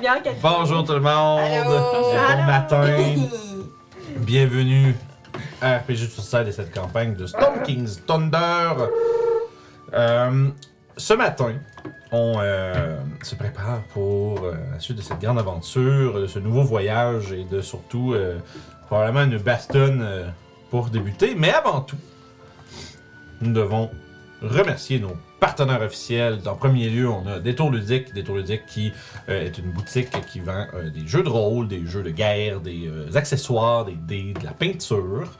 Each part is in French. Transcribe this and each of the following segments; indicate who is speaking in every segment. Speaker 1: bière qu'elle
Speaker 2: Bonjour tout le monde!
Speaker 1: Allô.
Speaker 2: Bon matin! Bienvenue à RPG Suicide et cette campagne de Storm King's Thunder! Euh, ce matin, on euh, se prépare pour euh, la suite de cette grande aventure, de ce nouveau voyage et de surtout euh, probablement une bastonne euh, pour débuter. Mais avant tout, nous devons remercier nos partenaires officiels. En premier lieu, on a Détour Ludique. Détour Ludique qui euh, est une boutique qui vend euh, des jeux de rôle, des jeux de guerre, des euh, accessoires, des dés, de la peinture.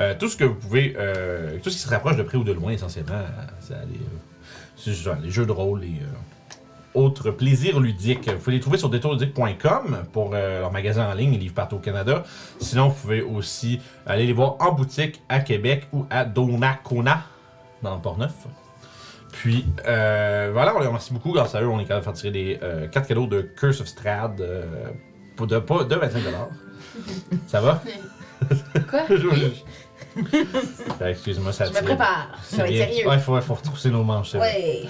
Speaker 2: Euh, tout ce que vous pouvez, euh, tout ce qui se rapproche de près ou de loin essentiellement, euh, ça, les, euh, c'est genre les jeux de rôle, les euh, autres plaisirs ludiques. Vous pouvez les trouver sur détourludique.com pour euh, leur magasin en ligne, ils livrent partout au Canada. Sinon, vous pouvez aussi aller les voir en boutique à Québec ou à Donnacona, dans le Port-Neuf. Puis euh, voilà, on les remercie beaucoup. Grâce à eux, on est capable de faire tirer des euh, cartes cadeaux de Curse of Strad euh, pour de, pas de 25 Ça va?
Speaker 3: Quoi?
Speaker 2: Je- je- Ben, Excuse-moi, ça
Speaker 3: Je me
Speaker 2: tire.
Speaker 3: prépare. Ça va être
Speaker 2: vient-
Speaker 3: sérieux.
Speaker 2: Ouais, faut, faut retrousser nos manches. c'est vrai.
Speaker 3: Ouais.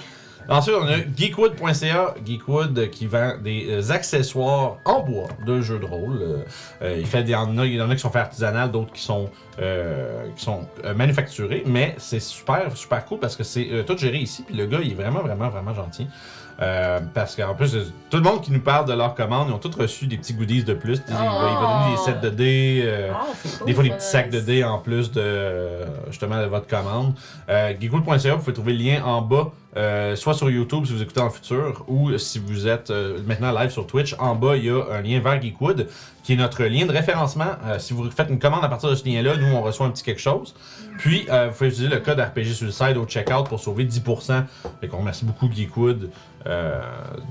Speaker 2: Ensuite, on a geekwood.ca, Geekwood euh, qui vend des euh, accessoires en bois de jeux de rôle. Euh, euh, il, fait des, il, y en a, il y en a qui sont faits artisanales, d'autres qui sont, euh, qui sont euh, manufacturés, mais c'est super, super cool parce que c'est euh, tout géré ici. Puis le gars, il est vraiment, vraiment, vraiment gentil. Euh, parce qu'en plus, euh, tout le monde qui nous parle de leurs commandes, ils ont tous reçu des petits goodies de plus. Il va- Il va donner des sets de dés. euh, des fois, des petits sacs de dés en plus de euh, justement de votre commande. Euh, geekwood.ca, vous pouvez trouver le lien en bas, euh, soit sur YouTube si vous écoutez en futur, ou si vous êtes euh, maintenant live sur Twitch, en bas, il y a un lien vers Geekwood, qui est notre lien de référencement. Euh, si vous faites une commande à partir de ce lien-là, nous, on reçoit un petit quelque chose. Puis, euh, vous pouvez utiliser le code RPG Suicide au checkout pour sauver 10%. Fait qu'on remercie beaucoup Geekwood euh,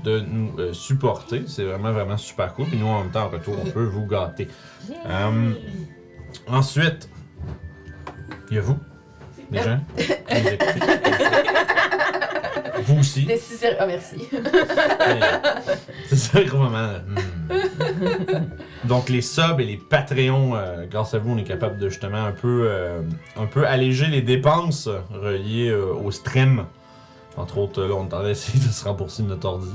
Speaker 2: de nous euh, supporter. C'est vraiment, vraiment super cool. Puis nous, en même temps, en retour, on peut vous gâter. Hum, ensuite, il y a vous, les gens. qui nous écoutez. vous aussi.
Speaker 3: Des six- Ah, merci.
Speaker 2: Mais, C'est ça le gros moment. là. Hmm. Donc les subs et les Patreons, euh, grâce à vous, on est capable de justement un peu, euh, un peu alléger les dépenses reliées euh, au stream. Entre autres, là, on est en train d'essayer de se rembourser de notre ordi.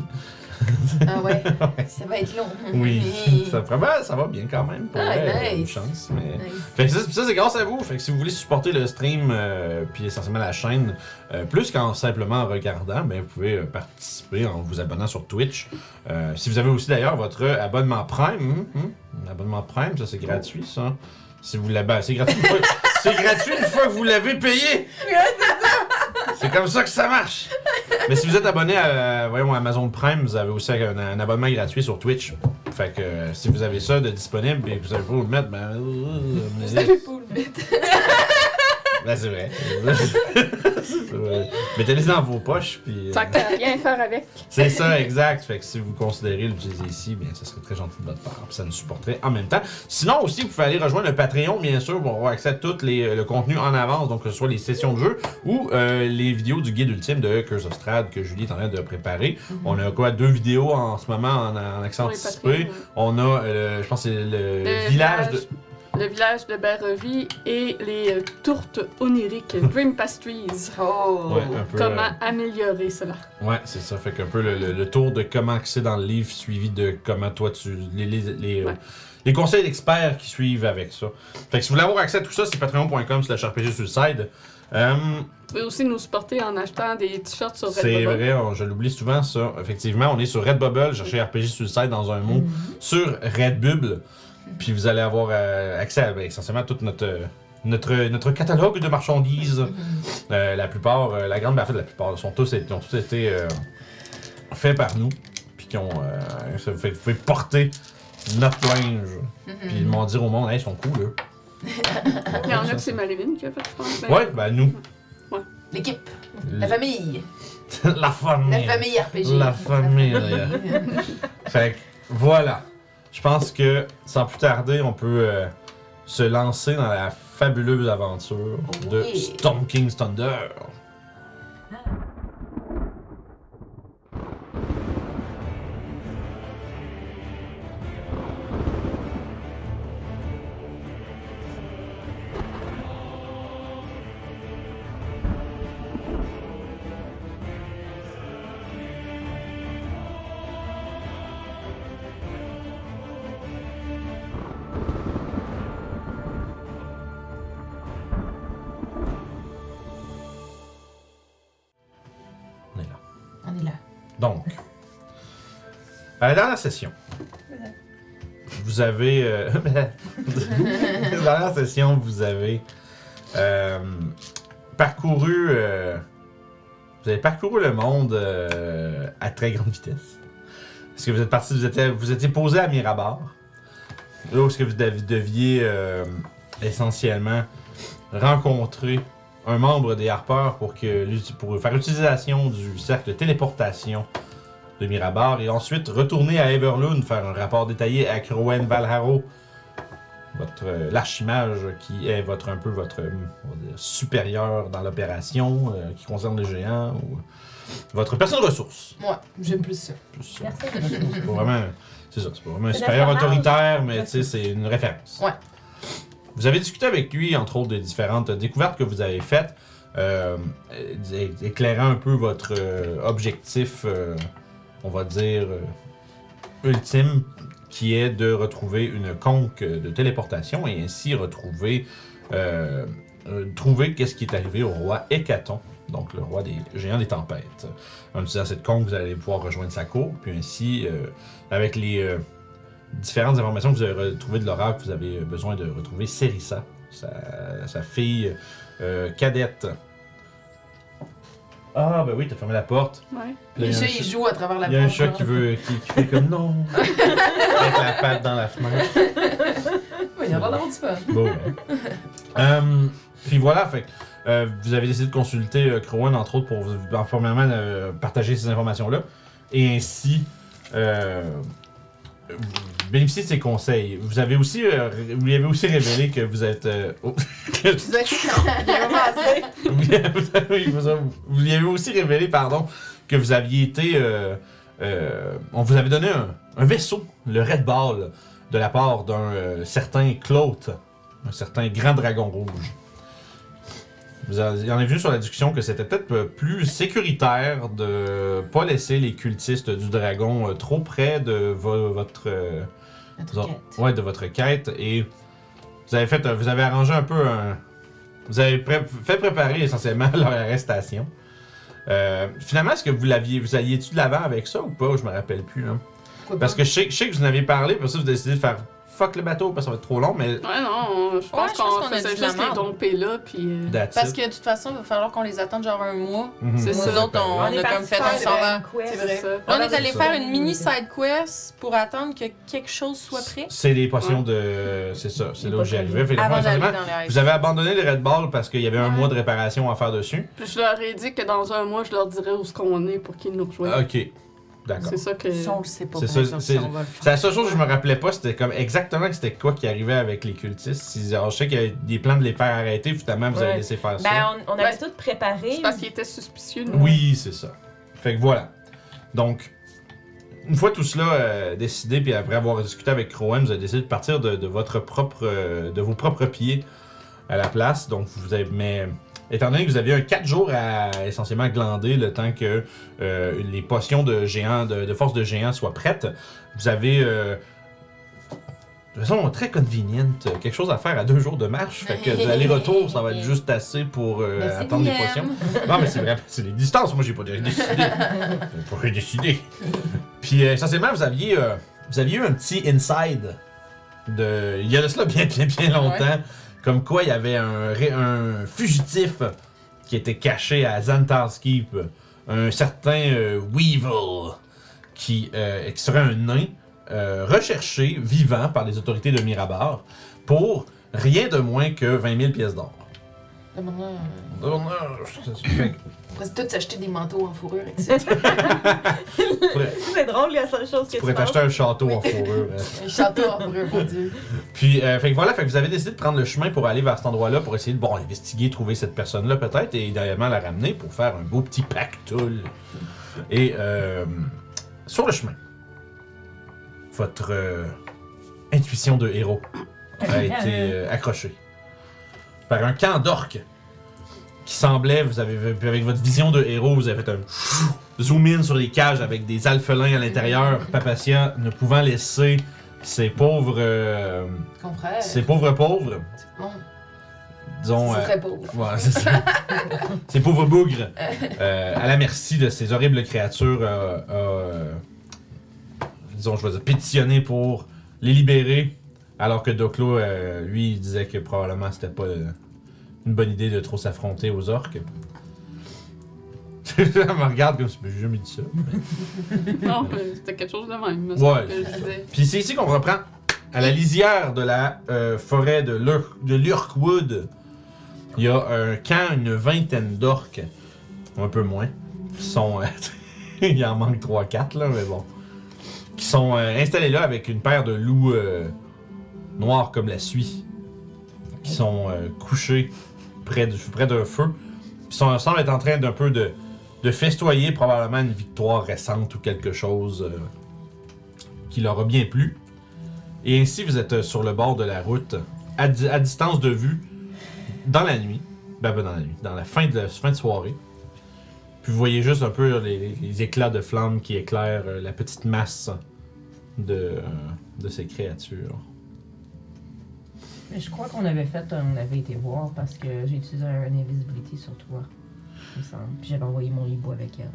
Speaker 3: Ah ouais. Ça va être long.
Speaker 2: Oui,
Speaker 3: Hey.
Speaker 2: ça, va- ça va bien quand même. Pour
Speaker 3: Ah,
Speaker 2: vrai,
Speaker 3: nice.
Speaker 2: une chance, mais...
Speaker 3: Nice.
Speaker 2: Fait que ça, ça, c'est grâce à vous. Fait que si vous voulez supporter le stream, euh, puis essentiellement la chaîne, euh, plus qu'en simplement en regardant, ben, vous pouvez euh, participer en vous abonnant sur Twitch. Euh, si vous avez aussi d'ailleurs votre abonnement Prime, hum, hum, abonnement Prime, ça c'est gratuit ça. Si vous l'avez, ben, c'est gratuit. une fois- c'est gratuit une fois que vous l'avez payé. C'est comme ça que ça marche. Mais si vous êtes abonné à, euh, voyons, Amazon Prime, vous avez aussi un, un abonnement gratuit sur Twitch. Fait que euh, si vous avez ça de disponible et que vous savez pas où le mettre, ben. euh,
Speaker 3: Ça fait pour le mettre.
Speaker 2: ben, c'est vrai. C'est vrai. Mettez-les dans vos poches, puis. euh,
Speaker 1: Tant que t'as rien à faire avec.
Speaker 2: c'est ça, exact. Fait que si vous considérez l'utiliser ici, bien, ça serait très gentil de votre part. puis ça nous supporterait en même temps. Sinon, aussi, vous pouvez aller rejoindre le Patreon, bien sûr, pour avoir accès à tout les- euh, le contenu en avance, donc que ce soit les sessions de jeu ou euh, les vidéos du guide ultime de Curse of Strahd que Julie est en train de préparer. On a quoi Deux vidéos en ce moment en, en accent
Speaker 1: Mm-hmm. Pour les
Speaker 2: anticipé.
Speaker 1: Patreons.
Speaker 2: On a, euh, je pense, que c'est le,
Speaker 1: Le
Speaker 2: village de.
Speaker 1: village. Le village de Barrevie et les euh, tourtes oniriques Dream Pastries.
Speaker 3: Oh.
Speaker 2: Ouais, un peu,
Speaker 1: Comment
Speaker 2: euh,
Speaker 1: améliorer cela?
Speaker 2: Ouais, c'est ça. Fait qu'un peu le, le- le tour de comment que c'est dans le livre, suivi de comment toi tu. Les, les, les, euh,
Speaker 1: Ouais.
Speaker 2: les conseils d'experts qui suivent avec ça. Fait que si vous voulez avoir accès à tout ça, c'est patreon.com slash RPG Suicide. Euh,
Speaker 1: Vous pouvez aussi nous supporter en achetant des t-shirts sur Redbubble.
Speaker 2: c'est vrai, on- je l'oublie souvent ça. Effectivement, on est sur Redbubble, cherchez RPG Suicide dans un mot, sur Redbubble. Puis vous allez avoir euh, accès à ben, essentiellement toute notre. euh, notre, notre catalogue de marchandises. Euh, la plupart, euh, la grande partie de la plupart, sont tous, ils ont tous été euh, faits par nous. Puis qui ont. euh, ça vous fait, vous fait porter notre linge.
Speaker 3: Mhm.
Speaker 2: Puis
Speaker 4: Mhm.
Speaker 2: ils m'ont dit au monde, hey, ils sont cool, eux.
Speaker 1: Il y en a que c'est Malévine qui a fait, je pense. mais-
Speaker 2: Ouais, ben nous.
Speaker 3: L'équipe. La famille.
Speaker 2: la
Speaker 3: La
Speaker 2: famille.
Speaker 3: famille RPG.
Speaker 2: La famille. fait que, voilà. Je pense que, sans plus tarder, on peut euh, se lancer dans la fabuleuse aventure de
Speaker 3: Oui.
Speaker 2: Storm King's Thunder. À euh, la dernière session, vous avez. euh, la dernière session, vous avez euh, parcouru. euh, vous avez parcouru le monde euh, à très grande vitesse. Parce que vous êtes parti, vous étiez, vous étiez posé à Mirabar. Là où est-ce que vous dev- deviez euh, essentiellement rencontrer un membre des Harpeurs pour, que, l'uti- pour faire utilisation du cercle de téléportation de Mirabar et ensuite retourner à Everloon faire un rapport détaillé à Crowen Valharo, votre euh, l'archimage qui est votre un peu votre euh, on va dire, supérieur dans l'opération euh, qui concerne les géants ou euh, votre personne ressource.
Speaker 3: Moi, j'aime plus ça.
Speaker 2: Plus, euh,
Speaker 5: Merci.
Speaker 2: c'est pas vraiment c'est ça, c'est pas vraiment un
Speaker 5: C'est
Speaker 2: supérieur
Speaker 5: référence.
Speaker 2: autoritaire mais tu sais c'est une référence.
Speaker 3: Ouais.
Speaker 2: Vous avez discuté avec lui entre autres des différentes découvertes que vous avez faites. euh, é- éclairant un peu votre euh, objectif euh, on va dire, euh, ultime, qui est de retrouver une conque euh, de téléportation et ainsi retrouver euh, euh, trouver qu'est-ce qui est arrivé au roi Hécaton, donc le roi des géants des tempêtes. En utilisant cette conque, vous allez pouvoir rejoindre sa cour, puis ainsi, euh, avec les euh, différentes informations que vous avez retrouvées de l'oracle, vous avez besoin de retrouver Sérissa, sa, sa fille euh, cadette. Ah, ben oui, t'as fermé la porte.
Speaker 1: Ouais.
Speaker 2: Là, il y
Speaker 3: Les
Speaker 2: a un
Speaker 3: chats,
Speaker 2: chat-
Speaker 3: ils jouent à travers la
Speaker 2: il y a un
Speaker 3: porte,
Speaker 2: chat
Speaker 3: genre.
Speaker 2: qui veut qui, qui fait comme non avec la patte dans la fenêtre.
Speaker 3: Oui, il y a l'air d'avoir du fun.
Speaker 2: Bon. ben. Euh, puis voilà, fait que, euh, vous avez décidé de consulter euh, Crowan entre autres pour vous informellement euh, partager ces informations là et ainsi euh, vous bénéficiez de ses conseils. Vous avez aussi euh, ré- vous lui avez aussi révélé que vous êtes euh, oh, que
Speaker 3: Vous êtes- Il y a vraiment assez.
Speaker 2: vous, avez- vous avez- vous lui avez aussi révélé, pardon, que vous aviez été. euh, euh, on vous avait donné un, un vaisseau, le Red Ball, de la part d'un euh, certain Cloth, un certain grand dragon rouge. Vous en il en est venu sur la discussion que c'était peut-être euh, plus sécuritaire de pas laisser les cultistes du dragon euh, trop près de vo- votre. euh,
Speaker 3: Notre quête.
Speaker 2: Ouais, de votre quête. Et vous avez fait, un- vous avez arrangé un peu un. Vous avez pré- fait préparer essentiellement leur arrestation. Euh, finalement, est-ce que vous l'aviez, vous alliez-tu de l'avant avec ça ou pas Je me rappelle plus. là.
Speaker 3: Pourquoi
Speaker 2: Parce
Speaker 3: pas?
Speaker 2: que je sais, je sais que vous en avez parlé, pour ça vous avez décidé de faire fuck le bateau parce que ça va être trop long, mais
Speaker 1: Ouais, non, on- je pense
Speaker 3: je pense
Speaker 1: qu'on
Speaker 3: qu'on a
Speaker 1: faisait
Speaker 3: dit la
Speaker 1: juste les
Speaker 3: merde.
Speaker 1: domper là, puis. euh,
Speaker 2: that's
Speaker 3: Parce
Speaker 2: it.
Speaker 3: que de toute façon, il va falloir qu'on les attende genre un mois.
Speaker 2: Mhm.
Speaker 1: C'est
Speaker 3: Nous
Speaker 1: ça.
Speaker 3: autres, on,
Speaker 2: Ouais.
Speaker 3: a comme fait, on s'en va.
Speaker 1: c'est
Speaker 3: vrai.
Speaker 1: ça.
Speaker 3: Là, on est allé
Speaker 2: ça.
Speaker 3: faire une mini side quest pour attendre que quelque chose soit prêt
Speaker 2: C'est les potions de. C'est ça, c'est
Speaker 5: Les
Speaker 2: là où j'y
Speaker 5: potions.
Speaker 2: arrivais. Fait que
Speaker 3: avant
Speaker 2: moi,
Speaker 3: d'aller
Speaker 2: essentiellement,
Speaker 3: dans les rêves.
Speaker 2: vous avez abandonné le Red Ball parce qu'il y avait un
Speaker 3: Ouais.
Speaker 2: mois de réparation à faire dessus.
Speaker 1: Puis je leur ai dit que dans un mois, je leur dirais où ce qu'on est pour qu'ils nous rejoignent.
Speaker 2: Ok, d'accord.
Speaker 1: C'est ça que.
Speaker 3: Ça, on le sait pas.
Speaker 2: C'est
Speaker 3: par
Speaker 2: ça,
Speaker 3: exemple,
Speaker 2: c'est-
Speaker 3: ça, on va le faire.
Speaker 2: C'est la seule chose que je me rappelais pas, c'était comme exactement c'était quoi qui arrivait avec les cultistes. Ils- alors, je sais qu'il y avait des plans de les faire arrêter, finalement vous avez
Speaker 5: Ouais.
Speaker 2: laissé faire ça.
Speaker 5: Ben, on, on avait tout préparé.
Speaker 1: C'est parce qu'ils étaient suspicieux. de nous.
Speaker 2: Oui, c'est ça. Fait que voilà. Donc, une fois tout cela euh, décidé, puis après avoir discuté avec Crowan, vous avez décidé de partir de, de votre propre, euh, de vos propres pieds à la place. Donc, vous avez, mais étant donné que vous aviez un 4 jours à essentiellement glander le temps que euh, les potions de géant, de, de force de géant soient prêtes, vous avez euh, de façon très conveniente quelque chose à faire à deux jours de marche. Fait que l'aller-retour, ça va être juste assez pour euh,
Speaker 3: Merci,
Speaker 2: attendre les
Speaker 3: Guillaume.
Speaker 2: potions. Non, mais c'est vrai, c'est les distances. Moi, j'ai pas dé- décidé. J'ai pas décidé. Puis, euh, essentiellement, vous aviez, euh, vous aviez eu un petit inside de. Il y a de cela bien, bien, bien longtemps. Comme quoi, il y avait un, ré- un fugitif qui était caché à Xantar's Keep. Un certain euh, Weevil, qui, euh, qui serait un nain euh, recherché vivant par les autorités de Mirabar pour rien de moins que 20 000 pièces d'or.
Speaker 3: Demande-leur, euh,
Speaker 2: Fait que-
Speaker 3: On va tous s'acheter des manteaux en fourrure, etc.
Speaker 2: pourrais-
Speaker 5: C'est drôle, la seule chose que
Speaker 2: tu
Speaker 5: tu
Speaker 2: pourrais
Speaker 5: penses.
Speaker 2: t'acheter un château en fourrure. hein.
Speaker 3: Un château en fourrure, mon dieu.
Speaker 2: Puis, euh, fait que voilà, fait que vous avez décidé de prendre le chemin pour aller vers cet endroit-là, pour essayer de, bon, investiguer, trouver cette personne-là peut-être, et idéalement la ramener pour faire un beau petit pactole. Et, euh, sur le chemin, votre euh, intuition de héros a été euh, accrochée par un camp d'orques qui semblait, vous avez, avec votre vision de héros, vous avez fait un zoom in sur les cages avec des alphelins à l'intérieur, Papatia ne pouvant laisser ces pauvres, euh,
Speaker 3: Comprends?
Speaker 2: ces pauvres pauvres,
Speaker 3: bon.
Speaker 2: disons,
Speaker 3: C'est
Speaker 2: euh,
Speaker 3: très beau.
Speaker 2: ouais, c'est ça. ces pauvres bougres, euh, à la merci de ces horribles créatures, euh, euh, disons, je vais dire, pétitionné pour les libérer, alors que Doclo, euh, lui, il disait que probablement c'était pas euh, une bonne idée de trop s'affronter aux orques. Elle me regarde comme si j'ai jamais dit ça.
Speaker 1: Non, euh, c'était quelque chose de même. me
Speaker 2: Ouais,
Speaker 1: semble que
Speaker 2: c'est
Speaker 1: je
Speaker 2: ça.
Speaker 1: disais.
Speaker 2: Puis c'est ici qu'on reprend à la lisière de la euh, forêt de, Lur- de Lurkwood. Il y a un camp, une vingtaine d'orques, ou un peu moins, qui sont. euh, il en manque 3-4 là, mais bon. Qui sont euh, installés là avec une paire de loups euh, noirs comme la suie. Qui sont euh, couchés près du- près d'un feu. Ils sont, semblent être en train d'un peu de, de festoyer probablement une victoire récente ou quelque chose. euh, qui leur a bien plu. Et ainsi, vous êtes euh, sur le bord de la route, à, di- à distance de vue, dans la nuit. Ben, pas dans la nuit, dans la fin de, la fin de soirée. Puis vous voyez juste un peu euh, les, les éclats de flammes qui éclairent euh, la petite masse de, euh, de ces créatures.
Speaker 6: Mais je crois qu'on avait fait, euh, on avait été voir parce que j'ai utilisé un invisibility sur toi, il me semble. Puis j'avais envoyé mon hibou avec elle.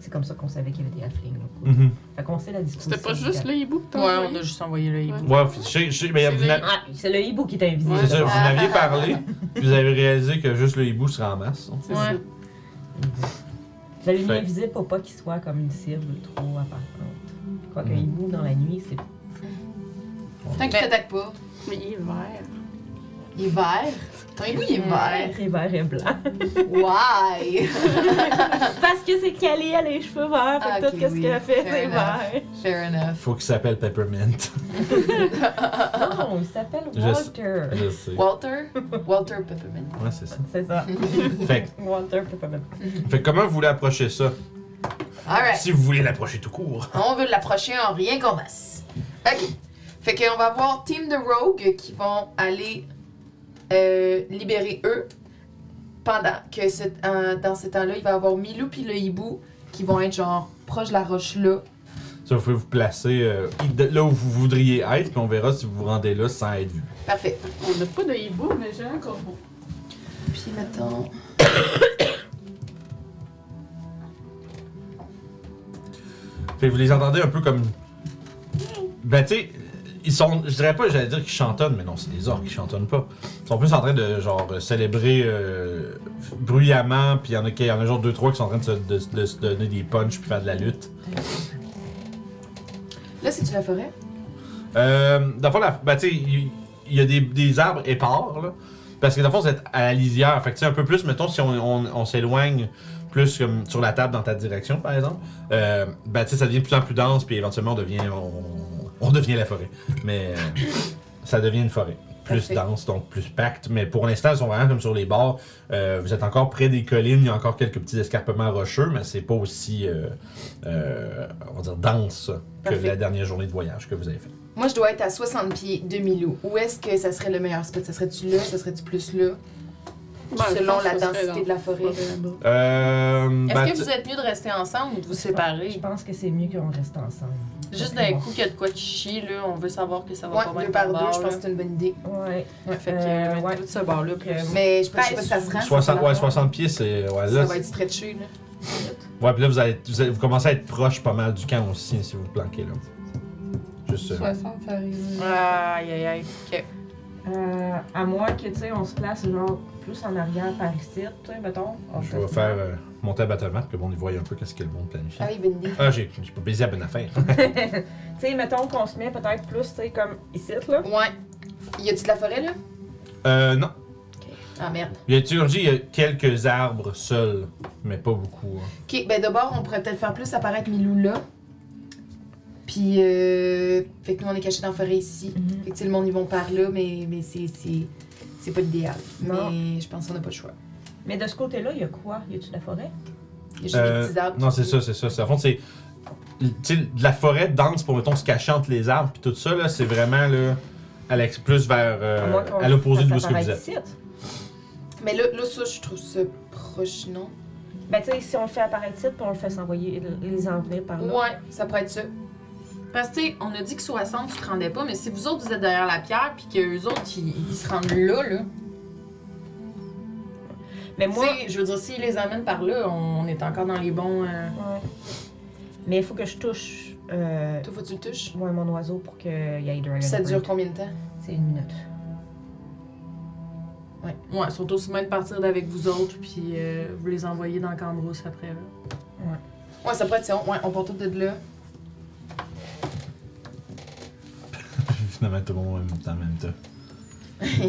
Speaker 6: C'est comme ça qu'on savait qu'il y avait des halflings. là, quoi.
Speaker 2: Mhm.
Speaker 5: Mm-hmm.
Speaker 6: Fait qu'on sait la disposition.
Speaker 1: C'était pas juste
Speaker 6: du
Speaker 1: le hibou que t'as
Speaker 3: Ouais, on
Speaker 5: hein.
Speaker 1: envoyé?
Speaker 3: a juste envoyé le hibou.
Speaker 2: Ouais, je- je- mais
Speaker 1: C'est
Speaker 2: vous n'a-
Speaker 6: camp. Ah, c'est le hibou qui était invisible.
Speaker 1: Ouais,
Speaker 2: c'est ça, vous en
Speaker 1: Ah.
Speaker 2: aviez parlé, puis vous avez réalisé que juste le hibou serait en masse.
Speaker 1: C'est
Speaker 3: Ouais.
Speaker 1: ça.
Speaker 6: Je l'avais mis
Speaker 2: Fait.
Speaker 6: invisible pour pas qu'il soit comme une cible trop apparente. Quoique
Speaker 2: Mhm.
Speaker 6: hibou dans la nuit, c'est.
Speaker 4: T'inquiète, t'attaque pas.
Speaker 1: Mais il est vert.
Speaker 4: Il est vert. Ton hibou, il est vert.
Speaker 6: Très vert et blanc.
Speaker 4: Why?
Speaker 5: Parce que c'est calé, elle a les cheveux verts. Fait que
Speaker 4: Ah,
Speaker 5: tout
Speaker 4: ok,
Speaker 5: ce qu'elle a
Speaker 4: oui.
Speaker 5: fait,
Speaker 4: Fair
Speaker 5: c'est
Speaker 4: enough.
Speaker 5: vert.
Speaker 4: Fair enough.
Speaker 2: Faut qu'il s'appelle Peppermint.
Speaker 6: Non, il s'appelle
Speaker 2: Je-
Speaker 6: Walter.
Speaker 2: Je sais. Ouais,
Speaker 4: Walter? Walter Peppermint.
Speaker 2: c'est ça.
Speaker 6: C'est ça.
Speaker 2: Fait que
Speaker 6: Walter peut pas mettre.
Speaker 2: Fait que comment vous voulez approcher ça?
Speaker 4: Alright.
Speaker 2: Si vous voulez l'approcher tout court.
Speaker 4: On veut l'approcher en rien qu'on masse. Ok. Fait qu'on va avoir Team de Rogue qui vont aller euh, libérer eux. Pendant que c'est- euh, dans ce temps-là, il va y avoir Milou puis le hibou qui vont être genre proche de la roche là.
Speaker 2: Ça, vous pouvez vous placer euh, id- là où vous voudriez être, puis on verra si vous vous rendez là sans être vu.
Speaker 4: Parfait.
Speaker 1: On n'a pas de hibou, mais j'ai un corbeau.
Speaker 4: Puis mettons.
Speaker 2: Fait que vous les entendez un peu comme. Ben, tu sais, ils sont. Je dirais pas, j'allais dire qu'ils chantonnent, mais non, c'est des orques qui chantonnent pas. Ils sont plus en train de, genre, euh, célébrer euh, bruyamment, puis il y en a, qui- il y en a genre deux, trois qui sont en train de se, de- de se donner des punches puis faire de la lutte.
Speaker 4: Là, c'est-tu la forêt?
Speaker 2: Euh, dans le fond, la- ben, tu sais, il il y, a des, des arbres épars, là. Parce que dans le fond, vous êtes à la lisière. Fait que, tu sais, un peu plus, mettons, si on, on- on s'éloigne plus comme sur la table dans ta direction, par exemple, euh, ben, tu sais, ça devient de plus en plus dense, puis éventuellement, on devient, on, on devient la forêt. Mais euh, ça devient une forêt. Plus
Speaker 4: Parfait.
Speaker 2: dense, donc plus pacte. Mais pour l'instant, ils sont vraiment comme sur les bords. Euh, vous êtes encore près des collines, il y a encore quelques petits escarpements rocheux, mais c'est pas aussi, euh, euh, on va dire, dense que
Speaker 4: Parfait.
Speaker 2: la dernière journée de voyage que vous avez faite.
Speaker 4: Moi, je dois être à 60 pieds de Milou. Où est-ce que ça serait le meilleur spot? Ça serait-tu là? Ça serait-tu plus là?
Speaker 1: Ben, je
Speaker 4: Selon
Speaker 1: pense
Speaker 4: la
Speaker 1: que ça serait
Speaker 4: densité de la forêt.
Speaker 1: dans- Ouais, là-bas.
Speaker 2: Euh,
Speaker 3: Est-ce
Speaker 5: Bah,
Speaker 2: ben,
Speaker 3: que
Speaker 2: tu-
Speaker 3: vous êtes mieux de rester ensemble ou de vous séparer?
Speaker 6: Je pense que c'est mieux qu'on reste ensemble.
Speaker 3: Juste d'un coup qu'il y a de quoi qui chie, là, on veut savoir que ça va pas
Speaker 4: Ouais,
Speaker 3: bien
Speaker 4: deux par
Speaker 3: ton bord,
Speaker 4: deux, je pense
Speaker 3: là.
Speaker 4: que c'est une bonne idée.
Speaker 6: Ouais.
Speaker 3: Ouais, fait que
Speaker 6: Euh,
Speaker 3: euh,
Speaker 6: ouais.
Speaker 3: tout ce bord-là, puis
Speaker 6: Euh,
Speaker 4: Mais je sais pas je sais pas si ça se rend. ça,
Speaker 2: 60,
Speaker 4: c'est
Speaker 2: ouais,
Speaker 4: l'affaire.
Speaker 2: 60 pieds, c'est. Ouais,
Speaker 4: Ça
Speaker 2: là,
Speaker 4: va être
Speaker 2: c'est-
Speaker 4: stretché, là.
Speaker 2: ouais, puis là vous, allez- vous, allez- vous commencez à être proche pas mal du camp aussi, hein, si vous vous planquez là. Juste. euh,
Speaker 4: 60, ça arrive.
Speaker 3: Aïe, aïe, aïe.
Speaker 6: Euh, à moins que, tu sais, on se place genre plus en arrière par ici, tu sais, mettons. On
Speaker 2: je vais
Speaker 6: peut-
Speaker 2: faire euh, monter à battle map, que bon, on y voit un peu qu'est-ce que le monde planifie.
Speaker 4: Ah oui, bonne idée.
Speaker 2: Ah, j'ai j'ai pas baisé la bonne affaire. hein.
Speaker 6: Tu sais, mettons qu'on se met peut-être plus, tu sais, comme ici, là.
Speaker 4: Ouais. Y a-tu de la forêt, là?
Speaker 2: euh, non.
Speaker 4: Ah merde.
Speaker 2: Il y a Turgie, il y a quelques arbres seuls, mais pas beaucoup. hein.
Speaker 4: Ok, ben d'abord, on pourrait peut-être faire plus apparaître Milou là. Puis, euh. Fait que nous, on est cachés dans la forêt ici. Fait que, tu sais, le monde, ils vont par là, mais, mais c'est. c'est- C'est pas l'idéal.
Speaker 6: Non.
Speaker 4: Mais je pense qu'on n'a pas le choix.
Speaker 6: Mais de ce côté-là, il y a quoi Y a-tu de la forêt
Speaker 4: Il y a juste
Speaker 2: Euh,
Speaker 4: des petits arbres.
Speaker 2: non, c'est ça, c'est ça. c'est- À fond, c'est. Tu sais, de la forêt dense pour, mettons, se cacher entre les arbres, puis tout ça, là, c'est vraiment, là, à l'ex- plus vers. euh,
Speaker 6: moins qu'on
Speaker 2: à l'opposé
Speaker 6: fasse
Speaker 2: de où ce que vous
Speaker 6: apparaître
Speaker 2: êtes.
Speaker 6: ici.
Speaker 4: Mais là, là, ça, je trouve ça proche, non?
Speaker 6: Ben, tu sais, si on le fait apparaître ici, puis on le fait s'envoyer, les enlever par là.
Speaker 4: Ouais, ça pourrait être ça.
Speaker 3: Parce que, tu sais, on a dit que 60, tu te rendais pas, mais si vous autres, vous êtes derrière la pierre, puis que eux autres, ils, ils se rendent là, là.
Speaker 6: Mais
Speaker 3: Tu
Speaker 6: moi.
Speaker 3: sais, je veux dire, s'ils les amènent par là, on, on est encore dans les bons. euh,
Speaker 6: Ouais.
Speaker 5: Mais il faut que je touche euh,
Speaker 4: Toi, faut que tu le touches.
Speaker 5: ouais, mon oiseau pour qu'il y ait Dragon
Speaker 4: Ça dure
Speaker 5: Fruit.
Speaker 4: combien de temps?
Speaker 5: C'est une minute.
Speaker 3: Ouais, ils sont aussi bien de partir d'avec vous autres, puis euh, vous les envoyez dans Cambrousse après. là.
Speaker 4: Ouais, ça pourrait être ça. Ouais, on part tout de là.
Speaker 2: Finalement, tout le monde en même temps. En même temps.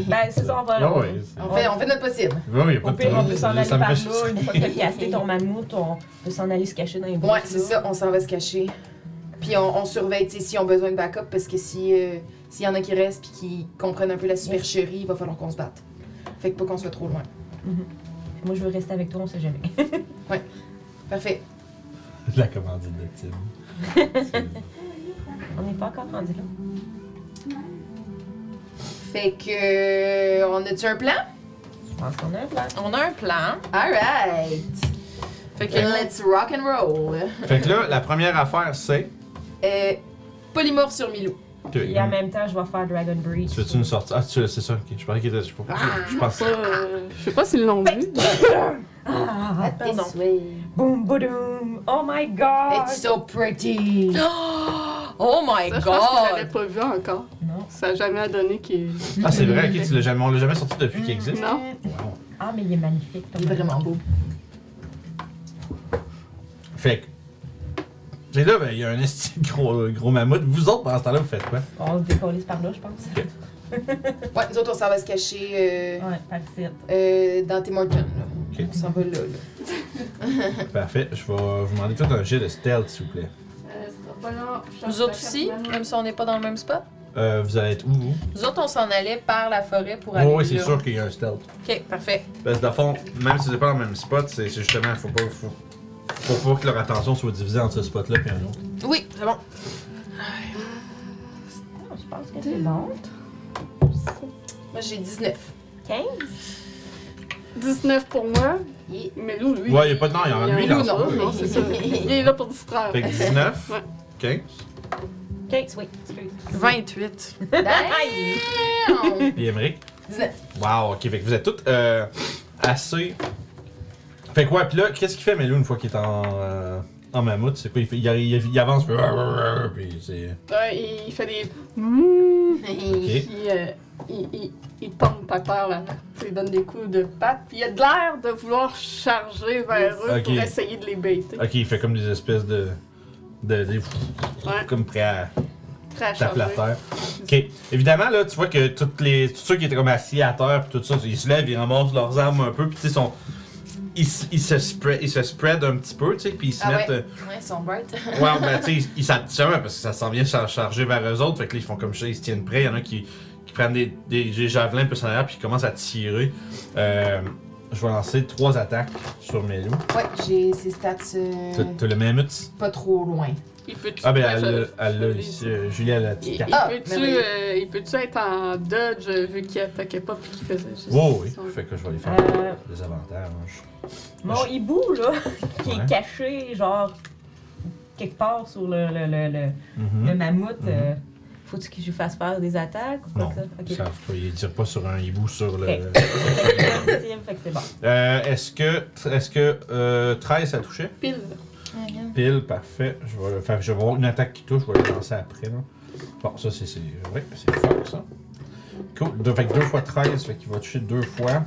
Speaker 5: Ben, c'est ça, on va.
Speaker 2: Ah ouais, c'est-
Speaker 4: Mhm. On fait, on fait notre possible.
Speaker 2: Ouais, ouais, y a pas
Speaker 5: Au
Speaker 2: de
Speaker 5: pire, on
Speaker 2: trouble.
Speaker 5: peut s'en aller
Speaker 2: euh, Ça me
Speaker 5: par
Speaker 2: fait chier.
Speaker 5: là. Une fois que t'as casté ton mammouth, on peut s'en aller se cacher dans les bois.
Speaker 4: Ouais, c'est ça, on s'en va se cacher. Puis on, on surveille, tu sais, s'ils ont besoin de backup, parce que si, euh, s'il y en a qui restent puis qui comprennent un peu la supercherie, il va falloir qu'on se batte. Fait que pas qu'on soit trop loin.
Speaker 5: Moi, je veux rester avec toi, on sait jamais.
Speaker 4: Parfait.
Speaker 2: La commandite de Tim.
Speaker 5: On n'est pas encore rendu là.
Speaker 4: Fait que. euh, on a-tu un plan?
Speaker 5: Je pense qu'on a un plan.
Speaker 3: On a un plan.
Speaker 4: Alright!
Speaker 3: Fait que
Speaker 4: Let's rock and roll!
Speaker 2: Fait que là, la première affaire, c'est.
Speaker 4: Euh, polymorphe sur Milou.
Speaker 2: que-
Speaker 5: Et en même temps, je vais faire Dragon Breach.
Speaker 2: Tu veux-tu une sortie? Ah, tu c'est ça, ok. Je pensais qu'il était. Je pensais. Je pensais-
Speaker 1: Pas, euh, je sais pas s'ils l'ont vu.
Speaker 5: Ah, pardon.
Speaker 4: It's
Speaker 5: Boom, boom. Oh my god.
Speaker 4: so pretty!
Speaker 3: Oh my
Speaker 1: Ça, je pense qu'ils l'avaient
Speaker 3: god!
Speaker 1: pas vu encore.
Speaker 5: Non.
Speaker 1: Ça a jamais donné qu'il.
Speaker 2: Ah, c'est vrai, ok. Tu l'as jamais... On l'a jamais sorti depuis
Speaker 5: Mm.
Speaker 2: qu'il existe.
Speaker 1: Non.
Speaker 2: Wow.
Speaker 5: Ah, mais il est magnifique. ton
Speaker 4: Il est vraiment
Speaker 5: mammouth.
Speaker 4: beau.
Speaker 2: Fait que. Et là, ben, il y a un esti de gros, gros mammouth. Vous autres, pendant ce temps-là, vous faites quoi?
Speaker 5: On se décollise par là, je pense.
Speaker 4: Ouais, nous autres, on s'en va se cacher euh,
Speaker 5: Ouais, par ici.
Speaker 4: euh, dans Tim Hortons, là.
Speaker 2: Ok.
Speaker 4: On s'en va là, là.
Speaker 2: Parfait. Je vais vous demander tout un jet de stealth, s'il vous plaît.
Speaker 1: Euh,
Speaker 3: Nous autres aussi, même si on n'est pas dans le même spot.
Speaker 2: Euh, vous allez être où, vous?
Speaker 3: Nous autres, on s'en allait par la forêt pour
Speaker 2: Oui,
Speaker 3: aller.
Speaker 2: oui, c'est
Speaker 3: là.
Speaker 2: sûr qu'il y a un stealth.
Speaker 3: Ok, parfait.
Speaker 2: Parce que dans le fond, même si c'est pas dans le même spot, c'est c'est justement, faut pas, faut, faut pas que leur attention soit divisée entre ce spot-là et un autre.
Speaker 3: Oui, c'est bon.
Speaker 5: Non, je pense que c'est bon.
Speaker 4: Moi, j'ai 19.
Speaker 5: 15?
Speaker 1: 19 pour moi,
Speaker 4: Yeah.
Speaker 1: mais Lou, lui.
Speaker 2: Ouais, il y a pas de. Non, il y en a lui, il
Speaker 1: Lou,
Speaker 2: en a
Speaker 1: non,
Speaker 2: pas.
Speaker 1: non, c'est ça. Il est là pour distraire.
Speaker 2: Fait que 19,
Speaker 1: Ouais.
Speaker 2: 15.
Speaker 5: 15, oui. Excuse.
Speaker 3: 28.
Speaker 4: Damn!
Speaker 2: Puis Emmerich.
Speaker 4: 19.
Speaker 2: Wow, ok. Fait que vous êtes toutes euh, assez. Fait que ouais, puis là, qu'est-ce qu'il fait, Melou, une fois qu'il est en, euh, en mammouth C'est quoi Il, fait- il, arri- il, il avance, puis c'est.
Speaker 1: Ouais, Euh, il fait des. Mouh
Speaker 2: Ok.
Speaker 1: Puis euh, il, il, il pompe à terre, là. Il donne des coups de patte. Puis il a de l'air de vouloir charger vers eux
Speaker 2: Ok.
Speaker 1: pour essayer de les baiter.
Speaker 2: Ok, il fait comme des espèces de. de, des- Comme prêt à
Speaker 1: Prêt à
Speaker 2: taper la
Speaker 1: charger.
Speaker 2: terre. Ok. Évidemment, là, tu vois que toutes les, tous ceux qui étaient comme assis à terre, puis tout ça, ils se lèvent, ils ramassent leurs armes un peu, puis tu sais, ils sont. Ils, s- ils se spread, ils se spread un petit peu, tu sais, puis ils se
Speaker 4: Ah
Speaker 2: mettent.
Speaker 4: ouais. Ouais, ils sont bright.
Speaker 2: Ouais, ben, tu sais, ils s'attendent parce que ça s'en vient char- charger vers eux autres. Fait que là, ils font comme ça, ils se tiennent prêts. Il y en a qui, qui prennent des, des, des javelins un peu en arrière puis qui commencent à tirer. Euh, je vais lancer trois attaques sur mes loups.
Speaker 4: Ouais, j'ai ces stats euh,
Speaker 2: T'as t'as le même outil?
Speaker 4: pas trop loin.
Speaker 1: Il peut-tu.
Speaker 2: Ah, ben,
Speaker 1: Ouais,
Speaker 2: elle
Speaker 1: ça-
Speaker 2: l'a- elle l'a
Speaker 1: ça-
Speaker 2: ici. euh, Julie, elle a la
Speaker 1: Il,
Speaker 2: petite
Speaker 1: il
Speaker 2: carte.
Speaker 4: Ah,
Speaker 1: peut-tu
Speaker 4: merveilleux.
Speaker 1: euh, il peut-tu être en dodge euh, vu qu'il attaquait pas puis qu'il faisait juste.
Speaker 2: Wow, oui.
Speaker 1: son-
Speaker 2: Fait que je vais les faire
Speaker 5: Euh,
Speaker 2: des avantages.
Speaker 5: mon hibou, là, qui
Speaker 2: Ouais.
Speaker 5: est caché, genre, quelque part sur le, le, le, le,
Speaker 2: Mhm.
Speaker 5: le mammouth,
Speaker 2: Mhm.
Speaker 5: euh, faut-tu que je lui fasse faire des attaques ou quoi
Speaker 2: Non,
Speaker 5: que ça? Ok.
Speaker 2: ça, faut pas, ils tirent pas sur un hibou sur le.
Speaker 5: Ok. fait que c'est bon.
Speaker 2: Euh, est-ce que, est-ce que euh, 13 ça touchait?
Speaker 1: Pile.
Speaker 2: Pile, parfait. Je vais, enfin, je vais avoir une attaque qui touche, je vais le lancer après. Là. Bon, ça, c'est. c'est oui, c'est fuck, ça. Cool. Deux, fait que 2 fois 13, fait qu'il va toucher deux fois.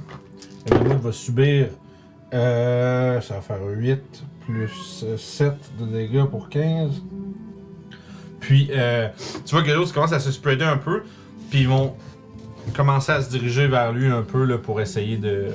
Speaker 2: Le l'autre va subir. Euh, ça va faire 8 plus 7 de dégâts pour 15. Puis, euh, tu vois que l'autre commence à se spreader un peu. Puis, ils vont commencer à se diriger vers lui un peu là, pour essayer de.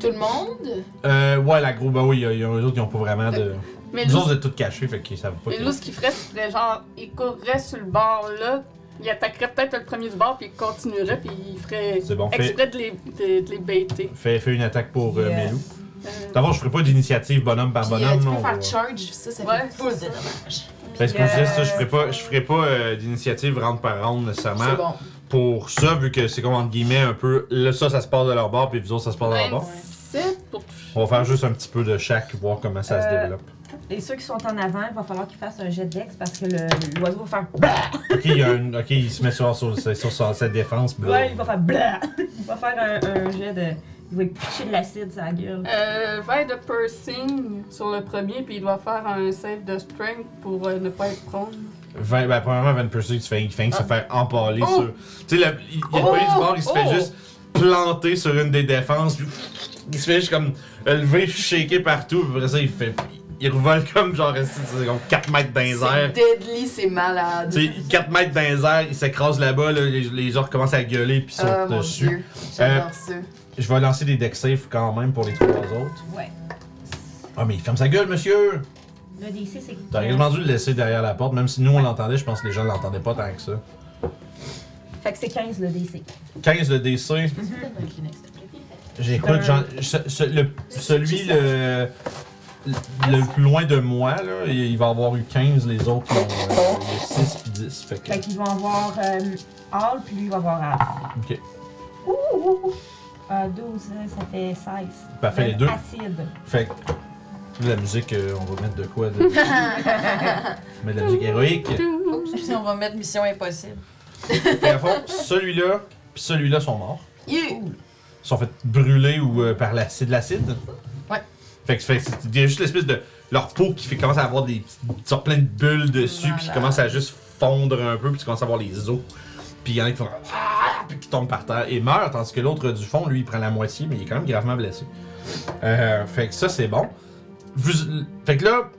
Speaker 4: Tout le monde?
Speaker 2: Euh, ouais, la gros, bah oui, il y a- il y a eux autres, ils n'ont pas vraiment de.
Speaker 1: Mais
Speaker 2: Nous
Speaker 1: Lou,
Speaker 2: autres, vous êtes tous cachés, fait qu'ils savent pas.
Speaker 1: mais
Speaker 2: que-
Speaker 1: Lou, ce qu'il ferait, ce serait genre, il courrait sur le bord là, il attaquerait peut-être le premier du bord puis il continuerait puis il ferait
Speaker 2: C'est bon, fais,
Speaker 1: exprès de les, de, de les baiter.
Speaker 2: fais, fais une attaque pour euh,
Speaker 5: Yeah.
Speaker 2: Melou.
Speaker 1: Euh,
Speaker 2: D'abord, je ferai pas d'initiative bonhomme par
Speaker 4: Puis, euh,
Speaker 2: Ah, bonhomme.
Speaker 4: tu
Speaker 2: non,
Speaker 4: peux
Speaker 2: on va-
Speaker 4: faire charge, ça, ça
Speaker 1: Ouais,
Speaker 4: fait full de
Speaker 1: c'est ça.
Speaker 4: dommages.
Speaker 2: Parce que comme je disais, ça, je ferai
Speaker 5: Yeah.
Speaker 2: pas, je ferai pas euh, d'initiative round par round nécessairement
Speaker 4: C'est bon.
Speaker 2: pour ça, vu que c'est comme entre guillemets un peu. Là, ça, ça se passe de leur bord, puis vous autres, ça se passe de leur bord.
Speaker 1: 27 pour toucher.
Speaker 2: On va faire juste un petit peu de chaque, voir comment ça se
Speaker 5: Euh.
Speaker 2: développe.
Speaker 5: Et ceux qui sont en avant, il va falloir qu'ils fassent un jet d'ex parce que le- l'oiseau va faire
Speaker 2: Ok, il, y a une- ok, il se met sur, sur, sur- sur sa défense. blah.
Speaker 5: Ouais, il va faire blah. Il va faire un, un jet de Vous pouvez pitcher de l'acide sur la gueule.
Speaker 1: Euh, 20 de piercing sur le premier, puis il doit faire un save de strength pour euh, ne pas être prone.
Speaker 2: Vingt- ben, premièrement, Van Persie qui se fait, qui fait
Speaker 4: Ah.
Speaker 2: se faire empaler
Speaker 1: Oh!
Speaker 2: sur. Tu sais, le- il il y a le
Speaker 4: Oh!
Speaker 2: premier du bord, il se fait
Speaker 4: Oh!
Speaker 2: juste planter sur une des défenses, puis il se fait juste comme lever, shaker partout, puis après ça, il fait. Il revole comme genre, c'est comme 4 mètres dans les
Speaker 4: C'est
Speaker 2: airs.
Speaker 4: deadly, c'est malade.
Speaker 2: Tu sais, 4 mètres dans les airs, il s'écrase là-bas, là, les, les orques commencent à gueuler, puis ils
Speaker 4: Ah,
Speaker 2: sautent
Speaker 4: mon
Speaker 2: dessus. Euh,
Speaker 4: Dieu, j'adore ça.
Speaker 2: Je vais lancer des deck safe quand même pour les trois autres.
Speaker 5: Ouais.
Speaker 2: Ah, mais il ferme sa gueule, monsieur!
Speaker 5: Le DC, c'est.
Speaker 2: T'aurais quasiment dû le laisser derrière la porte, même si nous on l'entendait, je pense que les gens l'entendaient pas tant que ça.
Speaker 5: Fait que c'est 15 le DC.
Speaker 2: 15 le DC,
Speaker 3: Donne-moi un Kleenex, s'il te plaît.
Speaker 2: j'écoute, j'en- ce- ce- le- celui le, le plus loin de moi, là, il il va avoir eu 15, les autres ils ont 6 puis 10. Fait que,
Speaker 5: Fait qu'ils vont avoir euh, Hall, puis lui, il va avoir Half.
Speaker 2: ok,
Speaker 5: Ouh, ouh, ouh. Euh, 12, euh, ça fait 16.
Speaker 2: parfait les
Speaker 5: Euh,
Speaker 2: deux.
Speaker 5: Acide.
Speaker 2: Fait que, la musique, euh, on va mettre de quoi de... On met de la musique héroïque.
Speaker 3: Si on va mettre Mission Impossible.
Speaker 2: Fait à fond, celui-là puis celui-là sont morts.
Speaker 4: You!
Speaker 2: Ils sont fait brûler ou euh, par l'acide, l'acide.
Speaker 4: Ouais.
Speaker 2: Fait que, fait que c'est- il y a juste l'espèce de leur peau qui fait commence à avoir des petites sortes plein de bulles dessus, puis qui
Speaker 3: Malade.
Speaker 2: commence à juste fondre un peu, puis tu commences à avoir les os. Puis il y en a qui font ah, puis qui tombent par terre et meurent, tandis que l'autre du fond, lui, il prend la moitié, mais il est quand même gravement blessé. Euh, fait que ça, c'est bon. Vous- fait que là,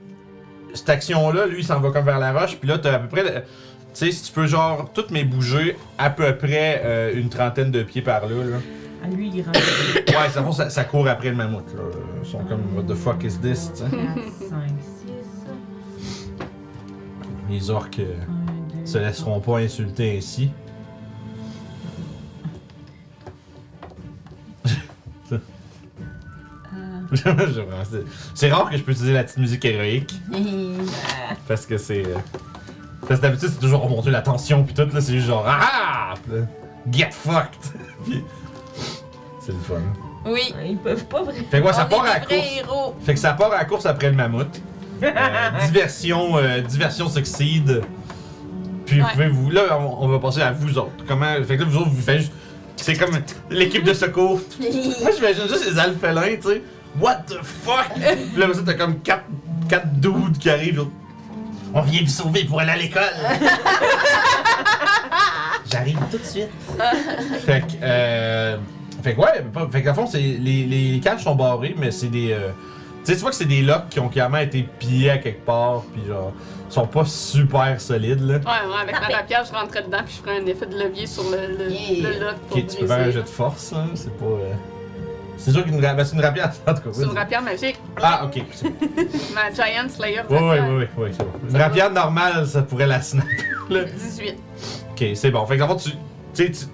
Speaker 2: cette action-là, lui, il s'en va comme vers la roche, puis là, t'as à peu près. le- Tu sais, si tu peux, genre, toutes mes bouger à peu près euh, une trentaine de pieds par là, là.
Speaker 5: Ah, lui, il rentre.
Speaker 2: Ouais, ça, fond, ça, ça court après le mammouth, là. Ils sont comme, what the fuck is this, tu sais.
Speaker 5: 5, 6,
Speaker 2: Les orques euh,
Speaker 5: 1, 2.
Speaker 2: se laisseront pas insulter ainsi.
Speaker 3: Euh.
Speaker 2: J'ai vraiment- c'est- c'est rare que je peux utiliser la petite musique héroïque, parce que c'est... euh, Parce que d'habitude, c'est toujours remonter la tension, puis tout, là, c'est juste genre, ah! ah! Puis là, Get fucked! Puis, c'est le fun.
Speaker 3: Oui.
Speaker 5: Ils peuvent pas vraiment.
Speaker 2: Fait que
Speaker 4: Ah,
Speaker 2: ouais, ça
Speaker 3: on
Speaker 2: part
Speaker 3: est
Speaker 2: à la
Speaker 3: des vrais
Speaker 2: course.
Speaker 3: héros.
Speaker 2: Fait que ça part à la course après le mammouth. Euh, diversion, euh, diversion succide. Puis vous
Speaker 3: Ouais.
Speaker 2: pouvez vous. Là, on, on va passer à vous autres. Comment. Fait que là, vous autres, vous faites juste. C'est comme l'équipe de secours. Moi, j'imagine juste les alphelins, tu sais. What the fuck? Puis là, après ça, t'as comme 4 quatre, quatre dudes qui arrivent. genre, On vient vous sauver pour aller à l'école. J'arrive tout de suite. fait que. euh, fait que ouais, pas- fait qu'à fond, c'est, les, les cages sont barrées, mais c'est des. euh, tu sais, tu vois que c'est des locks qui ont clairement été pillés à quelque part, puis genre, sont pas super solides, là.
Speaker 1: Ouais, ouais, avec ma rapière, je rentrais dedans puis je ferais un effet de levier sur le, le,
Speaker 4: Yeah.
Speaker 1: le lock pour
Speaker 2: Ok, tu peux faire un
Speaker 1: briser.
Speaker 2: jeu de force, hein, c'est pas. euh, C'est sûr qu'une ra- ben, c'est une rapière, en tout cas.
Speaker 1: C'est une
Speaker 2: vas-y.
Speaker 1: rapière magique,
Speaker 2: Ah, ok. c'est bon.
Speaker 1: ma Giant Slayer.
Speaker 2: Oui, oui,
Speaker 1: rapière.
Speaker 2: oui, oui, c'est bon. Une rapière normale, ça pourrait la snap.
Speaker 1: 18.
Speaker 2: Ok, c'est bon. Fait que d'abord, tu. Tu sais, tu.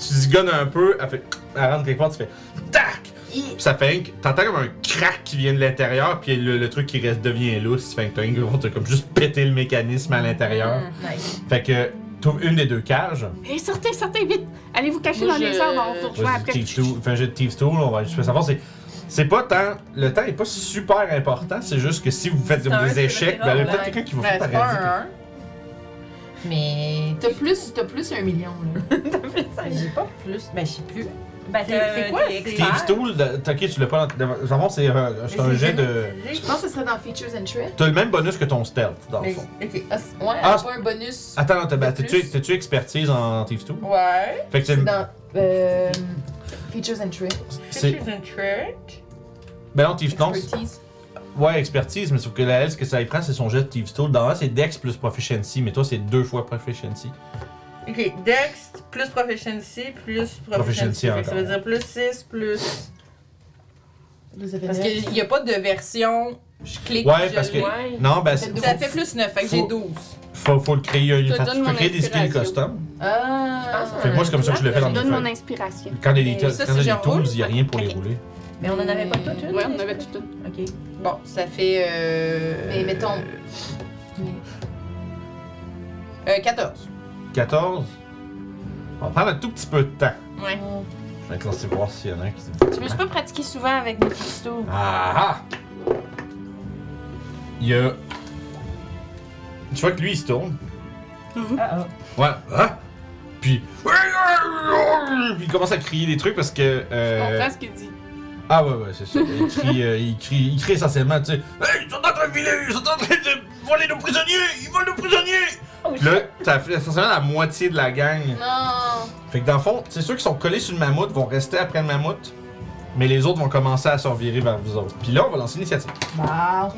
Speaker 2: Tu zigonnes un peu, elle fait. Elle rentre quelque part, tu fais. Tac! Puis ça fait un. T'entends comme un crack qui vient de l'intérieur, puis le, le truc qui reste devient lousse. Fait que t'as un- t'as comme juste pété le mécanisme à l'intérieur.
Speaker 3: Mm-hmm. Nice.
Speaker 2: Fait que. Trouve une des deux cages.
Speaker 1: Et sortez, sortez, vite! Allez vous cacher
Speaker 3: Moi,
Speaker 1: dans les
Speaker 3: je-
Speaker 1: arbres, on vous rejoint
Speaker 2: Vas-y,
Speaker 1: après.
Speaker 2: Thieves Tool. Fais un jeu de Thieves Tool, on va juste faire savoir. C'est, c'est pas tant. Le temps est pas super important, c'est juste que si vous faites
Speaker 5: un,
Speaker 2: des
Speaker 5: c'est
Speaker 2: échecs,
Speaker 5: le
Speaker 2: ben, il y a
Speaker 5: zéro,
Speaker 2: peut-être
Speaker 4: ouais.
Speaker 2: quelqu'un qui va
Speaker 3: Ben,
Speaker 2: faire
Speaker 3: c'est pas
Speaker 2: paradis.
Speaker 3: un 1. Mais.
Speaker 4: T'as plus, t'as plus un million, là.
Speaker 3: J'ai pas plus. Ben, je sais plus.
Speaker 5: Ben,
Speaker 3: C'est- c'est quoi,
Speaker 5: t'es
Speaker 3: c'est-
Speaker 5: expert.
Speaker 2: Thieves Tool, de- t'as- ok, tu l'as pas. dans- Dans le fond, c'est, euh, c'est un
Speaker 3: Mais
Speaker 2: jet
Speaker 3: j'ai
Speaker 2: de.
Speaker 4: Je pense que ce serait dans Features and Tricks.
Speaker 2: T'as le même bonus que ton stealth, dans le
Speaker 4: Mais-
Speaker 2: fond.
Speaker 4: Ok. Ah, c'est- ouais,
Speaker 2: Ah,
Speaker 4: elle a pas un bonus.
Speaker 2: Attends, non, t'as- bah,
Speaker 4: Plus.
Speaker 2: t'as-tu t'as-tu expertise en Thieves Tool?
Speaker 4: Ouais.
Speaker 2: Fait que
Speaker 4: C'est
Speaker 2: c'est.
Speaker 4: dans euh, Features and Tricks.
Speaker 2: c'est- Ben non, Thieves non, c'est-
Speaker 4: Expertise.
Speaker 2: Ouais, expertise, mais sauf que la L, ce que ça y prend, c'est son jet de Thieves Tool. Dans un, c'est Dex plus Proficiency, mais toi, c'est deux fois Proficiency.
Speaker 7: Ok, Dex plus Proficiency plus
Speaker 2: Proficiency
Speaker 7: Proficiency. Fait que ça
Speaker 2: encore.
Speaker 7: veut dire plus 6 plus. Parce
Speaker 4: Parce que
Speaker 7: qu'il n'y a pas de version. Je clique.
Speaker 2: Ouais,
Speaker 7: je
Speaker 2: parce que.
Speaker 7: le-
Speaker 2: Non, ben, c'est-
Speaker 7: Ça fait plus 9, fait que j'ai
Speaker 2: Faut-
Speaker 7: 12.
Speaker 2: faut, faut le créer. euh,
Speaker 1: Je te
Speaker 2: fait-
Speaker 1: donne
Speaker 2: tu peux
Speaker 1: mon
Speaker 2: créer des skills
Speaker 1: inspiration.
Speaker 2: custom.
Speaker 4: Ah!
Speaker 1: Je pense
Speaker 2: Fait que moi, c'est comme ça que je le fais dans
Speaker 1: Je
Speaker 2: mes
Speaker 1: donne mon
Speaker 2: feuilles.
Speaker 1: inspiration.
Speaker 2: Quand il y a des,
Speaker 7: Mais
Speaker 2: quand
Speaker 7: ça,
Speaker 2: il y a
Speaker 7: c'est
Speaker 2: des
Speaker 7: genre
Speaker 2: tools, il n'y a rien pour les
Speaker 5: Ok.
Speaker 2: rouler.
Speaker 5: Mais on en avait pas toutes une.
Speaker 1: Ouais, on avait tout
Speaker 2: Euh,
Speaker 1: une.
Speaker 5: Ok.
Speaker 7: Bon, ça fait. Euh,
Speaker 4: Mais mettons-
Speaker 7: Euh, 14.
Speaker 2: 14. On va prendre un tout petit peu de temps.
Speaker 7: Ouais.
Speaker 2: Je vais te lancer voir s'il y en a un qui.
Speaker 3: Je me suis pas pratiqué souvent avec mes cristaux.
Speaker 2: Ah ah! Il y a. Tu vois que lui, il se tourne.
Speaker 5: Ah ah.
Speaker 2: Ouais. Hein? Puis. Puis il commence à crier des trucs parce que.
Speaker 1: Je
Speaker 2: euh,
Speaker 1: comprends ce qu'il dit.
Speaker 2: Ah ouais, ouais, c'est sûr. Il crie, euh, il crie, il crie essentiellement, tu sais. Hey, ils sont en train de filer, ils sont en train de voler nos prisonniers, ils volent nos prisonniers!
Speaker 5: Oh,
Speaker 2: Puis là, t'as fait essentiellement la moitié de la gang.
Speaker 4: Non!
Speaker 2: Fait que dans le fond, c'est ceux qui sont collés sur le mammouth vont rester après le mammouth, mais les autres vont commencer à se revirer vers vous autres. Puis là, on va lancer l'initiative.
Speaker 4: Bah,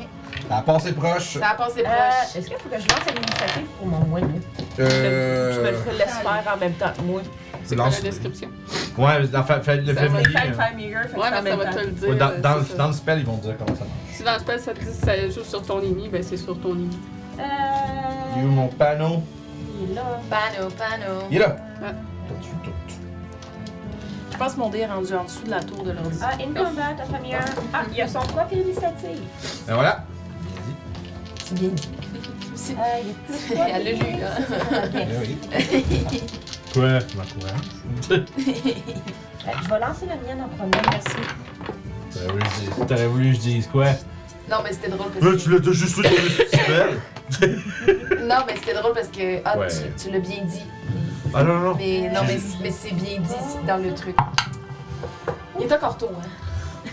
Speaker 2: La passe est proche.
Speaker 4: ça a passé
Speaker 6: Euh,
Speaker 4: proche.
Speaker 6: Est-ce qu'il faut que je lance à l'initiative pour mon win?
Speaker 5: Je me
Speaker 2: Euh.
Speaker 5: le laisse faire en même temps que moi.
Speaker 1: C'est quoi la
Speaker 2: lance-
Speaker 1: description?
Speaker 2: Ouais, mais dans, fait, fait,
Speaker 1: Ça
Speaker 2: le fait
Speaker 1: va
Speaker 2: venir,
Speaker 5: Faire
Speaker 2: euh,
Speaker 5: faire meilleur, fait que
Speaker 1: Ouais,
Speaker 5: c'est en
Speaker 1: mais ça
Speaker 5: même
Speaker 1: va
Speaker 5: temps.
Speaker 1: te le dire.
Speaker 2: ouais, dans,
Speaker 1: euh,
Speaker 2: dans,
Speaker 1: c'est ça.
Speaker 2: dans le spell, ils vont te dire comment ça marche.
Speaker 1: Si dans le spell ça te dit que ça joue sur ton ennemi, ben c'est sur ton ennemi.
Speaker 2: You,
Speaker 5: Euh...
Speaker 2: mon panneau.
Speaker 5: Il est là.
Speaker 4: Pano, pano.
Speaker 2: Il est là.
Speaker 1: Ah.
Speaker 4: Je pense que mon dé est rendu en dessous de la tour de l'ordi.
Speaker 5: Ah, in combat, ta famille. Ah, il y a son propre initiative.
Speaker 2: Et Ben voilà.
Speaker 4: C'est bien dit.
Speaker 5: Euh, il y a plus
Speaker 4: Elle
Speaker 5: trois
Speaker 4: l'a lu,
Speaker 5: initiatives.
Speaker 2: Eh
Speaker 5: Ok.
Speaker 2: oui. Quoi? Tu m'encourages? Ben
Speaker 5: Euh, Je vais lancer la mienne en premier. Merci.
Speaker 2: oui, je dis- T'aurais voulu que je dise quoi?
Speaker 4: Non, mais c'était drôle parce
Speaker 2: Là, tu
Speaker 4: que.
Speaker 2: l'as t'as juste lu ton spell.
Speaker 4: Non, mais c'était drôle parce que. Ah,
Speaker 2: Ouais.
Speaker 4: tu, tu l'as bien dit.
Speaker 2: Ah non, non.
Speaker 4: Mais non, mais, mais c'est bien dit c'est dans le truc. Il est encore tôt, hein.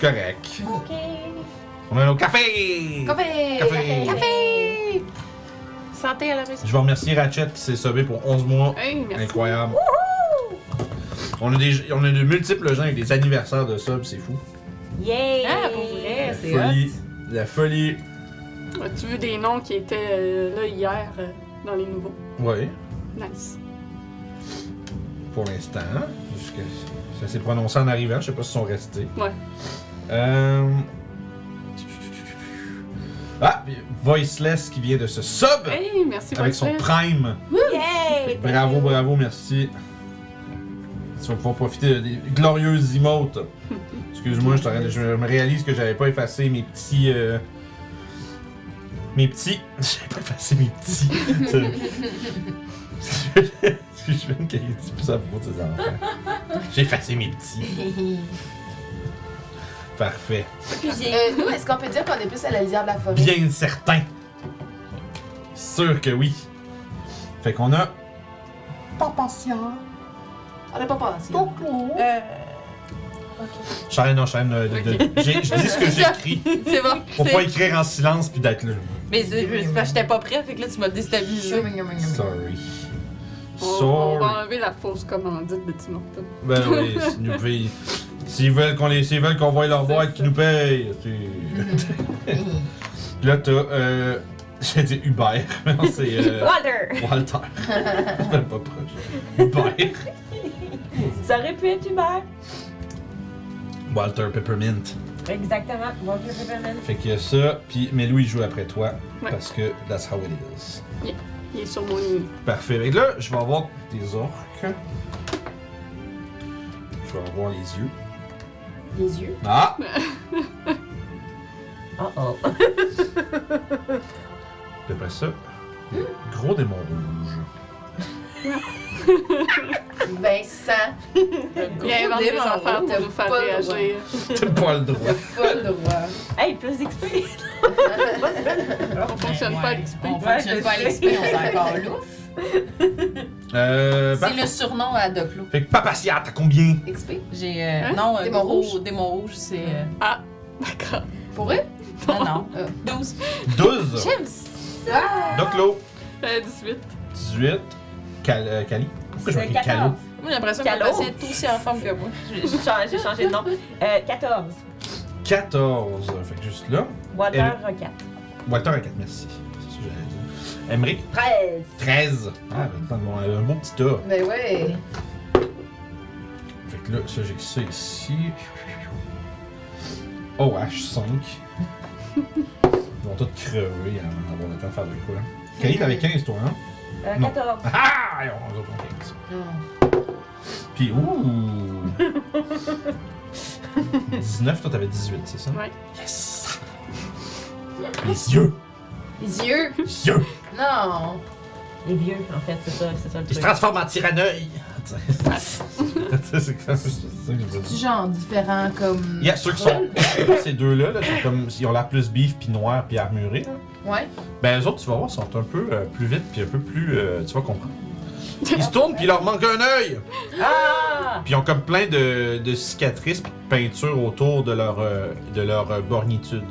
Speaker 2: Correct.
Speaker 5: Ok.
Speaker 1: Ah,
Speaker 2: On a nos cafés!
Speaker 4: Café!
Speaker 2: Café!
Speaker 4: Café! Santé à la maison.
Speaker 2: Je veux remercier Ratchet qui s'est sauvé pour 11 mois.
Speaker 1: Hey, merci.
Speaker 2: Incroyable. On a, des, on a de multiples gens avec des anniversaires de subs, c'est fou.
Speaker 5: Yay!
Speaker 3: Ah, pour
Speaker 1: Eh,
Speaker 3: vrai, c'est hot.
Speaker 2: folie. La folie.
Speaker 1: As-tu vu des noms qui étaient euh, là hier euh, dans les nouveaux?
Speaker 2: Oui,
Speaker 1: Nice.
Speaker 2: pour l'instant. Jusque- ça s'est prononcé en arrivant, je sais pas s'ils sont restés.
Speaker 1: Ouais.
Speaker 2: Euh... Ah, puis Voiceless qui vient de se sub
Speaker 1: Hey, merci
Speaker 2: avec son
Speaker 1: Voiceless.
Speaker 2: prime.
Speaker 5: Yay!
Speaker 2: Bravo, bravo, merci. Tu vas pouvoir profiter des glorieuses emotes. Excuse-moi, je, t'arrête- je me réalise que j'avais pas effacé mes petits. euh, mes petits. J'avais pas effacé mes petits. je suis une cahier plus à propos de ces enfants. J'ai effacé mes petits. Parfait.
Speaker 5: Puis j'ai-
Speaker 4: Euh, nous, est-ce qu'on peut dire qu'on est plus à la lisière de la forêt?
Speaker 2: Bien certain. Sûr que oui. Fait qu'on a.
Speaker 4: On n'a pas pensé.
Speaker 2: Chaîne, non, chaîne. euh, de- de- j'ai- Je dis ce que j'écris.
Speaker 1: C'est Mm. bon.
Speaker 2: Faut pas écrire en silence puis d'être là.
Speaker 7: Mais c'est c'est parce que j'étais pas prête, fait que là, tu m'as déstabilisé.
Speaker 2: Sorry.
Speaker 1: On, on
Speaker 2: Sorry.
Speaker 1: va enlever la fausse commandite de Timorton.
Speaker 2: Ben oui, s'ils nous payent. S'ils veulent qu'on les, s'ils veulent qu'on voie leur
Speaker 1: C'est
Speaker 2: boîte,
Speaker 1: ça.
Speaker 2: qu'ils nous payent. C'est-
Speaker 1: Mm.
Speaker 2: là, t'as, euh, j'ai dit Hubert, mais non, c'est euh,
Speaker 5: Water!
Speaker 2: Walter. Je suis même pas proche. Hubert.
Speaker 5: Ça aurait pu être Hubert.
Speaker 2: Walter Peppermint.
Speaker 5: Exactement. Water Peppermint.
Speaker 2: Fait que ça, puis mais Louis joue après toi
Speaker 1: Ouais.
Speaker 2: parce que that's how it is.
Speaker 1: Il est sur mon ennemi.
Speaker 2: Parfait. Et là, je vais avoir des orques. Je vais avoir les yeux.
Speaker 4: Les yeux.
Speaker 2: Ah!
Speaker 5: Oh oh.
Speaker 2: Puis après ça, gros démon rouge.
Speaker 4: Vincent.
Speaker 1: Il a inventé des affaires pour nous faire
Speaker 4: Oh, pas
Speaker 1: réagir.
Speaker 2: T'as pas le droit.
Speaker 4: Pas le droit.
Speaker 5: Hey, plus d'XP!
Speaker 1: On fonctionne pas à l'XP.
Speaker 5: Ouais,
Speaker 7: On fonctionne
Speaker 5: je
Speaker 7: pas à
Speaker 5: sais.
Speaker 7: l'XP, on est encore lourd.
Speaker 2: Euh.
Speaker 7: C'est
Speaker 2: parfait.
Speaker 7: le surnom à Doclo.
Speaker 2: Fait que Papa Sia, t'as combien?
Speaker 4: XP.
Speaker 7: J'ai. euh,
Speaker 1: Hein?
Speaker 7: Non, euh,
Speaker 4: Démon
Speaker 7: gros
Speaker 4: rouge?
Speaker 7: démon rouge, c'est. euh,
Speaker 1: D'accord.
Speaker 4: Pour eux?
Speaker 3: Ah.
Speaker 7: Non, non.
Speaker 4: Euh,
Speaker 7: 12.
Speaker 2: 12.
Speaker 4: J'aime ça.
Speaker 2: Doclo.
Speaker 1: Euh, 18.
Speaker 2: 18. Cal- euh, Cali. Pourquoi j'ai
Speaker 5: C'est
Speaker 2: marqué Calo?
Speaker 5: 14.
Speaker 7: Moi, j'ai l'impression que
Speaker 5: Calo.
Speaker 7: Papa, c'est tout aussi en forme que moi.
Speaker 5: J'ai j'ai changé, j'ai changé de nom. Euh, 14.
Speaker 2: 14. Fait que juste là.
Speaker 5: Water Rocket.
Speaker 2: Walter à 4, merci. C'est ce que j'allais dire. Emmerich,
Speaker 5: 13.
Speaker 2: 13. Ah, ben, attends, bon, un beau petit tas.
Speaker 4: Mais Ben ouais.
Speaker 2: Fait que là, ça, j'ai ça ici. Oh, H5. Ils vont tous crever avant d'avoir le temps de faire de quoi. Cali, t'avais 15, toi, hein?
Speaker 5: Euh,
Speaker 2: Non.
Speaker 5: 14.
Speaker 2: Ah! On a pas 15.
Speaker 4: Hum.
Speaker 2: Puis, ouh! 19, toi t'avais 18, c'est ça?
Speaker 1: Ouais.
Speaker 2: Yes! Les yeux!
Speaker 4: Les yeux.
Speaker 2: Les yeux!
Speaker 4: Non.
Speaker 5: Les vieux, en fait, c'est ça, c'est ça le
Speaker 2: Ils se
Speaker 5: truc.
Speaker 2: transforment en tyranneuil! Tu sais, c'est comme ça que je veux
Speaker 4: Du
Speaker 2: dire.
Speaker 4: genre différent comme.
Speaker 2: Il y a ceux qui sont. ces deux-là, là, c'est comme. Ils ont l'air plus beef, puis noirs, puis armurés. là.
Speaker 4: Ouais.
Speaker 2: Ben, eux autres, tu vas voir, sont un peu euh, plus vite, puis un peu plus. euh, tu vas comprendre. Ils se tournent, puis il leur manque un œil.
Speaker 7: Ah!
Speaker 2: Puis ils ont comme plein de, de cicatrices, puis de peintures autour de leur, euh, de leur euh, bornitude.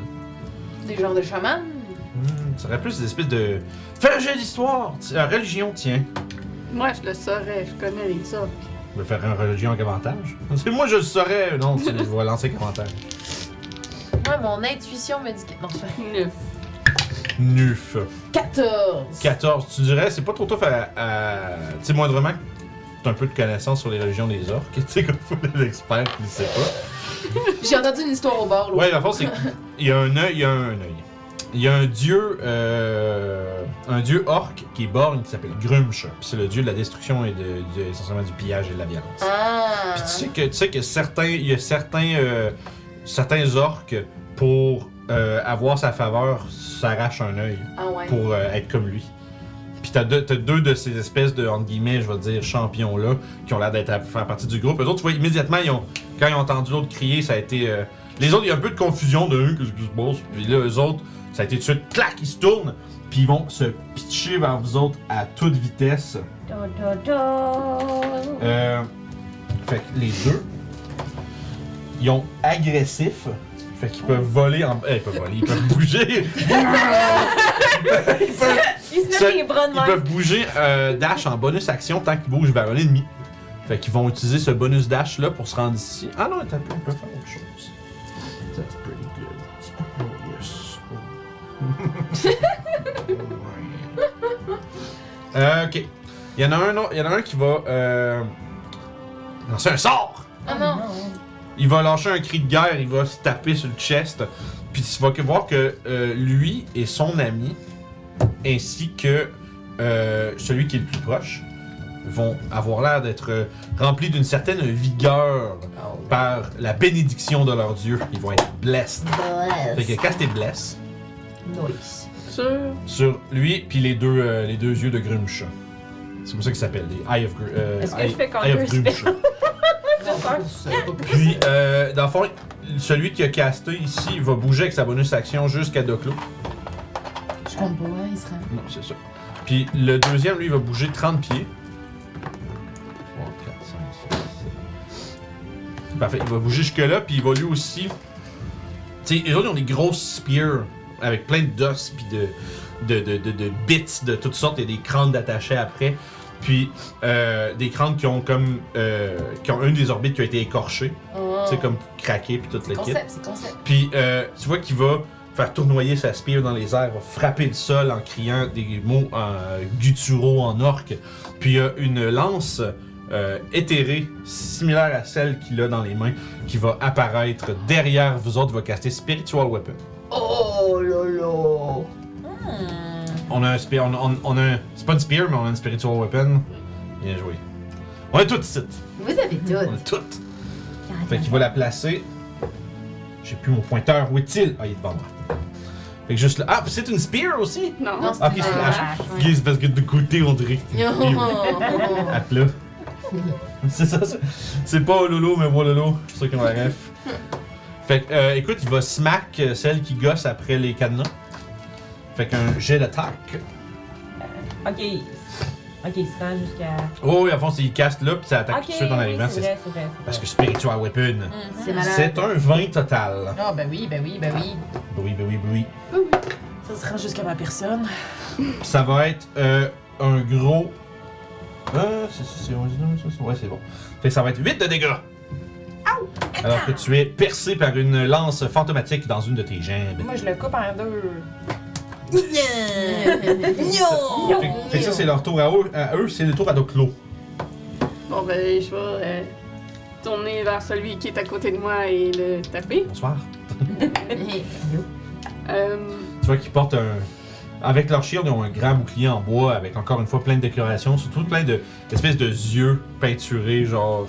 Speaker 4: Des genres de chamans.
Speaker 2: Hmm, ça serait plus des espèces de. Fais un jeu d'histoire, ti- euh, religion, tiens.
Speaker 1: Moi, je le saurais, je connais les orques.
Speaker 2: Je vais faire un religion avec avantage. Moi, je le saurais. Non, tu vas lancer avec avantage.
Speaker 4: Moi, mon intuition me dit que. Non, c'est pas-
Speaker 1: Neuf.
Speaker 2: Nuf.
Speaker 4: 14!
Speaker 2: 14. Tu dirais, c'est pas trop tough à. à... Tu sais, moindrement, que t'as un peu de connaissance sur les religions des orques. Tu sais, comme faut l'expert qui ne sait pas.
Speaker 4: J'ai entendu une histoire au bord, là.
Speaker 2: Ouais, la force, c'est qu'il y a un œil, il y a un œil. Il y a un dieu, euh, un dieu orque qui est borgne qui s'appelle Grumsh. Puis c'est le dieu de la destruction et de, de- essentiellement du pillage et de la violence.
Speaker 4: Ah!
Speaker 2: Puis tu sais que, tu sais que certains, il y a certains, euh, certains orques pour euh, avoir sa faveur s'arrachent un œil
Speaker 4: Ah ouais.
Speaker 2: pour euh, être comme lui. Puis t'as deux, t'as deux de ces espèces de, entre guillemets, je vais dire, champions-là, qui ont l'air d'être à faire partie du groupe. Eux autres, tu vois, immédiatement, ils ont, quand ils ont entendu l'autre crier, ça a été. euh, les autres, il y a un peu de confusion de eux, qu'est-ce qui se passe. Puis là, eux autres, ça a été tout de suite, clac, ils se tournent, puis ils vont se pitcher vers vous autres à toute vitesse.
Speaker 5: Da, da, da.
Speaker 2: Euh, fait que les deux, ils ont agressif. Fait qu'ils peuvent voler en. eh, ils peuvent voler, ils peuvent bouger. ils peuvent,
Speaker 5: Il se
Speaker 2: Ça-
Speaker 5: met les bras de
Speaker 2: ils
Speaker 5: même.
Speaker 2: peuvent bouger euh, dash en bonus action tant qu'ils bougent vers un ennemi. Fait qu'ils vont utiliser ce bonus dash là pour se rendre ici. Ah non, attends, un peu, on peut faire autre chose. That's pretty good. Oh, yes. Oh. Oh, yeah. Euh, ok. Il y en a un autre- il y en a un qui va euh, lancer un sort.
Speaker 4: Ah non!
Speaker 2: Il va lâcher un cri de guerre, il va se taper sur le chest. Puis tu vas que- voir que euh, lui et son ami, ainsi que euh, celui qui est le plus proche, vont avoir l'air d'être euh, remplis d'une certaine vigueur par la bénédiction de leur Dieu. Ils vont être blessed. Fait que quand t'es blessed,
Speaker 4: Noise.
Speaker 1: Sur.
Speaker 2: sur lui puis les deux, euh, les deux yeux de Grumsh. C'est comme ça qu'ils s'appellent, les Eye of, Gr- euh,
Speaker 5: Est-ce que
Speaker 2: Eye-
Speaker 5: je fais
Speaker 2: Eye of
Speaker 5: counter spell?
Speaker 2: Grumsh.
Speaker 4: Noise.
Speaker 2: Puis, euh, dans le fond, celui qui a casté ici, il va bouger avec sa bonus action jusqu'à Doclo.
Speaker 4: Je compte pas, hein, il serait.
Speaker 2: Non, c'est ça. Puis, le deuxième, lui, il va bouger 30 pieds. 3, 4, 5, 6, 7. Parfait, il va bouger jusque-là, puis il va lui aussi. Tu sais, les autres, ils ont des grosses spears avec plein d'os, puis de, de, de, de, de bits de toutes sortes, et des crânes d'attachés après. Puis, euh, des crânes qui ont comme. euh, qui ont une des orbites qui a été écorchée.
Speaker 4: Oh.
Speaker 2: Tu sais, comme craqué, puis toute
Speaker 4: C'est
Speaker 2: l'équipe.
Speaker 4: concept, c'est concept.
Speaker 2: Puis euh, tu vois qu'il va faire tournoyer sa spear dans les airs, va frapper le sol en criant des mots euh, gutturaux en orque. Puis il y a une lance euh, éthérée, similaire à celle qu'il a dans les mains, qui va apparaître derrière vous autres, va caster Spiritual Weapon.
Speaker 4: Oh là là! Hmm.
Speaker 2: On a un spear, on, on- on a un- C'est pas une spear, mais on a une Spiritual Weapon. Bien joué. On est tout ici.
Speaker 4: Vous avez
Speaker 2: On
Speaker 4: tout.
Speaker 2: est tout. Fait qu'il va la placer. J'ai plus mon pointeur. Où est-il? Ah, il est devant moi. Fait que juste là. Ah, puis c'est une spear aussi!
Speaker 1: Non.
Speaker 4: Non,
Speaker 2: Ah, ok,
Speaker 4: c'est
Speaker 2: c'est
Speaker 4: une
Speaker 2: une hache. Ok, c'est parce que de côté, on dirait que c'est une spear.
Speaker 4: Non.
Speaker 2: À plat. C'est ça, ça. c'est pas Lolo, mais voilà Lolo. C'est ça qui m'a ref. Fait que, euh, écoute, il va smack euh, celle qui gosse après les cadenas. Fait qu'un jet d'attaque.
Speaker 5: Ok. Ok, il se rend jusqu'à.
Speaker 2: Oh, oui, à fond, c'est- il casse là, puis ça attaque
Speaker 5: Ok,
Speaker 2: tout de suite en
Speaker 5: oui,
Speaker 2: arrivant.
Speaker 5: c'est
Speaker 2: c'est-
Speaker 5: vrai, c'est vrai. c'est
Speaker 2: Parce que
Speaker 5: vrai.
Speaker 2: Spiritual Weapon,
Speaker 4: C'est malade.
Speaker 2: c'est un 20 total.
Speaker 4: Ah, ben oui, ben oui, ben oui.
Speaker 2: Oui, oui, oui, oui.
Speaker 4: Ça se rend jusqu'à ma personne.
Speaker 2: Ça va être euh, un gros. Euh, c'est ça, c'est original, ça, c'est- Ouais, c'est bon. Fait que ça va être 8 de dégâts. Alors que tu es percé par une lance fantomatique dans une de tes jambes.
Speaker 7: Moi, je le coupe en deux.
Speaker 2: Fait, que- fait que ça, c'est leur tour à eux. à eux, c'est le tour à Doclo.
Speaker 1: Bon, ben, je vais euh, tourner vers celui qui est à côté de moi et le taper.
Speaker 2: Bonsoir.
Speaker 1: Euh,
Speaker 2: Tu vois qu'ils portent un. Avec leur shield, ils ont un grand bouclier en bois avec encore une fois plein de décorations, surtout plein de espèces de yeux peinturés genre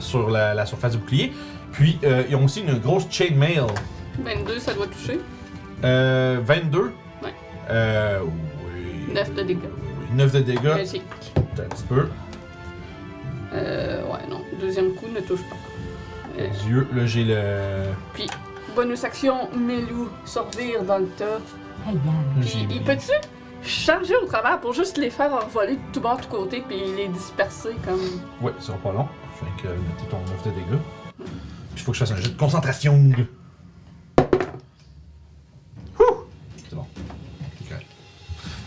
Speaker 2: sur la, la surface du bouclier. Puis euh, ils ont aussi une grosse chainmail
Speaker 1: 22, ça doit toucher.
Speaker 2: Euh, 22.
Speaker 1: Ouais.
Speaker 2: Euh, oui.
Speaker 1: 9 de dégâts.
Speaker 2: 9 de dégâts.
Speaker 1: Magique.
Speaker 2: Attends Un petit peu.
Speaker 1: Euh, ouais, non. Deuxième coup ne touche pas. Euh,
Speaker 2: Les yeux. Là, j'ai le.
Speaker 1: bonus action, Melou, sortir dans le tas.
Speaker 5: Aïe, aïe.
Speaker 2: là,
Speaker 1: Puis,
Speaker 2: j'ai-
Speaker 1: il peut-tu charger au travers pour juste les faire envoler de tout bord, de tout côté, puis les disperser comme.
Speaker 2: Ouais, ça sera pas long. Je viens que noter ton 9 de dégâts. Puis faut que je fasse un jeu de concentration. Ouh! C'est bon. C'est correct.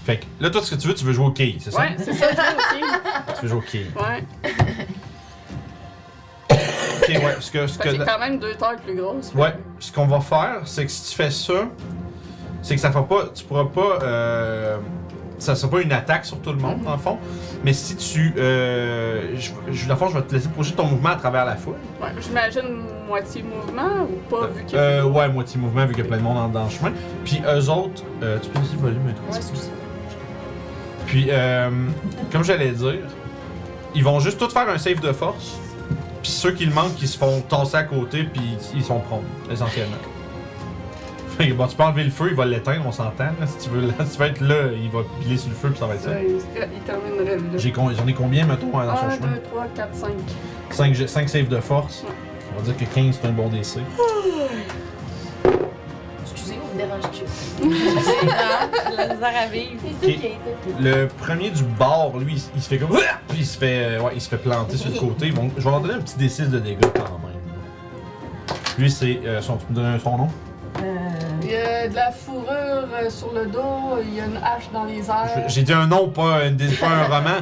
Speaker 2: Fait que là, toi, ce que tu veux, tu veux jouer au quilles, c'est
Speaker 1: Ouais, c'est ça, ok.
Speaker 2: ça? Tu veux jouer au quilles.
Speaker 1: Ouais.
Speaker 2: Ok, ouais. Ce que, ce
Speaker 1: Fait que
Speaker 2: que,
Speaker 1: j'ai quand même deux tailles plus grosses.
Speaker 2: Ouais, ce qu'on va faire, c'est que si tu fais ça, c'est que ça fera pas. Tu pourras pas. euh, ça sera pas une attaque sur tout le monde, dans le fond. Mais si tu. Euh, je, je, dans le fond, je vais te laisser projeter ton mouvement à travers la foule.
Speaker 1: Ouais, J'imagine moitié mouvement ou pas, vu que.
Speaker 2: Euh, ouais, moitié mouvement, vu qu'il y a plein de monde dans, dans le chemin. Puis eux autres. euh, tu peux aussi le volume un tout petit peu? Puis, euh, comme j'allais dire, ils vont juste tous faire un save de force. Puis ceux qui le manquent, qui se font tasser à côté, puis ils sont prompts, essentiellement. Fait que bon, tu peux enlever le feu, il va l'éteindre, on s'entend. là. Si, tu veux, là, si tu veux être là, il va piler sur le feu, puis ça va être ça.
Speaker 1: Ça, il- il terminerait là.
Speaker 2: J'ai con- J'en ai, combien, mettons, hein, dans son
Speaker 1: 1,
Speaker 2: chemin
Speaker 1: 2, 3, 4, 5.
Speaker 2: 5, saves de force. On va dire que 15, c'est un bon DC.
Speaker 4: Excusez, on me dérange-tu?
Speaker 5: La misère à vivre.
Speaker 2: Ok. Le premier du bord, lui, il, il se fait comme. Ah! Puis il se fait, euh, ouais, il se fait planter sur le côté. Bon, je vais leur donner un petit D6 de dégâts quand même. Lui, c'est. euh, son, tu peux me donner son nom
Speaker 5: Euh,
Speaker 1: Il y a de la fourrure euh, sur le dos, il y a une hache dans les
Speaker 2: Je-
Speaker 1: airs.
Speaker 2: J'ai dit un nom, pas, un dé- pas un roman.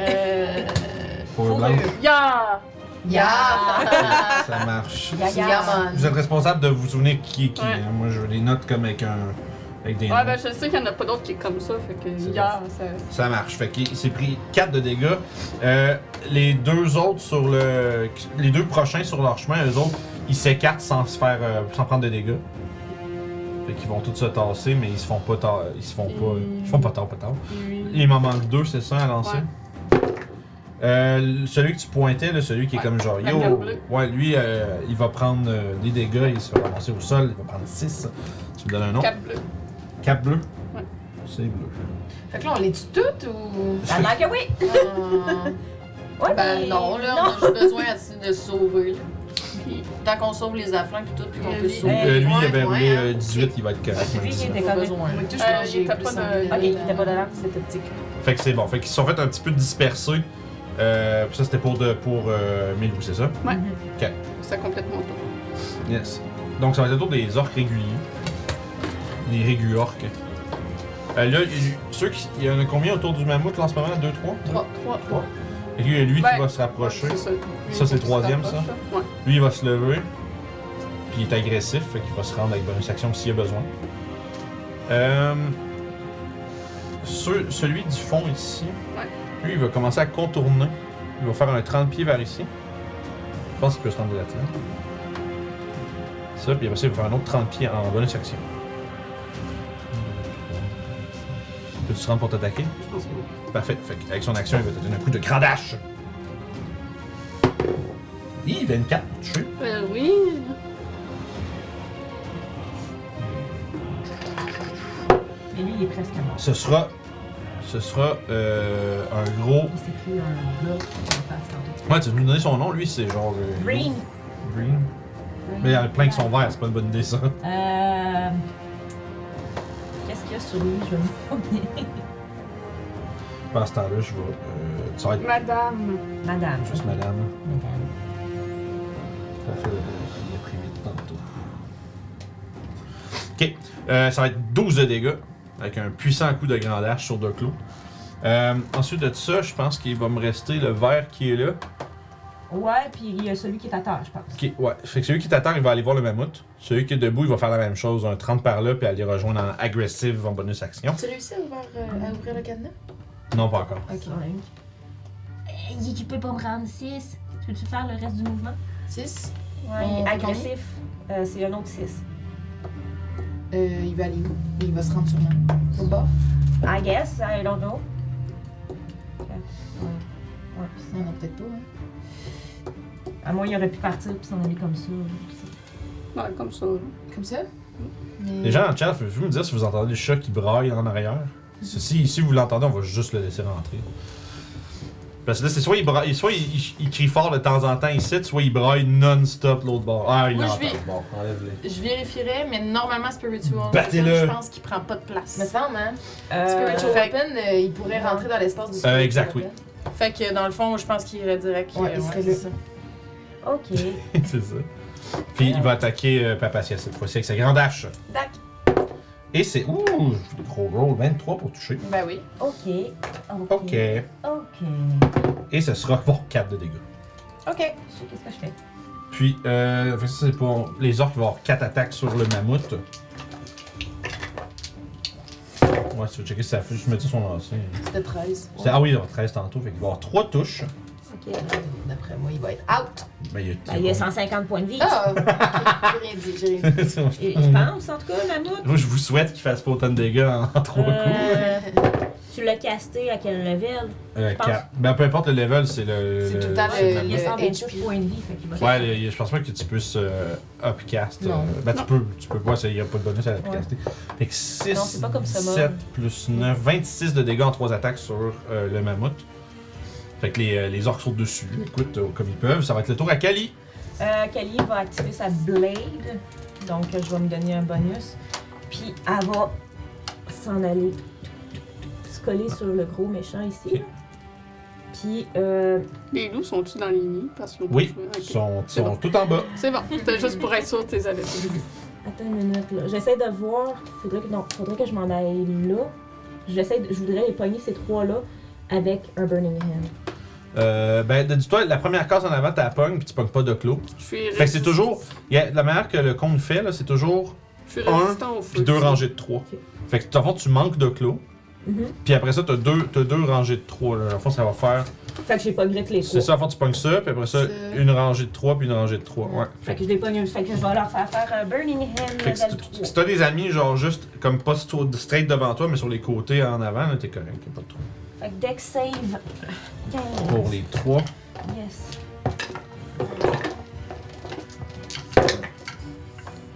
Speaker 1: Euh.
Speaker 2: Pour le blanc.
Speaker 1: Yeah!
Speaker 4: Yeah!
Speaker 2: Ça marche.
Speaker 4: Yeah, man.
Speaker 2: Vous êtes responsable de vous souvenir qui est qui.
Speaker 1: Ouais.
Speaker 2: hein. Moi, je les note comme avec un. Avec des
Speaker 1: Ouais,
Speaker 2: noms.
Speaker 1: ben je sais qu'il n'y en a pas d'autre qui est comme ça, fait que
Speaker 2: C'est
Speaker 1: hier, ça.
Speaker 2: Ça marche. Fait qu'il s'est pris 4 de dégâts. Euh, les deux autres sur le. Les deux prochains sur leur chemin, eux autres, ils s'écartent sans se faire. euh, sans prendre de dégâts. Fait qu'ils vont tous se tasser, mais ils se font pas tard. Ils se font pas. Ils se font pas tard, pas tard. Il m'en manque deux, c'est ça, à lancer?
Speaker 1: Ouais.
Speaker 2: Euh, celui que tu pointais, là, celui qui est
Speaker 1: Ouais.
Speaker 2: comme genre
Speaker 1: La
Speaker 2: yo,
Speaker 1: carte bleue.
Speaker 2: ouais, lui, euh, il va prendre euh, des dégâts, il se fait ramasser au sol, il va prendre 6. Tu me donnes un nom?
Speaker 1: Cap bleu.
Speaker 2: Cap bleu?
Speaker 1: Ouais.
Speaker 2: C'est bleu.
Speaker 4: Fait que là, on les tue toutes ou.
Speaker 5: Ça manque que oui!
Speaker 4: Euh,
Speaker 5: Ouais, mais-
Speaker 4: ben non, là, on a juste besoin de se sauver. là.
Speaker 1: Puis,
Speaker 4: Tant qu'on sauve les afflancs et tout, puis qu'on peut se
Speaker 1: Oui.
Speaker 2: Ou,
Speaker 4: sauver.
Speaker 2: euh, lui, il
Speaker 4: Ouais,
Speaker 2: avait
Speaker 4: ouais,
Speaker 2: roulé
Speaker 4: hein.
Speaker 2: euh, 18, il va être correct. même
Speaker 5: Lui qui
Speaker 2: 19.
Speaker 5: était
Speaker 4: Pas
Speaker 5: correct.
Speaker 4: besoin.
Speaker 1: Euh,
Speaker 4: Moi,
Speaker 1: il était pas de-
Speaker 5: Ok, il était pas dedans.
Speaker 4: Cette optique.
Speaker 2: Fait que c'est bon. Fait qu'ils se sont fait un petit peu disperser. Euh, puis ça, c'était pour, de, pour euh, Milou, c'est ça?
Speaker 1: Ouais.
Speaker 2: Ok.
Speaker 1: ça complète mon tour.
Speaker 2: Yes. Donc, ça va être le tour des orques réguliers. Les régu orques. Euh, là, il- ceux qui. Il y en a combien autour du mammouth là, en ce moment? 2, 3?
Speaker 4: Trois.
Speaker 1: 3.
Speaker 2: Fait que lui, il y a lui qui
Speaker 1: Ben,
Speaker 2: va se rapprocher.
Speaker 1: ça.
Speaker 2: Ça, c'est le
Speaker 1: Qui
Speaker 2: troisième,
Speaker 1: se rapproche, là. Ouais.
Speaker 2: Lui, il va se lever. Puis il est agressif, fait qu'il va se rendre avec bonus action s'il y a besoin. Euh, ce- celui du fond ici,
Speaker 1: Ouais.
Speaker 2: lui, il va commencer à contourner. Il va faire un 30 pieds vers ici. Je pense qu'il peut se rendre de la terre. Ça, puis après ça, il va faire un autre 30 pieds en bonus action. Peux-tu te rendre pour t'attaquer?
Speaker 1: Je pense que oui.
Speaker 2: Parfait. Fait avec son action, il va te donner un coup de grand dash. Hi, 24, tu sais.
Speaker 1: Euh, oui.
Speaker 7: Et lui, il est presque mort.
Speaker 2: Ce sera. Ce sera euh, un gros.
Speaker 7: Il s'est pris un bloc en face. hein.
Speaker 2: Ouais, tu veux nous donner son nom, lui, c'est genre. euh,
Speaker 5: Green.
Speaker 2: Green. Mais euh, il y en a plein qui sont verts, c'est pas une bonne idée ça.
Speaker 5: Euh. Qu'est-ce qu'il y a sur lui? Je vais me
Speaker 2: Pendant ce temps-là, je vais. euh, tu vas être
Speaker 1: Madame.
Speaker 5: Madame.
Speaker 2: juste madame.
Speaker 5: Madame.
Speaker 2: Ça fait, euh, il a pris vite tantôt. Ok, euh, ça va être 12 de dégâts avec un puissant coup de grand dash sur deux clous. Euh, ensuite de ça, je pense qu'il va me rester le vert qui est là.
Speaker 5: Ouais, puis il y a celui qui est à terre, je pense.
Speaker 2: Ok, ouais. Fait que celui qui t'attend, il va aller voir le mammouth. Celui qui est debout, il va faire la même chose, un 30 par là, puis aller rejoindre en aggressive en bonus action.
Speaker 4: Tu réussis à ouvrir, euh, à ouvrir le cadenas?
Speaker 2: Non, pas encore.
Speaker 4: Ok.
Speaker 5: Euh, Il tu peux pas me rendre 6. Peux-tu faire le reste du mouvement?
Speaker 4: 6.
Speaker 5: Ouais,
Speaker 4: On fait
Speaker 5: agressif. Euh, c'est un autre 6.
Speaker 4: Euh, il va aller où? Il va se rendre sûrement. Au bas?
Speaker 5: I guess, I don't know. Ok. Ouais, puis
Speaker 4: Non, non, peut-être pas. Hein.
Speaker 5: À moi, il aurait pu partir puis s'en aller comme ça. puis ça.
Speaker 1: Ouais, comme ça. là.
Speaker 4: Comme ça? Mais...
Speaker 2: Les gens en chat, pouvez-vous me dire si vous entendez le chat qui braille en arrière? Si, si- si vous l'entendez, on va juste le laisser rentrer. Parce que là, c'est soit il, braille, soit il, il- il crie fort de temps en temps ici, soit il braille non-stop l'autre bord. Ah, il
Speaker 3: Moi, je
Speaker 2: l'entend.
Speaker 3: vais-
Speaker 2: Bon, enlève-les.
Speaker 3: Je vérifierais, mais normalement, Spiritual
Speaker 2: Battez-le.
Speaker 3: Weapon, je pense qu'il prend pas de place.
Speaker 4: Me semble, hein?
Speaker 5: Euh,
Speaker 4: Spiritual Weapon, euh, il pourrait rentrer dans l'espace du hein.
Speaker 2: Euh,
Speaker 4: Spiritual
Speaker 2: exact, oui.
Speaker 4: Weapon.
Speaker 3: Fait que dans le fond, je pense qu'il irait direct. euh,
Speaker 4: Ouais, il serait là.
Speaker 3: c'est ça.
Speaker 5: ok.
Speaker 2: c'est ça. Puis il va attaquer euh, Papacia cette fois-ci avec sa grande hache.
Speaker 4: Dac.
Speaker 2: Et c'est. Ouh, gros roll, 23 pour toucher.
Speaker 3: Ben oui.
Speaker 5: Ok.
Speaker 2: Ok.
Speaker 5: Ok. Ok.
Speaker 2: Et ce sera pour 4 de dégâts.
Speaker 5: Ok.
Speaker 6: Je sais qu'est-ce que je fais.
Speaker 2: Puis, euh, fait que ça, c'est pour les orques qui vont avoir 4 attaques sur le mammouth. Ouais, si tu veux checker si ça fait, je me dis son lancé.
Speaker 4: C'était 13.
Speaker 2: C'est- Ah oui, il y aura 13 tantôt, fait qu'il va avoir 3 touches.
Speaker 4: D'après moi, il va être out.
Speaker 2: Ben, il y a,
Speaker 6: Ben, il y a 150 points de vie.
Speaker 4: Ah! ok, j'ai rien dit, j'ai rien dit.
Speaker 6: Et-
Speaker 2: Mm.
Speaker 6: Je pense, en tout cas, Mammouth.
Speaker 2: Moi, je vous souhaite qu'il fasse pas autant de dégâts en 3 coups.
Speaker 6: Euh, tu l'as casté à quel level?
Speaker 2: Euh,
Speaker 6: je pense-
Speaker 2: quatre. Ben, peu importe le level, c'est le.
Speaker 4: C'est tout le temps
Speaker 2: c'est
Speaker 4: le-
Speaker 6: Il y
Speaker 2: mammouth.
Speaker 6: a 126
Speaker 4: HP.
Speaker 6: points de vie, fait qu'il va
Speaker 2: Ouais, le- je pense pas que tu puisses euh, upcast. euh,
Speaker 4: Non.
Speaker 2: ben, tu peux, tu peux pas, il y a pas de bonus à upcaster. Fait que 6,
Speaker 5: Non, c'est pas comme ça, mode.
Speaker 2: 7 plus 9, 26 de dégâts en 3 attaques sur euh, le mammouth. Fait que les, euh, les orques sautent dessus, écoute, euh, comme ils peuvent. Ça va être le tour à Kali.
Speaker 5: Euh, Kali va activer sa blade. Donc, euh, je vais me donner un bonus. Puis, elle va s'en aller se coller sur le gros méchant ici. là. Puis, euh,
Speaker 1: Les loups sont-ils dans les nids? Parce qu'ils ont
Speaker 2: Oui,
Speaker 1: pas joué.
Speaker 2: ils
Speaker 1: Ok.
Speaker 2: sont,
Speaker 1: C'est
Speaker 2: sont
Speaker 1: bon.
Speaker 2: tout en bas.
Speaker 1: C'est bon, c'était juste pour être sûr de tes allées.
Speaker 5: attends une minute là. J'essaie de voir. Faudrait que, non, faudrait que je m'en aille là. J'essaie de- je voudrais les pogner ces trois-là avec un Burning Hand.
Speaker 2: Euh, ben, dis-toi, la première case en avant, t'as la pogne, puis tu pognes pas de clos.
Speaker 1: Je suis
Speaker 2: Fait que c'est
Speaker 1: résist-
Speaker 2: toujours. il y a- la manière que le compte fait, là, c'est toujours
Speaker 1: Je suis
Speaker 2: un,
Speaker 1: résistant au feu.
Speaker 2: puis deux rangées de 3.
Speaker 5: Ok.
Speaker 2: Fait que, dans le fond, tu manques de clos.
Speaker 5: Mhm.
Speaker 2: Puis après ça, t'as deux, t'as deux rangées de 3. Là. Dans le fond, ça va faire.
Speaker 5: Fait que j'ai pas les
Speaker 2: C'est
Speaker 5: trois.
Speaker 2: ça, en fond, tu pognes ça, puis après ça,
Speaker 4: Ça.
Speaker 2: une rangée de 3, puis une rangée de 3. Ouais.
Speaker 5: Fait
Speaker 2: Fait,
Speaker 5: que je les pogne. Fait que je vais leur faire faire un Burning Hand
Speaker 2: fait que si
Speaker 5: level
Speaker 2: tu-
Speaker 5: 3.
Speaker 2: si t'as des amis, genre juste comme pas trop straight devant toi, mais sur les côtés en avant, là, t'es correct, y'a pas de trou.
Speaker 5: Fait que Dex save 15.
Speaker 2: Pour les 3.
Speaker 5: Yes.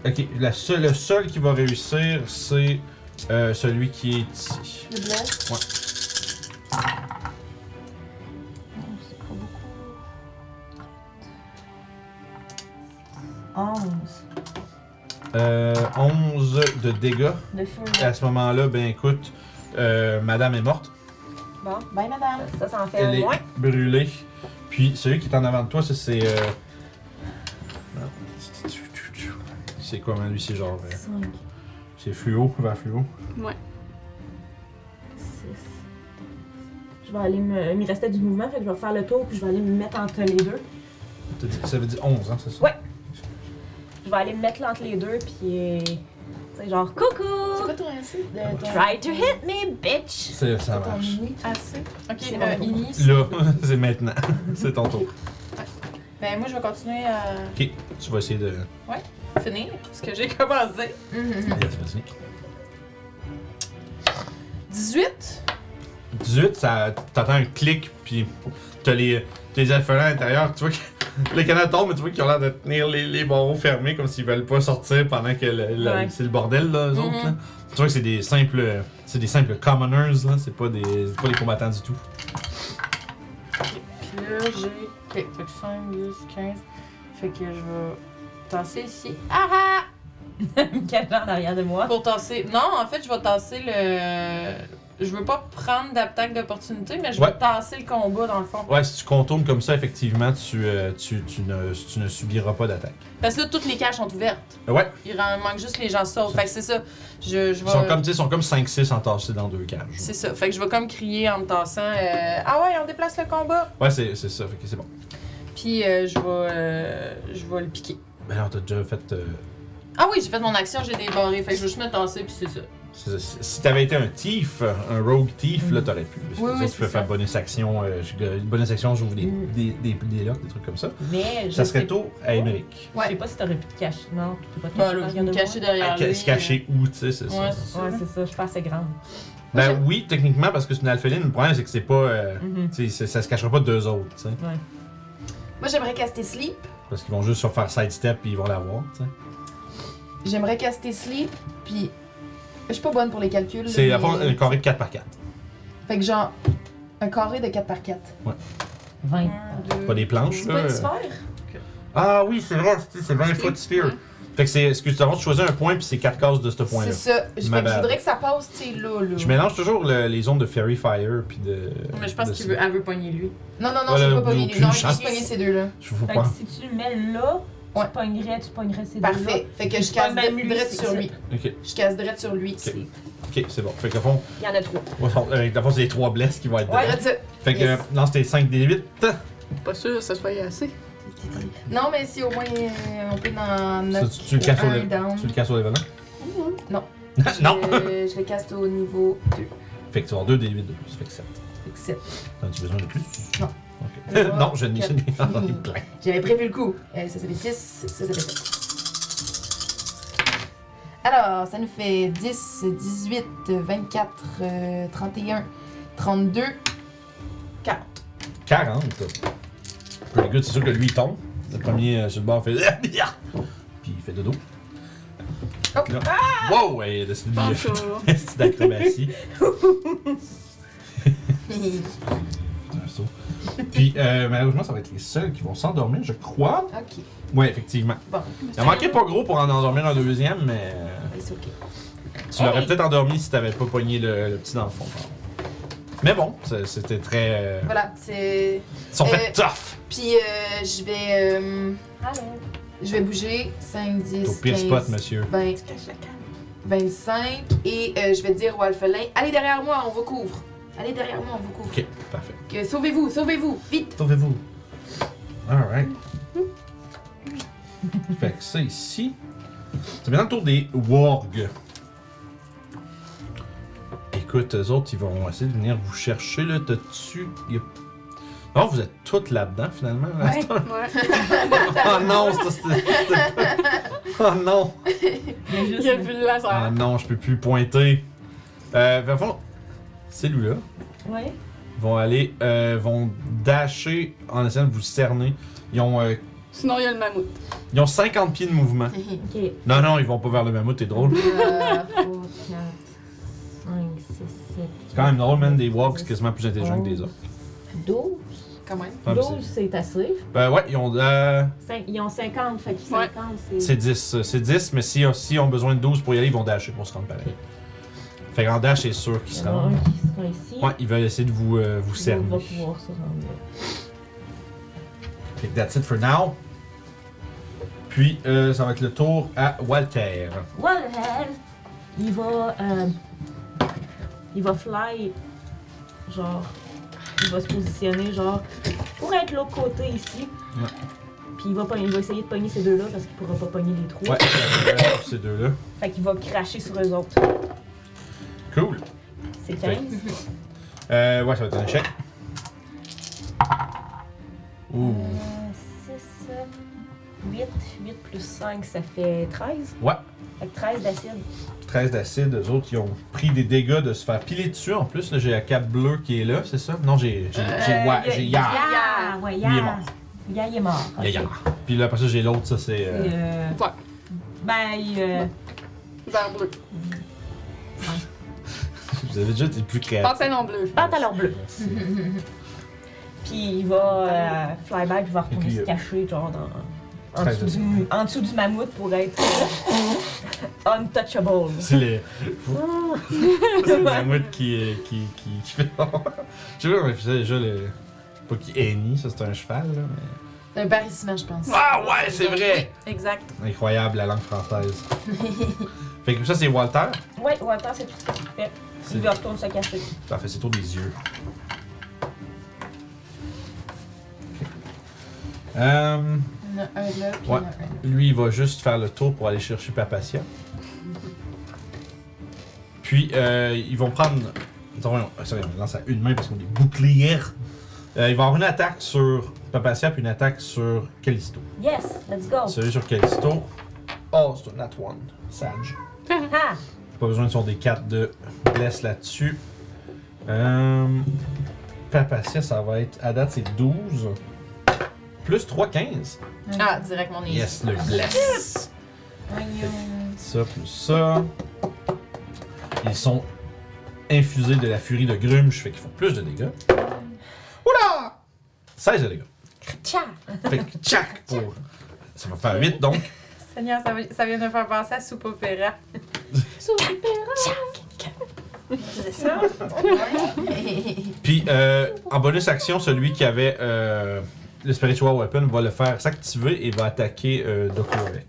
Speaker 2: Ok, la seule- le seul qui va réussir, c'est euh, celui qui est ici.
Speaker 5: Le bless.
Speaker 2: Ouais.
Speaker 5: Oh, c'est pas beaucoup. 11
Speaker 2: Euh, 11 de dégâts.
Speaker 5: de feu.
Speaker 2: Et à ce moment-là, ben écoute, euh, madame est morte.
Speaker 5: Bon,
Speaker 4: Bye, madame.
Speaker 5: ça, ça en fait
Speaker 2: Elle
Speaker 5: un
Speaker 2: est
Speaker 5: moins.
Speaker 2: brûlée. Puis celui qui est en avant de toi, ça c'est. euh, C'est comment lui C'est genre. euh,
Speaker 5: 5,
Speaker 2: C'est fluo, vers fluo.
Speaker 5: 6. Je vais aller me. Il me restait du mouvement, fait que je vais faire le tour, puis je vais aller me mettre entre les deux.
Speaker 2: T'as dit- Ça veut dire 11, hein, c'est ça
Speaker 5: Ouais. Je vais aller me mettre entre les deux, puis. C'est genre
Speaker 4: C'est
Speaker 5: coucou!
Speaker 4: quoi ton essai? De ton-
Speaker 5: Try to hit me, bitch!
Speaker 2: C'est- Ça
Speaker 4: ton
Speaker 2: marche.
Speaker 4: mini?
Speaker 3: Assez. Ok,
Speaker 5: C'est
Speaker 3: euh,
Speaker 5: bon.
Speaker 3: Inis.
Speaker 2: Là, c'est maintenant. c'est ton tour.
Speaker 3: Ben moi, je vais continuer à
Speaker 2: Ok, tu vas essayer de.
Speaker 3: finir ce que j'ai commencé.
Speaker 2: Vas-y.
Speaker 3: 18.
Speaker 2: 18, ça, t'entends un clic, puis t'as les, t'as les affaires à l'intérieur. Tu vois que les canards tombent, mais tu vois qu'ils ont l'air de tenir les, les barreaux fermés comme s'ils veulent pas sortir pendant que le- le-
Speaker 5: Ouais.
Speaker 2: c'est le bordel, là, eux
Speaker 3: Mhm.
Speaker 2: autres. Là. Tu vois que c'est des simples, c'est des simples commoners, là. C'est pas des, c'est pas des combattants du tout.
Speaker 7: Puis là, j'ai. Ok, fait que 5, 10, 15. Fait que je vais tasser ici. Ah ah!
Speaker 5: Michael en arrière de moi.
Speaker 7: Pour tasser. Non, en fait, je vais tasser le. Je veux pas prendre d'attaque d'opportunité, mais je
Speaker 2: Ouais.
Speaker 7: vais tasser le combat dans le fond.
Speaker 2: Ouais, si tu contournes comme ça, effectivement, tu, euh, tu, tu, ne, tu ne subiras pas d'attaque.
Speaker 7: Parce que là, toutes les caches sont ouvertes.
Speaker 2: Euh, Ouais,
Speaker 7: Il ren- manque juste que les gens sautent. Fait que c'est ça. Je, je
Speaker 2: ils sont
Speaker 7: vais-
Speaker 2: comme, tu sais, ils sont comme 5-6 entassés dans deux cages.
Speaker 7: C'est ça. Fait que je vais comme crier en me tassant. euh, ah ouais, on déplace le combat.
Speaker 2: Ouais, c'est, c'est ça, fait que c'est bon.
Speaker 7: Puis euh, je vais, euh, je vais le piquer.
Speaker 2: Ben alors, t'as déjà fait. euh,
Speaker 7: Ah oui, j'ai fait mon action, j'ai débarré. Fait que je vais juste me tasser, puis c'est ça.
Speaker 2: C'est- c'est- Si t'avais été un thief, un rogue thief, là, t'aurais pu. Parce que
Speaker 7: Oui,
Speaker 2: les
Speaker 7: oui,
Speaker 2: autres, tu peux
Speaker 7: c'est
Speaker 2: faire
Speaker 7: ça.
Speaker 2: bonus action, euh, je- euh, bonus action, j'ouvre des, des, des, des locks, des trucs comme ça.
Speaker 6: Mais je
Speaker 2: Ça serait
Speaker 6: sais-
Speaker 2: tôt à Emmerich.
Speaker 6: Je sais pas si t'aurais pu te cacher. Non, tu peux pas te
Speaker 7: Bah,
Speaker 6: cacher.
Speaker 7: là, je
Speaker 6: derrière
Speaker 7: vais me
Speaker 6: de
Speaker 7: cacher
Speaker 6: moi.
Speaker 7: derrière lui.
Speaker 2: Ah,
Speaker 7: euh,
Speaker 2: Se cacher où, tu sais, c'est
Speaker 7: Ouais,
Speaker 2: ça.
Speaker 7: c'est ça.
Speaker 6: Ouais, c'est ça. Je suis pas assez grande.
Speaker 2: Ben oui, techniquement, parce que c'est une alpheline, le problème, c'est que c'est pas. euh,
Speaker 6: Mhm.
Speaker 2: tu sais, c'est- ça se cachera pas de deux autres, tu sais.
Speaker 4: Moi, j'aimerais caster Sleep.
Speaker 2: Parce qu'ils vont juste se faire sidestep puis ils vont l'avoir, tu sais.
Speaker 4: J'aimerais caster Sleep, puis. Je suis pas bonne pour les calculs.
Speaker 2: C'est
Speaker 4: mais-
Speaker 2: à fond, un carré de 4 par 4.
Speaker 4: Fait que genre. Un carré de 4 par 4.
Speaker 6: 20.
Speaker 2: Pas des planches,
Speaker 4: C'est
Speaker 2: là.
Speaker 4: pas une sphère?
Speaker 2: Ah oui, c'est vrai, c'est c'est 20 foot sphere. Fait que c'est. Excuse-moi, tu choisis un point, puis c'est 4 cases de ce point-là.
Speaker 4: C'est ça. Je,
Speaker 2: Ma
Speaker 4: fait que je
Speaker 2: bad.
Speaker 4: voudrais que ça passe, tu sais, là, là.
Speaker 2: Je mélange toujours le- les zones de Fairy Fire, puis de.
Speaker 3: Mais je pense
Speaker 2: de-
Speaker 3: qu'il veut, elle veut pogner lui.
Speaker 4: Non, non, non,
Speaker 2: Voilà,
Speaker 4: je peux
Speaker 2: vous
Speaker 4: pas pogner
Speaker 2: n'avez
Speaker 4: les. Non,
Speaker 2: aucune
Speaker 4: je
Speaker 2: chance.
Speaker 4: peux pogner ces deux-là.
Speaker 2: Je vous
Speaker 5: Fait que
Speaker 2: prends.
Speaker 5: si tu le mets là,
Speaker 4: Ouais.
Speaker 5: tu pognerais, tu pognerais ces deux-là.
Speaker 4: Parfait. Fait que
Speaker 5: Je
Speaker 4: je casse
Speaker 5: pogne même lui,
Speaker 4: direct
Speaker 5: c'est
Speaker 4: sur
Speaker 5: ça.
Speaker 4: lui.
Speaker 2: Ok,
Speaker 4: Je casse direct sur lui. C'est
Speaker 2: ok, c'est bon. Fait que, au fond,
Speaker 5: Il y en a trois.
Speaker 2: au fond, euh, dans le fond, c'est les 3 blesses qui vont être dedans.
Speaker 4: direct ça.
Speaker 2: Fait que,
Speaker 4: Yes. Mm.
Speaker 2: euh, lance tes 5 des 8.
Speaker 1: Pas sûr que ça soit assez.
Speaker 4: Non, mais si au moins euh, on peut en
Speaker 2: Ça,
Speaker 4: knock
Speaker 2: tu, tu le casses au
Speaker 4: un
Speaker 2: level.
Speaker 4: down.
Speaker 2: Tu le casses au level
Speaker 4: Mm-hmm. Non.
Speaker 2: non!
Speaker 4: Je, je le casse au niveau
Speaker 2: Fait que tu vas 2 des 8 de plus. Fait que 7.
Speaker 4: Fait que sept.
Speaker 2: T'en as-tu besoin de plus?
Speaker 4: Non.
Speaker 2: Ok. non, je n'ai
Speaker 4: Quatre.
Speaker 2: j'en ai plein.
Speaker 4: J'avais prévu le coup. Euh, ça, ça fait 6, ça, ça fait 7. Alors, ça nous fait 10, 18, 24, euh, 31, 32, 40.
Speaker 2: 40. Pretty good, c'est sûr que lui il tombe. Le premier euh, sur le bord fait. Puis il fait dodo.
Speaker 4: Oh.
Speaker 2: Là. Wow! Elle a décidé de lui
Speaker 1: Bonjour.
Speaker 2: C'est d'acrobatie.
Speaker 4: ok.
Speaker 2: C'est un saut. Puis euh, malheureusement, ça va être les seuls qui vont s'endormir, je crois. Ouais, effectivement.
Speaker 4: Bon.
Speaker 2: Il en manquait pas gros pour en endormir un deuxième, mais. euh,
Speaker 4: Ben, C'est ok.
Speaker 2: Tu l'aurais peut-être endormi si t'avais pas pogné le, le petit dans le fond. pardon. Mais bon, c'est- c'était très. euh,
Speaker 4: Voilà, c'est.
Speaker 2: Ils sont
Speaker 4: Euh,
Speaker 2: faits tough!
Speaker 4: Puis, euh, je vais. euh,
Speaker 5: Allô?
Speaker 4: je vais bouger 5, 10.
Speaker 2: Au pire
Speaker 4: 15,
Speaker 2: spot, monsieur.
Speaker 4: 20, 25. Et euh, je vais dire au alphelin Allez derrière moi, on vous couvre. Allez derrière moi, on vous couvre.
Speaker 2: Ok, parfait.
Speaker 4: Que- Sauvez-vous, sauvez-vous, vite
Speaker 2: Sauvez-vous. Alright. fait que ça ici. C'est maintenant le tour des wargs. Écoute, eux autres, ils vont essayer de venir vous chercher, là. T'as-tu. y a- Non, vous êtes toutes là-dedans, finalement. là.
Speaker 4: Ouais.
Speaker 1: Ouais.
Speaker 2: oh non, ça, c'était. c'était- oh non!
Speaker 1: Il a vu le laser.
Speaker 2: Ah non, je peux plus pointer. Euh, ben, fond, celui-là
Speaker 5: Ouais.
Speaker 2: vont aller, euh, vont dasher en essayant de vous cerner. Ils ont, euh,
Speaker 1: Sinon, il y a le mammouth.
Speaker 2: ils ont 50 pieds de mouvement.
Speaker 5: Ok.
Speaker 2: Non, non, ils vont pas vers le mammouth, t'es drôle.
Speaker 5: 4, 5, 6, 7,
Speaker 2: C'est quand même drôle, man, des walks, c'est quasiment plus intelligent que des autres.
Speaker 5: 12.
Speaker 4: Quand même.
Speaker 2: Ouais, mais c'est-
Speaker 5: 12, c'est assez.
Speaker 2: Ben ouais, ils ont, euh,
Speaker 5: Cinq- ils ont 50, fait que
Speaker 1: Ouais.
Speaker 5: 50,
Speaker 2: c'est
Speaker 5: c'est.
Speaker 2: 10. euh, C'est 10, mais si, si ont besoin de 12 pour y aller, ils vont dasher pour se rendre pareil. Fait qu'en dash, c'est sûr qu'ils
Speaker 5: Il
Speaker 2: se
Speaker 5: y en a un
Speaker 2: rendent.
Speaker 5: qui sera ici.
Speaker 2: Ouais, ils veulent essayer de vous, euh, vous
Speaker 5: L'autre va
Speaker 2: cerner.
Speaker 5: pouvoir se rendre là.
Speaker 2: Fait que that's it for now. Puis, euh, ça va être le tour à Walter.
Speaker 5: Well, il va. euh, il va fly. Genre. Il va se positionner, genre. Pour être l'autre côté ici.
Speaker 2: Ouais.
Speaker 5: Puis il va, pogner- il va essayer de pogner ces deux-là parce qu'il pourra pas pogner les trous.
Speaker 2: Ouais, ça va être euh, ces deux-là.
Speaker 5: Fait qu'il va cracher sur eux autres.
Speaker 2: Cool.
Speaker 5: C'est 15.
Speaker 2: Euh, ouais, ça va être un échec. Ouh.
Speaker 5: 6, 8, 8 plus 5, ça fait 13.
Speaker 2: Ouais.
Speaker 5: Fait que 13 d'acide.
Speaker 2: 13 d'acide, eux autres, ils ont pris des dégâts de se faire piler dessus. En plus, là, j'ai la cape bleue qui est là, c'est ça? Non, j'ai. J'ai.
Speaker 5: Euh,
Speaker 2: j'ai- ouais, j'ai Yar.
Speaker 5: Ya! Ouais,
Speaker 2: Il
Speaker 5: Ya!
Speaker 2: est mort.
Speaker 5: Ya, il est mort.
Speaker 2: Il y a
Speaker 5: ok.
Speaker 2: Yar. Puis là, après ça, j'ai l'autre, ça, c'est. euh,
Speaker 5: Euh,
Speaker 1: Ouais.
Speaker 5: Ben, il, euh,
Speaker 1: Vert bleu.
Speaker 2: Vous avez déjà été plus créatif.
Speaker 1: Pantalon bleu.
Speaker 5: pantalon bleu.
Speaker 2: Merci.
Speaker 5: Puis il va euh, flyback, il va retourner
Speaker 2: puis,
Speaker 5: se
Speaker 2: euh,
Speaker 5: cacher, genre, dans, en,
Speaker 2: très
Speaker 5: dessous du, en dessous du mammouth pour être euh, untouchable.
Speaker 2: C'est les. c'est le mammouth qui, euh, qui, qui, qui fait. Je sais pas, mais c'est déjà le. Pas qui hennit, ça c'est un cheval, là, mais.
Speaker 4: C'est un barrissement, je pense.
Speaker 2: Ah ouais, c'est vrai!
Speaker 4: Exact.
Speaker 2: Incroyable la langue française. fait que ça, c'est Walter.
Speaker 5: Ouais, ouais, attends, c'est tout ce qu'il fait.
Speaker 2: C'est-
Speaker 5: Il va retourner se cacher.
Speaker 2: Ça fait c'est tour des yeux. Euh,
Speaker 4: Il y en a un là, puis il y en a
Speaker 2: Ouais. lui, il va juste faire le tour pour aller chercher Papatia. Puis, euh, ils vont prendre. Attends, voyons. Ah, sorry, on le lance à une main parce qu'on est bouclières. Euh, il va avoir une attaque sur Papatia puis une attaque sur Callisto.
Speaker 5: Yes, let's go.
Speaker 2: Celui sur Callisto. Oh, c'est un nat one. Sage.
Speaker 5: Ah,
Speaker 2: Pas besoin de son D4 de blesse là-dessus. Euh, Papacia, ça va être. À date, c'est 12. Plus 3, 15.
Speaker 4: un. Ah, direct mon nez.
Speaker 2: Yes, le bless.
Speaker 4: Voyons.
Speaker 2: Ça, plus ça. Ils sont infusés de la furie de Grumsh, fait qu'ils font plus de dégâts. 16 de dégâts.
Speaker 5: Tcha!
Speaker 2: Fait que tchac pour. Ça va faire 8 donc.
Speaker 7: Seigneur, ça, va- ça vient de faire penser à Soupe Opéra.
Speaker 2: Puis euh, en bonus action, celui qui avait euh, le Spiritual Weapon va le faire s'activer et va attaquer euh, Doku avec.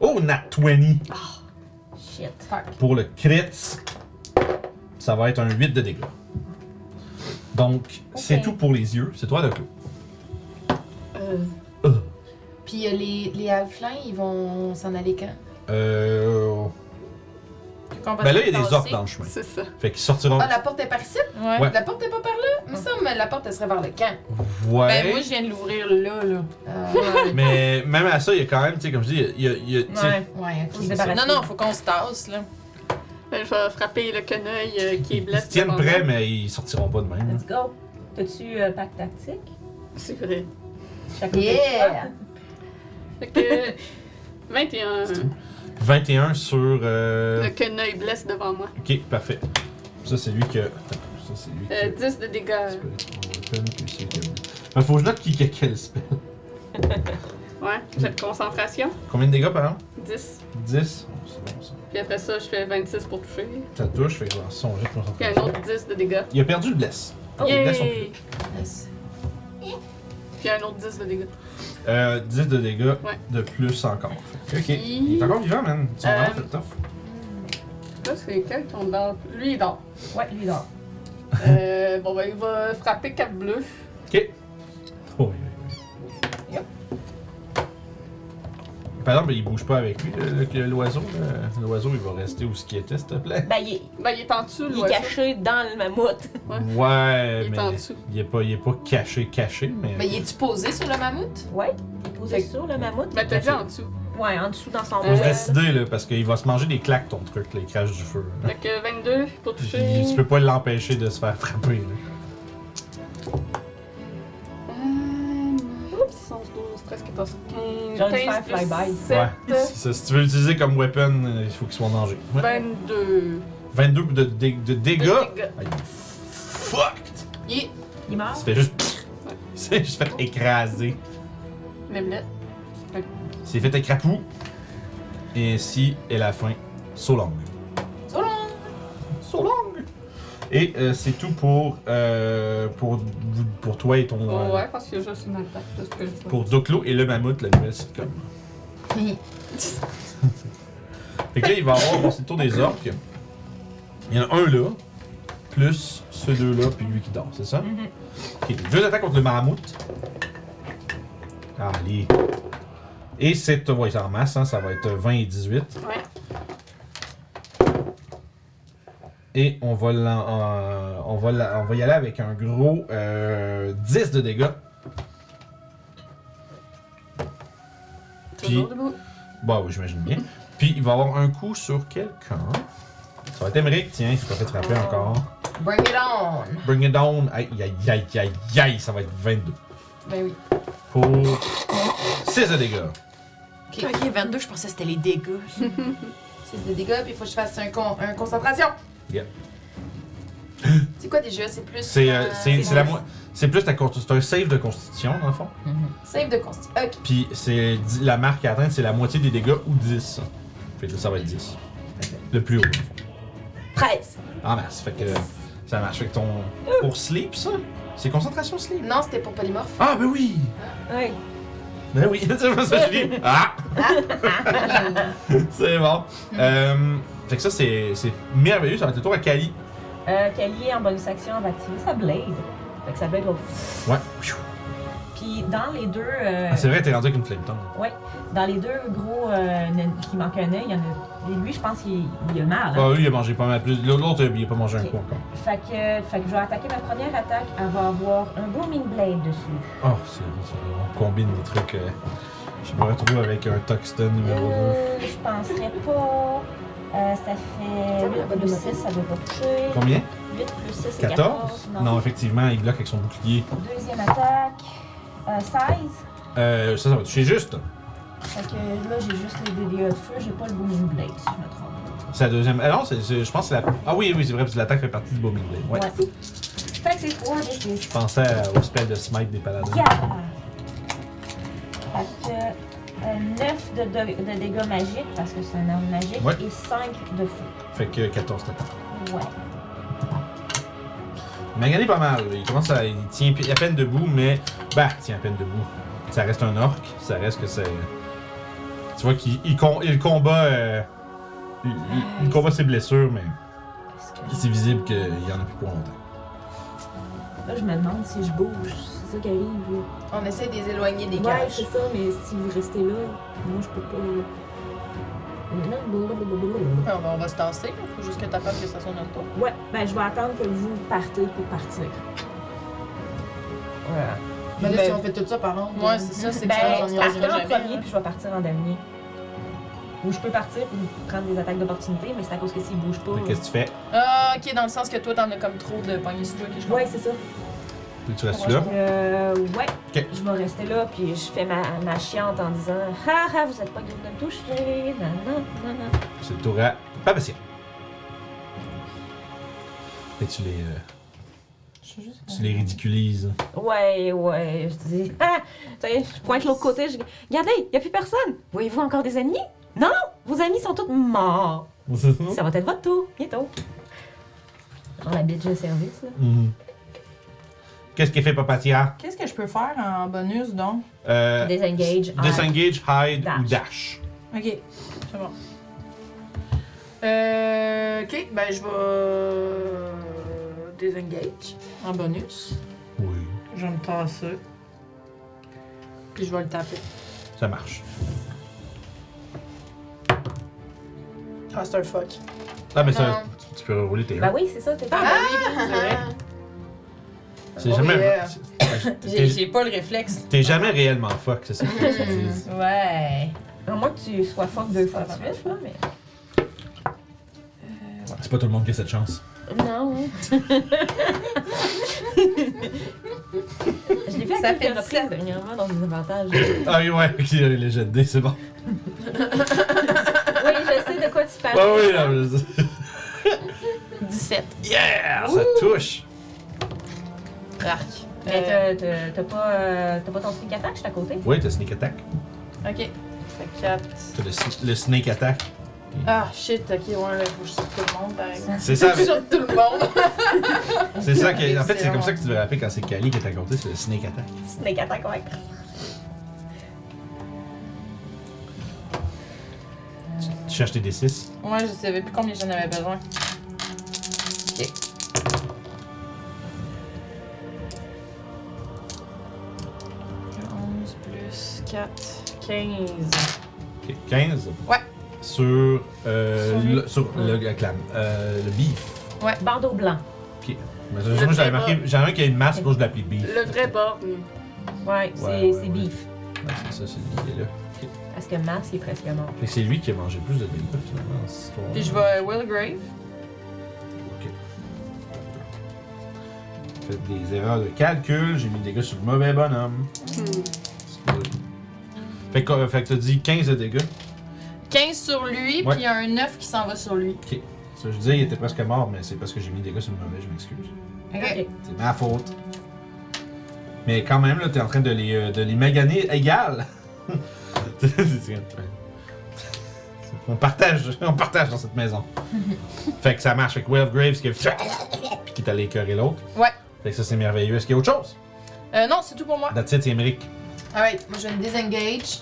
Speaker 2: Oh, Nat 20
Speaker 5: Shit.
Speaker 2: pour le crit. Ça va être un 8 de dégâts. Donc, c'est tout pour les yeux. C'est toi, Doku.
Speaker 4: Euh.
Speaker 2: Euh.
Speaker 4: Puis euh, les, les halflings, ils vont s'en aller quand?
Speaker 2: Euh. Ben là, il y a des orques dans le chemin.
Speaker 1: C'est ça.
Speaker 2: Fait qu'ils sortiront.
Speaker 4: Ah, la porte est par ici?
Speaker 7: Ouais.
Speaker 2: Oh. Ouais.
Speaker 4: La porte est pas par là? Il me semble que la porte, elle serait vers le camp.
Speaker 7: Ben, moi,
Speaker 2: Ouais.
Speaker 7: je viens de l'ouvrir là, là.
Speaker 4: Euh,
Speaker 2: Mais même à ça, il y a quand même, tu sais, comme je dis, il y a. il y a- tu sais,
Speaker 7: Ouais.
Speaker 4: ouais,
Speaker 5: Faut se
Speaker 4: ok.
Speaker 5: débarrasser.
Speaker 7: Non, non, faut qu'on se tasse, là.
Speaker 1: Ben, je vais frapper le quenouille euh, qui est
Speaker 2: Ils
Speaker 1: blessé.
Speaker 2: se tiennent prêts, mais ils sortiront pas de même.
Speaker 5: Let's go. T'as-tu euh, pack tactique?
Speaker 1: C'est vrai.
Speaker 5: Chaque
Speaker 4: Yeah!
Speaker 1: Fait que euh, 21.
Speaker 2: 21 sur. euh,
Speaker 1: Le quenouille blesse devant moi.
Speaker 2: Ok, parfait. Ça, c'est lui que. Ça, c'est lui
Speaker 1: Euh,
Speaker 2: que.
Speaker 1: 10 de dégâts.
Speaker 2: Il faut que je note qui qui a quel spell.
Speaker 1: Ouais, j'ai de concentration.
Speaker 2: Combien de dégâts, par exemple
Speaker 1: 10.
Speaker 2: 10. Oh, C'est bon, ça.
Speaker 1: Puis après ça, je fais 26 pour toucher.
Speaker 2: Ça touche, fait que je lance son jet de
Speaker 1: Puis un
Speaker 2: concentration.
Speaker 1: autre 10 de dégâts.
Speaker 2: Il a perdu le bless. Les blesses sont plus.
Speaker 1: Yay!
Speaker 4: Nice.
Speaker 1: Puis un autre 10 de dégâts.
Speaker 2: Euh, 10 de dégâts
Speaker 1: Ouais.
Speaker 2: de plus encore. Ok.
Speaker 1: Puis-
Speaker 2: Il est encore vivant, man. Son
Speaker 1: Euh,
Speaker 2: vraiment fait le tough.
Speaker 1: Là, c'est quel qu'on dort? Lui, il dort.
Speaker 5: Ouais, lui, là.
Speaker 1: Euh, bon, ben, il va frapper 4 bleus.
Speaker 2: Ok. Oh, oui, oui, oui. Par exemple, il bouge pas avec lui, le- le- l'oiseau. le- L'oiseau, il va rester où ce qu'il était, s'il te plaît.
Speaker 5: Ben, il est,
Speaker 1: Ben, il est en dessous,
Speaker 5: il est
Speaker 1: l'oiseau.
Speaker 5: caché dans le mammouth.
Speaker 1: Ouais.
Speaker 2: Ouais,
Speaker 1: Il est
Speaker 2: mais
Speaker 1: en dessous.
Speaker 2: il est pas, il est pas caché, caché, mais.
Speaker 4: Mais il est-tu Ben, posé sur le mammouth?
Speaker 5: Ouais, il est posé
Speaker 1: Fait-
Speaker 5: sur le mammouth.
Speaker 1: Ben, t'as dit en dessous.
Speaker 5: Ouais, en dessous dans son
Speaker 1: Euh,
Speaker 2: Faut se
Speaker 5: bol.
Speaker 2: décider là, parce qu'il va se manger des claques ton truc, là, il crache du feu. là.
Speaker 1: Fait que 22 pour toucher.
Speaker 2: Il- tu peux pas l'empêcher de se faire frapper. Là.
Speaker 1: Euh, Oups, 11, 12, 13, 14, 15.
Speaker 5: J'aurais dû
Speaker 1: 15
Speaker 5: faire fly-by.
Speaker 1: plus 7,
Speaker 2: Ouais. Si, ça, si tu veux l'utiliser comme weapon, euh, il faut qu'il soit en danger. Ouais.
Speaker 1: 22.
Speaker 2: 22 de, dé- de dégâts.
Speaker 1: Deux
Speaker 2: Ah, il est fucked!
Speaker 4: Il...
Speaker 5: Il
Speaker 2: Il
Speaker 5: meurt.
Speaker 2: se fait juste. Il s'est juste fait écraser.
Speaker 1: Même
Speaker 2: Il s'est fait écrapou. Et ainsi est la fin. So long.
Speaker 4: So long!
Speaker 2: So long! Et euh, c'est tout pour, euh, pour, vous- pour toi et ton. euh,
Speaker 1: Ouais, parce qu'il y a juste une attaque. C'est ce que je vois.
Speaker 2: Pour Doclo et le mammouth, la nouvelle sitcom. Fait que là, il va avoir, bon, c'est le tour des orques. Il y en a un là, plus ceux deux-là, puis lui qui dort, c'est ça? Ok, deux attaques contre le mammouth. Allez. Et c'est. Ouais, c'est en masse, hein, ça va être 20 et 18.
Speaker 1: Ouais.
Speaker 2: Et on va, l'en- euh, on, va la- on va y aller avec un gros euh, 10 de dégâts. Puis-
Speaker 1: Toujours debout.
Speaker 2: Bah oui, j'imagine bien. Puis il va avoir un coup sur quelqu'un. Ça va être Emmerich, tiens, il s'est pas fait frapper
Speaker 1: Oh.
Speaker 2: encore.
Speaker 4: Bring it on!
Speaker 2: Bring it on! Aïe, aïe, aïe, aïe, aïe, ça va être 22.
Speaker 4: Ben oui.
Speaker 2: Pour 6 de dégâts.
Speaker 3: Ok, 22, je pensais que c'était les dégâts.
Speaker 4: 6 de dégâts, puis il faut que je fasse un, con... un concentration.
Speaker 2: Yeah.
Speaker 4: C'est quoi déjà? C'est plus.
Speaker 2: C'est euh,
Speaker 4: euh,
Speaker 2: c'est- c'est la mo- C'est plus ta consti- c'est un save de constitution, dans le fond.
Speaker 4: Save de consti. Ok.
Speaker 2: Puis c'est di- la marque à atteindre, c'est la moitié des dégâts ou 10. Fait que là, ça va être 10. Le plus haut.
Speaker 4: 13.
Speaker 2: En masse. Fait que ça marche. Fait que ton. Pour sleep, ça C'est concentration sleep.
Speaker 4: Non, c'était pour polymorphe.
Speaker 2: Ah, ben oui
Speaker 5: Ouais.
Speaker 2: Ben oui, c'est pour ça que je dis. Ah! c'est bon. Euh, fait que ça, c'est c'est merveilleux. Ça va être le tour à Kali.
Speaker 5: Euh, Kelly, en bonus action, va activer sa blade. Fait que sa blade va.
Speaker 2: Ouais.
Speaker 5: Puis dans les deux. euh,
Speaker 2: Ah, c'est vrai, t'es rendu avec une flame tongue.
Speaker 5: ouais, dans les deux gros euh, nan- qui manquent un œil, il y en a. et Lui, je pense qu'il il a mal. hein.
Speaker 2: Ah, lui, il a mangé pas mal plus. L'autre, il a pas mangé un coup encore.
Speaker 5: Fait, que, fait que je vais attaquer ma première attaque. Elle va avoir un booming blade dessus.
Speaker 2: Oh, c'est c'est- On combine les trucs. euh, je me retrouve avec un Toxton numéro 2.
Speaker 5: Euh, je penserais pas. Euh, ça fait 8 plus 6, ça va pas toucher.
Speaker 2: Combien
Speaker 5: 8 plus 6, c'est
Speaker 2: 14 Non, effectivement, il bloque avec son bouclier.
Speaker 5: Deuxième attaque, euh, 16.
Speaker 2: Euh, ça, ça va toucher juste.
Speaker 5: Fait que là, j'ai juste les DDA de feu, j'ai pas le booming blade, si je me trompe.
Speaker 2: C'est la deuxième. Ah non, c'est- c'est- je pense que c'est la. Ah oui, oui, c'est vrai, parce que l'attaque fait partie du Bombing Blade. Ouais.
Speaker 5: Fait que c'est 3 des 6.
Speaker 2: Je pensais à- au spell de smite des paladins.
Speaker 5: Yeah! Fait que euh, 9 de, de- de dégâts magiques, parce que c'est un arme magique,
Speaker 2: Ouais.
Speaker 5: et 5 de feu.
Speaker 2: Fait que 14 total.
Speaker 5: Ouais.
Speaker 2: Il m'a gagné pas mal. Il commence à. Il tient pi- à peine debout, mais. Bah, il tient à peine debout. Ça reste un orc. Ça reste que c'est. Tu vois qu'il il com- il combat. euh, il, il- il combat ses blessures, mais
Speaker 5: Est-ce que
Speaker 2: c'est visible qu'il y en a plus pour longtemps.
Speaker 5: Là, je me demande si je bouge. C'est ça qui arrive. là.
Speaker 4: On essaie de les éloigner des
Speaker 5: Ouais,
Speaker 4: cages.
Speaker 5: c'est ça, mais si vous restez là, moi, je peux pas. euh, Non, blablabla.
Speaker 4: Ah, ben, on va se tasser, là. faut juste que t'attendes que ça sonne notre tour.
Speaker 5: Ouais, ben je vais attendre que vous partez pour partir.
Speaker 6: Voilà.
Speaker 4: Mais là,
Speaker 3: Ben,
Speaker 4: si on fait tout ça par contre.
Speaker 3: Ouais, c'est ça, c'est
Speaker 5: Ben,
Speaker 3: que ça, on
Speaker 5: je
Speaker 3: y arrivera
Speaker 5: partirai en
Speaker 3: jamais.
Speaker 5: premier, puis je vais partir en dernier. Ou je peux partir pour prendre des attaques d'opportunité, mais c'est à cause que s'il bouge pas.
Speaker 2: Fait que Qu'est-ce que tu fais
Speaker 4: Ah, ok, dans le sens que toi, t'en as comme trop de poignées sur toi que je
Speaker 5: Ouais, c'est ça.
Speaker 2: Puis Tu restes là.
Speaker 5: Euh, ouais.
Speaker 2: Ok.
Speaker 5: Je vais rester là, puis je fais ma, ma chiante en disant Ah ah, vous êtes pas capable de me toucher. Nan, nan, nan, nan.
Speaker 2: C'est le tour à Papatien. Et tu les. euh, tu les ridiculises.
Speaker 5: Ouais, ouais. Je dis Ah Tu sais, Je pointe l'autre côté, je dis Regardez, y a plus personne. Voyez-vous encore des ennemis Non, vos amis sont tous morts. Ça va être votre tour, bientôt.
Speaker 6: Dans la bitch de service, là.
Speaker 2: Mhm. Qu'est-ce qu'il fait Papatia
Speaker 7: Qu'est-ce que je peux faire en bonus donc?
Speaker 2: euh,
Speaker 6: Désengage. hide.
Speaker 2: Disengage, hide ou
Speaker 6: Dash.
Speaker 2: dash.
Speaker 7: Ok, c'est bon.
Speaker 4: Euh. Ok, ben je vais. euh, Désengage en bonus.
Speaker 2: Oui,
Speaker 7: Je vais me tasser. Puis je vais le taper.
Speaker 2: ça marche.
Speaker 4: Ah, c'est un fuck.
Speaker 2: Ah, mais ça,
Speaker 4: Non.
Speaker 2: tu- tu peux rouler tes
Speaker 5: Bah oui, c'est ça, t'es
Speaker 4: C'est vrai.
Speaker 2: C'est
Speaker 4: Oh
Speaker 2: jamais.
Speaker 4: yeah.
Speaker 2: c'est-
Speaker 3: J'ai
Speaker 2: t'es-
Speaker 3: j'ai pas le réflexe.
Speaker 2: T'es jamais réellement fuck, c'est ça qu'il faut que tu
Speaker 4: Hmm,
Speaker 2: te dises.
Speaker 3: Ouais.
Speaker 5: À moins que tu sois fort deux fois de suite, là, mais.
Speaker 2: C'est pas tout le monde qui a cette chance.
Speaker 5: Non. Je l'ai fait
Speaker 3: Ça
Speaker 5: à
Speaker 3: fait
Speaker 5: quelques reprises
Speaker 3: sept.
Speaker 5: dernièrement dans des avantages.
Speaker 2: Ah oui, ouais, ok, les jets de dés, c'est bon.
Speaker 5: oui, je sais de quoi tu parles.
Speaker 2: Ah
Speaker 4: hein.
Speaker 2: oui, là, je-
Speaker 4: 17.
Speaker 2: Yeah! Ça touche!
Speaker 4: Rac.
Speaker 5: Mais
Speaker 7: Euh,
Speaker 5: t'as- t'as- t'as pas, euh, t'as pas ton sneak attack, je suis à côté.
Speaker 2: Oui, t'as sneak attack.
Speaker 4: Ok. Fait 4.
Speaker 2: T'as le, sn- le sneak attack.
Speaker 4: Ah, shit, ok, ouais, là, faut que je sorte tout le monde, par exemple.
Speaker 2: C'est ça, mais-
Speaker 4: Sur tout le monde.
Speaker 2: c'est ça que. En fait, c'est comme ça que tu devrais appeler quand c'est Kali qui est à côté, c'est le sneak attack.
Speaker 5: Sneak attack, ouais.
Speaker 2: Tu cherches tes D6.
Speaker 7: Ouais, je savais plus combien j'en avais besoin.
Speaker 4: plus 4, 15.
Speaker 2: Ok, 15.
Speaker 4: Ouais.
Speaker 2: Sur, euh,
Speaker 4: Sur lui.
Speaker 2: le, sur le, la clame. Euh, le beef.
Speaker 5: Bandeau blanc.
Speaker 2: Mais Moi, j'avais marqué. J'en ai un qui a une masse, pour je l'appelais beef.
Speaker 1: Le vrai borgne.
Speaker 5: Ouais, c'est
Speaker 2: ouais,
Speaker 5: c'est
Speaker 2: ouais.
Speaker 5: beef.
Speaker 2: Ouais, c'est ça, c'est lui qui est là.
Speaker 5: Parce que Mars, il est presque mort.
Speaker 2: Fait que c'est lui qui a mangé plus de dégâts finalement dans cette histoire.
Speaker 7: Puis je vais Will Grave.
Speaker 2: J'ai fait des erreurs de calcul, j'ai mis des dégâts sur le mauvais bonhomme.
Speaker 7: Hmm.
Speaker 2: Fait que, euh, fait que t'as dit 15 de dégâts.
Speaker 7: 15 sur lui,
Speaker 2: Ouais.
Speaker 7: puis il y a un 9 qui s'en va sur lui.
Speaker 2: Ça, je disais, il était presque mort, mais c'est parce que j'ai mis des dégâts sur le mauvais, je m'excuse.
Speaker 5: Ok.
Speaker 2: C'est ma faute. Mais quand même, là, t'es en train de les, euh, de les maganer égal. C'est- c'est- on partage, on partage dans cette maison. fait que ça marche avec Will Graves qui a- puis qui est allé écœurer l'autre.
Speaker 4: Ouais.
Speaker 2: Fait que ça, c'est merveilleux. Est-ce qu'il y a autre chose?
Speaker 4: Euh, non, c'est tout pour moi.
Speaker 2: That's it, Emmerich.
Speaker 4: Alright, moi je vais me désengage.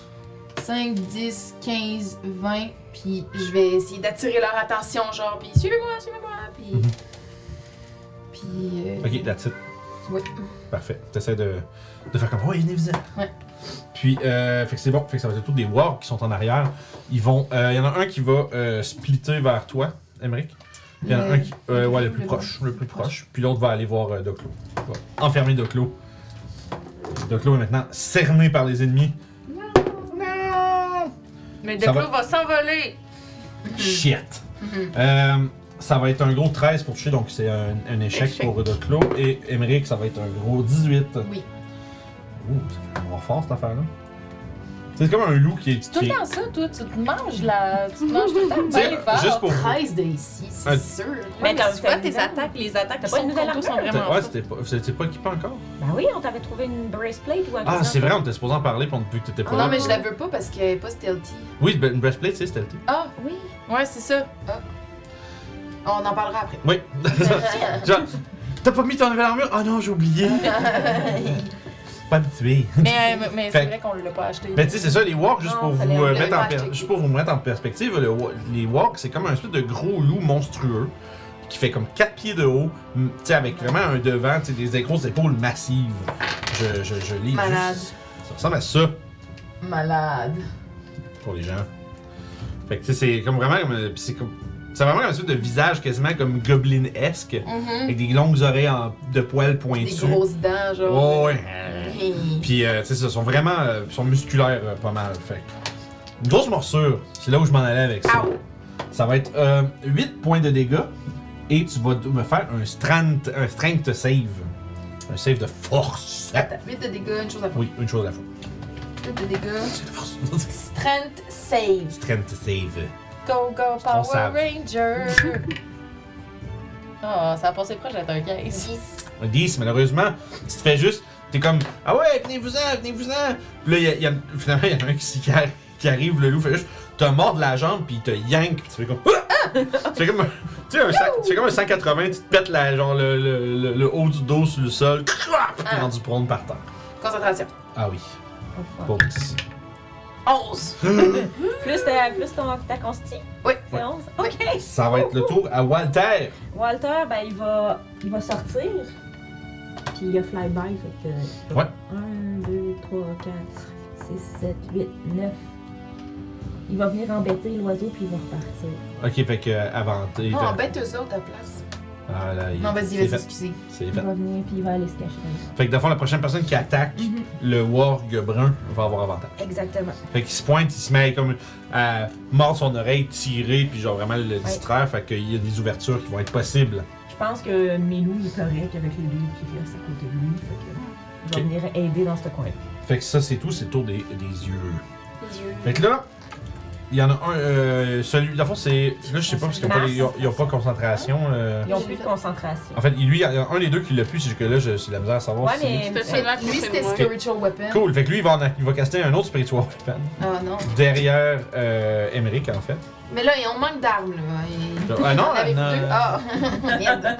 Speaker 4: 5, 10, 15, 20. Puis je vais essayer d'attirer leur attention, genre, puis suivez-moi, suivez-moi. Puis.
Speaker 2: Mhm.
Speaker 4: Puis. euh,
Speaker 2: Ok, that's it.
Speaker 4: Oui.
Speaker 2: Parfait. T'essaies de, de faire comme. Oh, il est invisible.
Speaker 4: Ouais.
Speaker 2: Puis, euh, fait que c'est bon. Fait que ça va être tous des wargs qui sont en arrière. Ils vont. Il y en a un qui va euh, splitter vers toi, Emmerich. Il y en a
Speaker 4: Le-
Speaker 2: un qui. euh, ouais, le
Speaker 4: le
Speaker 2: plus
Speaker 4: plus
Speaker 2: proche. Le plus proche. Puis l'autre va aller voir euh, Doclo. Il va Enfermer Doclo. Doclo est maintenant cerné par les ennemis.
Speaker 7: Non! Mais
Speaker 2: Ça
Speaker 7: Declo va, s'envoler!
Speaker 2: Shit.
Speaker 4: Mhm.
Speaker 2: Euh, ça va être un gros 13 pour toucher, donc c'est un, un échec, pour Doclo. Et Emmerich, ça va être un gros 18.
Speaker 4: Oui.
Speaker 2: Ouh, ça fait un mort fort cette affaire-là. C'est comme un loup qui est.
Speaker 7: C'est tout le
Speaker 2: qui est-
Speaker 7: temps ça, toi. Tu te manges la. Euh, Tu te manges tout le temps
Speaker 2: Tu sais,
Speaker 7: bien fort.
Speaker 2: juste pour vous.
Speaker 4: 13 Ah, de ici, c'est
Speaker 2: Ah.
Speaker 4: sûr.
Speaker 5: Mais
Speaker 7: mais
Speaker 5: t'as
Speaker 7: c'est quoi
Speaker 5: tes attaques, les attaques, t'as pas
Speaker 7: Son
Speaker 5: une nouvelle
Speaker 7: combo
Speaker 5: armure?
Speaker 7: sont vraiment
Speaker 2: Ouais,
Speaker 7: fous.
Speaker 2: c'était pas, c'était pas équipé encore.
Speaker 5: Ben oui, on t'avait trouvé une braceplate ou un
Speaker 2: Ah,
Speaker 5: truc
Speaker 2: c'est
Speaker 5: dans
Speaker 2: vrai, on était supposé en parler, puis on- vu que t'étais pas
Speaker 4: Ah
Speaker 2: là.
Speaker 4: non, mais je la veux pas parce qu'elle est pas stealthy.
Speaker 2: Oui, ben, une breastplate, c'est stealthy.
Speaker 4: Ah,
Speaker 5: Oui.
Speaker 4: ouais, c'est ça. Ah. On en parlera après.
Speaker 2: Oui. Genre, t'as pas mis ton nouvelle armure? Ah non, j'ai oublié. pas habitué.
Speaker 7: Mais, euh, mais
Speaker 2: Fait-
Speaker 7: c'est vrai qu'on l'a pas acheté.
Speaker 2: Mais tu sais, c'est ça, les walks, juste,
Speaker 5: Non,
Speaker 2: pour
Speaker 5: fallait
Speaker 2: vous, euh,
Speaker 5: le
Speaker 2: mettre en per-
Speaker 4: racheter.
Speaker 2: juste pour vous mettre en perspective, le wa- les walks, c'est comme un espèce de gros loup monstrueux qui fait comme 4 pieds de haut, mm, tu sais, avec vraiment un devant, tu sais, des des grosses épaules massives. Je, je, je lis
Speaker 4: Malade.
Speaker 2: juste- Ça ressemble à ça
Speaker 4: Malade.
Speaker 2: pour les gens. Fait que tu sais, c'est comme vraiment comme. euh, pis c'est comme- c'est vraiment comme un espèce de visage quasiment comme gobelin-esque,
Speaker 7: Mhm.
Speaker 2: avec des longues oreilles en- de poils
Speaker 4: Mm. Des
Speaker 2: pointus.
Speaker 4: grosses dents, genre.
Speaker 2: Ouais, ouais.
Speaker 4: Hey.
Speaker 2: Puis, euh, tu sais, ça, sont vraiment. euh, sont musculaires euh, pas mal. Fait que- Une grosse morsure. C'est là où je m'en allais avec ça. Ça va être euh, 8 points de dégâts. Et tu vas d- me faire un strength, un strength save. Un save de force.
Speaker 4: Attends, 8 de dégâts, une chose à faire.
Speaker 2: Oui, une chose à la fois.
Speaker 4: 8 de dégâts.
Speaker 2: Force.
Speaker 4: Strength save.
Speaker 2: strength save.
Speaker 7: Go, go,
Speaker 2: Ton
Speaker 7: Power
Speaker 2: sable.
Speaker 7: Ranger! Ah, ça a passé proche d'être un 15.
Speaker 2: Un 10, malheureusement. Tu te fais juste. T'es comme. Ah ouais, venez-vous-en, venez-vous-en. Puis là, il y a- il y a, finalement, il y en a un qui, qui arri- qui arrive, le loup fait juste. Te mord de la jambe, puis il te yank, puis tu fais comme. Ah! tu fais comme. un- Tu sais, un, cent- tu fais comme un 180, tu te pètes la, genre, le, le- le- le haut du dos sur le sol, puis t'es
Speaker 4: Ah.
Speaker 2: rendu prône par terre.
Speaker 4: Concentration.
Speaker 2: Ah oui,
Speaker 5: Oh, fuck.
Speaker 2: bon 10.
Speaker 4: 11.
Speaker 5: Plus, ta, plus ton, ta consti?
Speaker 4: Oui.
Speaker 5: C'est 11? OK.
Speaker 2: Ça va être le tour à Walter.
Speaker 5: Walter, ben, il va, il va sortir. Puis il y a flyby, fait que...
Speaker 2: Ouais.
Speaker 5: 1, 2, 3, 4, 6, 7, 8, 9. Il va venir embêter l'oiseau, puis il va repartir.
Speaker 2: Ok, fait que euh, avantage.
Speaker 4: Non, en bête eux autres à la place.
Speaker 2: Ah là, il-
Speaker 4: Ah, ben. Non, vas-y,
Speaker 2: c'est
Speaker 4: vas-y,
Speaker 2: fait.
Speaker 4: excusez.
Speaker 2: C'est
Speaker 5: Il
Speaker 2: fait.
Speaker 5: va venir, puis il va aller se cacher.
Speaker 2: Fait que, dans le fond, la prochaine personne qui attaque le warg brun va avoir avantage.
Speaker 5: Mhm. Exactement.
Speaker 2: Fait qu'il se pointe, il se met comme à mordre son oreille, tirer, puis genre vraiment le distraire. Fait qu'il y a des ouvertures qui vont être possibles.
Speaker 5: Je pense que Milou il est correct avec les loups qui restent à côté de lui. Fait que il va
Speaker 2: Ok.
Speaker 5: venir aider dans ce coin-là.
Speaker 2: Fait que ça, c'est tout, c'est le tour des, des yeux. Fait que là, il y en a un, euh, celui, dans le fond, c'est. Là, je sais pas, parce qu'ils n'ont pas, les- ils ont- ils ont pas concentration. euh.
Speaker 5: Ils ont plus de concentration.
Speaker 2: En fait, lui, il y en a un des deux qui l'a pu, c'est juste que là, je- c'est de la misère à savoir
Speaker 5: Ouais,
Speaker 2: si c'est
Speaker 5: mais
Speaker 1: C'était celui-là que
Speaker 4: Lui,
Speaker 1: c'est
Speaker 4: c'était
Speaker 1: moi.
Speaker 4: Spiritual Weapon.
Speaker 2: lui. Cool, fait que lui, il va, en- il va caster un autre spiritual weapon
Speaker 4: Ah non.
Speaker 2: derrière euh, Emmerich, en fait.
Speaker 4: Mais là, on manque d'armes, là. Et-
Speaker 2: Ah non,
Speaker 4: On avait
Speaker 2: on a-
Speaker 4: deux. Ah, merde.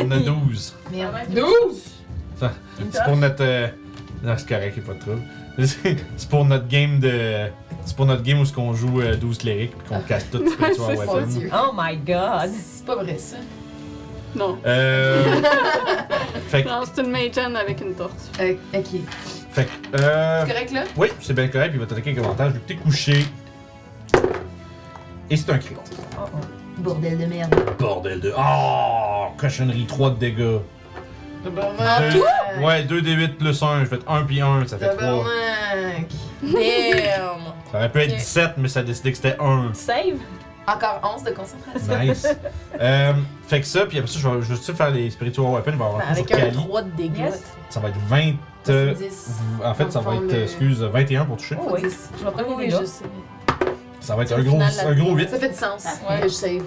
Speaker 2: On a 12.
Speaker 4: Merde.
Speaker 7: 12!
Speaker 2: C'est pour notre. euh, Non, c'est correct, il a pas de trouble. c'est pour notre game de. C'est pour notre game où ce qu'on joue euh, 12 clérics puis qu'on casse tout spiritual
Speaker 1: c'est
Speaker 4: Mon
Speaker 2: weapon.
Speaker 4: dieu.
Speaker 5: Oh my god!
Speaker 4: Ah, C'est pas vrai, ça.
Speaker 1: Non.
Speaker 2: Euh. fait que.
Speaker 1: Non, c'est une Magen avec une torche.
Speaker 4: Euh, ok.
Speaker 2: Fait que. Euh...
Speaker 4: C'est correct, là?
Speaker 2: Oui, c'est bien correct, puis il va t'attaquer avec avantage vu que t'es couché. Et c'est un crit.
Speaker 5: Oh, oh.
Speaker 4: Bordel de merde.
Speaker 2: Bordel de. Oh! Cochonnerie 3 de dégâts.
Speaker 4: Euh, Tabarnak.
Speaker 2: Deux- Ouais, 2 d8 plus 1. Je fais 1 puis 1, ça fait 3.
Speaker 4: Tabarnak.
Speaker 7: Damn!
Speaker 2: Ça aurait pu être 17, mais ça a décidé que c'était 1.
Speaker 5: Save!
Speaker 4: Encore 11 de concentration.
Speaker 2: Nice. euh, fait que ça, puis après ça, je vais je vais juste faire les spiritual weapons. Il va y
Speaker 3: Bah,
Speaker 2: avoir un coup sur
Speaker 7: Avec un
Speaker 2: Kali.
Speaker 7: 3 de dégâts.
Speaker 5: Yes.
Speaker 2: Ça va être 20. euh,
Speaker 4: C'est 10.
Speaker 2: en fait, ça
Speaker 4: Dans
Speaker 2: va
Speaker 4: le fond,
Speaker 2: être, euh,
Speaker 4: le-
Speaker 2: excuse, 21 pour toucher.
Speaker 5: Oh oui,
Speaker 4: dix.
Speaker 5: je vais prendre les
Speaker 7: Oui,
Speaker 5: dégâts.
Speaker 7: je sais.
Speaker 2: Ça va être
Speaker 7: C'est
Speaker 2: un
Speaker 7: le
Speaker 2: gros,
Speaker 7: final de la
Speaker 2: un gros 8.
Speaker 4: Ça fait du sens.
Speaker 7: Ouais.
Speaker 4: Que je save, ouais.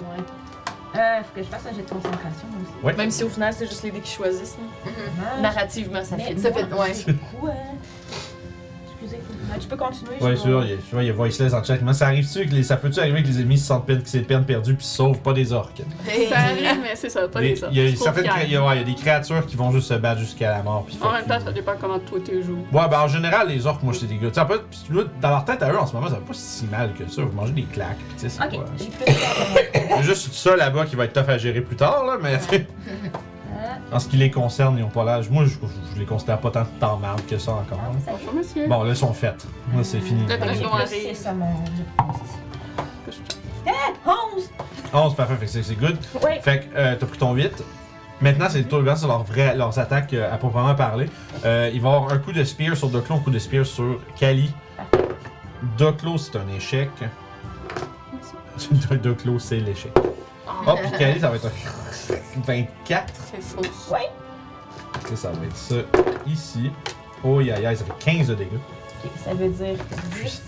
Speaker 5: Euh, faut que je fasse un jet de concentration moi aussi.
Speaker 2: Ouais.
Speaker 7: Même si au final, c'est juste les dés qui choisissent. là.
Speaker 4: Ben,
Speaker 5: Ah,
Speaker 7: Narrativement, ça
Speaker 5: mais
Speaker 7: fait.
Speaker 4: ça
Speaker 5: moi,
Speaker 4: fait- ouais.
Speaker 5: c'est Quoi? Excusez, faut- tu peux continuer?
Speaker 2: Ouais,
Speaker 5: je
Speaker 2: c'est sûr,
Speaker 5: vais-
Speaker 2: il y a- tu vois, il y a Voiceless en chat. Comment ça arrive-tu que les, ça peut-tu arriver que les ennemis se sentent peine, qu'ils se perdent perdus puis se sauvent pas des orques?
Speaker 1: Ça arrive, mais c'est ça, pas
Speaker 2: Les-
Speaker 1: les ça.
Speaker 2: Il y a certaines cré- il y a- ouais, il y a des créatures qui vont juste se battre jusqu'à la mort. Puis
Speaker 1: En
Speaker 2: fuck
Speaker 1: même temps,
Speaker 2: you.
Speaker 1: ça dépend comment toi tu joues.
Speaker 2: Ouais, ben en général, les orques, moi, c'est des gars. Tu sais, en fait, pis là, dans leur tête à eux, en ce moment, ça va pas si mal que ça. Vous mangez des claques, pis tu sais, c'est
Speaker 5: Ok,
Speaker 2: pas-
Speaker 5: j'ai plus de
Speaker 2: Il y a juste ça là-bas qui va être tough à gérer plus tard, là, mais
Speaker 5: Ah,
Speaker 2: en ce qui les concerne, ils ont pas l'âge. Moi, je, je- je les considère pas tant de temps marde que ça encore. là.
Speaker 5: ça
Speaker 1: Bonjour, monsieur.
Speaker 2: Bon, là, ils sont faites. Là, c'est fini.
Speaker 1: Le dragon.
Speaker 5: fait plus six à mon jet de concentration. Onze!
Speaker 2: 11, parfait, fait que Ah, c'est- c'est good.
Speaker 5: Ouais,
Speaker 2: Fait que euh, t'as pris ton 8. Maintenant, c'est le tour ouvert sur leurs, vraies- leurs attaques euh, à proprement parler. Euh, il va y avoir un coup de spear sur Doclo, un coup de spear sur Kali. Doclo, c'est un échec. Doclo, c'est l'échec. Hop, puis Kali, ça va être un 24.
Speaker 1: C'est faux.
Speaker 2: Ça, ça va être ça ici. Oh, aïe, aïe, ça fait 15 de dégâts.
Speaker 5: Ok, ça veut dire 10.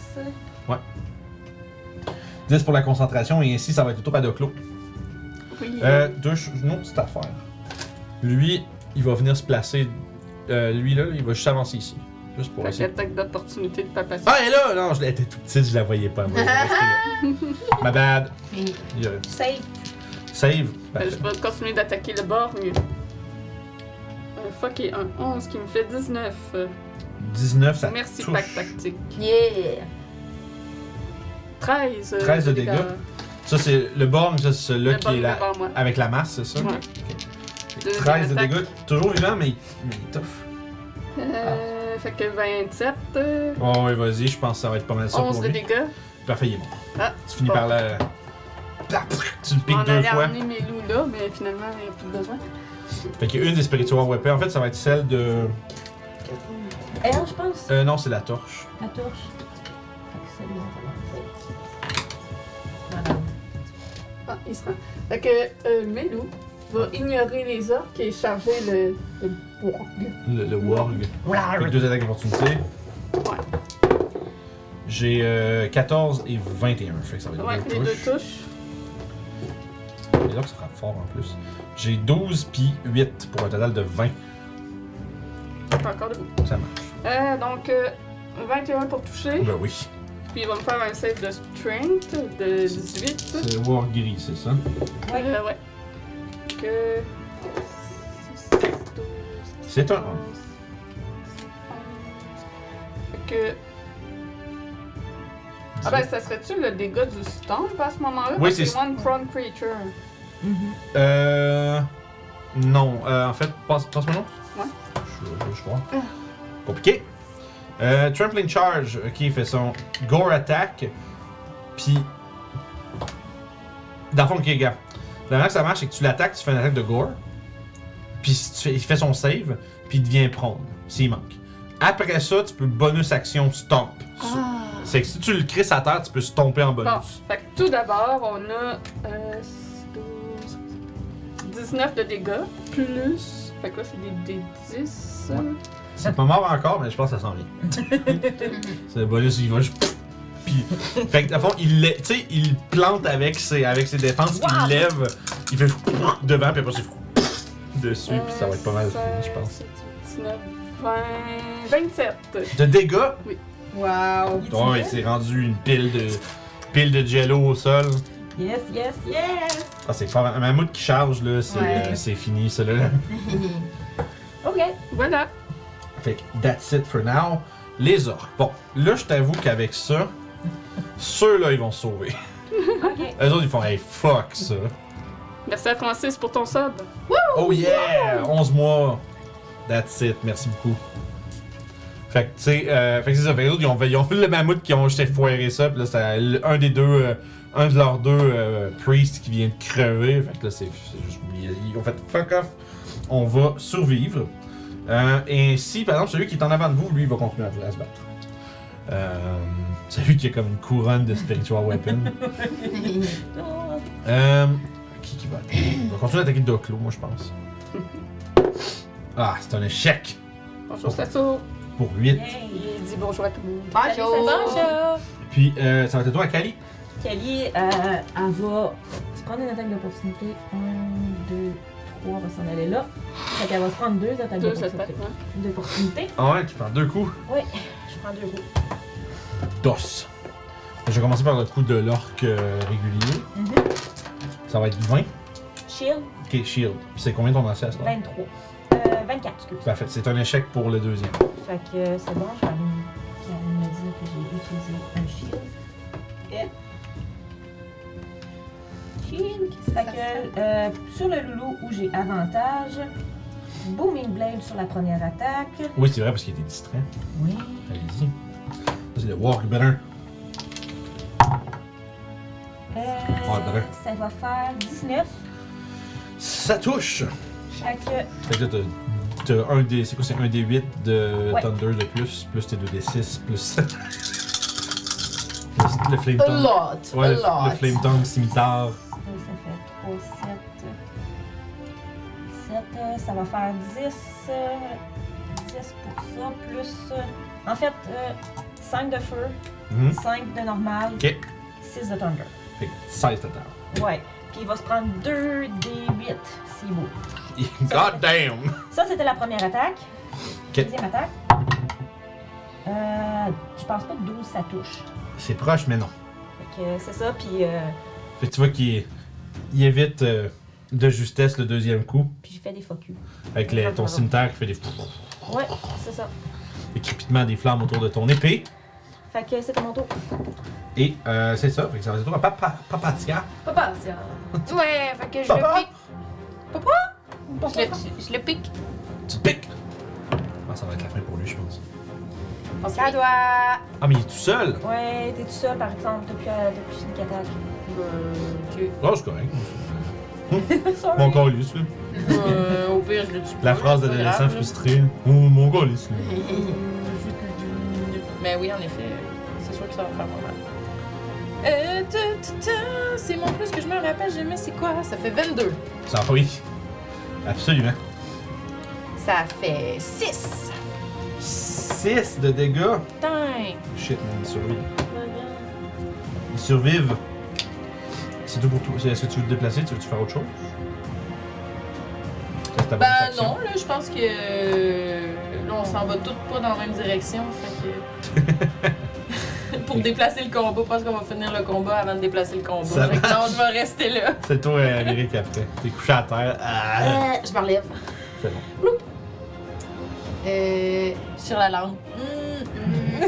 Speaker 2: 10 pour la concentration et ainsi ça va être autour à Doclo.
Speaker 1: Oui.
Speaker 2: Euh, deux ch- une autre petite affaire. Lui, il va venir se placer. euh, lui là, il va juste avancer ici. Juste pour
Speaker 1: Fait que
Speaker 2: essayer.
Speaker 1: l'attaque d'opportunité de papa.
Speaker 2: Ah, elle est là! Non, je l'ai- elle était toute petite, je la voyais pas. Moi, elle est restée là. Ma bad. Il y a-
Speaker 5: Save.
Speaker 2: Save.
Speaker 1: Fait que
Speaker 2: Parfait.
Speaker 1: Euh, Je vais continuer d'attaquer le borgne. Un fuck et un 11 qui me fait 19. Euh,
Speaker 2: 19, ça
Speaker 1: Merci,
Speaker 2: touche.
Speaker 1: pack tactique.
Speaker 4: Yeah!
Speaker 1: 13. euh,
Speaker 2: 13 de dégâts. Ça, c'est le borne, ça, c'est
Speaker 1: Le
Speaker 2: celui-là qui
Speaker 1: borgne
Speaker 2: est là.
Speaker 1: devant moi.
Speaker 2: Avec la masse, c'est ça?
Speaker 1: Ouais.
Speaker 2: Ok.
Speaker 1: Deuxième
Speaker 2: 13 de
Speaker 1: attaque.
Speaker 2: dégâts. Toujours vivant, mais, mais il est tough. Ah.
Speaker 1: Euh, Fait que 27. euh,
Speaker 2: Oh, ouais, vas-y, je pense que ça va être pas mal ça
Speaker 1: 11
Speaker 2: pour
Speaker 1: de
Speaker 2: lui.
Speaker 1: dégâts.
Speaker 2: Parfait, il est mort.
Speaker 1: Ah,
Speaker 2: tu finis
Speaker 1: bon.
Speaker 2: par la. Plap! Tu le
Speaker 1: On
Speaker 2: piques deux
Speaker 1: allait
Speaker 2: fois.
Speaker 1: emmener mes loups là, mais finalement, il n'y a plus besoin.
Speaker 2: Fait qu'il y a une des spiritual weapons. En fait, ça va être celle de.
Speaker 5: Elle, je pense.
Speaker 2: Euh, non, c'est la torche.
Speaker 5: La torche. Fait que c'est bon.
Speaker 1: Ah, il se rend. Fait que euh, mes loups va
Speaker 2: Ah.
Speaker 1: ignorer les orques et charger le, le bourg.
Speaker 2: Le, le warg. Avec deux attaques d'opportunité.
Speaker 1: Ouais.
Speaker 2: J'ai euh, 14 et 21. Fait que ça va être
Speaker 1: Ouais,
Speaker 2: deux
Speaker 1: les deux
Speaker 2: touches.
Speaker 1: touches.
Speaker 2: Les orques, ça frappe fort en plus. J'ai 12 puis 8 pour un total de 20.
Speaker 1: Je suis encore debout.
Speaker 2: Ça marche.
Speaker 1: Euh, donc, euh, 21 pour toucher.
Speaker 2: Ben oui.
Speaker 1: Puis il va me faire un save de strength de 18.
Speaker 2: C'est warg gris, c'est ça?
Speaker 1: Euh, ouais. Que. 6, 12,
Speaker 2: C'est un
Speaker 1: 11. Fait que. Ah ben, ça serait-tu le dégât du stomp à ce moment-là?
Speaker 2: Oui,
Speaker 1: Parce
Speaker 2: c'est-
Speaker 1: que One prone creature.
Speaker 2: Euh. Non. Euh, en fait, passe, passe mon nom.
Speaker 1: Ouais.
Speaker 2: Je, je, je crois. Compliqué. Euh, Trampling Charge, ok, il fait son Gore Attack. Puis. Dans le fond, ok, gars. La manière que ça marche, c'est que tu l'attaques, tu fais une attaque de Gore. Puis si tu fais- il fait son save, puis il devient prone, s'il manque. Après ça, tu peux bonus action stomp. C'est que si tu le crisses à terre, tu peux stomper en bonus.
Speaker 1: Bon, fait que tout d'abord, on a euh, 12, 19 de dégâts, plus. Fait que là, c'est des, des 10.
Speaker 2: Ouais. C'est pas mort encore, mais je pense que ça s'en vient. c'est le bonus, il va juste. Puis. Fait que, à fond, il, lè- tu sais, il plante avec ses, avec ses défenses, il lève, il fait devant, puis après, c'est dessus, puis ça va être pas
Speaker 1: Euh,
Speaker 2: mal fini, je pense.
Speaker 1: 19, 20, 27.
Speaker 2: De dégâts,
Speaker 3: Wow!
Speaker 2: ouais, il s'est rendu une pile de. pile de jello au sol.
Speaker 5: Yes, yes, yes!
Speaker 2: Ah, c'est fort. Un mammouth qui charge, là, c'est
Speaker 3: Ouais.
Speaker 2: euh, c'est fini, celui-là.
Speaker 5: Ok.
Speaker 1: Voilà.
Speaker 2: Fait que that's it for now. Les orques. Bon, là, je t'avoue qu'avec ça, ceux-là, ils vont se sauver. Eux autres, ils font, hey, fuck ça.
Speaker 1: Merci à Francis pour ton sub.
Speaker 2: Oh yeah! 11 mois. That's it. Merci beaucoup. Fait que, tu sais, euh, fait que c'est ça. Fait que les autres, ils ont, ils ont fait le mammouth qui ont jeté foiré ça. Puis là, c'est l- un des deux, euh, un de leurs deux euh, priests qui vient de crever. Fait que là, c'est c'est juste. Ils, ils ont fait fuck off. On va survivre. Euh, et si, par exemple, celui qui est en avant de vous, lui, il va continuer à, vous- à se battre. Euh, celui qui a comme une couronne de spiritual weapon.
Speaker 5: Oh,
Speaker 2: Euh, qui qui va attaquer? On va continuer d'attaquer Doclo, moi je pense. Ah, c'est un échec
Speaker 1: Bonjour Sasso.
Speaker 2: pour 8.
Speaker 5: yay!
Speaker 1: Il dit bonjour à tout le monde.
Speaker 4: Bonjour!
Speaker 5: Bonjour!
Speaker 2: Puis euh, ça va être toi à Kali.
Speaker 5: Kelly, euh, elle va se prendre une attaque d'opportunité. 1, 2, 3, on va s'en aller là. Fait qu'elle va se prendre deux attaques
Speaker 1: Deux attaques,
Speaker 5: d'opportunité.
Speaker 1: hein.
Speaker 5: D'opportunité.
Speaker 2: Ah ouais, tu prends deux coups.
Speaker 5: Je prends deux roues.
Speaker 2: Dos. Je vais commencer par le coup de l'orque euh, régulier.
Speaker 5: Mhm.
Speaker 2: Ça va être 20.
Speaker 5: Shield,
Speaker 2: Ok, shield. Puis c'est combien ton lancer à ce moment?
Speaker 5: 23. Euh, 24, excuse.
Speaker 2: Parfait, c'est un échec pour le deuxième.
Speaker 5: Fait que euh, c'est bon, je vais aller je vais aller me dire que j'ai utilisé un shield. Et... Shield. Fait que euh, sur le loulou où j'ai avantage, Booming Blade sur la première attaque.
Speaker 2: Oui, c'est vrai parce qu'il était distrait.
Speaker 5: Oui.
Speaker 2: Allez-y. Ça, C'est le walk brun.
Speaker 5: Euh,
Speaker 2: Ah, brun.
Speaker 5: ça va faire 19.
Speaker 2: Ça touche!
Speaker 5: Fait que
Speaker 2: Fait que là, t'as- t'as un des. C'est quoi, c'est un des 8 de
Speaker 5: Ouais.
Speaker 2: Thunder de plus, plus tes 2 des 6, plus. le, le Flame
Speaker 4: A
Speaker 2: Tongue.
Speaker 4: lot!
Speaker 2: Ouais,
Speaker 4: a
Speaker 2: le,
Speaker 4: lot!
Speaker 2: le Flame Tongue Scimitar.
Speaker 5: ça fait 3, 7. 7, ça va faire 10. euh, 10 pour ça, plus. euh, En fait, euh, 5 de feu,
Speaker 2: Mhm.
Speaker 5: 5 de normal,
Speaker 2: Ok.
Speaker 5: 6 de thunder.
Speaker 2: Fait que 16 total.
Speaker 5: Ouais. Puis il va se prendre 2 D8. C'est beau.
Speaker 2: God damn!
Speaker 5: Ça, c'était la première attaque.
Speaker 2: Ok.
Speaker 5: Deuxième attaque. Euh, je pense pas que 12 ça touche.
Speaker 2: C'est proche, mais non.
Speaker 5: Fait que c'est ça, puis, euh,
Speaker 2: Fait que tu vois qu'il il évite euh, de justesse le deuxième coup.
Speaker 5: puis j'ai fait des focus.
Speaker 2: Avec
Speaker 4: Ah,
Speaker 2: les- ton cimetière qui fait des,
Speaker 5: Ouais, c'est ça.
Speaker 2: des crépitements des flammes autour de ton épée.
Speaker 5: Fait que c'était mon tour.
Speaker 2: Et euh, c'est ça, fait que ça va être à papa, Papatia.
Speaker 4: Papa, c'est un.
Speaker 3: Ouais, fait que je
Speaker 2: Papa?
Speaker 3: le pique. Je le, je- je le pique.
Speaker 2: Tu te piques! Ah, ça va être la fin pour lui, je pense.
Speaker 3: Ça doit.
Speaker 2: Ah, mais il est tout seul!
Speaker 5: Ouais, t'es tout seul par exemple depuis, euh, depuis une attaque.
Speaker 4: Bah,
Speaker 2: Oh, c'est correct.
Speaker 5: Sorry.
Speaker 2: Mon colis, là.
Speaker 7: Euh, au pire, je le tue.
Speaker 2: La
Speaker 7: pas,
Speaker 2: phrase
Speaker 7: c'est pas
Speaker 2: d'adolescent
Speaker 7: grave, là.
Speaker 2: frustré. Oh, mon colis, là.
Speaker 7: Mais oui, en effet, c'est sûr que ça va faire pas mal.
Speaker 4: Euh, tu- tu- tu- C'est mon plus que je me rappelle, j'ai mis, c'est quoi? Ça fait 22.
Speaker 2: Ça, oui. Absolument.
Speaker 4: Ça fait 6.
Speaker 2: 6 de dégâts.
Speaker 4: Putain!
Speaker 2: Shit, man, ils survivent. Ils survivent. C'est tout pour toi. Est-ce que tu veux te déplacer? Tu veux-tu faire autre chose? Ça, c'est ta bonne
Speaker 7: Ben
Speaker 2: action.
Speaker 7: non, là, je pense que. euh, Là, on s'en va toutes pas dans la même direction, fait que. Pour déplacer le combat, parce qu'on va finir le combat avant de déplacer le combat.
Speaker 2: Ça
Speaker 7: Fait que non, je vais rester là.
Speaker 2: C'est toi, euh, Lyric, après. T'es couché à terre. Ah.
Speaker 4: Euh, je me relève.
Speaker 2: C'est bon.
Speaker 4: Bloup. Euh.
Speaker 7: Sur la langue.
Speaker 4: Mm,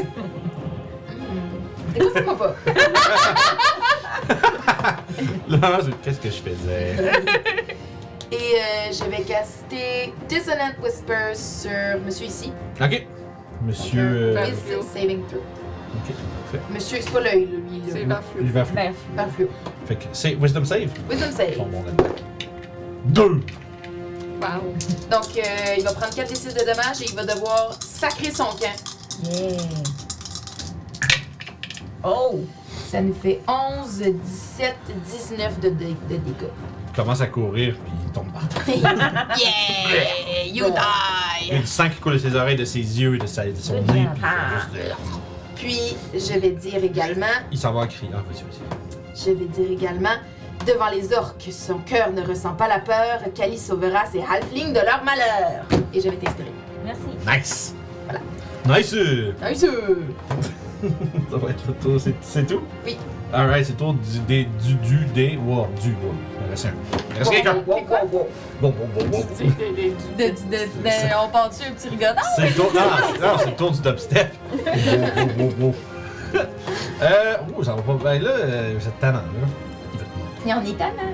Speaker 4: Découvre-moi mm. pas.
Speaker 2: Là, c'est- qu'est-ce que je
Speaker 7: Euh.
Speaker 2: faisais?
Speaker 4: Et euh, je vais caster Dissonant Whispers sur monsieur ici.
Speaker 2: Ok. Monsieur. euh,
Speaker 4: Wisdom Saving Throw.
Speaker 2: ok, parfait.
Speaker 4: Monsieur, c'est pas l'œil, là, lui.
Speaker 1: C'est
Speaker 4: là.
Speaker 1: pas flou.
Speaker 2: Il va faire-
Speaker 5: Bref.
Speaker 4: Par fluo.
Speaker 2: Fait que c'est Wisdom Save.
Speaker 4: Wisdom Save.
Speaker 2: Bon, bon, là-dedans. Deux!
Speaker 1: Wow.
Speaker 4: Donc, euh, il va prendre 4 des 6 de dommages et il va devoir sacrer son camp.
Speaker 6: Yeah.
Speaker 3: Oh!
Speaker 4: Ça nous fait 11, 17, 19 de, dé- de dégâts.
Speaker 2: Il commence à courir, puis il tombe par terre.
Speaker 4: Yeah! You
Speaker 2: Il y a
Speaker 4: die!
Speaker 2: du sang qui coule de ses oreilles, de ses yeux, de, sa- de son
Speaker 6: Good
Speaker 2: nez,
Speaker 6: job.
Speaker 2: puis il fait juste.
Speaker 4: Puis, je vais dire également,
Speaker 2: Il s'en va en criant. Ah, vas-y, vas-y.
Speaker 4: je vais dire également, devant les orques, son cœur ne ressent pas la peur, Kali sauvera ses halflings de leur malheur. Et je vais t'inspirer.
Speaker 5: Merci.
Speaker 2: Nice! Voilà. Nice! euh.
Speaker 4: Nice!
Speaker 2: Ça va être le tour, c'est- c'est tout?
Speaker 4: Oui.
Speaker 2: Alright, c'est le tour du, des, du, du, des, wow, du, wow. Il reste un. Il reste quelqu'un.
Speaker 4: Wow, wow, wow.
Speaker 2: Bon, bon, bon, bon.
Speaker 1: C'est des- des-
Speaker 7: De- de- de- on part-tu un petit rigodon?
Speaker 2: C'est le tour. Non, c'est- non, c'est le tour du dubstep. Wow, wow, wow, wow. euh, ouh, ça va pas. Ben là, euh, vous êtes tannant, là. Il va te mordre.
Speaker 3: Et on est tannant.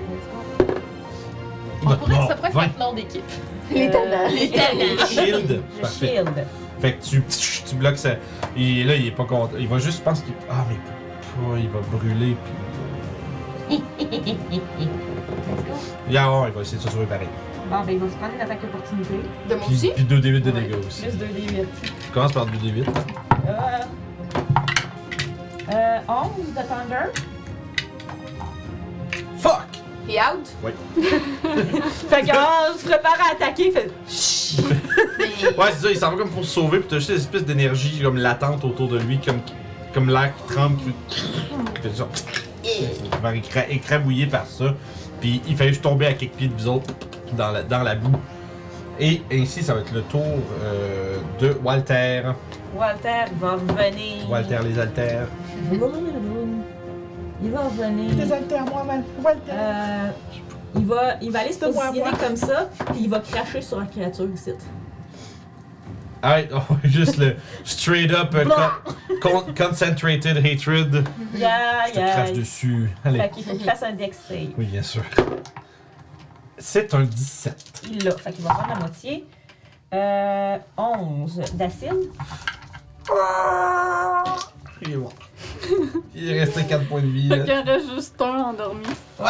Speaker 2: Il va
Speaker 7: On
Speaker 2: te
Speaker 7: pourrait, ça
Speaker 2: mordre.
Speaker 7: pourrait être notre nom d'équipe.
Speaker 4: Euh, Les tannants.
Speaker 3: Les tannants.
Speaker 2: Vingt. Shield.
Speaker 5: Je
Speaker 2: Parfait.
Speaker 5: shield.
Speaker 2: Fait que tu, tu bloques ça. Et là, il est pas content. Il va juste, je pense qu'il. Ah, mais pourquoi il va brûler, puis. Yeah, ouais, il va essayer de se sauver pareil.
Speaker 6: Bon,
Speaker 5: Ah,
Speaker 6: ben, il va se prendre une attaque d'opportunité.
Speaker 4: De moi
Speaker 2: Puis,
Speaker 4: aussi?
Speaker 2: puis 2d8 de dégâts aussi.
Speaker 6: Plus 2d8.
Speaker 2: Tu commences par 2d8.
Speaker 5: Euh, euh, 11 de thunder.
Speaker 2: Fuck!
Speaker 4: Et out?
Speaker 5: Fait que ah, on se prépare à attaquer. Fait...
Speaker 2: Ouais, c'est ça, il s'en va comme pour se sauver, puis t'as juste une espèce d'énergie comme latente autour de lui, comme, comme l'air qui tremble, qui qui fait genre. Il va écra- écrabouiller par ça, puis il fait juste tomber à quelques pieds de vous autres dans la, dans la boue. Et ainsi, ça va être le tour euh, de Walter.
Speaker 5: Walter va revenir.
Speaker 2: Walter les altères.
Speaker 5: Il va revenir. Euh, il, va, il va aller se positionner comme ça, puis il va cracher sur la créature ici.
Speaker 2: Ah, ouais, oh, juste le straight up euh, con- con- concentrated hatred.
Speaker 5: Yeah,
Speaker 2: Je te crache
Speaker 5: yeah.
Speaker 2: dessus. Allez.
Speaker 5: Fait qu'il faut qu'il fasse un dex save.
Speaker 2: Oui, bien sûr. C'est un 17.
Speaker 5: Il l'a. Fait qu'il va prendre la moitié. Euh, 11 d'acide.
Speaker 2: Ah! Il est mort. Il est resté 4 points de vie. là.
Speaker 1: Fait qu'il y en a juste un endormi.
Speaker 2: Euh,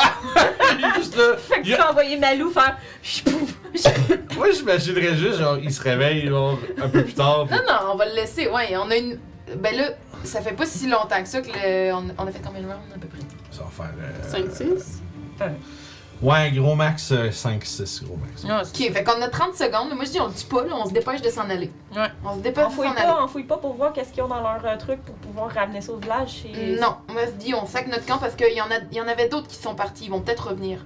Speaker 2: Il est juste là.
Speaker 5: Fait que tu vas envoyer Malou faire. Chpouf!
Speaker 2: Moi, j'imaginerais juste, genre, il se réveille, genre, un peu plus tard. puis-
Speaker 4: Non, non, on va le laisser. Ouais, on a une. Ben là, ça fait pas si longtemps que ça que le- on, on a fait combien de rounds à peu près?
Speaker 2: Ça va faire. euh,
Speaker 1: 5, 6.
Speaker 2: Ouais, gros max 5-6, gros max.
Speaker 7: Non, c'est-
Speaker 4: Ok, fait qu'on a 30 secondes. Moi, je dis, on le tue pas, là, on se dépêche de s'en aller.
Speaker 7: Ouais.
Speaker 4: On se
Speaker 5: On
Speaker 4: dépêche de
Speaker 5: fouille
Speaker 4: s'en
Speaker 5: pas,
Speaker 4: aller.
Speaker 5: on fouille pas pour voir qu'est-ce qu'ils ont dans leur euh, truc pour pouvoir ramener ça au village. c'est-
Speaker 4: Non, moi, je dis, on sac notre camp parce qu'il y, en a- il y en avait d'autres qui sont partis. Ils vont peut-être revenir.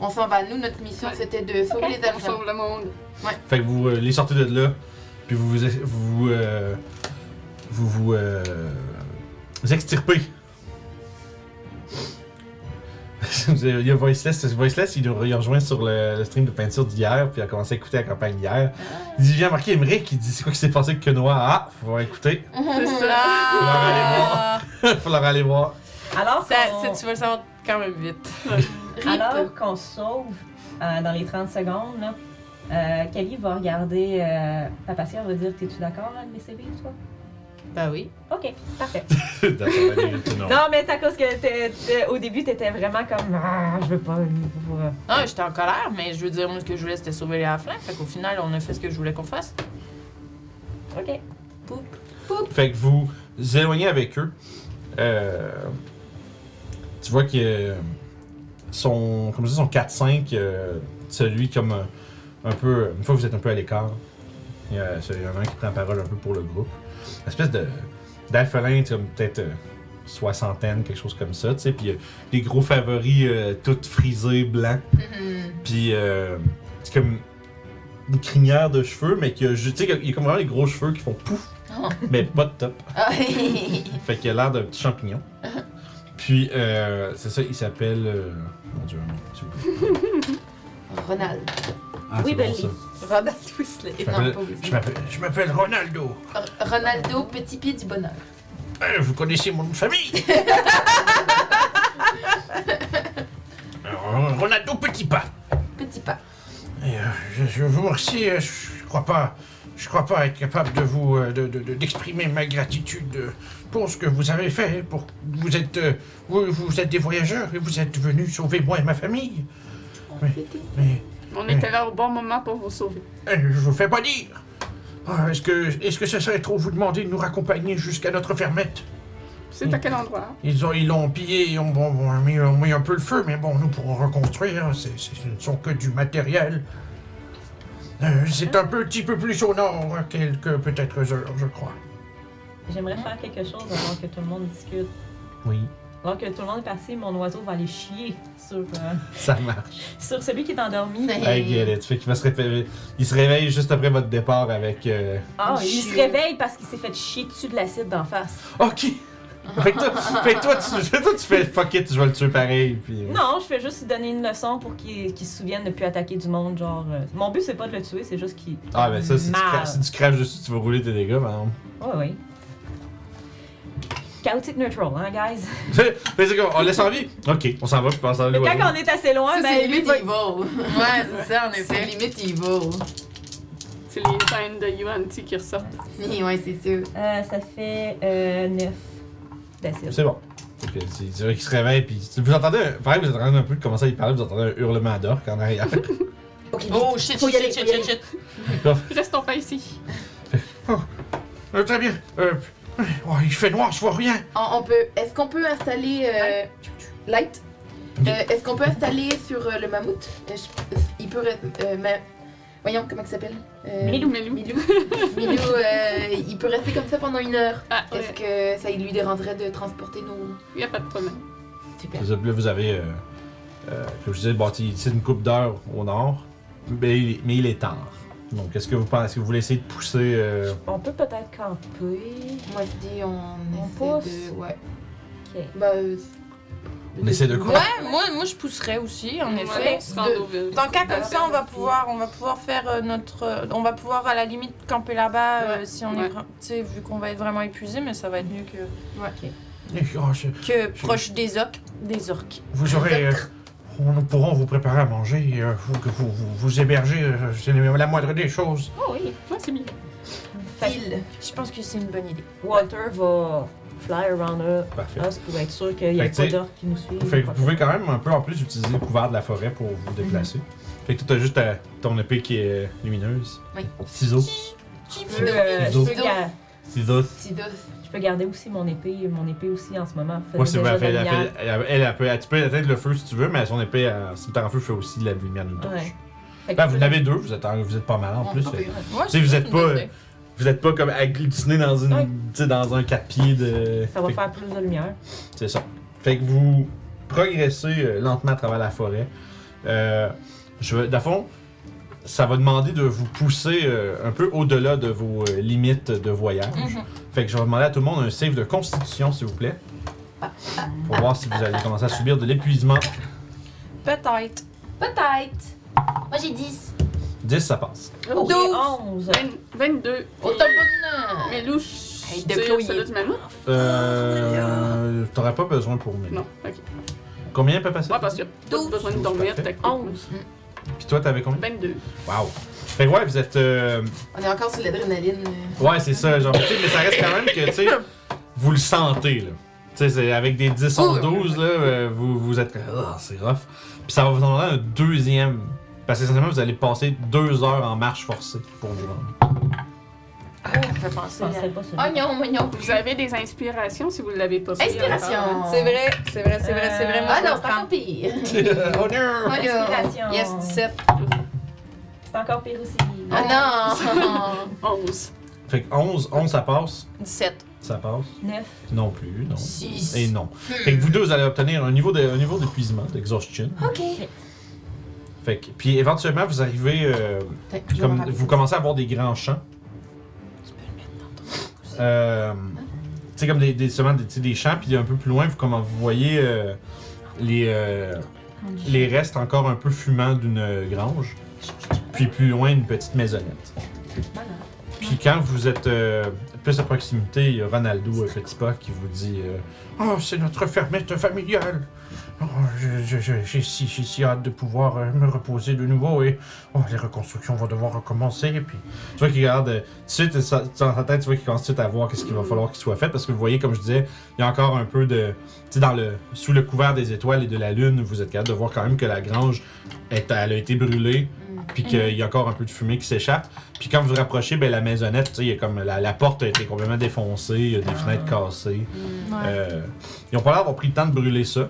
Speaker 4: On s'en va. Nous, notre mission,
Speaker 1: Ouais.
Speaker 4: c'était de sauver les
Speaker 1: On
Speaker 4: enfants.
Speaker 1: sauve le monde.
Speaker 2: Fait que vous euh, les sortez de là, puis vous vous vous, euh, vous, vous, euh, vous extirpez. Vous avez- il y a Voiceless, Voiceless il nous il a rejoint sur le, le stream de peinture d'hier, puis il a commencé à écouter la campagne d'hier. Il dit J'ai remarqué Emmerich, il dit C'est quoi qui s'est passé avec Quenoa Ah, faut écouter,
Speaker 1: C'est ça.
Speaker 7: Ah!
Speaker 2: faut leur aller voir.
Speaker 5: Alors
Speaker 7: Ça-
Speaker 5: qu'on-
Speaker 7: ça, tu veux le savoir quand même vite.
Speaker 5: Alors qu'on se sauve euh, dans les 30 secondes, là, euh, Kelly va regarder euh, Papacia, va dire T'es-tu d'accord là, de me laisser vivre, toi Ben
Speaker 3: Bah oui.
Speaker 5: Ok, parfait.
Speaker 2: Dans la vérité, non.
Speaker 5: Non, mais c'est à cause que t'es- t'es- au début, t'étais vraiment comme Ah, je veux pas. euh,
Speaker 7: Non, Ah, j'étais en colère, mais je veux dire, moi, ce que je voulais, c'était sauver les afflins. Fait qu'au final, on a fait ce que je voulais qu'on fasse.
Speaker 5: Ok.
Speaker 2: Fait que vous vous éloignez avec eux. Euh, tu vois que euh, son, comme je dis, son 4-5, euh, celui comme euh, un peu, une fois que vous êtes un peu à l'écart, il y, a, il y en a un qui prend la parole un peu pour le groupe. Une espèce de d'alphelin, tu sais, comme peut-être euh, soixantaine, quelque chose comme ça, tu sais, puis euh, des gros favoris euh, toutes frisés, blancs.
Speaker 4: Mhm.
Speaker 2: Puis euh, c'est comme une crinière de cheveux, mais que je tu sais qu'il y a comme vraiment les gros cheveux qui font pouf,
Speaker 4: Oh.
Speaker 2: mais pas de top.
Speaker 4: Ah,
Speaker 2: Fait qu'il a l'air d'un petit champignon. Puis, euh, c'est ça, il s'appelle. euh, Mon dieu, s'il vous plaît.
Speaker 4: Ronald.
Speaker 2: Ah, c'est
Speaker 5: Oui,
Speaker 2: bon,
Speaker 5: Belly.
Speaker 2: ça.
Speaker 4: Ronald Weasley.
Speaker 2: Je
Speaker 4: Non,
Speaker 2: m'appelle-
Speaker 4: pas Weasley.
Speaker 2: Je m'appelle- je m'appelle Ronaldo.
Speaker 4: R- Ronaldo, petit pied du bonheur.
Speaker 2: Hein, vous connaissez mon nom de famille. Euh, Ronaldo Petit Pas.
Speaker 4: Petit pas.
Speaker 2: Et, euh, je, je vous remercie. euh, Je crois pas, je crois pas être capable de vous euh, de- de- de- d'exprimer ma gratitude euh, pour ce que vous avez fait. Pour vous êtes euh, vous, vous êtes des voyageurs et vous êtes venus sauver moi et ma famille. Mais, mais,
Speaker 1: On était là au bon moment pour vous sauver.
Speaker 2: euh, je vous fais pas dire. Ah, est-ce que est-ce que ce serait trop vous demander de nous raccompagner jusqu'à notre fermette
Speaker 1: C'est à quel endroit?
Speaker 2: Ils ont ils l'ont pillé, ils ont, bon, bon, mis, ont mis un peu le feu, mais bon, nous pourrons reconstruire. C'est- c'est- ce ne sont que du matériel. Euh, c'est un petit peu plus au nord, à quelques peut-être heures, je crois.
Speaker 5: J'aimerais faire quelque chose avant que tout le monde discute.
Speaker 2: Oui,
Speaker 5: Alors que tout le monde est parti, mon oiseau va aller chier sur, euh,
Speaker 2: ça marche.
Speaker 5: sur celui qui est endormi.
Speaker 2: I get it. Fait qu'il va se réveiller. Il se réveille juste après votre départ avec. euh,
Speaker 5: Ah, il
Speaker 4: Chier.
Speaker 5: se réveille parce qu'il s'est fait chier dessus de l'acide d'en face.
Speaker 2: Ok! Fait que toi, fait que toi, tu, toi, tu fais fuck it, je vais le tuer pareil. Puis, euh,
Speaker 5: Non, je fais juste lui donner une leçon pour qu'il qu'il se souvienne de plus attaquer du monde. Genre, euh, mon but c'est pas de le tuer, c'est juste qu'il.
Speaker 2: Ah, ben ça, si tu,
Speaker 5: Mal.
Speaker 2: cra- si tu craches dessus, tu vas rouler tes dégâts, par exemple.
Speaker 5: Oui, oui. Chaotic neutral, hein, guys?
Speaker 2: Fait que c'est comme, on laisse en vie? Ok, on s'en va, puis on s'en va.
Speaker 5: Mais
Speaker 2: ouais, ouais.
Speaker 5: quand on est assez loin,
Speaker 4: Ça,
Speaker 5: ben
Speaker 4: c'est
Speaker 5: lui,
Speaker 4: limite
Speaker 5: va...
Speaker 4: evil. Ouais, c'est ça, en effet. C'est limite evil.
Speaker 1: C'est les scènes de Yuanti qui ressortent.
Speaker 4: Ouais, c'est sûr.
Speaker 5: Euh, ça fait euh, 9 d'acide.
Speaker 2: C'est bon. Fait que C'est c'est vrai qu'il se réveille, puis vous entendez, un- pareil, vous êtes en train un peu de commencer à y parler, vous entendez un hurlement d'orque en arrière.
Speaker 7: Oh shit,
Speaker 5: Faut y
Speaker 7: shit,
Speaker 5: aller,
Speaker 7: shit,
Speaker 5: faut y
Speaker 7: shit, shit.
Speaker 1: Restons pas ici.
Speaker 2: Euh, très bien. Euh, ouais, il fait noir, je vois rien.
Speaker 4: Ah, On, on peut. Est-ce qu'on peut installer euh, light? Euh, Est-ce qu'on peut installer sur euh, le mammouth? Euh, je- il peut. re- euh, ma- Voyons comment il s'appelle. Euh,
Speaker 1: Milou.
Speaker 4: Milou. Milou, euh, il peut rester comme ça pendant une heure.
Speaker 1: Ah, ouais.
Speaker 4: Est-ce que ça lui dérangerait de transporter nos.
Speaker 1: Y a pas de problème.
Speaker 2: Puis Là, vous avez, euh, euh, comme je disais, bâti c'est une coupe d'heure au nord, mais il, mais il est tard. Donc, est-ce que vous pensez, est-ce que vous voulez essayer de pousser euh,
Speaker 5: On peut peut-être camper.
Speaker 4: Moi, je dis, on,
Speaker 5: On
Speaker 4: essaie de.
Speaker 5: pousse.
Speaker 4: Ouais.
Speaker 5: Ok.
Speaker 4: Bah. euh,
Speaker 2: On essaie de quoi
Speaker 7: Ouais, Ah, moi, moi, je pousserais aussi, en effet.
Speaker 1: Ouais, on Euh, se rend
Speaker 7: De-
Speaker 1: au village.
Speaker 7: Dans le cas comme ça, on va pouvoir, on va pouvoir faire euh, notre, euh, on va pouvoir à la limite camper là-bas euh,
Speaker 1: Ouais.
Speaker 7: si on est,
Speaker 1: Ouais.
Speaker 7: vra- tu sais, vu qu'on va être vraiment épuisé, mais ça va être mieux que,
Speaker 2: Oh, je-
Speaker 7: que proche des orques, des orques.
Speaker 2: Vous aurez. euh, on- nous pourrons vous préparer à manger, et, euh, vous, que vous, vous, vous héberger, euh, c'est la moindre des choses.
Speaker 1: Oh oui, moi c'est mignon.
Speaker 4: il.
Speaker 7: Je pense que c'est une bonne idée.
Speaker 5: Walter va fly around us
Speaker 2: Parfait.
Speaker 5: pour être sûr qu'il n'y a
Speaker 2: Fait que
Speaker 5: pas
Speaker 2: tu-
Speaker 5: d'or qui nous suit.
Speaker 2: Fait que vous pouvez quand même un peu en plus utiliser le couvert de la forêt pour
Speaker 5: Mhm.
Speaker 2: vous déplacer. Fait que toi, t'as juste euh, ta- ton épée qui est lumineuse.
Speaker 4: Oui.
Speaker 2: Ciseaux.
Speaker 5: Je peux, euh, je peux
Speaker 2: Ciseaux.
Speaker 5: ga-
Speaker 2: Cisos.
Speaker 5: Je peux garder aussi mon épée, mon épée aussi en ce moment. faisait
Speaker 2: Moi, c'est vrai,
Speaker 5: déjà
Speaker 2: elle, fait-
Speaker 5: de
Speaker 2: elle,
Speaker 5: la lumière.
Speaker 2: fait- elle- elle- elle peut, tu peux atteindre le feu si tu veux, mais son épée, euh, si tu en feu, fait aussi de la lumière d'une torche.
Speaker 5: Ouais. Fait que
Speaker 2: Ben, vous
Speaker 5: je-
Speaker 2: en avez deux, vous êtes, en- vous êtes pas mal en
Speaker 5: Ah,
Speaker 2: plus. fait-
Speaker 7: Ouais,
Speaker 2: Tu sais, vous êtes
Speaker 7: une bonne
Speaker 2: pas.
Speaker 7: idée.
Speaker 2: Vous êtes pas comme agglutiné dans une.
Speaker 5: Ouais.
Speaker 2: tu sais, dans un quatre pieds de.
Speaker 5: Ça va
Speaker 2: Fait que-
Speaker 5: faire plus de lumière.
Speaker 2: C'est ça. Fait que vous progressez euh, lentement à travers la forêt. Euh, je veux, dans le fond, ça va demander de vous pousser euh, un peu au-delà de vos euh, limites de voyage.
Speaker 7: Mhm.
Speaker 2: Fait que je vais demander à tout le monde un save de constitution, s'il vous plaît. Pour voir si vous allez commencer à subir de l'épuisement.
Speaker 7: Peut-être.
Speaker 4: Peut-être. Moi, j'ai 10.
Speaker 2: 10, ça passe.
Speaker 5: Oh, j'ai 11.
Speaker 1: 22.
Speaker 4: Autobonne.
Speaker 1: Mais louche.
Speaker 4: Hey,
Speaker 1: c'est
Speaker 4: déployé.
Speaker 1: celui du mammouth?
Speaker 2: Euh, T'aurais pas besoin pour mille.
Speaker 1: Non. Ok.
Speaker 2: Combien peut passer?
Speaker 1: Ouais, parce qu'il n'y a pas
Speaker 4: Douze.
Speaker 1: besoin de
Speaker 2: Douze,
Speaker 1: dormir,
Speaker 2: parfait.
Speaker 1: techniquement.
Speaker 2: Puis toi, t'avais combien?
Speaker 1: 22.
Speaker 2: Wow. Fait que ouais, vous êtes. euh,
Speaker 4: On est encore sur l'adrénaline. euh.
Speaker 2: Ouais, c'est ça, genre, tu sais, mais ça reste quand même que, tu sais, vous le sentez, là. Tu sais, c'est- avec des 10, 11, 12, là, euh, vous, vous êtes comme, Ah, c'est rough. Puis ça va vous demander un deuxième. Parce que essentiellement, vous allez passer deux heures en marche forcée pour vous rendre.
Speaker 4: Ça fait penser
Speaker 5: Je
Speaker 4: à-
Speaker 5: pensais pas sur lui.
Speaker 4: Oignon, oignon.
Speaker 1: Vous avez des inspirations si vous ne l'avez pas fait.
Speaker 4: Inspiration.
Speaker 7: C'est vrai, c'est vrai, c'est vrai, c'est vraiment.
Speaker 4: Ah non, c'est encore pire.
Speaker 2: oh non!
Speaker 4: Oignon.
Speaker 5: Inspiration.
Speaker 4: Yes, 17.
Speaker 5: C'est encore pire aussi.
Speaker 4: Ah non.
Speaker 1: 11.
Speaker 2: Fait que 11, 11, ça passe.
Speaker 7: 17.
Speaker 2: Ça passe.
Speaker 5: 9.
Speaker 2: Non plus, non.
Speaker 4: Six.
Speaker 2: Et non. Fait que vous deux, vous allez obtenir un niveau de- un niveau d'épuisement, d'exhaustion.
Speaker 4: OK.
Speaker 2: Fait que, puis éventuellement, vous arrivez. euh,
Speaker 4: Fait que je vais me
Speaker 2: comme
Speaker 4: rappeler.
Speaker 2: vous commencez à avoir des grands champs. Tu peux le mettre dans ton Tu sais, comme des, des, seulement des, tu sais, des champs, puis un peu plus loin, vous, comment vous voyez euh, les, euh, les restes encore un peu fumants d'une grange. Puis plus loin, une petite maisonnette. Puis quand vous êtes euh, plus à proximité, il y a Ronaldo, un petit pas, qui vous dit euh, Oh, c'est notre fermette familiale Oh, je- je- je- J'ai si, j'ai si hâte de pouvoir euh, me reposer de nouveau et oh, les reconstructions vont devoir recommencer. Et puis, tu vois qu'il regarde, euh, tout de suite, ça- dans sa tête, tu vois qu'il commence tout de suite à voir qu'est-ce qu'il va falloir qu'il soit fait parce que vous voyez, comme je disais, il y a encore un peu de. Tu sais, dans le, sous le couvert des étoiles et de la lune, vous êtes capable de voir quand même que la grange, est, elle a été brûlée, puis qu'il y a encore un peu de fumée qui s'échappe. Puis quand vous vous rapprochez, ben, la maisonnette, tu sais, il y a comme la, la porte a été complètement défoncée, il y a des fenêtres cassées. Euh, ils ont pas l'air d'avoir pris le temps de brûler ça.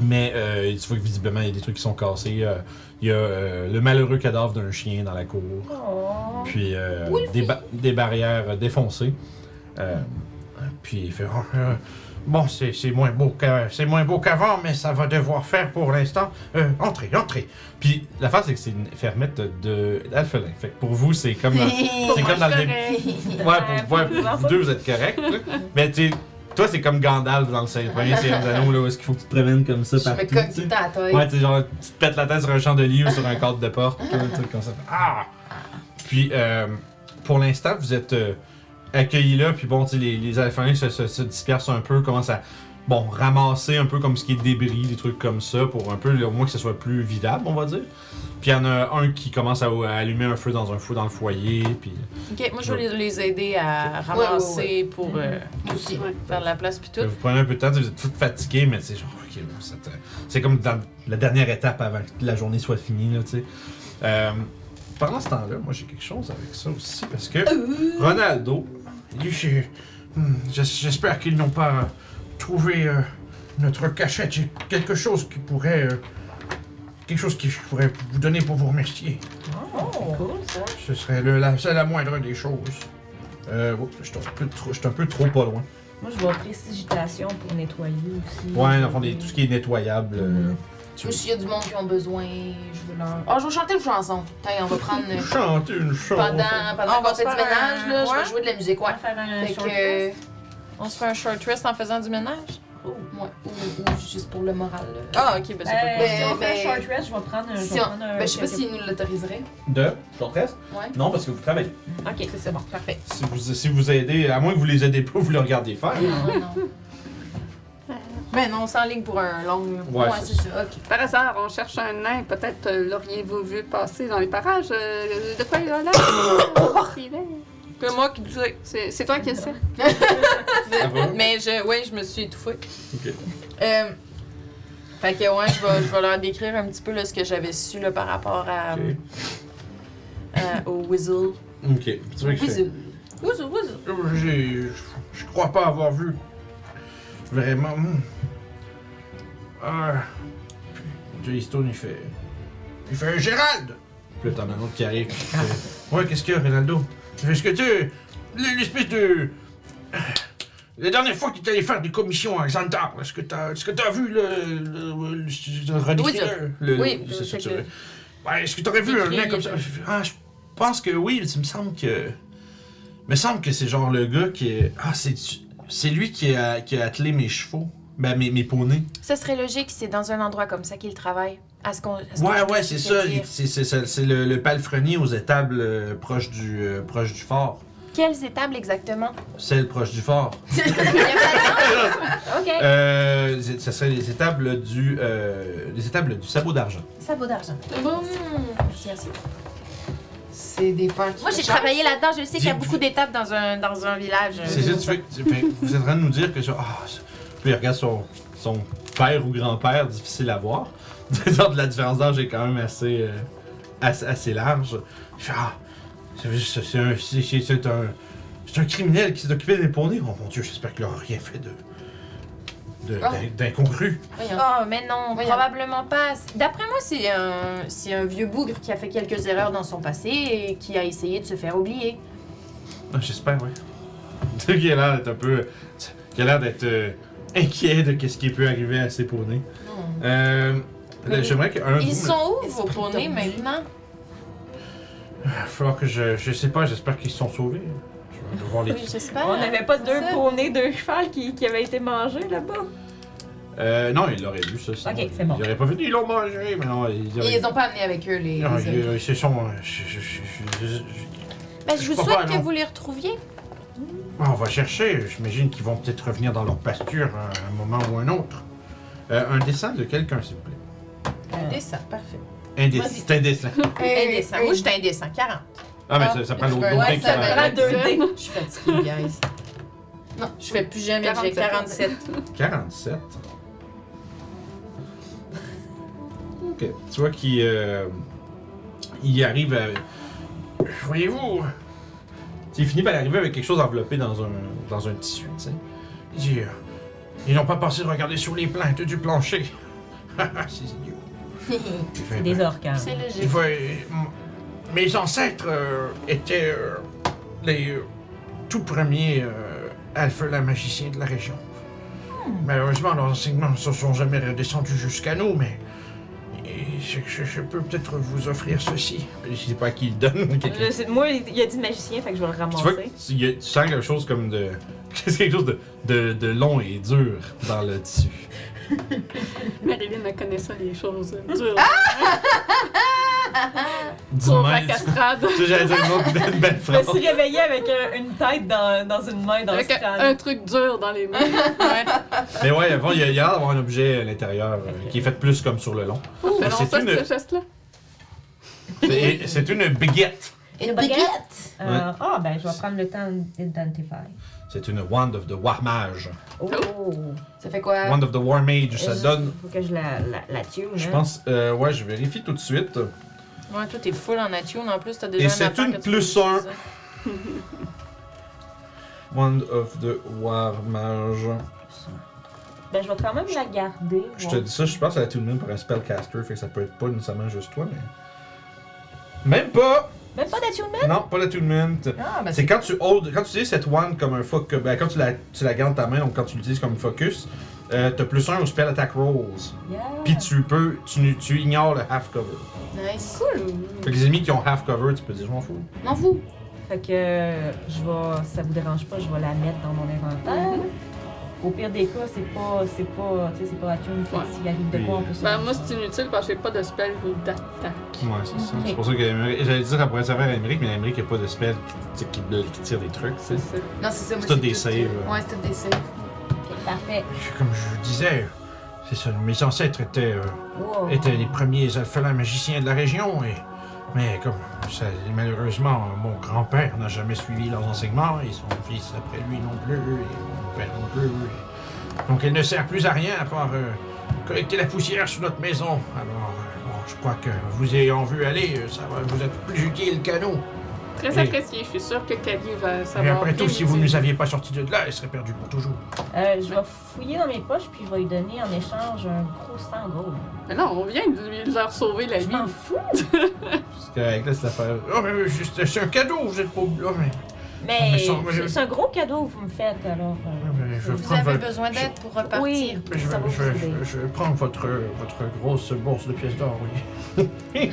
Speaker 2: Mais euh, tu vois que visiblement, il y a des trucs qui sont cassés. euh, Il y a euh, le malheureux cadavre d'un chien dans la cour.
Speaker 5: Oh.
Speaker 2: Puis euh, des, ba- des barrières euh, défoncées. Euh, puis il fait Oh, euh, Bon, c'est c'est moins beau qu'a- c'est moins beau qu'avant, mais ça va devoir faire pour l'instant. Euh, entrez, entrez. Puis la face, c'est que c'est une fermette de d'Alphelin. Fait que pour vous, c'est comme. dans- c'est comme dans le début. Ouais, pour, ouais, pour vous deux, vous êtes corrects. là. Mais tu sais, toi, c'est comme Gandalf dans le Seigneur- premier Seigneur des Anneaux, là, où est-ce qu'il faut que tu te promènes comme ça
Speaker 4: Je me
Speaker 2: partout.
Speaker 4: cogne
Speaker 2: tu
Speaker 4: tout
Speaker 2: sais.
Speaker 4: le temps à la tête.
Speaker 2: Ouais, tu sais, genre, tu te pètes la tête sur un chandelier ou sur un cadre de porte, un truc comme ça. Ah! Puis, euh, pour l'instant, vous êtes euh, accueillis là, puis bon, tu sais, les, les alphalins se, se- se dispersent un peu, commencent à, bon, ramasser un peu comme ce qui est débris, des trucs comme ça, pour un peu, au moins que ce soit plus vivable, on va dire. Puis il y en a un qui commence à, à allumer un feu dans un fou dans le foyer, puis...
Speaker 7: Ok, moi je veux les, les aider à
Speaker 4: ouais, ouais.
Speaker 7: ramasser pour euh,
Speaker 4: Moi aussi.
Speaker 7: faire de la place puis tout.
Speaker 2: Là, Vous prenez un peu de temps, vous êtes toutes fatiguées, mais c'est genre, ok, bon, ça te- euh, c'est comme dans la dernière étape avant que la journée soit finie, là, tu sais. Euh, pendant ce temps-là, moi, j'ai quelque chose avec ça aussi, parce que Ronaldo, lui, j'ai- hmm, j'es- j'espère qu'ils n'ont pas euh, trouvé euh, notre cachette. J'ai quelque chose qui pourrait, euh, quelque chose que je pourrais vous donner pour vous remercier. Ce serait le, la, c'est la moindre des choses. Euh, oups, je suis un peu trop- je suis un peu trop pas loin.
Speaker 5: Moi, je vois précigitation pour nettoyer aussi.
Speaker 2: Ouais, dans le fond, des- tout ce qui est nettoyable. euh, tu
Speaker 4: Moi, s'il y a du monde qui ont besoin, je veux leur. Ah, je vais chanter une chanson. Tiens, on va prendre. euh,
Speaker 2: Chanter une chanson.
Speaker 4: Pendant, pendant
Speaker 7: On va
Speaker 4: qu'on fait du
Speaker 7: se faire
Speaker 4: ménage,
Speaker 7: un-
Speaker 4: là, je
Speaker 7: ouais.
Speaker 4: vais jouer de la musique, ouais.
Speaker 5: Faire un
Speaker 4: Fait
Speaker 5: short
Speaker 4: que.
Speaker 7: On se fait un short rest en faisant du ménage?
Speaker 4: Ouais, ou, ou juste pour le moral, là.
Speaker 7: Ah, ok, ben c'est pas
Speaker 4: Euh,
Speaker 7: possible.
Speaker 5: si on fait un
Speaker 4: mais-
Speaker 5: short rest, je vais prendre un. je
Speaker 4: Si
Speaker 5: vais
Speaker 4: on-
Speaker 5: prendre un-
Speaker 4: Ben, je sais pas
Speaker 5: quelques-
Speaker 4: s'ils nous l'autoriseraient.
Speaker 2: De short rest?
Speaker 4: Ouais.
Speaker 2: Non, parce que vous travaillez.
Speaker 5: Ok, c'est ça.
Speaker 4: Bon, parfait.
Speaker 2: Si vous, si vous aidez, à moins que vous les aidez pas, vous les regardez faire.
Speaker 4: Non, non.
Speaker 7: Mais ben, non, on s'enligne pour un long.
Speaker 2: Ouais,
Speaker 4: Ouais, c'est ça, ok.
Speaker 1: Par hasard, on cherche un nain. Peut-être euh, l'auriez-vous vu passer dans les parages euh, de quoi il a l'air? Ah, il est-
Speaker 7: Que moi qui disais.
Speaker 1: C'est c'est toi qui le sais.
Speaker 2: Ça va?
Speaker 7: Mais je, ouais, je me suis étouffée.
Speaker 2: Ok.
Speaker 7: Euh, fait que ouais, je vais, je vais leur décrire un petit peu là, ce que j'avais su là, par rapport à,
Speaker 2: Ok.
Speaker 7: à- au Whistle.
Speaker 2: Ok. Tu vois que je fais-
Speaker 4: Bisous.
Speaker 7: Ouzou, ouzou.
Speaker 2: Euh, j'ai- Je je crois pas avoir vu. Vraiment. hmm. Ah. Jellystone, il fait. Il fait un Gérald! Puis là, t'en as un autre qui arrive. qui fait, ouais, qu'est-ce qu'il y a, Ronaldo? Il fait ce que tu. L'espèce de. La dernière fois que tu allé faire des commissions à Xantar, est-ce que t'as est-ce que t'as vu le. le. le. le. rediculeur? le, le-
Speaker 7: oui,
Speaker 2: c'est
Speaker 7: je
Speaker 2: ça,
Speaker 7: sais
Speaker 2: tu
Speaker 7: que-
Speaker 2: veux. Ouais, est-ce que t'aurais vu un
Speaker 7: Écrit, euh,
Speaker 2: mec comme ça? Ah, je pense que oui, il me semble que. Il me semble que c'est genre le gars qui est. Ah, c'est, c'est lui qui a, qui a attelé mes chevaux. Ben, mes, mes poneys.
Speaker 4: Ça serait logique, c'est dans un endroit comme ça qu'il travaille. À ce qu'on. à ce
Speaker 2: Ouais,
Speaker 4: qu'on-
Speaker 2: ouais, c'est
Speaker 4: je
Speaker 2: ça.
Speaker 4: veux dire.
Speaker 2: C'est, c'est, ça- c'est le, le palefrenier aux étables euh, proches, du, euh, proches du fort.
Speaker 4: Quelles étables exactement
Speaker 2: Celle proche du fort.
Speaker 5: Ok.
Speaker 2: Euh, c'est- ça serait les étables du. euh, les étables du sabot d'argent.
Speaker 4: Sabot d'argent.
Speaker 7: Bon.
Speaker 4: Merci, merci.
Speaker 3: C'est des peurs qui
Speaker 4: Moi, j'ai
Speaker 3: te chassent.
Speaker 4: travaillé là-dedans, je sais qu'il y a
Speaker 2: Dis-
Speaker 4: beaucoup d'étapes dans un, dans un
Speaker 7: euh,
Speaker 4: village.
Speaker 2: C'est ça, tu fais. tu fais- vous êtes en train de nous dire que. ça- Ah, ça- puis il regarde son, son père ou grand-père, difficile à voir. Donc, la différence d'âge est quand même assez, euh, assez, assez large. Il fait, Ah, c'est- c'est c'est un, c'est- c'est- c'est un- c'est un criminel qui s'est occupé des poneys. Oh mon dieu, j'espère qu'il n'aura rien fait de. de-
Speaker 4: Ah.
Speaker 2: d'in- d'incongru.
Speaker 4: Oh, mais non,
Speaker 3: Voyons.
Speaker 4: probablement pas. D'après moi, c'est un, c'est un vieux bougre qui a fait quelques erreurs dans son passé et euh, qui a essayé de se faire oublier.
Speaker 2: Ah, j'espère, oui. il a l'air d'être un peu. Il a l'air d'être euh, inquiet de ce qui peut arriver à ces poneys. Euh, là, J'aimerais qu'un. de
Speaker 4: Ils
Speaker 2: vous me-
Speaker 4: sont où, vos
Speaker 7: Esprit
Speaker 4: poneys,
Speaker 7: tordu.
Speaker 4: maintenant?
Speaker 2: Il va falloir que je. Je sais pas, j'espère qu'ils se sont sauvés. Je vais devoir les.
Speaker 4: Oui, j'espère.
Speaker 5: On n'avait pas deux
Speaker 4: Ah, ça.
Speaker 5: poneys, deux chevals qui, qui avaient été mangés là-bas.
Speaker 2: Euh, non, ils l'auraient lu, ça. sinon,
Speaker 6: Ok, c'est bon.
Speaker 2: Ils auraient pas fait. Ils l'ont mangé, mais non, ils
Speaker 3: Et
Speaker 2: auraient.
Speaker 3: Ils ont pas amené avec eux les.
Speaker 7: Ah,
Speaker 2: Non,
Speaker 3: les
Speaker 2: ils,
Speaker 3: objets.
Speaker 2: ils se sont. je- je- je- je- je- je-
Speaker 7: Bah,
Speaker 4: Ben, je
Speaker 2: Je
Speaker 4: vous
Speaker 2: crois
Speaker 4: souhaite
Speaker 2: pas,
Speaker 4: que
Speaker 2: non.
Speaker 4: vous les retrouviez.
Speaker 2: Ah, on va chercher. J'imagine qu'ils vont peut-être revenir dans leur pasture à un moment ou un autre. Euh, un dessin de quelqu'un, s'il vous plaît.
Speaker 3: Indécent, parfait.
Speaker 2: Indécent.
Speaker 3: Vas-y.
Speaker 2: C'est indécent.
Speaker 4: Indécent. Moi, je suis indécent. 40.
Speaker 2: Ah, mais
Speaker 7: Ah,
Speaker 2: ça, ça prend l'autre
Speaker 3: ouais,
Speaker 2: l'autre
Speaker 3: ça
Speaker 2: dé que ça-
Speaker 3: va.
Speaker 7: Prends deux dés.
Speaker 3: Je suis fatiguée, guys.
Speaker 7: Non, je fais plus jamais. J'ai
Speaker 4: 47.
Speaker 7: 47.
Speaker 2: 47. Ok. Tu vois qu'il euh, il arrive à. Voyez-vous! Il finit par arriver avec quelque chose enveloppé dans un, dans un tissu, tu sais. Il dit, euh, Ils n'ont pas pensé de regarder sous les plaintes du plancher. C'est idiot. Il fait,
Speaker 6: C'est
Speaker 2: ben,
Speaker 6: des orques, hein.
Speaker 7: C'est
Speaker 2: il
Speaker 7: logique.
Speaker 2: faut- m- mes ancêtres euh, étaient euh, les euh, tout premiers euh, la magicien de la région.
Speaker 4: Hmm.
Speaker 2: Malheureusement, leurs enseignements ne se sont jamais redescendus jusqu'à nous, mais et je, je- je peux peut-être vous offrir ceci. Je sais pas qui le donne.
Speaker 5: Je sais- moi, il y a du magicien, fait que je vais le
Speaker 2: Tu vois que
Speaker 5: ramasser.
Speaker 2: tu, y a- tu sens quelque chose comme de. C'est quelque chose de, de- de long et dur dans le tissu.
Speaker 1: Marilyn, elle connaît ça, les choses dures.
Speaker 2: Ah!
Speaker 1: Pour ma
Speaker 2: Dis-moi. Tu
Speaker 1: castrade.
Speaker 2: sais, j'allais dire une autre belle, belle
Speaker 5: Je me
Speaker 2: phrase.
Speaker 5: suis réveillée avec un- une tête dans, dans une main dans
Speaker 1: Avec
Speaker 5: ce
Speaker 1: un,
Speaker 5: crâne.
Speaker 1: un truc dur dans les mains.
Speaker 2: Mais ouais, avant, il y a il y a l'air d'avoir un objet à l'intérieur euh, qui est fait plus comme sur le long.
Speaker 1: Fais
Speaker 2: c'est
Speaker 1: donc ça, ce
Speaker 2: une-
Speaker 1: geste-là.
Speaker 2: C'est c'est une baguette.
Speaker 3: Une
Speaker 6: baguette?
Speaker 5: Euh, Ah, ben, je vais prendre le temps d'identifier.
Speaker 2: C'est une Wand of the War Mage.
Speaker 6: Oh!
Speaker 3: Ça fait
Speaker 4: Euh,
Speaker 3: quoi?
Speaker 2: Wand of the War Mage, ça
Speaker 6: Euh,
Speaker 2: donne.
Speaker 6: Faut que je la, la, la tue,
Speaker 2: Je
Speaker 6: hein.
Speaker 2: pense. euh, ouais, je vérifie tout de suite.
Speaker 7: Ouais, toi, t'es full en atune. En plus, t'as déjà
Speaker 2: Et
Speaker 7: un
Speaker 2: c'est
Speaker 7: affaire
Speaker 2: une
Speaker 7: que tu
Speaker 2: plus
Speaker 7: peux
Speaker 2: un.
Speaker 7: utiliser.
Speaker 2: Wand of the War Mage.
Speaker 5: Ben, je vais quand même la garder.
Speaker 2: Je te
Speaker 5: voir.
Speaker 2: dis ça, je pense à la tune pour un spellcaster, fait que ça peut être pas nécessairement juste toi, mais. Même pas!
Speaker 5: Même pas d'attunement?
Speaker 2: Non, pas l'attunement.
Speaker 3: Ah, ben
Speaker 2: C'est quand tu hold, quand tu utilises cette wand comme un focus, ben quand tu la, tu la gardes ta main, donc quand tu l'utilises comme focus, euh, t'as plus un au spell attack rolls.
Speaker 5: Yeah.
Speaker 2: Puis tu peux, tu, tu ignores le half cover.
Speaker 7: Nice.
Speaker 2: Fait que les ennemis qui ont half cover, tu peux dire, je m'en fous.
Speaker 3: M'en fous.
Speaker 5: Fait que euh, je vais, si ça vous dérange pas, je vais la mettre dans mon inventaire. Au pire des cas, c'est pas, c'est pas, tu sais, c'est pas attuned. Fait
Speaker 1: Mm-hmm.
Speaker 5: que
Speaker 1: Ouais.
Speaker 5: S'il arrive de quoi, on peut se.
Speaker 1: Ben, moi, c'est inutile parce que j'ai pas de spell d'attaque.
Speaker 2: Ouais, c'est ça. C'est pour ça que l'Amérique- j'allais dire, ça pourrait servir à l'Amérique, mais l'Amérique n'a pas de spell qui, qui, qui tire des trucs, tu sais.
Speaker 1: C'est ça.
Speaker 3: Non, c'est ça. moi,
Speaker 2: C'est tout des
Speaker 3: tout-
Speaker 2: saves.
Speaker 3: Ouais, c'est tout des saves.
Speaker 5: Ok, parfait.
Speaker 2: Comme je vous disais, c'est ça, mes ancêtres étaient, euh,
Speaker 5: Wow.
Speaker 2: étaient les premiers alphelins magiciens de la région, et, mais comme ça, malheureusement, mon grand-père n'a jamais suivi leurs enseignements, et son fils après lui non plus, et mon père non plus. et- donc elle ne sert plus à rien à part euh, collecter la poussière sur notre maison. Alors, euh, bon, je crois que vous ayant vu aller, euh, ça va vous être plus utile qu'à nous.
Speaker 1: Très
Speaker 2: Et-
Speaker 1: apprécié. Je suis sûre que Kali va
Speaker 2: Et
Speaker 1: savoir.
Speaker 2: après
Speaker 1: bien
Speaker 2: tout, si vous ne
Speaker 1: utiliser.
Speaker 2: nous aviez pas sortis de là, elle serait perdue pour toujours.
Speaker 5: Euh, je vais fouiller dans mes poches, puis je vais lui donner en échange un gros 100 gold.
Speaker 1: Mais non, on vient de leur sauver la
Speaker 5: Je
Speaker 1: vie.
Speaker 5: m'en fous!
Speaker 2: C'est correct, laisse la faire. Oh, mais juste, c'est un cadeau, vous êtes pas là, mais.
Speaker 5: Mais
Speaker 2: Mais ça-
Speaker 5: c'est c'est un gros cadeau que vous me faites, alors. euh,
Speaker 2: mais je-
Speaker 5: c'est-
Speaker 4: Vous avez besoin d'aide pour repartir.
Speaker 5: Oui,
Speaker 2: Je, je,
Speaker 5: ça va vous
Speaker 2: je,
Speaker 5: aider.
Speaker 2: je, je prends votre, votre grosse bourse de pièces d'or, oui.
Speaker 4: Mhm.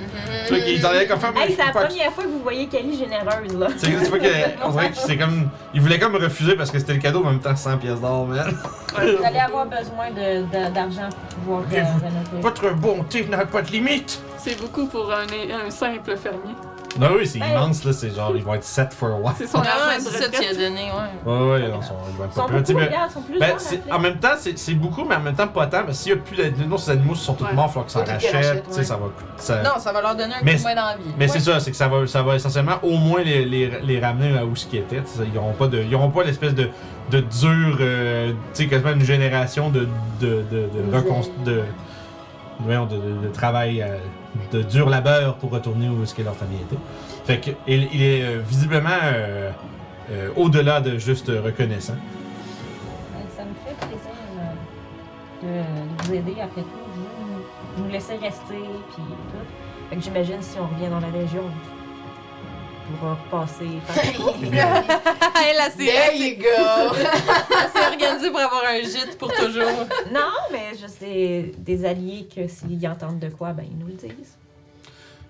Speaker 2: Ok, il t'en avait qu'à faire, mais
Speaker 5: Hey,
Speaker 2: je
Speaker 5: c'est la
Speaker 2: peux pas.
Speaker 5: première fois que vous voyez Kelly généreuse, là.
Speaker 2: C'est une fois qu'on dirait que c'est comme. Il voulait comme refuser parce que c'était le cadeau en même temps 100 pièces d'or, man.
Speaker 5: Vous allez avoir besoin de- de- d'argent pour pouvoir
Speaker 2: Ok,
Speaker 5: euh,
Speaker 2: vous-
Speaker 5: rénover.
Speaker 2: Votre bonté n'a pas de limite!
Speaker 1: C'est beaucoup pour un, un simple fermier.
Speaker 2: Non, oui, c'est
Speaker 5: Ben-
Speaker 2: immense, là. C'est genre, ils vont être 7 for a while.
Speaker 1: C'est son
Speaker 7: Ah ouais,
Speaker 1: argent de
Speaker 7: c'est ça qu'il a
Speaker 1: retraite.
Speaker 7: donné, ouais.
Speaker 2: Ouais, ouais, non, ils sont- ils vont
Speaker 5: Ils
Speaker 2: être
Speaker 5: sont
Speaker 2: pas
Speaker 5: beaucoup,
Speaker 2: petits, mais-
Speaker 5: regarde, ils sont plusieurs.
Speaker 2: Ben, c'est-
Speaker 5: rappelez.
Speaker 2: en même temps, c'est c'est beaucoup, mais en même temps, pas tant. Parce s'il y a plus d'animaux, ces animaux sont tous
Speaker 1: Ouais.
Speaker 2: morts, faut qu'ils s'en
Speaker 4: Faut qu'ils
Speaker 2: rachètent.
Speaker 4: rachètent,
Speaker 2: tu sais,
Speaker 4: ouais.
Speaker 2: ça va coûter. ça-
Speaker 7: Non, ça va leur donner un
Speaker 2: Mais-
Speaker 7: coup de main dans la vie.
Speaker 2: Mais
Speaker 7: Ouais.
Speaker 2: c'est ça, c'est que ça va, ça va essentiellement au moins les, les, les ramener à où ce qu'ils étaient. tu sais, Ils n'auront pas de, ils auront pas l'espèce de, de dur, euh, tu sais, quasiment une génération de de de de, reconst- de, voyons, de, de- de travail, euh, de dur labeur pour retourner où est-ce que leur famille était. Fait que il, il est euh, visiblement euh, euh, au-delà de juste euh, reconnaissant.
Speaker 5: Ben, Ça me fait plaisir euh, de, de vous aider après tout. Vous nous laissez rester, puis tout. Fait que j'imagine si on revient dans la région, on pourra repasser. faire des courses.
Speaker 2: Eh bien,
Speaker 3: Elle a
Speaker 5: E.
Speaker 4: There you go!
Speaker 3: organisée pour avoir un gîte pour toujours.
Speaker 5: non, mais juste des, des alliés que s'ils entendent de quoi, ben ils nous le disent.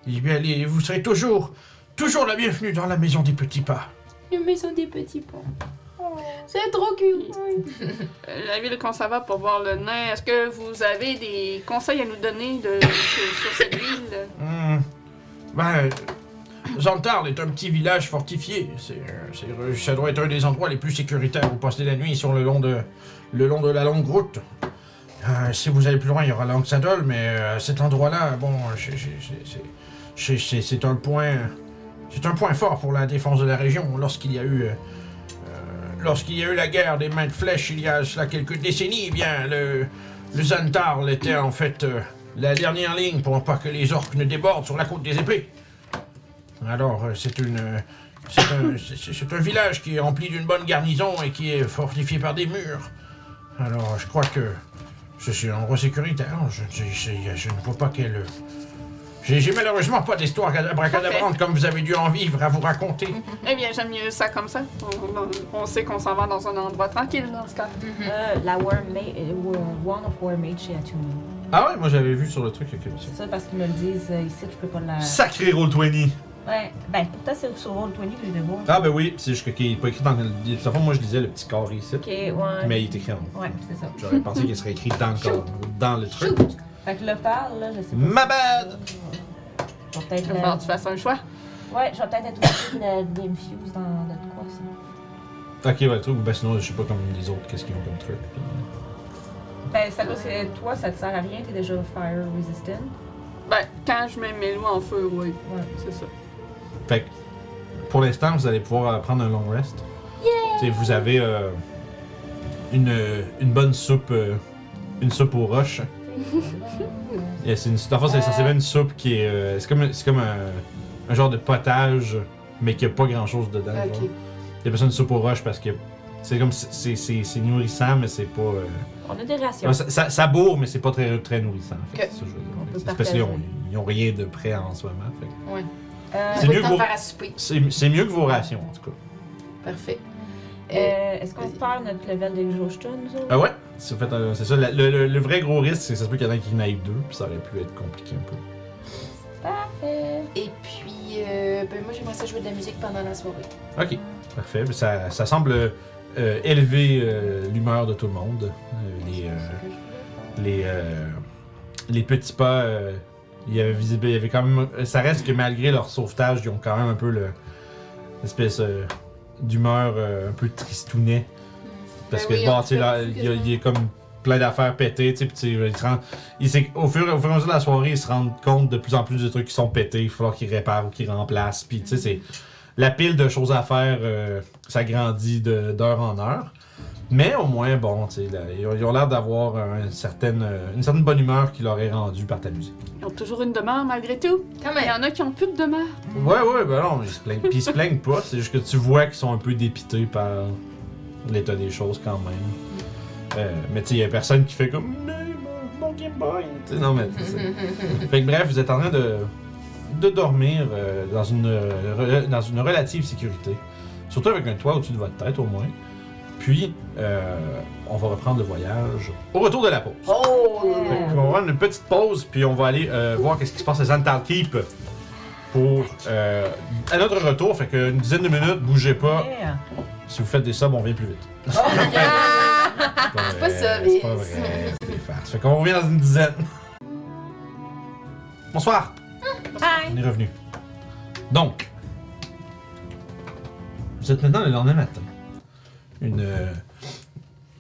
Speaker 2: eh bien, allez, vous serez toujours, toujours la bienvenue dans la maison des petits pas.
Speaker 7: Le maison des petits ponts.
Speaker 4: C'est trop cute!
Speaker 1: Euh, La ville qu'on s'en va pour voir le nain. Est-ce que vous avez des conseils à nous donner de, sur, sur cette ville?
Speaker 2: Hmm. Ben, Zantarl est un petit village fortifié. C'est, euh, c'est re- ça doit être un des endroits les plus sécuritaires où passer la nuit sur le long de, le long de la longue route. Euh, si vous allez plus loin, il y aura Langsadol, mais euh, cet endroit-là, bon, c'est- c'est- c'est- c'est- c'est- c'est- c'est un point, c'est un point fort pour la défense de la région. Lorsqu'il y a eu, euh, euh, lorsqu'il y a eu la guerre des mains de flèches il y a cela quelques décennies, eh bien, le, le Zantarl était en fait euh, la dernière ligne pour pas que les orques ne débordent sur la côte des épées. Alors, euh, c'est une. euh, C'est un, c'est- c'est un village qui est rempli d'une bonne garnison et qui est fortifié par des murs. Alors, je crois que je suis un endroit sécuritaire. Je, je- je- je ne vois pas quel. euh, J'ai j'ai malheureusement pas d'histoire abracadabrante comme vous avez dû en vivre à vous raconter.
Speaker 1: Eh bien, j'aime mieux ça comme ça. On, on- on sait qu'on s'en va dans un endroit tranquille dans ce cas.
Speaker 5: Euh, la War Ma- euh, War- One of War Mage chez Atumi.
Speaker 2: Ah ouais, moi j'avais vu sur le truc que
Speaker 5: C'est ça parce qu'ils me le disent euh, ici, je peux pas la.
Speaker 2: Sacré Roll 20!
Speaker 5: Ouais, ben pourtant c'est sur Roll20 que je vais voir.
Speaker 2: Ah ben oui, c'est juste qu'il n'est pas écrit dans le. De toute façon, moi je lisais le petit carré ici,
Speaker 5: Ok, ouais.
Speaker 2: mais il est écrit en
Speaker 5: Ouais, c'est ça.
Speaker 2: J'aurais pensé qu'il serait écrit dans le, corps- dans le truc.
Speaker 5: Fait que le parle, là, je sais pas.
Speaker 2: Ma bad!
Speaker 5: Je vais peut-être.
Speaker 1: Il va
Speaker 5: la-
Speaker 1: falloir que tu fasses un choix.
Speaker 5: Ouais, je vais peut-être être obligée de de l'infuse dans notre quoi, ça.
Speaker 2: Ok, ouais, le truc, ben sinon, je sais pas comme les autres, qu'est-ce qu'ils ont comme truc.
Speaker 5: Ben, ça cause que toi, ça te sert à rien, t'es déjà fire resistant.
Speaker 1: Ben, quand je mets mes lois en feu, oui.
Speaker 5: Ouais.
Speaker 1: C'est ça.
Speaker 2: Fait que, pour l'instant, vous allez pouvoir euh, prendre un long rest. T'sais, vous avez euh, une, euh, une bonne soupe, euh, une soupe aux roches. Et c'est une, en fait, c'est censé être une soupe qui est. euh, c'est comme, c'est comme un, un genre de potage, mais qui a pas grand chose dedans.
Speaker 4: Ok.
Speaker 2: genre. Il y a pas ça une soupe aux roches parce que c'est comme c'est- c'est c'est- c'est nourrissant, mais c'est pas. euh,
Speaker 5: On a des rations.
Speaker 2: Ouais, ça, ça- ça bourre, mais c'est pas très, très nourrissant. en fait,
Speaker 4: Ok.
Speaker 2: c'est ça que je veux dire.
Speaker 5: On peut
Speaker 2: C'est parce
Speaker 5: partager.
Speaker 2: qu'ils ont, ils ont rien de prêt en ce moment. fait que
Speaker 5: Euh,
Speaker 2: Ah, C'est
Speaker 4: On
Speaker 2: mieux
Speaker 4: peut t'en
Speaker 2: pour-
Speaker 4: faire à souper.
Speaker 2: C'est c'est mieux que vos rations, en tout cas.
Speaker 4: Parfait. Euh,
Speaker 5: euh, Est-ce qu'on perd notre level de Jojutsu, nous autres?
Speaker 2: Ah ouais? C'est fait, euh, c'est ça. la- le, le- le vrai gros risque, c'est que ça se peut qu'il y en ait qui n'aille deux, puis ça aurait pu être compliqué un peu.
Speaker 5: Parfait.
Speaker 4: Et puis, euh, ben moi, j'aimerais ça jouer de la musique pendant la soirée.
Speaker 2: Ok, parfait. Puis Ça, ça semble euh, élever euh, l'humeur de tout le monde. Euh, les, euh, les, euh, les petits pas, euh, il y avait visible, il y avait quand même. euh, Ça reste que malgré leur sauvetage, ils ont quand même un peu le, l'espèce euh, d'humeur euh, un peu tristounet. Parce
Speaker 4: Ben
Speaker 2: que
Speaker 4: oui,
Speaker 2: bon,
Speaker 4: on
Speaker 2: tu sais, là,
Speaker 4: fait
Speaker 2: il y a- il y a comme plein d'affaires pétées, tu sais, puis tu sais, ils se rendent- ils s'est- au, fur, au fur et à mesure de la soirée, ils se rendent compte de plus en plus de trucs qui sont pétés, il va falloir qu'ils réparent ou qu'ils remplacent, puis tu sais, c'est la pile de choses à faire, euh, ça grandit de- d'heure en heure. Mais au moins, bon, tu sais, là, ils ont ils ont l'air d'avoir euh, une certaine, euh, une certaine bonne humeur qui leur est rendue par ta musique.
Speaker 1: Ils ont toujours une demeure malgré tout.
Speaker 4: Quand
Speaker 7: Ben,
Speaker 1: Il y
Speaker 4: même.
Speaker 1: en a qui ont plus de demeure.
Speaker 2: Ouais, ouais, ben non, ils se plaignent. Puis ils se plaignent pas, c'est juste que tu vois qu'ils sont un peu dépités par l'état des choses quand même. Euh, mais tu sais, il y a personne qui fait comme. Mais mon, mon Game Boy! Tu sais, non, mais. tu sais. fait que bref, vous êtes en train de, de dormir euh, dans, une, euh, re- dans une relative sécurité. Surtout avec un toit au-dessus de votre tête, au moins. Puis, euh, on va reprendre le voyage au retour de la pause.
Speaker 4: Oh!
Speaker 2: Fait qu'on va prendre une petite pause, puis on va aller euh, voir qu'est-ce qui se passe à Zantal Keep pour euh, à notre retour. Fait qu'une dizaine de minutes, bougez pas.
Speaker 6: Yeah.
Speaker 2: Si vous faites des subs, on vient plus vite. C'est
Speaker 4: Oh, pas
Speaker 2: vrai,
Speaker 4: ça,
Speaker 2: C'est pas
Speaker 4: mais-
Speaker 2: vrai, c'est des farces. Fait qu'on revient dans une dizaine. Bonsoir.
Speaker 5: Hi!
Speaker 4: Ah,
Speaker 2: On est revenu. Donc, vous êtes maintenant le lendemain matin. Une euh,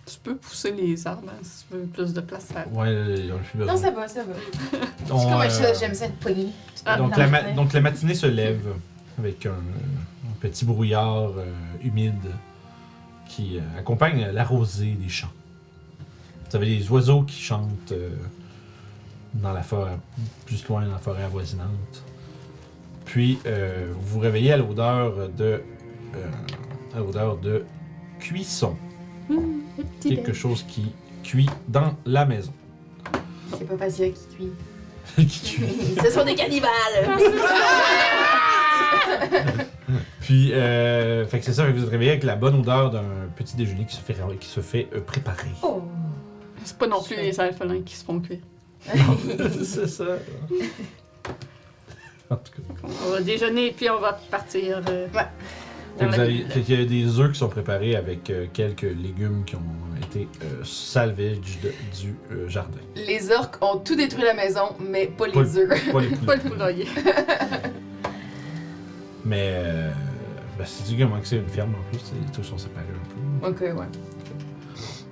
Speaker 1: Tu peux pousser les arbres hein, si tu veux plus de place. à-
Speaker 2: ouais, il y a plus besoin.
Speaker 4: Non, ça va, ça va. C'est
Speaker 2: On,
Speaker 4: comme
Speaker 2: euh,
Speaker 4: ça, j'aime ça être poignée.
Speaker 2: Donc la, ma- donc la matinée se lève avec un, un petit brouillard euh, humide qui euh, accompagne la rosée des champs. Vous avez des oiseaux qui chantent euh, dans la forêt, plus loin dans la forêt avoisinante. Puis euh, vous vous réveillez à l'odeur de euh, à l'odeur de cuisson, quelque chose qui cuit dans la maison.
Speaker 4: C'est pas parce qu'il y a qui cuit.
Speaker 2: Qui cuit.
Speaker 4: Ce sont des cannibales!
Speaker 2: Puis, euh, fait que c'est ça, fait que vous êtes réveillé avec la bonne odeur d'un petit déjeuner qui se fait, qui se fait euh, préparer.
Speaker 1: C'est pas non plus les alphelins qui se font cuire.
Speaker 2: c'est ça. en tout cas.
Speaker 1: On va déjeuner puis on va partir. euh,
Speaker 4: Ouais.
Speaker 2: Fait que
Speaker 1: dans
Speaker 2: vous
Speaker 1: la
Speaker 2: avez-
Speaker 1: ville.
Speaker 2: fait qu'il y a des œufs qui sont préparés avec euh, quelques légumes qui ont été euh, salvaged du euh, jardin.
Speaker 4: Les orques ont tout détruit la maison, mais pas
Speaker 2: Pas
Speaker 4: les
Speaker 2: le-
Speaker 4: œufs.
Speaker 2: Pas les
Speaker 1: Pas
Speaker 2: poulets.
Speaker 1: le poulailler.
Speaker 7: Euh,
Speaker 2: Mais, euh, ben, c'est du comment que c'est une ferme en plus, tu sais, les œufs sont séparés un peu.
Speaker 4: Ok, ouais.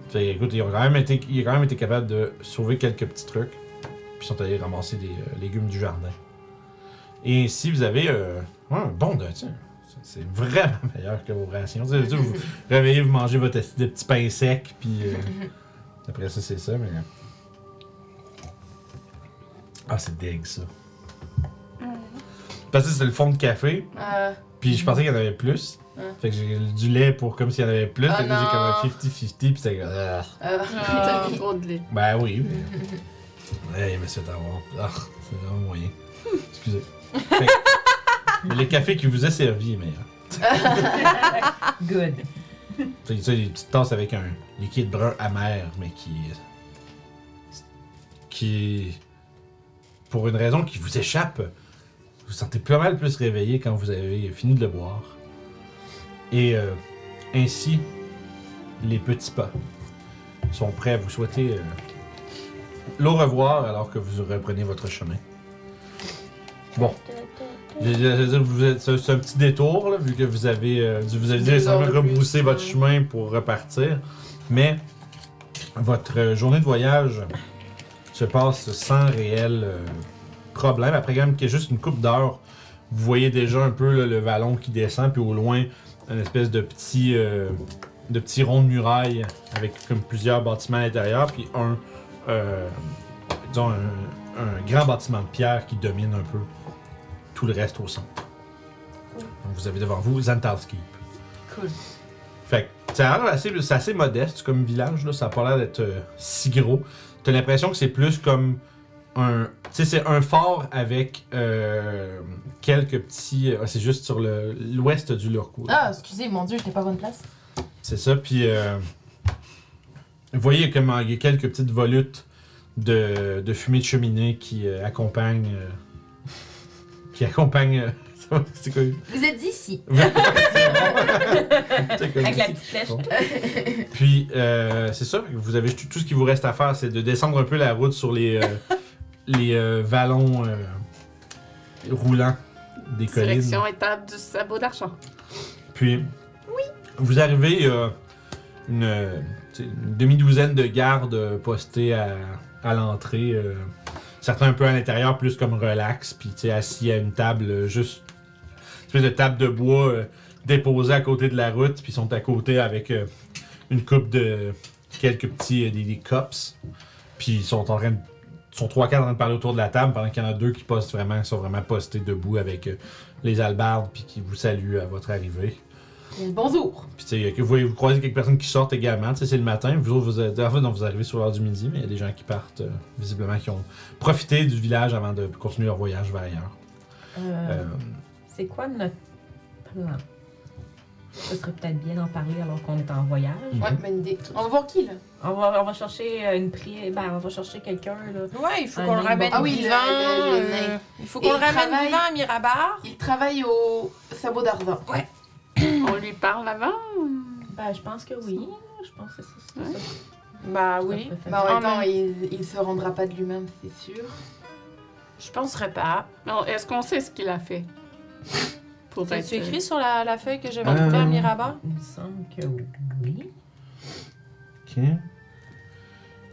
Speaker 2: Fait que, écoute, ils ont quand même été, ils ont quand même été capables de sauver quelques petits trucs. Puis ils sont allés ramasser des euh, légumes du jardin. Et si vous avez euh, ouais, un bon de, tiens, c'est- c'est vraiment meilleur que vos rations. Tu sais, tu sais, vous vous réveillez, vous mangez votre esti de petits pains secs, puis euh, après ça, c'est ça, mais. euh, Ah, c'est deg ça. Parce que c'est le fond de café,
Speaker 4: Euh,
Speaker 2: puis je pensais qu'il y en avait plus.
Speaker 4: Hein.
Speaker 2: Fait que j'ai du lait pour comme s'il y en avait plus.
Speaker 4: Ah
Speaker 2: fait que là, j'ai
Speaker 4: non.
Speaker 2: comme un 50-50, puis c'est. ah.
Speaker 4: euh,
Speaker 1: T'as trop de lait.
Speaker 2: Ben oui, mais. hey, monsieur Tawar. Ah, c'est vraiment moyen. Excusez. Fait que- mais le café qui vous est servi est meilleur.
Speaker 6: Good.
Speaker 2: Tu sais, tu sais, des petites tasses avec un liquide brun amer, mais qui. qui. pour une raison qui vous échappe, vous vous sentez pas mal plus réveillé quand vous avez fini de le boire. Et euh, ainsi, les petits pas sont prêts à vous souhaiter euh, l'au revoir alors que vous reprenez votre chemin. Bon. Je- je- je veux dire, vous êtes- C'est c'est un petit détour, là, vu que vous avez, euh, dû- vous avez
Speaker 4: Deux
Speaker 2: dû essentiellement
Speaker 4: heures de plus,
Speaker 2: rebrousser votre
Speaker 4: ouais.
Speaker 2: chemin pour repartir. Mais votre euh, journée de voyage se passe sans réel euh, problème. Après, quand même, qu'il y a juste une coupe d'heures, vous voyez déjà un peu là, le vallon qui descend, puis au loin, une espèce de petit, euh, de petit rond de muraille avec comme plusieurs bâtiments à l'intérieur, puis un, euh, disons, un, un grand bâtiment de pierre qui domine un peu tout le reste au centre. Donc, vous avez devant vous Zantalski.
Speaker 3: Cool.
Speaker 2: Fait que ça a l'air assez, c'est assez modeste comme village, là. ça a pas l'air d'être euh, si gros. T'as l'impression que c'est plus comme un. Tu sais, c'est un fort avec euh, quelques petits. euh, c'est juste sur le- l'ouest du Lurkoud.
Speaker 4: Ah, excusez, mon dieu, j'étais pas à bonne place.
Speaker 2: C'est ça, puis euh, vous voyez comme euh, il y a quelques petites volutes de, de fumée de cheminée qui euh, accompagnent. euh, qui accompagnent. euh, ça va, c'est quoi
Speaker 4: Vous êtes ici.
Speaker 2: C'est comme-
Speaker 6: Avec la petite flèche.
Speaker 2: Puis euh, c'est ça, vous avez tout, tout ce qui vous reste à faire, c'est de descendre un peu la route sur les euh, les euh, vallons euh, roulants des collines.
Speaker 1: Direction étape du sabot d'argent.
Speaker 2: Puis, vous arrivez euh, une, euh, tu sais, une demi-douzaine de gardes euh, postés à, à l'entrée. euh, certains un peu à l'intérieur, plus comme relax, puis tu sais, assis à une table, euh, juste une espèce de table de bois euh, déposée à côté de la route, puis ils sont à côté avec euh, une coupe de quelques petits euh, des, des cops. Puis ils sont en train de, sont trois quatre en train de parler autour de la table pendant qu'il y en a deux qui postent vraiment, qui sont vraiment postés debout avec euh, les albardes puis qui vous saluent à votre arrivée.
Speaker 4: Bonjour.
Speaker 2: Puis tu sais, que vous, vous croisez quelques personnes qui sortent également. Tu sais, c'est le matin. Vous autres, vous êtes, en fait, non, vous arrivez sur l'heure du midi, mais il y a des gens qui partent euh, visiblement qui ont profité du village avant de continuer leur voyage vers ailleurs.
Speaker 5: Ah.
Speaker 6: Euh,
Speaker 2: Euh,
Speaker 6: C'est quoi notre plan? Ce serait peut-être bien d'en parler alors qu'on est en voyage.
Speaker 4: Ouais, bonne idée. On va voir qui, là?
Speaker 6: On va, on va chercher euh, une prix, ben, on va chercher quelqu'un là.
Speaker 7: Ouais, il faut
Speaker 6: Un
Speaker 7: qu'on le
Speaker 6: nain
Speaker 7: ramène
Speaker 6: bon.
Speaker 4: Ah oui, le-
Speaker 7: vivant.
Speaker 4: le- le nain.
Speaker 7: euh, il faut
Speaker 4: Et
Speaker 7: qu'on
Speaker 4: il
Speaker 7: le ramène
Speaker 4: travaille.
Speaker 7: vivant à Mirabar.
Speaker 4: Il travaille au sabot d'argent.
Speaker 1: On lui parle avant?
Speaker 6: Ben, je pense que oui. Je pense que c'est c'est
Speaker 1: Ouais.
Speaker 6: ça.
Speaker 7: Bah
Speaker 6: qu'on
Speaker 7: oui,
Speaker 6: peut faire.
Speaker 4: Mais en
Speaker 7: En
Speaker 4: même temps,
Speaker 7: même-
Speaker 4: il, il se rendra pas de lui-même, c'est sûr.
Speaker 7: je penserais pas.
Speaker 1: Non, Est-ce qu'on sait ce qu'il a fait? Pour être-
Speaker 4: euh,
Speaker 1: euh,
Speaker 7: T'as-tu écrit sur la, la feuille que j'avais
Speaker 2: Euh,
Speaker 7: retrouvée à Mirabar?
Speaker 6: Il me semble que oui.
Speaker 2: ok.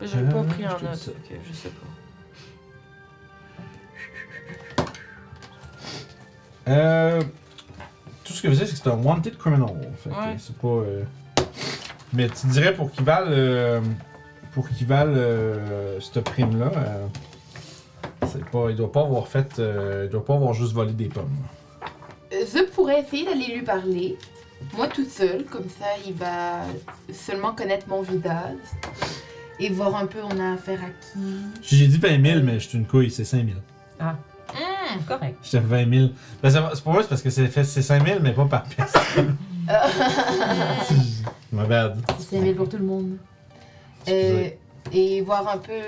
Speaker 7: J'ai
Speaker 2: Euh,
Speaker 7: pas pris
Speaker 2: je
Speaker 7: en
Speaker 2: te dis
Speaker 7: note,
Speaker 2: ça.
Speaker 7: fait que je sais pas.
Speaker 2: Euh, tout ce que vous dites, c'est que c'est un wanted criminal. Fait que
Speaker 7: Ouais.
Speaker 2: c'est pas. euh, Mais tu dirais pour qu'ils valent. euh, Pour qu'ils valent euh, cette prime-là, euh, c'est pas. Il doit pas avoir fait. euh, il doit pas avoir juste volé des pommes.
Speaker 4: Euh, Je pourrais essayer d'aller lui parler. Moi toute seule, comme ça il va seulement connaître mon visage. Et voir un peu on a affaire à qui.
Speaker 2: J'ai dit 20 000, mais je suis une couille, c'est 5 000.
Speaker 4: Mm-hmm.
Speaker 6: Correct.
Speaker 2: J'étais 20 000. Ben, ça va- c'est pour eux, c'est parce que c'est fait c'est 5 000, mais pas par pièce. Ma bad.
Speaker 4: C'est 000 pour tout le monde. Euh,
Speaker 2: Excusez.
Speaker 4: et voir un peu.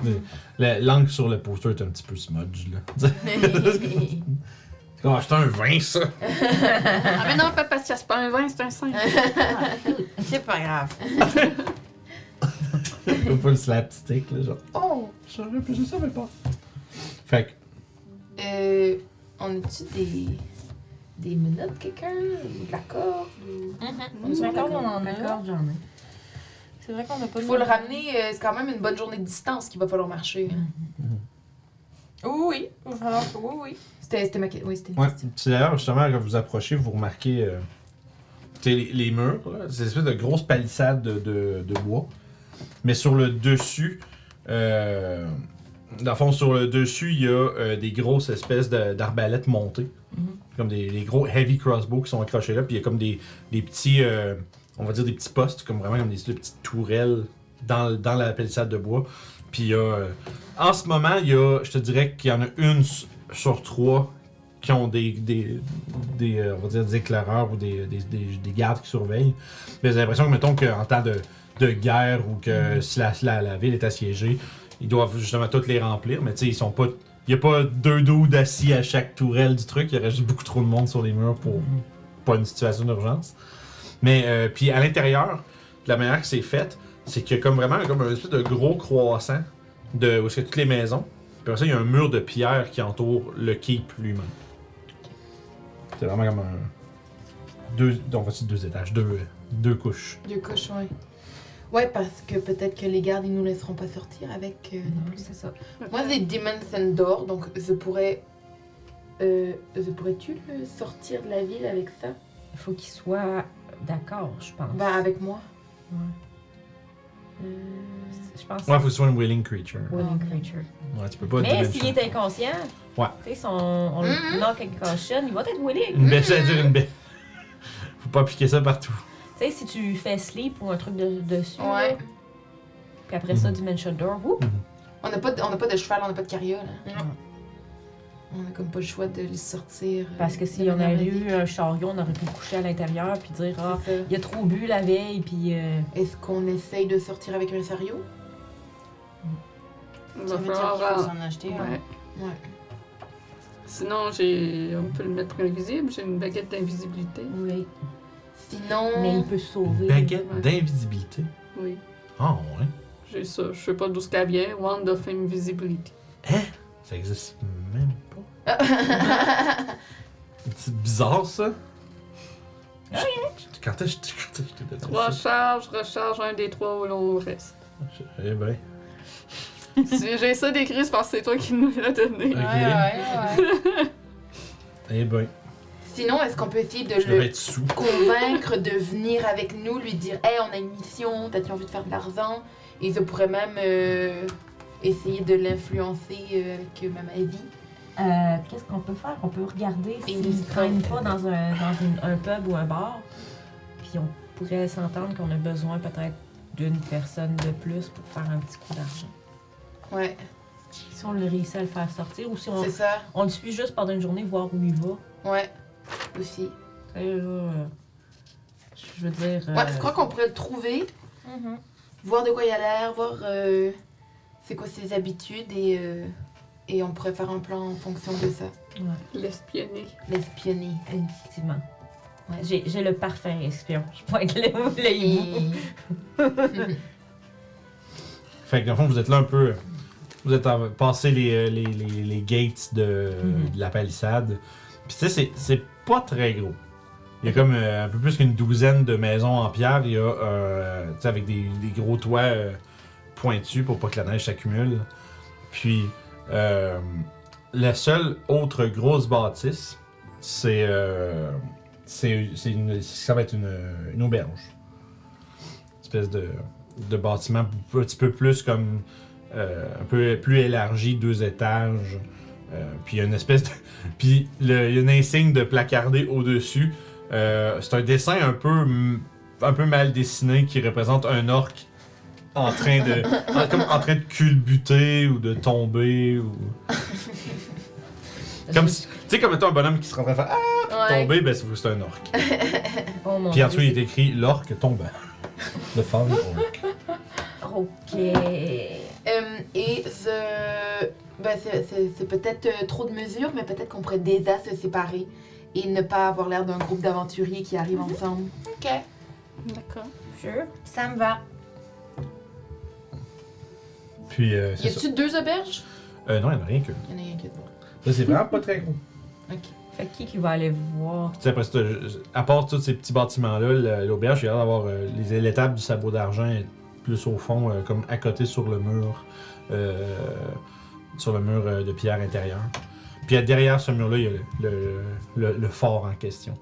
Speaker 4: hum,
Speaker 2: La- L'angle sur le poster est un petit peu smudge, là.
Speaker 4: Euh,
Speaker 2: oh, c'est un vin, ça!
Speaker 1: Ah, mais non, papa, c'est pas un vin, c'est un singe.
Speaker 7: Euh, C'est pas grave.
Speaker 2: Faut pas le slapstick, là, genre.
Speaker 4: Oh!
Speaker 2: J'aurais plus je savais pas. Fait que,
Speaker 4: Euh, on a-tu des. des menottes, quelqu'un? Ou de la corde? ou- Mm-hmm.
Speaker 7: C'est vrai qu'on en a.
Speaker 6: D'accord, j'en ai.
Speaker 7: C'est vrai qu'on a
Speaker 4: Il
Speaker 7: pas de-
Speaker 4: faut le ramener, euh, c'est quand même une bonne journée de distance qu'il va falloir marcher.
Speaker 6: Mm.
Speaker 4: hein.
Speaker 7: Oui, oui. il va falloir que- Oui, oui.
Speaker 4: C'était c'était ma question. Oui, c'était une
Speaker 2: ouais.
Speaker 4: question.
Speaker 2: Puis d'ailleurs, justement, quand vous approchez, vous remarquez euh, tu sais, les, les murs, là, c'est une espèce de grosse palissade de, de- de bois. Mais sur le dessus, euh, dans le fond, sur le dessus, il y a euh, des grosses espèces de- d'arbalètes montées. Comme des, des gros heavy crossbows qui sont accrochés là. Puis il y a comme des, des petits, euh, on va dire des petits postes, comme vraiment comme des, des petites tourelles dans, le- dans la palissade de bois. Puis il y a. euh, en ce moment, il y a, je te dirais qu'il y en a une s- sur trois qui ont des, des, des, euh, on va dire des éclaireurs ou des, des, des- des gardes qui surveillent. Mais j'ai l'impression que, mettons, qu'en temps de, de guerre ou que si la, la, la ville est assiégée, ils doivent justement toutes les remplir. Mais tu sais, ils sont pas. Il n'y a pas deux dos assis à chaque tourelle du truc. Il y aurait juste beaucoup trop de monde sur les murs pour pas une situation d'urgence. Mais euh, puis à l'intérieur, de la manière que c'est fait, c'est qu'il y a comme vraiment comme un espèce de gros croissant de où est-ce que toutes les maisons. Puis après ça, il y a un mur de pierre qui entoure le keep lui-même. C'est vraiment comme un. Deux, on va dire deux étages, deux, deux couches.
Speaker 4: Deux cochons, ouais. Ouais, parce que peut-être que les gardes, ils nous laisseront pas sortir avec. euh, non plus.
Speaker 6: C'est ça.
Speaker 4: Moi, j'ai Dimension Door, donc je pourrais. Euh, je pourrais-tu le sortir de la ville avec ça
Speaker 6: Il faut qu'il soit d'accord, je pense.
Speaker 4: Bah,
Speaker 7: Ben,
Speaker 4: avec moi.
Speaker 6: Je pense
Speaker 2: Ouais, faut que ce soit une willing creature.
Speaker 6: que Euh, Willing Creature.
Speaker 2: Ouais, tu peux pas
Speaker 6: Mais
Speaker 2: dimension-
Speaker 6: s'il est inconscient,
Speaker 2: Ouais.
Speaker 6: tu sais, si on, on
Speaker 4: Mm-hmm.
Speaker 6: le knock avec caution, il va être willing.
Speaker 2: Une bêche, j'allais dire une bêche. Faut pas appliquer ça partout.
Speaker 6: Tu sais, si tu fais sleep ou un truc de- dessus,
Speaker 4: Ouais.
Speaker 6: là, puis après ça,
Speaker 2: Mhm.
Speaker 6: Dimension Door, ouh,
Speaker 4: On n'a pas, de- on n'a pas de cheval, on n'a pas de carriole. hein.
Speaker 6: Non.
Speaker 4: On a comme pas le choix de les sortir. euh,
Speaker 6: Parce que
Speaker 4: de
Speaker 6: si on
Speaker 4: manière
Speaker 6: avait eu
Speaker 4: magique.
Speaker 6: un chariot, on aurait pu le coucher à l'intérieur puis dire Ah,
Speaker 4: C'est ça.
Speaker 6: il a trop bu la veille, puis. euh,
Speaker 4: Est-ce qu'on essaye de sortir avec un chariot
Speaker 1: Il
Speaker 7: Ça
Speaker 1: va
Speaker 7: veut dire qu'il
Speaker 1: falloir.
Speaker 7: faut
Speaker 1: euh,
Speaker 7: s'en acheter. hein.
Speaker 1: ouais.
Speaker 4: Ouais.
Speaker 1: Sinon, j'ai... on peut le mettre invisible. J'ai une baguette d'invisibilité.
Speaker 6: Oui.
Speaker 4: Sinon.
Speaker 6: Mais il peut se sauver.
Speaker 2: Une baguette d'invisibilité.
Speaker 1: Oui,
Speaker 2: Ah ouais.
Speaker 1: j'ai ça. Je sais pas d'où ça vient. Wand of Invisibility.
Speaker 2: Ça existe même pas. C'est bizarre ça. Je- Quand est-ce que quand est-ce que je t'ai donné
Speaker 1: Trois
Speaker 2: ça?
Speaker 1: charges, recharge un des trois où l'on reste.
Speaker 2: Eh ben.
Speaker 1: Si j'ai ça décrit, c'est parce que c'est toi qui nous l'as donné.
Speaker 2: Ok.
Speaker 7: Ouais, ouais, ouais.
Speaker 2: Eh ben.
Speaker 4: Sinon, est-ce qu'on peut essayer de
Speaker 2: Je devais
Speaker 4: le
Speaker 2: être sous.
Speaker 4: convaincre de venir avec nous, lui dire Hey, on a une mission, t'as-tu envie de faire de l'argent Et je pourrais même euh, essayer de l'influencer euh, avec ma magie.
Speaker 5: Euh, Qu'est-ce qu'on peut faire? On peut regarder s'ils ne
Speaker 4: discrète.
Speaker 5: traînent pas dans, un, dans une- un pub ou un bar. Puis on pourrait s'entendre qu'on a besoin peut-être d'une personne de plus pour faire un petit coup d'argent.
Speaker 4: Ouais,
Speaker 5: Si on le réussit à le faire sortir ou si on,
Speaker 4: c'est ça.
Speaker 5: on le suit juste pendant une journée, voir où il va.
Speaker 4: Ouais, aussi.
Speaker 5: Tu sais, là, euh, je veux dire.
Speaker 4: Ouais,
Speaker 5: euh,
Speaker 4: je crois qu'on pourrait le trouver,
Speaker 5: mhm.
Speaker 4: voir de quoi il a l'air, voir euh, c'est quoi ses habitudes et, euh, et on pourrait faire un plan en fonction de ça.
Speaker 1: L'espionner.
Speaker 4: L'espionner.
Speaker 5: Effectivement.
Speaker 4: Ouais.
Speaker 5: J'ai j'ai le parfum espion. Je pointe le, le
Speaker 4: Et...
Speaker 5: hibou.
Speaker 2: Fait que dans le fond, vous êtes là un peu. Vous êtes en- passé les, euh, les, les, les gates de,
Speaker 5: Mhm.
Speaker 2: de la palissade. Puis tu sais, c'est- c'est pas très gros. Il y a comme euh, un peu plus qu'une douzaine de maisons en pierre. Il y a, euh, tu sais, avec des, des gros toits euh, pointus pour pas que la neige s'accumule. Puis, euh, la seule autre grosse bâtisse, c'est. euh, c'est c'est une- ça va être une, une auberge. Espèce de, de bâtiment un petit peu plus comme. euh, un peu plus élargi, deux étages. Euh, puis il y a une espèce de. Puis le- il y a une insigne de placardé au-dessus. Euh, c'est un dessin un peu, m- un peu mal dessiné qui représente un orc en train de. en- comme en train de culbuter ou de tomber ou. Comme si- Tu sais, comme mettons un bonhomme qui se rentre à faire Ah,
Speaker 4: Ouais.
Speaker 2: tomber, ben c'est c'est un orc.
Speaker 5: Oh
Speaker 2: Puis en
Speaker 5: mon Dieu,
Speaker 2: dessous, il est écrit l'orque tombant. Le fan orc.
Speaker 5: Ok.
Speaker 4: Euh, et ce... ben, c'est- c'est c'est peut-être euh, trop de mesures, mais peut-être qu'on pourrait déjà se séparer et ne pas avoir l'air d'un groupe d'aventuriers qui arrivent ensemble.
Speaker 7: Ok. D'accord.
Speaker 5: Sure. Ça me va.
Speaker 2: Puis euh,
Speaker 4: Y
Speaker 2: c'est ça.
Speaker 4: a-tu deux auberges
Speaker 2: Euh, non, il n'y en a rien que.
Speaker 4: Y en a rien que deux.
Speaker 2: Là, c'est vraiment pas très gros.
Speaker 5: Fait que qui qui va aller voir?
Speaker 2: Tu sais, après ça, je- à part tous ces petits bâtiments-là, le- l'auberge, il y a l'air d'avoir euh, les- l'étable du sabot d'argent est plus au fond, euh, comme à côté sur le mur, euh, sur le mur euh, de pierre intérieur. Puis euh, derrière ce mur-là, il y a le, le- le- le fort en question.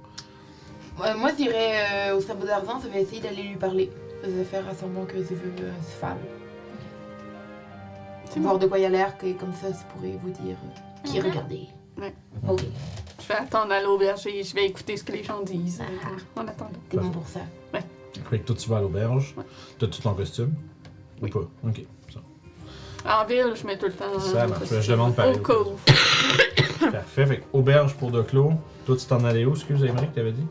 Speaker 4: Ouais, moi, j'irais euh, au sabot d'argent, je vais essayer d'aller lui parler. Je vais faire à semblant que je veux euh, se femme.
Speaker 1: C'est
Speaker 4: Voir de quoi il a l'air, que comme ça, je pourrais vous dire euh, qui
Speaker 1: Mhm.
Speaker 4: regarder.
Speaker 1: Ouais.
Speaker 4: Ok,
Speaker 1: Je vais attendre à l'auberge et je vais écouter ce que les gens disent. En attendant.
Speaker 4: t'es bon pour ça.
Speaker 2: Fait que toi, tu vas à l'auberge,
Speaker 1: Ouais.
Speaker 2: t'as tout ton costume.
Speaker 1: Oui.
Speaker 2: Ou pas? Ok. ça.
Speaker 1: En ville, je mets tout le temps.
Speaker 2: Ça
Speaker 1: un
Speaker 2: marche.
Speaker 1: costume.
Speaker 2: Je demande pareil.
Speaker 1: Au cas où.
Speaker 2: Parfait. Fait que auberge pour Declos. Toi, tu t'en allais où, excuse, Aymeric, que t'avais dit?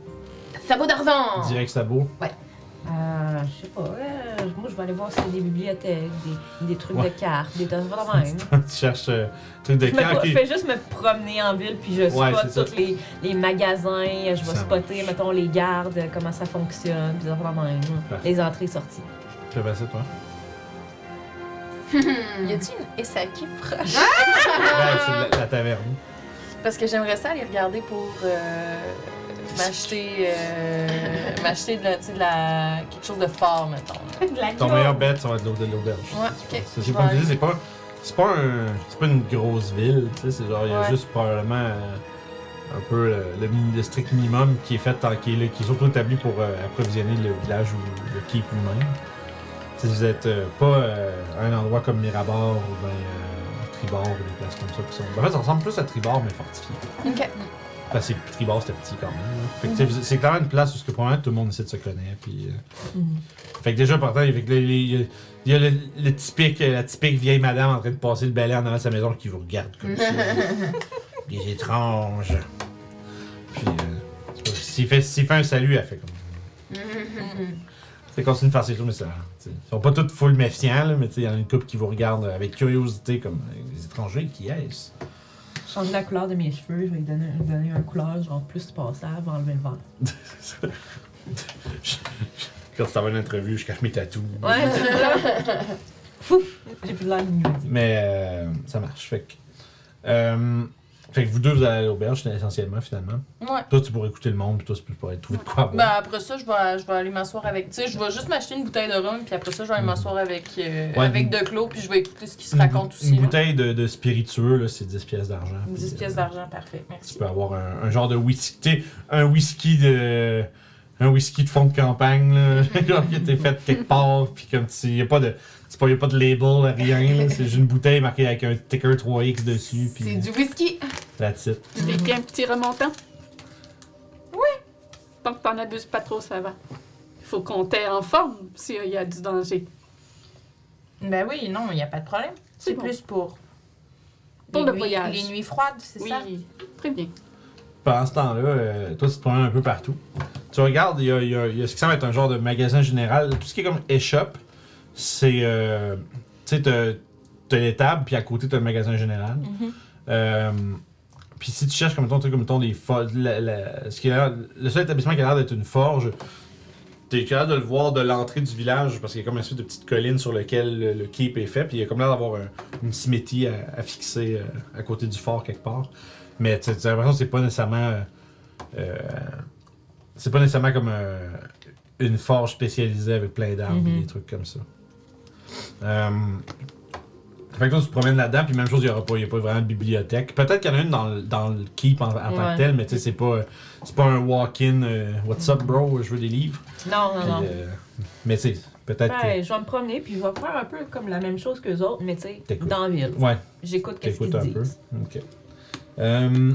Speaker 4: Sabot d'argent
Speaker 2: Direct sabot.
Speaker 5: Euh, je sais pas. euh, moi, je vais aller voir s'il y a des bibliothèques, des, des trucs
Speaker 2: Ouais.
Speaker 5: de cartes, des trucs de même.
Speaker 2: tu cherches euh, truc de
Speaker 5: Je, me
Speaker 2: camp.
Speaker 5: pro-
Speaker 2: ok.
Speaker 5: je fais juste me promener en ville, puis je
Speaker 2: Ouais,
Speaker 5: spot
Speaker 2: c'est ça.
Speaker 5: tous les, les magasins, je vais
Speaker 2: Ça
Speaker 5: spotter,
Speaker 2: marche.
Speaker 5: mettons, les gardes, comment ça fonctionne, puis des affaires de même.
Speaker 2: Parfait.
Speaker 5: Les entrées sorties.
Speaker 2: Tu fais passer, toi?
Speaker 7: Y a-t-il une SAQ proche?
Speaker 2: Ouais, Ben, c'est la, la taverne.
Speaker 7: Parce que j'aimerais ça aller regarder pour euh, m'acheter euh, m'acheter de, la- tu sais, de la quelque chose de fort mettons. là.
Speaker 2: Ton meilleur bet, ça va être l'eau de l'auberge.
Speaker 7: Ouais,
Speaker 2: C'est-
Speaker 7: ok.
Speaker 2: C'est comme tu dis, c'est pas, c'est pas, un, c'est pas une grosse ville, tu sais, c'est genre, il y a
Speaker 7: Ouais.
Speaker 2: juste probablement euh, un peu le, le mini- le strict minimum qui est fait, en- qui est, là- qui est surtout établi pour euh, approvisionner le village ou le keep lui-même. Si vous êtes euh, pas euh, à un endroit comme Mirabar ou ben, euh, Tribord ou des places comme ça. qui sont- En fait, ça ressemble plus à Tribord, mais fortifié.
Speaker 7: Ok. Mhm.
Speaker 2: Parce que Tribord, c'était petit quand même. là. Fait que, tu sais, vous- C'est clairement une place où ce que probablement tout le monde ici se connaît. Puis, euh,
Speaker 5: Mhm.
Speaker 2: Fait que déjà, partant, il fait que là, il y a- il y a le, le typique, euh, la typique vieille madame en train de passer le balai en avant de sa maison qui vous regarde comme ça. Des étranges. Puis, euh, c'est pas- s'il fait, s'il fait un salut, elle fait comme. C'est continue de faire ses choses, mais ça. t'sais, Ils sont pas tous full méfiants, là, mais t'sais, il y en a une couple qui vous regarde avec curiosité, comme euh, les étrangers, qui est-ce?
Speaker 5: Je change la couleur de mes cheveux, je vais lui donner, lui donner un couleur genre plus passable, enlever le vert.
Speaker 2: C'est ça. Je- je- Quand tu t'en vas à une entrevue, je cache mes tatous.
Speaker 5: Ouais, c'est ça. Fou! J'ai plus de l'air d'une
Speaker 2: Mais euh, ça marche. Fait que, euh, Fait que vous deux, vous allez à l'auberge essentiellement, finalement.
Speaker 7: Ouais.
Speaker 2: Toi, tu pourrais écouter le monde, puis toi, tu pourrais trouver de quoi boire.
Speaker 7: Ben après ça, je vais, je vais aller m'asseoir avec. Tu sais, je vais juste m'acheter une bouteille de rhum, puis après ça, je vais aller
Speaker 2: Mhm.
Speaker 7: m'asseoir avec, euh,
Speaker 2: Ouais,
Speaker 7: avec
Speaker 2: une-
Speaker 7: De Clos, puis je vais écouter ce qui se
Speaker 2: Une
Speaker 7: raconte
Speaker 2: bou-
Speaker 7: aussi.
Speaker 2: Une
Speaker 7: là.
Speaker 2: bouteille de, de spiritueux, là, c'est 10 pièces d'argent.
Speaker 7: 10
Speaker 2: Puis,
Speaker 7: pièces
Speaker 2: euh,
Speaker 7: d'argent, parfait.
Speaker 2: Tu
Speaker 7: Merci.
Speaker 2: peux avoir un, un genre de whisky, tu sais, un whisky de. Un whisky de fond de campagne, là, genre qui a été fait quelque part, puis comme tu. Y a pas de. C'est pas, y a pas de label, rien, là, c'est juste une bouteille marquée avec un ticker 3X dessus,
Speaker 4: C'est
Speaker 2: puis
Speaker 4: du whisky.
Speaker 7: Ah,
Speaker 2: la titre.
Speaker 1: Tu t'es pris un petit remontant? Oui. Tant que t'en abuses pas trop, ça va. Faut qu'on t'ait en forme s'il y a du danger.
Speaker 3: Ben oui, non, il n'y a pas de problème. C'est
Speaker 1: bon.
Speaker 3: plus pour.
Speaker 1: Pour
Speaker 3: les
Speaker 1: le
Speaker 3: nuits-
Speaker 1: voyage.
Speaker 3: Les nuits froides, c'est
Speaker 1: Oui,
Speaker 3: ça?
Speaker 1: très bien.
Speaker 2: Pendant ce temps-là, euh, toi, tu te promènes un peu partout. Tu regardes, il y a, il y a- il y a ce qui semble être un genre de magasin général. Tout ce qui est comme échoppe, c'est. euh, tu sais, t'as- t'as l'étable, puis à côté, t'as le magasin général. Euh, puis si tu cherches, comme mettons, tu sais, comme mettons, des fo- la- la- ce qui a l'air- le seul établissement qui a l'air d'être une forge, t'es capable de le voir de l'entrée du village, parce qu'il y a comme une espèce de petite colline sur laquelle le, le keep est fait, puis il y a comme l'air d'avoir un- une symétrie à, à fixer euh, à côté du fort quelque part. Mais tu as l'impression que c'est pas nécessairement. euh, euh, c'est pas nécessairement comme euh, une forge spécialisée avec plein d'armes et des trucs comme ça. Euh, fait que toi, tu te promènes là-dedans, puis même chose, il n'y aura pas, il y a pas vraiment de bibliothèque. Peut-être qu'il y en a une dans, le- dans le keep en, en tant
Speaker 3: Ouais.
Speaker 2: que tel, mais tu sais, c'est pas, c'est pas un walk-in, euh, what's up, bro, je veux des livres.
Speaker 5: Non, non,
Speaker 2: Puis,
Speaker 5: Ah non.
Speaker 2: euh, mais tu sais, peut-être que.
Speaker 5: Ben, je vais me promener, puis je vais faire un peu comme la même chose que les autres, mais tu sais,
Speaker 2: T'écoutes.
Speaker 5: dans la ville.
Speaker 2: Ouais,
Speaker 5: J'écoute qu'est-ce qu'ils
Speaker 2: t'écoutes un peu.
Speaker 5: disent.
Speaker 2: Ok. Euh,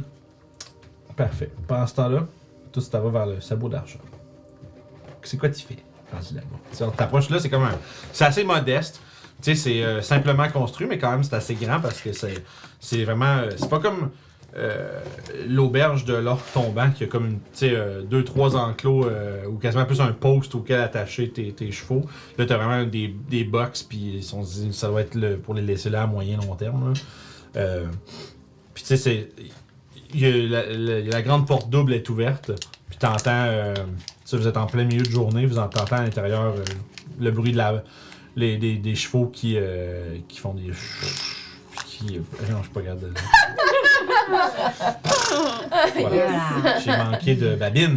Speaker 2: parfait. Pendant ce temps-là, toi, tu t'en vas vers le sabot d'argent. C'est quoi tu fais rendu là-bas? Tu sais, on t'approche là, c'est comme un. C'est assez modeste. Tu sais, c'est euh, simplement construit, mais quand même, c'est assez grand parce que c'est, c'est vraiment. euh, c'est pas comme euh, l'auberge de l'orque tombant qui a comme une, tu sais, euh, deux, trois enclos euh, ou quasiment plus un poste auquel attacher tes, tes chevaux. Là, t'as vraiment des, des box, puis ils sont, ça doit être le- pour les laisser là à moyen long terme. là. Euh, puis tu sais, c'est. il y a la, la- la grande porte double est ouverte. Puis t'entends. euh, tu sais, vous êtes en plein milieu de journée, vous entendez à l'intérieur euh, le bruit de la. les- des, des chevaux qui, euh, qui font des. Puis qui. euh, non, je suis pas capable de. Voilà. J'ai manqué de babine.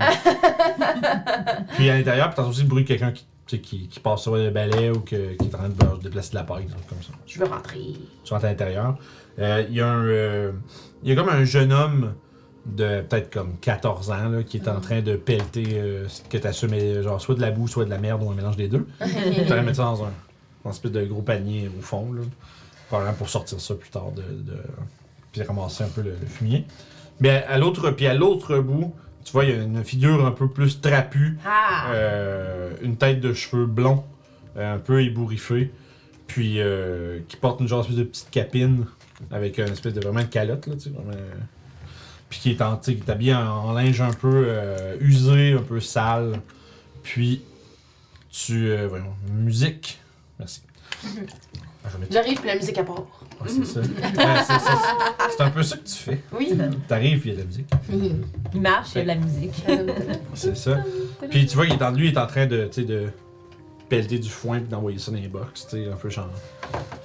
Speaker 2: puis à l'intérieur, puis t'entends aussi le bruit de quelqu'un qui, tu sais, qui, qui passe sur le balai ou que- qui est en train de déplacer de la paille, des trucs comme ça
Speaker 3: Je veux rentrer.
Speaker 2: sont à l'intérieur. Euh, Il y a un. euh, il y a comme un jeune homme de peut-être comme 14 ans là, qui est en train de pelleter euh, ce que t'as semé, genre soit de la boue, soit de la merde ou un mélange des deux. Tu vas mettre ça dans un, dans une espèce de gros panier au fond, là. Probablement pour sortir ça plus tard de. de- puis ramasser un peu le, le fumier. Mais à, à l'autre. Puis à l'autre bout, tu vois, il y a une figure un peu plus trapue.
Speaker 3: Ah!
Speaker 2: Euh, une tête de cheveux blonds, euh, un peu ébouriffée, puis euh, qui porte une genre espèce de petite capine avec une espèce de vraiment de calotte, là, tu sais, vraiment, euh, Puis qui est, en, tu sais, qui est habillé en, en linge un peu euh, usé, un peu sale. Puis tu. euh, voyons, musique. Merci. Ah, je vais mettre-
Speaker 4: J'arrive, puis la musique à part.
Speaker 2: ah, c'est ça. Ah, c'est- c'est- c'est un peu ça que tu fais.
Speaker 4: Oui.
Speaker 2: T'arrives, puis il y a de la musique.
Speaker 5: Il marche, il y a de la musique.
Speaker 4: Euh,
Speaker 2: Bah, C'est ça. Puis tu vois, il est en, lui, il est en train de, tu sais, de pelleter du foin puis d'envoyer ça dans les box, tu sais, un peu genre,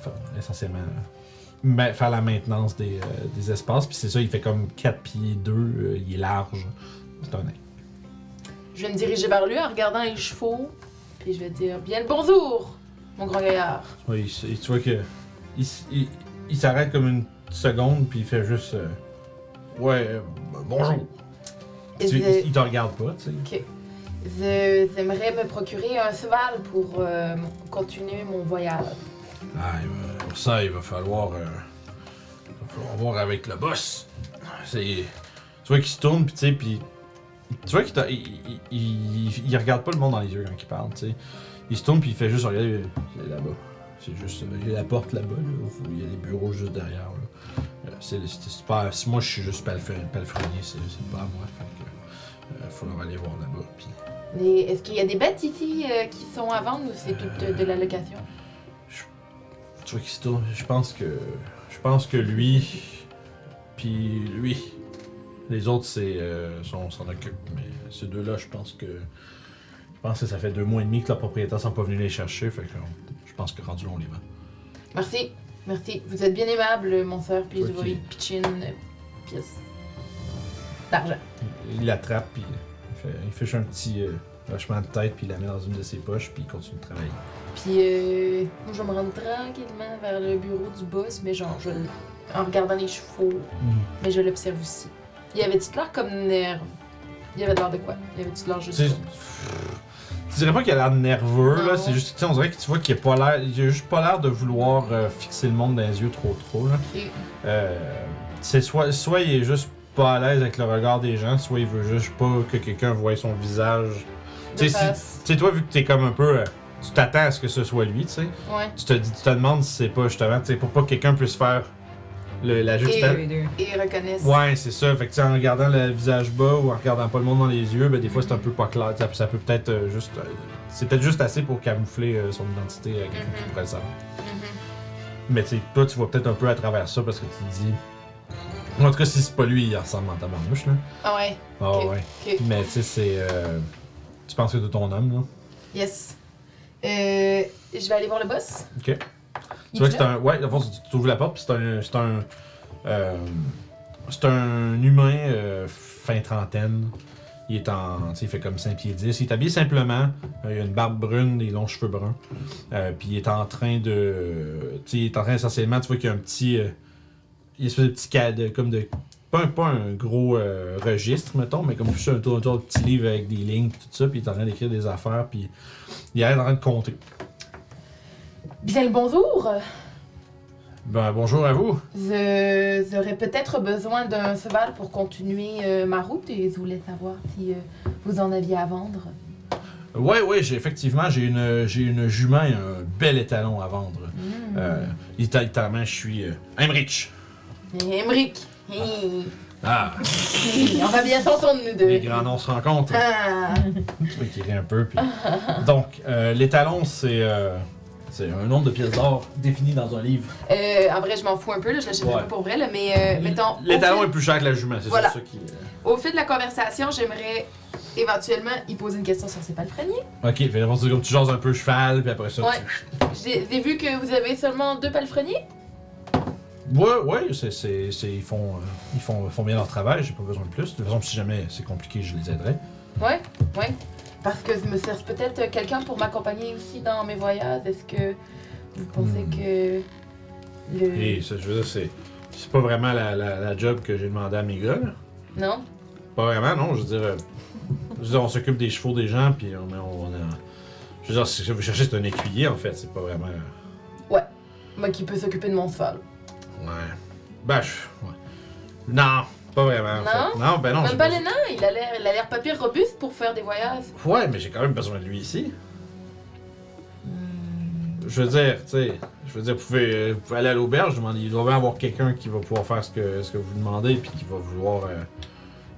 Speaker 2: faire- essentiellement, euh, ma- faire la maintenance des, euh, des espaces. Puis c'est ça, il fait comme 4 pieds 2, il est large. C'est un nain.
Speaker 4: Je vais me diriger vers lui en regardant les chevaux, puis je vais dire bien le bonjour, mon grand gaillard.
Speaker 2: Tu vois, il, s- il- tu vois que, il, s- il- il s'arrête comme une seconde puis il fait juste, euh, ouais, euh, bonjour.
Speaker 4: Et
Speaker 2: Tu-
Speaker 4: je-
Speaker 2: il, il te regarde pas, tu sais.
Speaker 4: Je- J'aimerais me procurer un cheval pour euh, continuer mon voyage.
Speaker 2: Ah, il va- pour ça, il va falloir, euh, il va falloir voir avec le boss. C'est, tu vois qu'il se tourne, puis tu sais, puis tu vois qu'il t'a- il, il- il- il regarde pas le monde dans les yeux quand il parle, tu sais. Il se tourne puis il fait juste regarder euh, c'est là-bas. C'est juste, euh, il y a la porte là-bas, là, où il y a les bureaux juste derrière. là. Euh, C'est, c'est- c'est pas, si moi je suis juste palefre- palefrenier, c'est, c'est pas à moi. Fait que, euh, faudra aller voir là-bas. Puis
Speaker 4: Et Est-ce qu'il y a des bêtes ici euh, qui sont à vendre ou c'est tout euh, de, de la location?
Speaker 2: Tu vois qu'il se tourne. Je pense que. Je pense que lui. Puis lui. Les autres, c'est. euh, sont- s'en occupent. Mais ces deux-là, je pense que. Je pense que ça fait deux mois et demi que leurs propriétaires sont pas venus les chercher. Fait que. on- Je pense que rendu là, on les vend.
Speaker 4: Merci, merci. Vous êtes bien aimable, mon frère, puis je
Speaker 2: Ok.
Speaker 4: vais pitcher une euh, pièce d'argent.
Speaker 2: Il l'attrape, puis il fait- il fiche un petit euh, hochement de tête, puis il la met dans une de ses poches, puis il continue de travailler.
Speaker 4: Puis euh, moi, je vais me rendre tranquillement vers le bureau du boss, mais genre, je, l- en regardant les chevaux, mais je l'observe aussi. Il avait-tu de l'air comme nerve? Il avait de l'air de quoi? Il avait-tu de l'air juste...
Speaker 2: Tu sais,
Speaker 4: comme-
Speaker 2: tu dirais pas qu'il a l'air nerveux, là,
Speaker 4: Non.
Speaker 2: c'est juste, tu sais, on dirait que tu vois qu'il a pas l'air, il a juste pas l'air de vouloir euh, fixer le monde dans les yeux trop trop, là.
Speaker 4: Ok.
Speaker 2: Euh, c'est soit, soit il est juste pas à l'aise avec le regard des gens, soit il veut juste pas que quelqu'un voie son visage. Tu sais,
Speaker 4: De
Speaker 2: si-
Speaker 4: face.
Speaker 2: tu sais, toi, vu que t'es comme un peu, euh, tu t'attends à ce que ce soit lui, tu sais,
Speaker 4: Ouais.
Speaker 2: tu te, dis- tu te demandes si c'est pas justement, tu sais, pour pas que quelqu'un puisse faire le- la juste
Speaker 4: Et- Et ils reconnaissent.
Speaker 2: Ouais, c'est ça. Fait que, tu sais, en regardant le visage bas ou en regardant pas le monde dans les yeux, ben, des fois, c'est un peu pas clair. Ça, ça peut peut-être euh, juste. euh, c'est peut-être juste assez pour camoufler euh, son identité à quelqu'un qui
Speaker 4: Mhm.
Speaker 2: pourrait le savoir.
Speaker 4: Mhm.
Speaker 2: Mais, tu sais, toi, tu vois peut-être un peu à travers ça parce que tu te dis. En tout cas, si c'est pas lui, il ressemble en tabarnouche, là.
Speaker 4: Ah ouais.
Speaker 2: Ah
Speaker 4: Ok,
Speaker 2: ouais.
Speaker 4: ok.
Speaker 2: Mais, tu sais, c'est. euh, Tu penses que c'est de ton homme, là.
Speaker 4: Yes. Euh, je vais aller voir le boss.
Speaker 2: Ok. Tu
Speaker 4: Il
Speaker 2: vois
Speaker 4: est
Speaker 2: que c'est un. Ouais, dans le fond, tu- tu ouvres la porte, puis c'est un. C'est un. euh, c'est un humain euh, fin trentaine. Il est en. Tu sais, il fait comme 5 pieds 10. Il est habillé simplement. Euh, il a une barbe brune, des longs cheveux bruns. Euh, puis il est en train de. Tu sais, il est en train essentiellement, tu vois qu'il y a un petit. euh, il se fait des petits cadres, comme de. Pas un, pas un gros euh, registre, mettons, mais comme plus un tour, un tour de petit livre avec des lignes, puis tout ça, puis il est en train d'écrire des affaires, puis il est en train de compter.
Speaker 4: Bien le bonjour.
Speaker 2: Ben, bonjour à vous.
Speaker 4: Je- J'aurais peut-être besoin d'un cheval pour continuer euh, ma route et je voulais savoir si euh, vous en aviez à vendre.
Speaker 2: Ouais, ouais, j'ai effectivement, j'ai une, j'ai une jument et un bel étalon à vendre.
Speaker 4: Mm.
Speaker 2: Euh, littéralement, je suis euh, I'm rich.
Speaker 4: Emric,
Speaker 2: Ah,
Speaker 4: on va bien s'entendre nous deux.
Speaker 2: les grands noms se rencontrent.
Speaker 4: Ah,
Speaker 2: Tu vois qu'il rit un peu. Puis... Donc, euh, l'étalon, c'est euh, c'est un nombre de pièces d'or défini dans un livre.
Speaker 4: euh, en vrai, je m'en fous un peu, là, je l'achèterai
Speaker 2: Ouais.
Speaker 4: pas pour vrai, là, mais euh, mettons. au
Speaker 2: L'étalon
Speaker 4: fil-
Speaker 2: est plus cher que la jument, c'est
Speaker 4: Voilà.
Speaker 2: ça qui. euh,
Speaker 4: Au fil de la conversation, j'aimerais éventuellement y poser une question sur ses palefreniers.
Speaker 2: Ok, fait d'abord, c'est comme tu jases un peu cheval, puis après ça.
Speaker 4: Ouais. J'ai j'ai vu que vous avez seulement deux palefreniers.
Speaker 2: Tu... Ouais, ouais, c'est, c'est, c'est- ils, font, euh, ils font, font bien leur travail, j'ai pas besoin de plus. De toute façon, si jamais c'est compliqué, je les aiderai.
Speaker 4: Ouais, ouais. Parce que je me cherche peut-être quelqu'un pour m'accompagner aussi dans mes voyages. Est-ce que vous pensez
Speaker 2: Hmm.
Speaker 4: que le
Speaker 2: Et ça, je veux dire, c'est, c'est pas vraiment la, la- la job que j'ai demandé à mes gars. là.
Speaker 4: non
Speaker 2: Pas vraiment, non. Je veux dire, euh, je veux dire, on s'occupe des chevaux des gens, puis on, on, on a- Je veux dire, si vous cherchez, c'est un écuyer, en fait. C'est pas vraiment. euh,
Speaker 4: moi qui peut s'occuper de mon cheval
Speaker 2: Ouais. Ben, je. ouais. Non, pas vraiment. en fait.
Speaker 4: Non?
Speaker 2: non ben non. j'ai
Speaker 4: Même pas
Speaker 2: besoin-
Speaker 4: les nains, il a l'air, il a l'air pas pire robuste pour faire des voyages.
Speaker 2: Ouais, mais j'ai quand même besoin de lui ici. Je veux dire, tu sais, je veux dire, vous pouvez, euh, vous pouvez aller à l'auberge, demander, il doit bien avoir quelqu'un qui va pouvoir faire ce que, ce que vous demandez, puis qui va vouloir euh,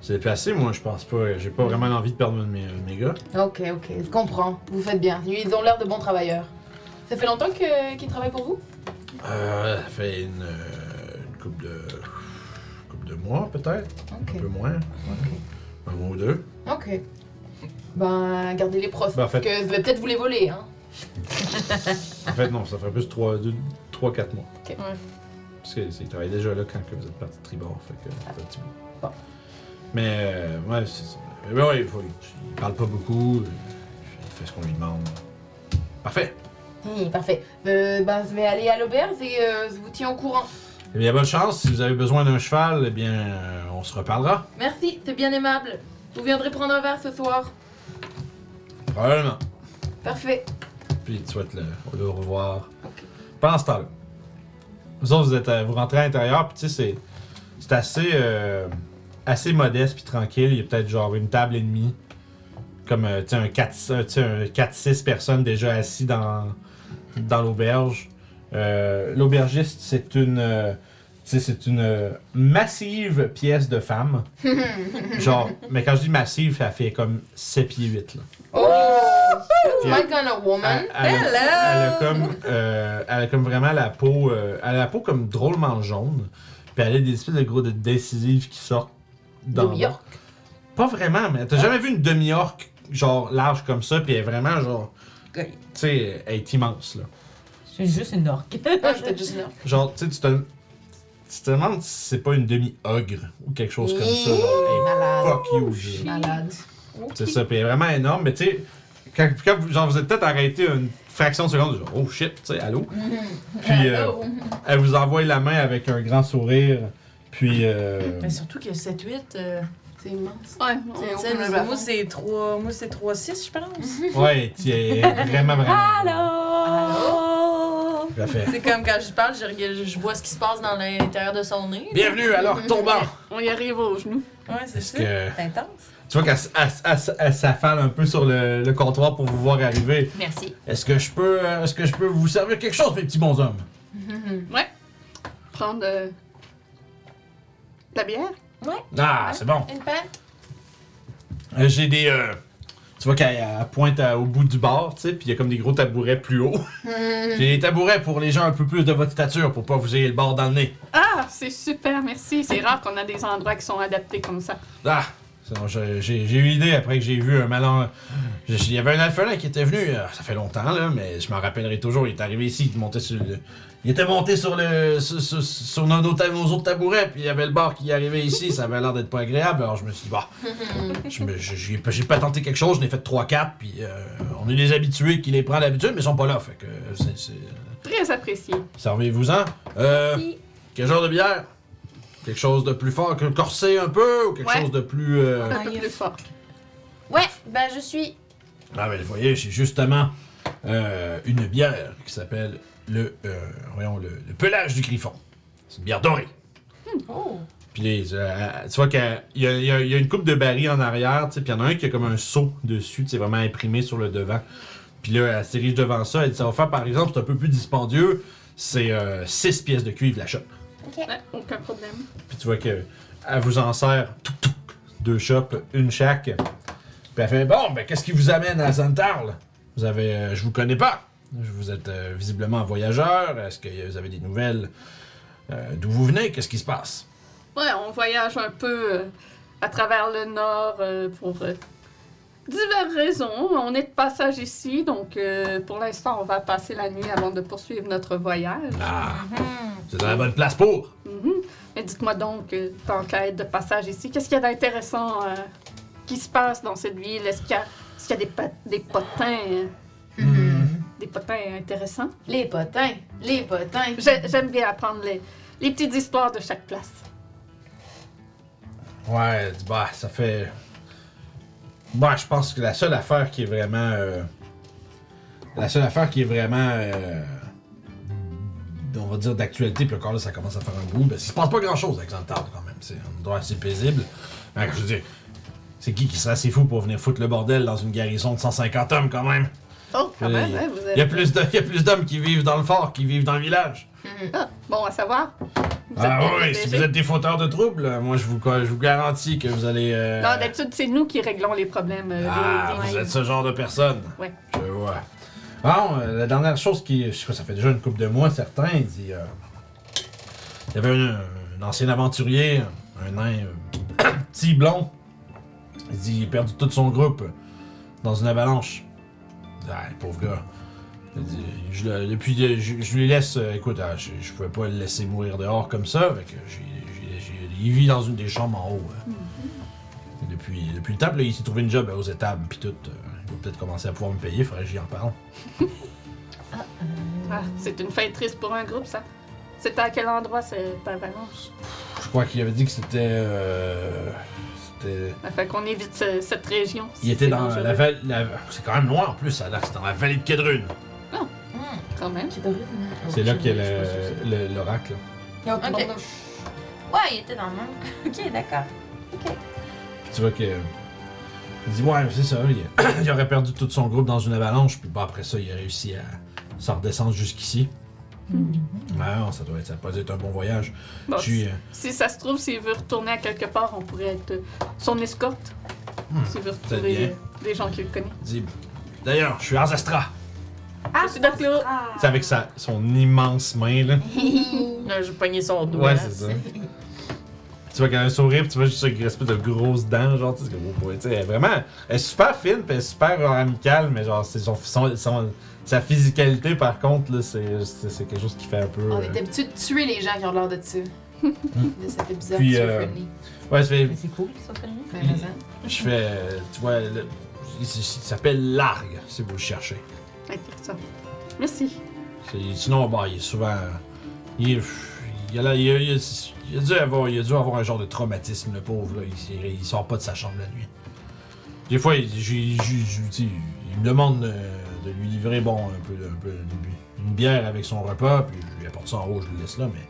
Speaker 2: se déplacer. Moi, je pense pas, euh, j'ai pas vraiment envie de perdre un de mes, mes gars.
Speaker 4: Ok, ok, je comprends. Vous faites bien. Ils ont l'air de bons travailleurs. Ça fait longtemps que, qu'ils travaillent pour vous
Speaker 2: Euh, ça fait une, euh, une couple de, couple de mois peut-être, un
Speaker 4: Ok,
Speaker 2: peu moins, un mois ou deux.
Speaker 4: ok. Ben, gardez les profs,
Speaker 2: Ben, en fait-
Speaker 4: parce que je vais peut-être vous les voler, hein.
Speaker 2: En fait, non, ça ferait plus trois, deux, trois, quatre mois.
Speaker 4: Ok. Ouais.
Speaker 2: Parce que c'est- ils travaillaient déjà là quand que vous êtes parti de tribord, fait que c'est un petit bout.
Speaker 4: Ah. Bon.
Speaker 2: Mais euh, ouais, c'est ça. Mais ouais, il, faut- il parle pas beaucoup, euh, il fait ce qu'on lui demande. Parfait.
Speaker 4: Hum, parfait. Euh, ben, je vais aller à l'auberge et euh, je vous tiens au courant.
Speaker 2: Eh bien, bonne chance. Si vous avez besoin d'un cheval, eh bien, euh, on se reparlera.
Speaker 4: Merci, c'est bien aimable. Vous viendrez prendre un verre ce soir.
Speaker 2: Probablement.
Speaker 4: Parfait.
Speaker 2: Puis tu souhaites le, le revoir. Pendant ce temps-là. Vous autres, vous, êtes, à- vous rentrez à l'intérieur, puis tu sais, c'est, c'est assez, euh, assez modeste puis tranquille. Il y a peut-être genre une table et demie. Comme, euh, tu sais, un 4 euh, tu sais, un 4-6 personnes déjà assis dans, dans l'auberge. Euh, l'aubergiste, c'est une... euh, tu sais, c'est une euh, massive pièce de femme. genre, mais quand je dis massive, ça fait comme 7 pieds 8, là.
Speaker 4: Oh, Ah.
Speaker 2: Puis elle-
Speaker 4: my kind of woman.
Speaker 2: elle, elle a, elle a comme, euh, elle a comme vraiment la peau, euh, elle a la peau comme drôlement jaune. Puis elle a des espèces de gros de décisives qui sortent dans.
Speaker 4: Demi-orque?
Speaker 2: Pas vraiment, mais t'as jamais vu une demi-orque genre large comme ça, puis elle est vraiment genre, tu sais, elle est immense là.
Speaker 6: C'est juste une orque.
Speaker 4: Ah, j'étais juste là.
Speaker 2: Genre, tu sais, tu te, Tu te demandes si c'est pas une demi-ogre ou quelque chose comme ça.
Speaker 4: Hi,
Speaker 2: Hey,
Speaker 4: Malade.
Speaker 2: fuck you, je-
Speaker 4: Malade.
Speaker 2: C'est ça, puis elle est vraiment énorme, mais tu sais, quand, quand vous- genre, vous êtes peut-être arrêté une fraction de seconde, genre, oh shit, tu sais, allô? Puis euh, elle vous envoie la main avec un grand sourire, puis. euh,
Speaker 7: Mais surtout que 7-8, euh, c'est immense.
Speaker 1: Ouais,
Speaker 7: Tu sais,
Speaker 4: open le plafond.
Speaker 7: Moi, c'est 3, moi, c'est 3-6, je pense.
Speaker 2: ouais, tu es vraiment, vraiment.
Speaker 5: Allô?
Speaker 2: Parfait.
Speaker 7: c'est comme quand je parle, je, regarde- je vois ce qui se passe dans l'intérieur de son nez.
Speaker 2: Bienvenue, alors, tombant!
Speaker 1: on y arrive aux genoux.
Speaker 7: Ouais, c'est
Speaker 2: Est-ce
Speaker 7: ça.
Speaker 2: que.
Speaker 3: C'est intense.
Speaker 2: Tu vois qu'elle s- elle s- elle s- elle s'affale un peu sur le, le comptoir pour vous voir arriver.
Speaker 3: Merci.
Speaker 2: Est-ce que je peux. euh, Est-ce que je peux vous servir quelque chose, mes petits bonshommes?
Speaker 1: Prendre euh, de la bière.
Speaker 2: Ah, c'est bon.
Speaker 7: Une panne?
Speaker 2: Euh, J'ai des. euh, tu vois qu'elle elle pointe à- au bout du bar, tu sais, puis il y a comme des gros tabourets plus haut. J'ai des tabourets pour les gens un peu plus de votre stature, pour pas vous ayez le bord dans le nez.
Speaker 1: Ah, c'est super, merci. C'est rare qu'on a des endroits qui sont adaptés comme ça.
Speaker 2: Ah! Sinon, je- j'ai j'ai eu l'idée après que j'ai vu un malin. je- Il y avait un alphelin qui était venu, euh, ça fait longtemps, là, mais je m'en rappellerai toujours. Il est arrivé ici, il montait sur le- Il était monté sur le. sur, sur- sur nos, nos ta- nos autres tabourets, puis il y avait le bar qui arrivait ici, ça avait l'air d'être pas agréable, alors je me suis dit, bah. je me- je- J'ai pas- j'ai pas tenté quelque chose, j'en ai fait 3-4, puis euh, on est les habitués qui les prend d'habitude, mais ils sont pas là, fait que. c'est- c'est-
Speaker 1: Très apprécié.
Speaker 2: Servez-vous-en. Euh,
Speaker 5: Merci.
Speaker 2: quel genre de bière? Quelque chose de plus fort que le corset un peu, ou quelque
Speaker 1: Ouais.
Speaker 2: chose de plus. euh,
Speaker 1: Un peu plus fort.
Speaker 4: Ouais, ben je suis.
Speaker 2: Ah ben vous voyez, j'ai justement euh, une bière qui s'appelle le, euh, voyons, le, le pelage du griffon. C'est une bière dorée.
Speaker 5: oh.
Speaker 2: Puis les, euh, tu vois qu'il y, a- il y a il y a une coupe de barils en arrière, tu sais, puis il y en a un qui a comme un seau dessus, c'est vraiment imprimé sur le devant. Puis là, elle se dirige devant ça, elle dit, ça va faire par exemple, c'est un peu plus dispendieux, c'est 6 pièces de cuivre la chope.
Speaker 1: Ouais, aucun problème.
Speaker 2: Puis tu vois que elle vous en sert touc, touc, deux chopes, une chaque. Puis elle fait Bon, ben qu'est-ce qui vous amène à Santarl Vous avez. euh, je vous connais pas. Je- Vous êtes euh, visiblement un voyageur. Est-ce que vous avez des nouvelles euh, d'où vous venez Qu'est-ce qui se passe
Speaker 1: Ouais, on voyage un peu euh, à travers le nord euh, pour euh, diverses raisons. On est de passage ici, donc euh, pour l'instant, on va passer la nuit avant de poursuivre notre voyage.
Speaker 2: Ah C'est dans la bonne place pour
Speaker 1: Mhm. Mais dites-moi donc, euh, tant qu'à être de passage ici, qu'est-ce qu'il y a d'intéressant euh, qui se passe dans cette ville? Est-ce qu'il y a, est-ce qu'il y a des, pa- des potins, euh,
Speaker 2: Mhm.
Speaker 1: des potins intéressants?
Speaker 4: Les potins, les potins.
Speaker 1: J'ai- j'aime bien apprendre les, les petites histoires de chaque place.
Speaker 2: Ouais, bah, ça fait. Bah, je pense que la seule affaire qui est vraiment. euh, La seule affaire qui est vraiment. euh, On va dire d'actualité, puis encore là, ça commence à faire un bout. Parce qu'il se passe pas grand chose avec Xantar quand même. C'est un endroit assez paisible. Mais je veux dire, c'est qui qui serait assez fou pour venir foutre le bordel dans une garnison de 150 hommes quand même?
Speaker 1: Oh, quand
Speaker 2: Oui.
Speaker 1: même, hein, vous
Speaker 2: Il y a
Speaker 1: êtes...
Speaker 2: plus de- il y a plus d'hommes qui vivent dans le fort, qui vivent dans le village.
Speaker 1: Ah, bon à savoir. Vous
Speaker 2: Ah
Speaker 1: êtes bien
Speaker 2: oui, si vous
Speaker 1: protégés.
Speaker 2: êtes des fauteurs de troubles, moi je vous, je vous garantis que vous allez. euh,
Speaker 1: Non, d'habitude, c'est nous qui réglons les problèmes. euh,
Speaker 2: Ah,
Speaker 1: des- des-
Speaker 2: vous êtes ce genre de personne.
Speaker 1: Ouais.
Speaker 2: Je vois. Bon, euh, la dernière chose qui. Je sais pas, ça fait déjà une couple de mois, certains, il dit. euh, il y avait un, un ancien aventurier, un nain euh, petit blond. Il dit il a perdu tout son groupe euh, dans une avalanche. Ah, le pauvre gars. Il dit, je, le- depuis, euh, je, je lui laisse. euh, écoute, ah, je, je pouvais pas le laisser mourir dehors comme ça. Fait que j'ai- j'ai- j'ai- il vit dans une des chambres en haut. euh. Et Depuis, depuis le temps, puis là, il s'est trouvé une job euh, aux étables, puis tout. euh, il va peut-être commencer à pouvoir me payer, faudrait que j'y en parle.
Speaker 1: Ah, c'est une fin triste pour un groupe, ça. C'était à quel endroit cette avalanche?
Speaker 2: Je crois qu'il avait dit que c'était. euh, c'était.
Speaker 1: Ça fait qu'on évite ce- cette région.
Speaker 2: Il
Speaker 1: si
Speaker 2: était
Speaker 1: c'est
Speaker 2: dans la
Speaker 1: dangereux.
Speaker 2: vallée. C'est quand même loin en plus, ça a l'air que c'est dans la vallée de Kedrun.
Speaker 1: Ah, Quand même.
Speaker 2: C'est là qu'il y a le- le- l'oracle. là.
Speaker 3: Ok. Ouais, il était dans le même. ok, d'accord.
Speaker 2: Puis tu vois que. Il dit, ouais, mais c'est ça, il, il aurait perdu tout son groupe dans une avalanche, puis bah, après ça, il a réussi à s'en redescendre jusqu'ici. Ouais, non, ça doit être, ça peut être un bon voyage.
Speaker 1: Hmm. Bon,
Speaker 2: Puis, euh,
Speaker 1: Si ça se trouve, s'il veut retourner à quelque part, on pourrait être euh, son escorte.
Speaker 2: Hmm,
Speaker 1: S'il veut
Speaker 2: peut-être
Speaker 1: retrouver
Speaker 2: bien.
Speaker 1: euh, des gens qu'il connaît.
Speaker 2: il dit, d'ailleurs, je suis Arzastra.
Speaker 1: Je suis d'accord.
Speaker 2: C'est avec sa, son immense main, là.
Speaker 7: Là, j'ai pogné son doigt.
Speaker 2: Ouais, c'est ça. Tu vois qu'elle a un sourire, pis tu vois juste une espèce de grosses dents, genre, tu sais, c'est comme, oh, ouais, tu sais, elle est vraiment, elle est super fine, pis elle est super amicale, mais genre, c'est son, son- son- sa physicalité, par contre, là, c'est, c'est, c'est quelque chose qui fait un peu...
Speaker 4: On
Speaker 2: euh,
Speaker 4: est habitué de tuer les gens qui ont l'air de ça. Mais ça fait bizarre.
Speaker 2: Puis,
Speaker 4: que tu sois
Speaker 2: euh,
Speaker 4: friendly.
Speaker 2: Ouais, je fais.
Speaker 6: Mais c'est cool, ça, Frédéric.
Speaker 4: Ben, vas-y.
Speaker 2: Je fais. euh, Tu vois, le- il s- il s'appelle Largue, si vous le cherchez.
Speaker 1: Intéressant. Merci.
Speaker 2: C'est- Sinon, bon, il est souvent. Il, est- il, a, la- il a- il a- il a dû avoir, il a dû avoir un genre de traumatisme, le pauvre. Là. Il, il sort pas de sa chambre la nuit. Des fois, il, j'ai- j'ai- j'ai- tu sais, il me demande de, de lui livrer bon, un peu, un peu- une, bu- une bière avec son repas, puis je lui apporte ça en haut, je le laisse là, mais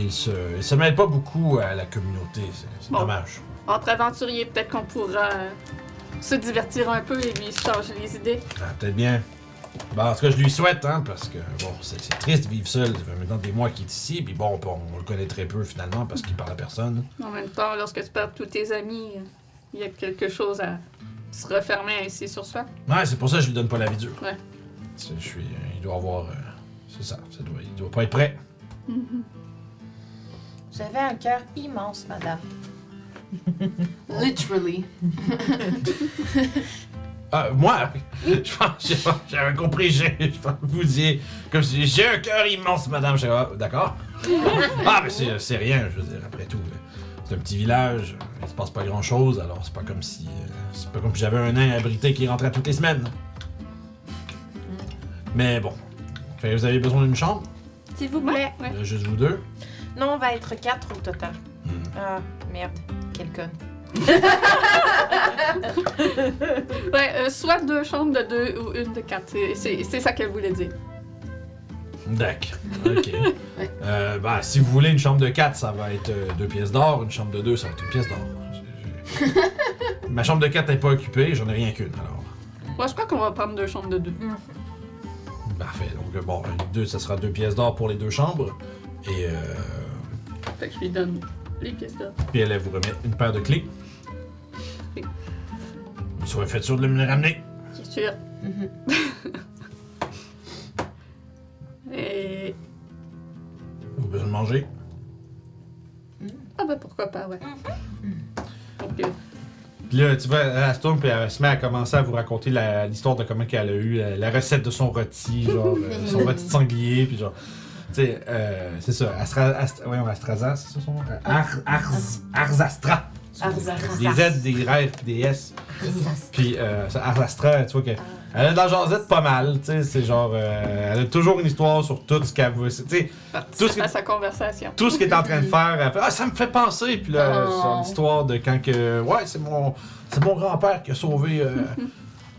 Speaker 2: il se, il se mêle pas beaucoup à la communauté. C'est c'est
Speaker 1: Bon.
Speaker 2: dommage.
Speaker 1: Entre aventuriers, peut-être qu'on pourra euh, se divertir un peu et lui changer les idées.
Speaker 2: Ah, peut-être bien. Ben, en tout cas, je lui souhaite, hein, parce que bon, c'est c'est triste de vivre seul. Ça fait maintenant des mois qu'il est ici, puis bon, on, on le connaît très peu finalement parce qu'il parle à personne.
Speaker 1: En même temps, lorsque tu perds tous tes amis, euh, il y a quelque chose à se refermer ainsi sur soi.
Speaker 2: Ouais, c'est pour ça que je lui donne pas la vie dure.
Speaker 1: Ouais.
Speaker 2: C'est- Je suis, il doit avoir. euh, c'est ça, ça doit, il doit pas être prêt.
Speaker 4: J'avais un cœur immense, madame. Literally.
Speaker 2: Ah, moi Je pense, j'ai pas- j'avais compris, j'ai- je pense que vous disiez, comme si j'ai un cœur immense, madame. Je sais pas, d'accord Ah, mais c'est c'est rien, je veux dire, après tout. C'est un petit village, il se passe pas grand chose, alors c'est pas comme si. euh, C'est pas comme si j'avais un nain abrité qui rentrait toutes les semaines. Mais bon. Fait que vous avez besoin d'une chambre
Speaker 4: S'il vous plaît.
Speaker 1: Ouais.
Speaker 2: Il y en a Juste vous deux
Speaker 4: Non, on va être quatre au total.
Speaker 2: Hmm.
Speaker 4: Ah, merde. Quel conne.
Speaker 1: Ouais, euh, soit deux chambres de deux ou une de quatre. C'est- C'est c'est ça qu'elle voulait dire.
Speaker 2: D'accord. Ok. Euh, bah, si vous voulez une chambre de 4, ça va être euh, deux pièces d'or. Une chambre de 2, ça va être une pièce d'or. J'ai- j'ai- Ma chambre de 4 n'est pas occupée, j'en ai rien qu'une alors.
Speaker 1: Moi, je crois qu'on va prendre deux chambres de deux.
Speaker 4: Mm.
Speaker 2: Parfait. Donc, euh, bon, euh, deux, ça sera deux pièces d'or pour les deux chambres. Et, euh,
Speaker 1: Fait que je lui donne les pièces d'or.
Speaker 2: puis elle elle vous remet une paire de clés.
Speaker 1: Oui.
Speaker 2: Vous serez fait sûr de me les ramener.
Speaker 1: Bien sûr. Mm-hmm. Et.
Speaker 2: Vous avez besoin de manger.
Speaker 1: Ah, bah pourquoi pas, ouais.
Speaker 4: Mm-hmm.
Speaker 1: Donc, euh,
Speaker 2: Puis là, tu vois, elle se tourne, puis elle se met à commencer à vous raconter la- l'histoire de comment qu'elle a eu euh, la, la recette de son rôti, genre, euh, son rôti de sanglier, puis genre. Tu sais, euh, c'est ça, Astra, Ast- voyons, Astraza, c'est ça son nom? Euh, Ar, Arz- Arzastra.
Speaker 4: Arzastra.
Speaker 2: Des Z, des R, puis des S. Puis euh, ça, Arzastra, tu vois qu'elle elle a de la jasette pas mal, tu sais, c'est genre, euh, elle a toujours une histoire sur tout ce qu'elle veut. Tu sais,
Speaker 1: participe
Speaker 2: ce que-
Speaker 1: à sa conversation.
Speaker 2: tout ce qu'elle est en train de faire, elle fait, ah, ça me fait penser. Puis là,
Speaker 4: Oh.
Speaker 2: c'est l'histoire de quand que, ouais, c'est mon, c'est mon grand-père qui a sauvé, euh,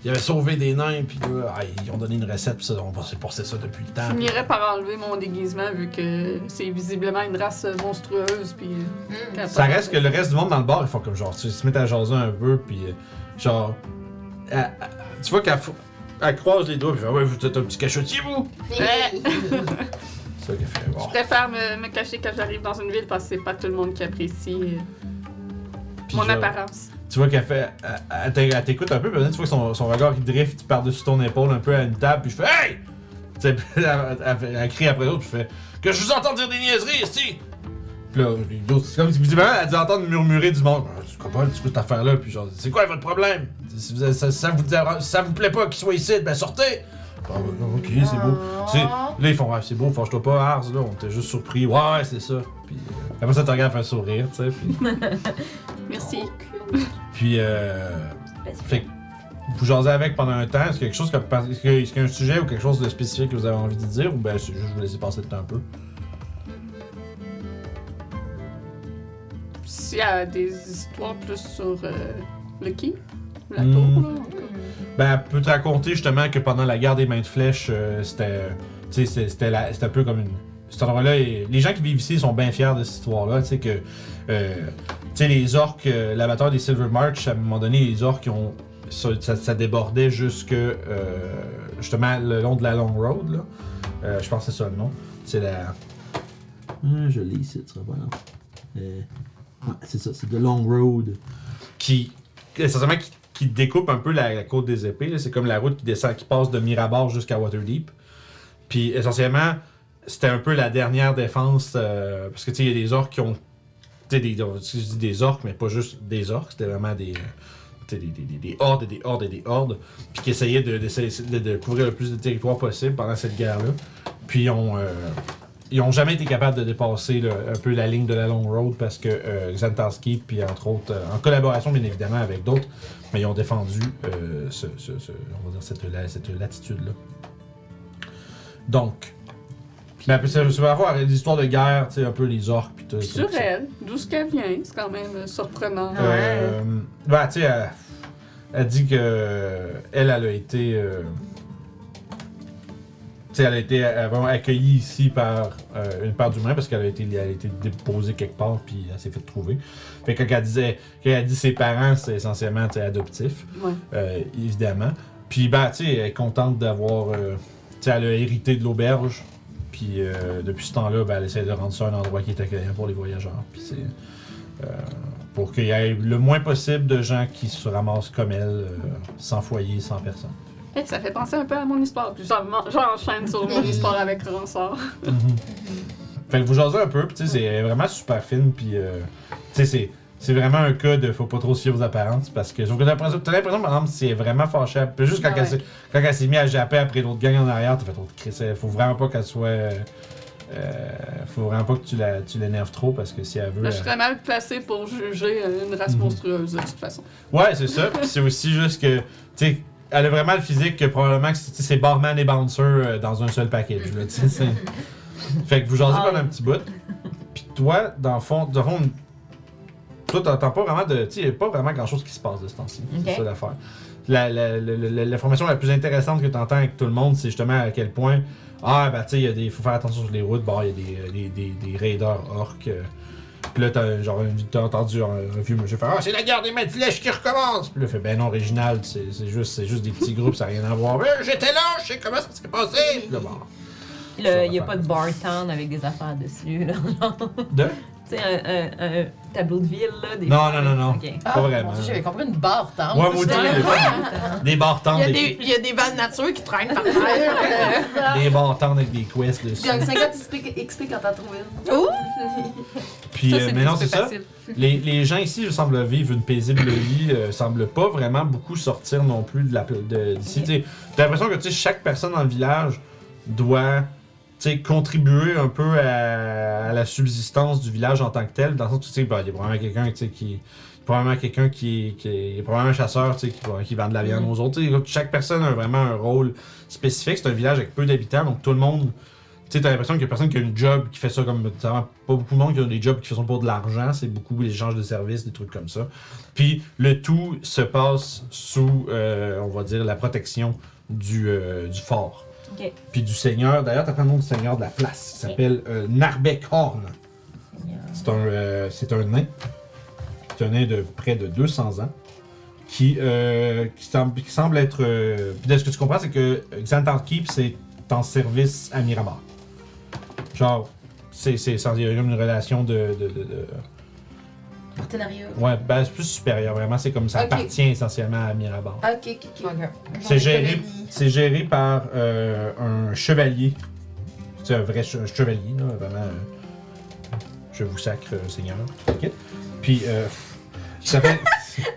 Speaker 2: il avait sauvé des nains, puis là, ah, ils ont donné une recette, puis ça, on va s'éporcer ça depuis le temps.
Speaker 1: Je finirais par enlever mon déguisement vu que c'est visiblement une race monstrueuse. Puis, euh,
Speaker 4: Mm.
Speaker 1: capable.
Speaker 2: Ça reste que le reste du monde dans le bar, ils font comme genre, tu sais, ils se mettent à jaser un peu, puis euh, genre, elle- elle- tu vois qu'elle fou- elle croise les doigts, puis elle fait, ouais, vous êtes un petit cachotier, vous.
Speaker 4: Eh!
Speaker 2: C'est ça qu'elle fait. Bon.
Speaker 1: Je préfère me, me cacher quand j'arrive dans une ville parce que c'est pas tout le monde qui apprécie euh,
Speaker 2: Puis
Speaker 1: mon
Speaker 2: genre,
Speaker 1: apparence.
Speaker 2: Tu vois qu'elle fait. elle- Elle, t'é- elle t'écoute un peu, puis là, tu vois que son, son regard qui drift par-dessus ton épaule un peu à une table, puis je fais Hey! Tu sais, puis elle, elle fait- elle crie après l'autre, puis je fais Que je vous entends dire des niaiseries ici! Puis là, l'autre, c'est comme si visiblement, elle dit entendre murmurer du monde. Ah, Tu comprends, tu cette affaire-là, puis genre, c'est quoi votre problème? Si vous- ça, ça vous, dérange- ça vous plaît pas qu'il soit ici, ben sortez! Bon, ben, ok, c'est beau. C'est- Là, ils font, ouais, c'est beau, fâche-toi pas, Ars, là, on était juste surpris. Ouais, ouais, c'est ça. Puis euh, après ça, tu regardes faire un sourire, tu sais, puis.
Speaker 1: Merci.
Speaker 2: Puis, euh, fait que vous jasez avec pendant un temps. Est-ce qu'il y a quelque chose que- est-ce que- est-ce qu'il y a un sujet ou quelque chose de spécifique que vous avez envie de dire ou ben c'est juste vous laisser passer le temps un peu.
Speaker 1: S'il y a des histoires plus sur euh, le qui ou la
Speaker 2: Hmm.
Speaker 1: tour, là, en tout cas.
Speaker 2: Ben, elle peut te raconter justement que pendant la guerre des mains de flèche, euh, c'était, tu sais, c'est- c'était, la- c'était un peu comme une. Cet endroit-là, et les gens qui vivent ici sont bien fiers de cette histoire-là. Tu sais que, euh, tu sais, les orques, euh, la bataille des Silver March, à un moment donné, les orques ont, ça, ça- ça débordait jusque euh, justement le long de la Long Road. Là. Euh, je pense que c'est ça le nom. C'est la. Ah, je l'ai ici, tu vois, Euh, c'est ça, c'est The Long Road. Qui, essentiellement, qui, qui découpe un peu la, la côte des épées. là. C'est comme la route qui descend, qui passe de Mirabar jusqu'à Waterdeep. Puis, essentiellement, c'était un peu la dernière défense. euh, parce que, tu sais, il y a des orques qui ont. Tu sais, des- je dis des orques, mais pas juste des orques. C'était vraiment des. euh, tu sais, des, des, des- des hordes et des hordes et des hordes, puis qui essayaient de, d'essayer de, de couvrir le plus de territoire possible pendant cette guerre-là. Puis ils ont, euh, ils- ils ont jamais été capables de dépasser là, un peu la ligne de la Long Road parce que euh, Xantarski, puis entre autres, euh, en collaboration bien évidemment avec d'autres, mais ils ont défendu euh, ce, ce- ce- on va dire cette, la- cette latitude-là. Donc, mais après, ça, ça va avoir l'histoire de guerre, tu sais, un peu les orques, puis tout.
Speaker 1: Puis
Speaker 2: tout
Speaker 1: Sur
Speaker 2: ça.
Speaker 1: elle, d'où ce qu'elle vient, c'est quand même euh, surprenant.
Speaker 2: Euh, ben, tu sais, elle, elle dit que euh, elle, elle a été. euh, tu sais, elle a été euh, vraiment accueillie ici par euh, une part d'humains parce qu'elle a été, elle a été déposée quelque part puis elle s'est fait trouver. Fait que quand elle disait, quand elle dit ses parents, c'est essentiellement tu sais, adoptif,
Speaker 1: Ouais.
Speaker 2: euh, évidemment. Puis ben, tu sais, elle est contente d'avoir, euh, tu sais, elle a hérité de l'auberge. Puis euh, depuis ce temps-là, ben, elle essaie de rendre ça un endroit qui est accueillant pour les voyageurs. Puis c'est euh, pour qu'il y ait le moins possible de gens qui se ramassent comme elle, euh, sans foyer, sans personne.
Speaker 1: Fait que ça fait penser un peu à mon histoire. Puis j'en- j'enchaîne sur mon histoire avec Ransard.
Speaker 2: Fait que vous jasez un peu, puis tu sais, c'est vraiment super fine, puis euh, tu sais, c'est. C'est vraiment un cas de faut pas trop se fier aux apparences parce que sauf que t'as l'impression, t'as l'impression par exemple, c'est vraiment fâchable. Puis juste quand,
Speaker 1: Ah
Speaker 2: elle,
Speaker 1: ouais.
Speaker 2: s'est, quand elle s'est mise à japper après l'autre gang en arrière, t'as fait autre crise. Faut vraiment pas qu'elle soit. euh, euh, faut vraiment pas que tu, la, tu l'énerves trop parce que si elle veut.
Speaker 1: Là, Ah, je
Speaker 2: elle-
Speaker 1: serais mal placée pour juger euh, une race
Speaker 2: Mhm.
Speaker 1: monstrueuse, de toute façon.
Speaker 2: Ouais, c'est ça. Puis c'est aussi juste que, tu sais, elle a vraiment le physique que probablement que c'est tu sais, c'est barman et bouncer euh, dans un seul package. Là, tu sais, c'est- fait que vous jasez pendant un petit bout. Puis toi, dans le fond, dans le fond toi, t'entends pas vraiment de. Tu sais, y a pas vraiment grand chose qui se passe de ce temps-ci. C'est
Speaker 3: Ok.
Speaker 2: ça l'affaire. La- la- la- la- la- L'information la, plus intéressante que t'entends avec tout le monde, c'est justement à quel point. Ah, bah, tu sais, y a des- faut faire attention sur les routes. Bon, il y a des, euh, des, des, des raiders orques. euh, puis là, t'as genre, t'as entendu un, un vieux monsieur faire Ah, c'est la guerre des mains de flèches qui recommence! Puis là, il fait Ben non, original, c'est c'est juste, c'est juste des petits groupes, ça n'a rien à voir. Mais j'étais là, je sais comment ça s'est passé! Puis là, bon.
Speaker 5: Il n'y a pas de bar town avec des affaires dessus, là. genre.
Speaker 2: Deux?
Speaker 5: Tu sais, un, un- un tableau de ville, là. Des
Speaker 2: Non, non, non, non.
Speaker 5: Ok.
Speaker 2: Pas vraiment.
Speaker 4: Ah, mon Dieu, J'avais compris une barre tendre.
Speaker 2: Ouais, moi aussi, des barres
Speaker 4: Il y,
Speaker 2: tendres,
Speaker 4: a
Speaker 2: des,
Speaker 4: des, il y a des vannes nature qui traînent par terre.
Speaker 2: des barres tendres avec des quests dessus.
Speaker 4: Gang 50, explique, explique quand t'as trouvé une.
Speaker 2: Puis
Speaker 7: Ça,
Speaker 2: euh,
Speaker 7: c'est
Speaker 2: mais non,
Speaker 7: plus
Speaker 2: c'est ça.
Speaker 7: facile.
Speaker 2: Les, les gens ici semblent vivre une paisible vie, euh, semblent pas vraiment beaucoup sortir non plus de la pla- de- d'ici. Tu sais, J'ai l'impression que tu sais, chaque personne dans le village doit tu sais, contribuer un peu à, à la subsistance du village en tant que tel. Dans le sens où tu sais, bah, il y a probablement quelqu'un tu sais, qui probablement quelqu'un qui, qui il y a probablement un chasseur tu sais, qui, va- qui vend de la
Speaker 7: Mhm.
Speaker 2: viande aux autres. Tu sais, Chaque personne a vraiment un rôle spécifique. C'est un village avec peu d'habitants, donc tout le monde tu sais, t'as l'impression qu'il y a personne qui a une job qui fait ça comme. t'as vraiment Pas beaucoup de monde qui ont des jobs qui font ça pour de l'argent, c'est beaucoup l'échange de services, des trucs comme ça. Puis le tout se passe sous, euh, on va dire, la protection du, euh, du fort.
Speaker 5: Ok.
Speaker 2: Puis du seigneur, d'ailleurs, t'as pas le nom du seigneur de la place, il s'appelle euh, Narbeck Horn. C'est un, euh, c'est un nain. C'est un nain de près de 200 ans. Qui, euh, qui, semble, qui semble être. euh, puis de ce que tu comprends, c'est que Xantarkeep, c'est en service à Miramar. Genre, c'est, c'est, c'est- il y a comme une relation de. de, de, de-
Speaker 4: Partenariat.
Speaker 2: ouais, ben, c'est plus supérieur, vraiment. C'est comme ça
Speaker 4: Ok.
Speaker 2: appartient essentiellement à Miramar.
Speaker 4: Ah, ok, ok, ok.
Speaker 2: C'est géré,
Speaker 4: Économie.
Speaker 2: c'est géré par euh, un chevalier. C'est un vrai che- chevalier, là, vraiment. euh, je vous sacre, euh, Seigneur. Ok. Puis, euh, il s'appelle.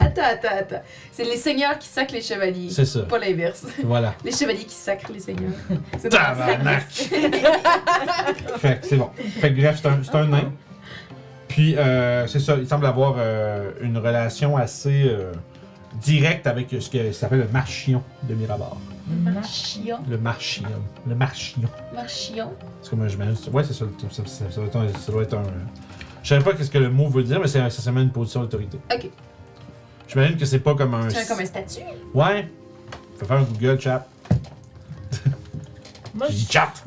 Speaker 4: Attends, attends, attends. C'est les seigneurs qui sacrent les chevaliers.
Speaker 2: c'est ça.
Speaker 4: Pas l'inverse.
Speaker 2: Voilà.
Speaker 4: Les chevaliers qui sacrent les seigneurs. C'est dans le
Speaker 2: Tabarnak! fait que c'est bon. Fait que bref, c'est un, c'est un nain. Puis, euh, c'est ça, il semble avoir euh, une relation assez euh, directe avec ce que ça s'appelle le marchion de Mirabar.
Speaker 5: Mm-hmm.
Speaker 4: Marchion.
Speaker 2: Le marchion. Le marchion.
Speaker 4: Marchion.
Speaker 2: C'est comme un- j'imagine. c'est- Ouais, c'est ça. le- Ça, ça- ça doit être un. ça doit être un- Je savais pas qu'est-ce que le mot veut dire, mais c'est essentiellement une position d'autorité.
Speaker 4: Ok.
Speaker 2: J'imagine que c'est pas comme un.
Speaker 4: C'est comme un statut.
Speaker 2: Ouais. Faut faire un Google chat.
Speaker 5: Moi,
Speaker 2: J'ai
Speaker 5: je
Speaker 2: dit chat.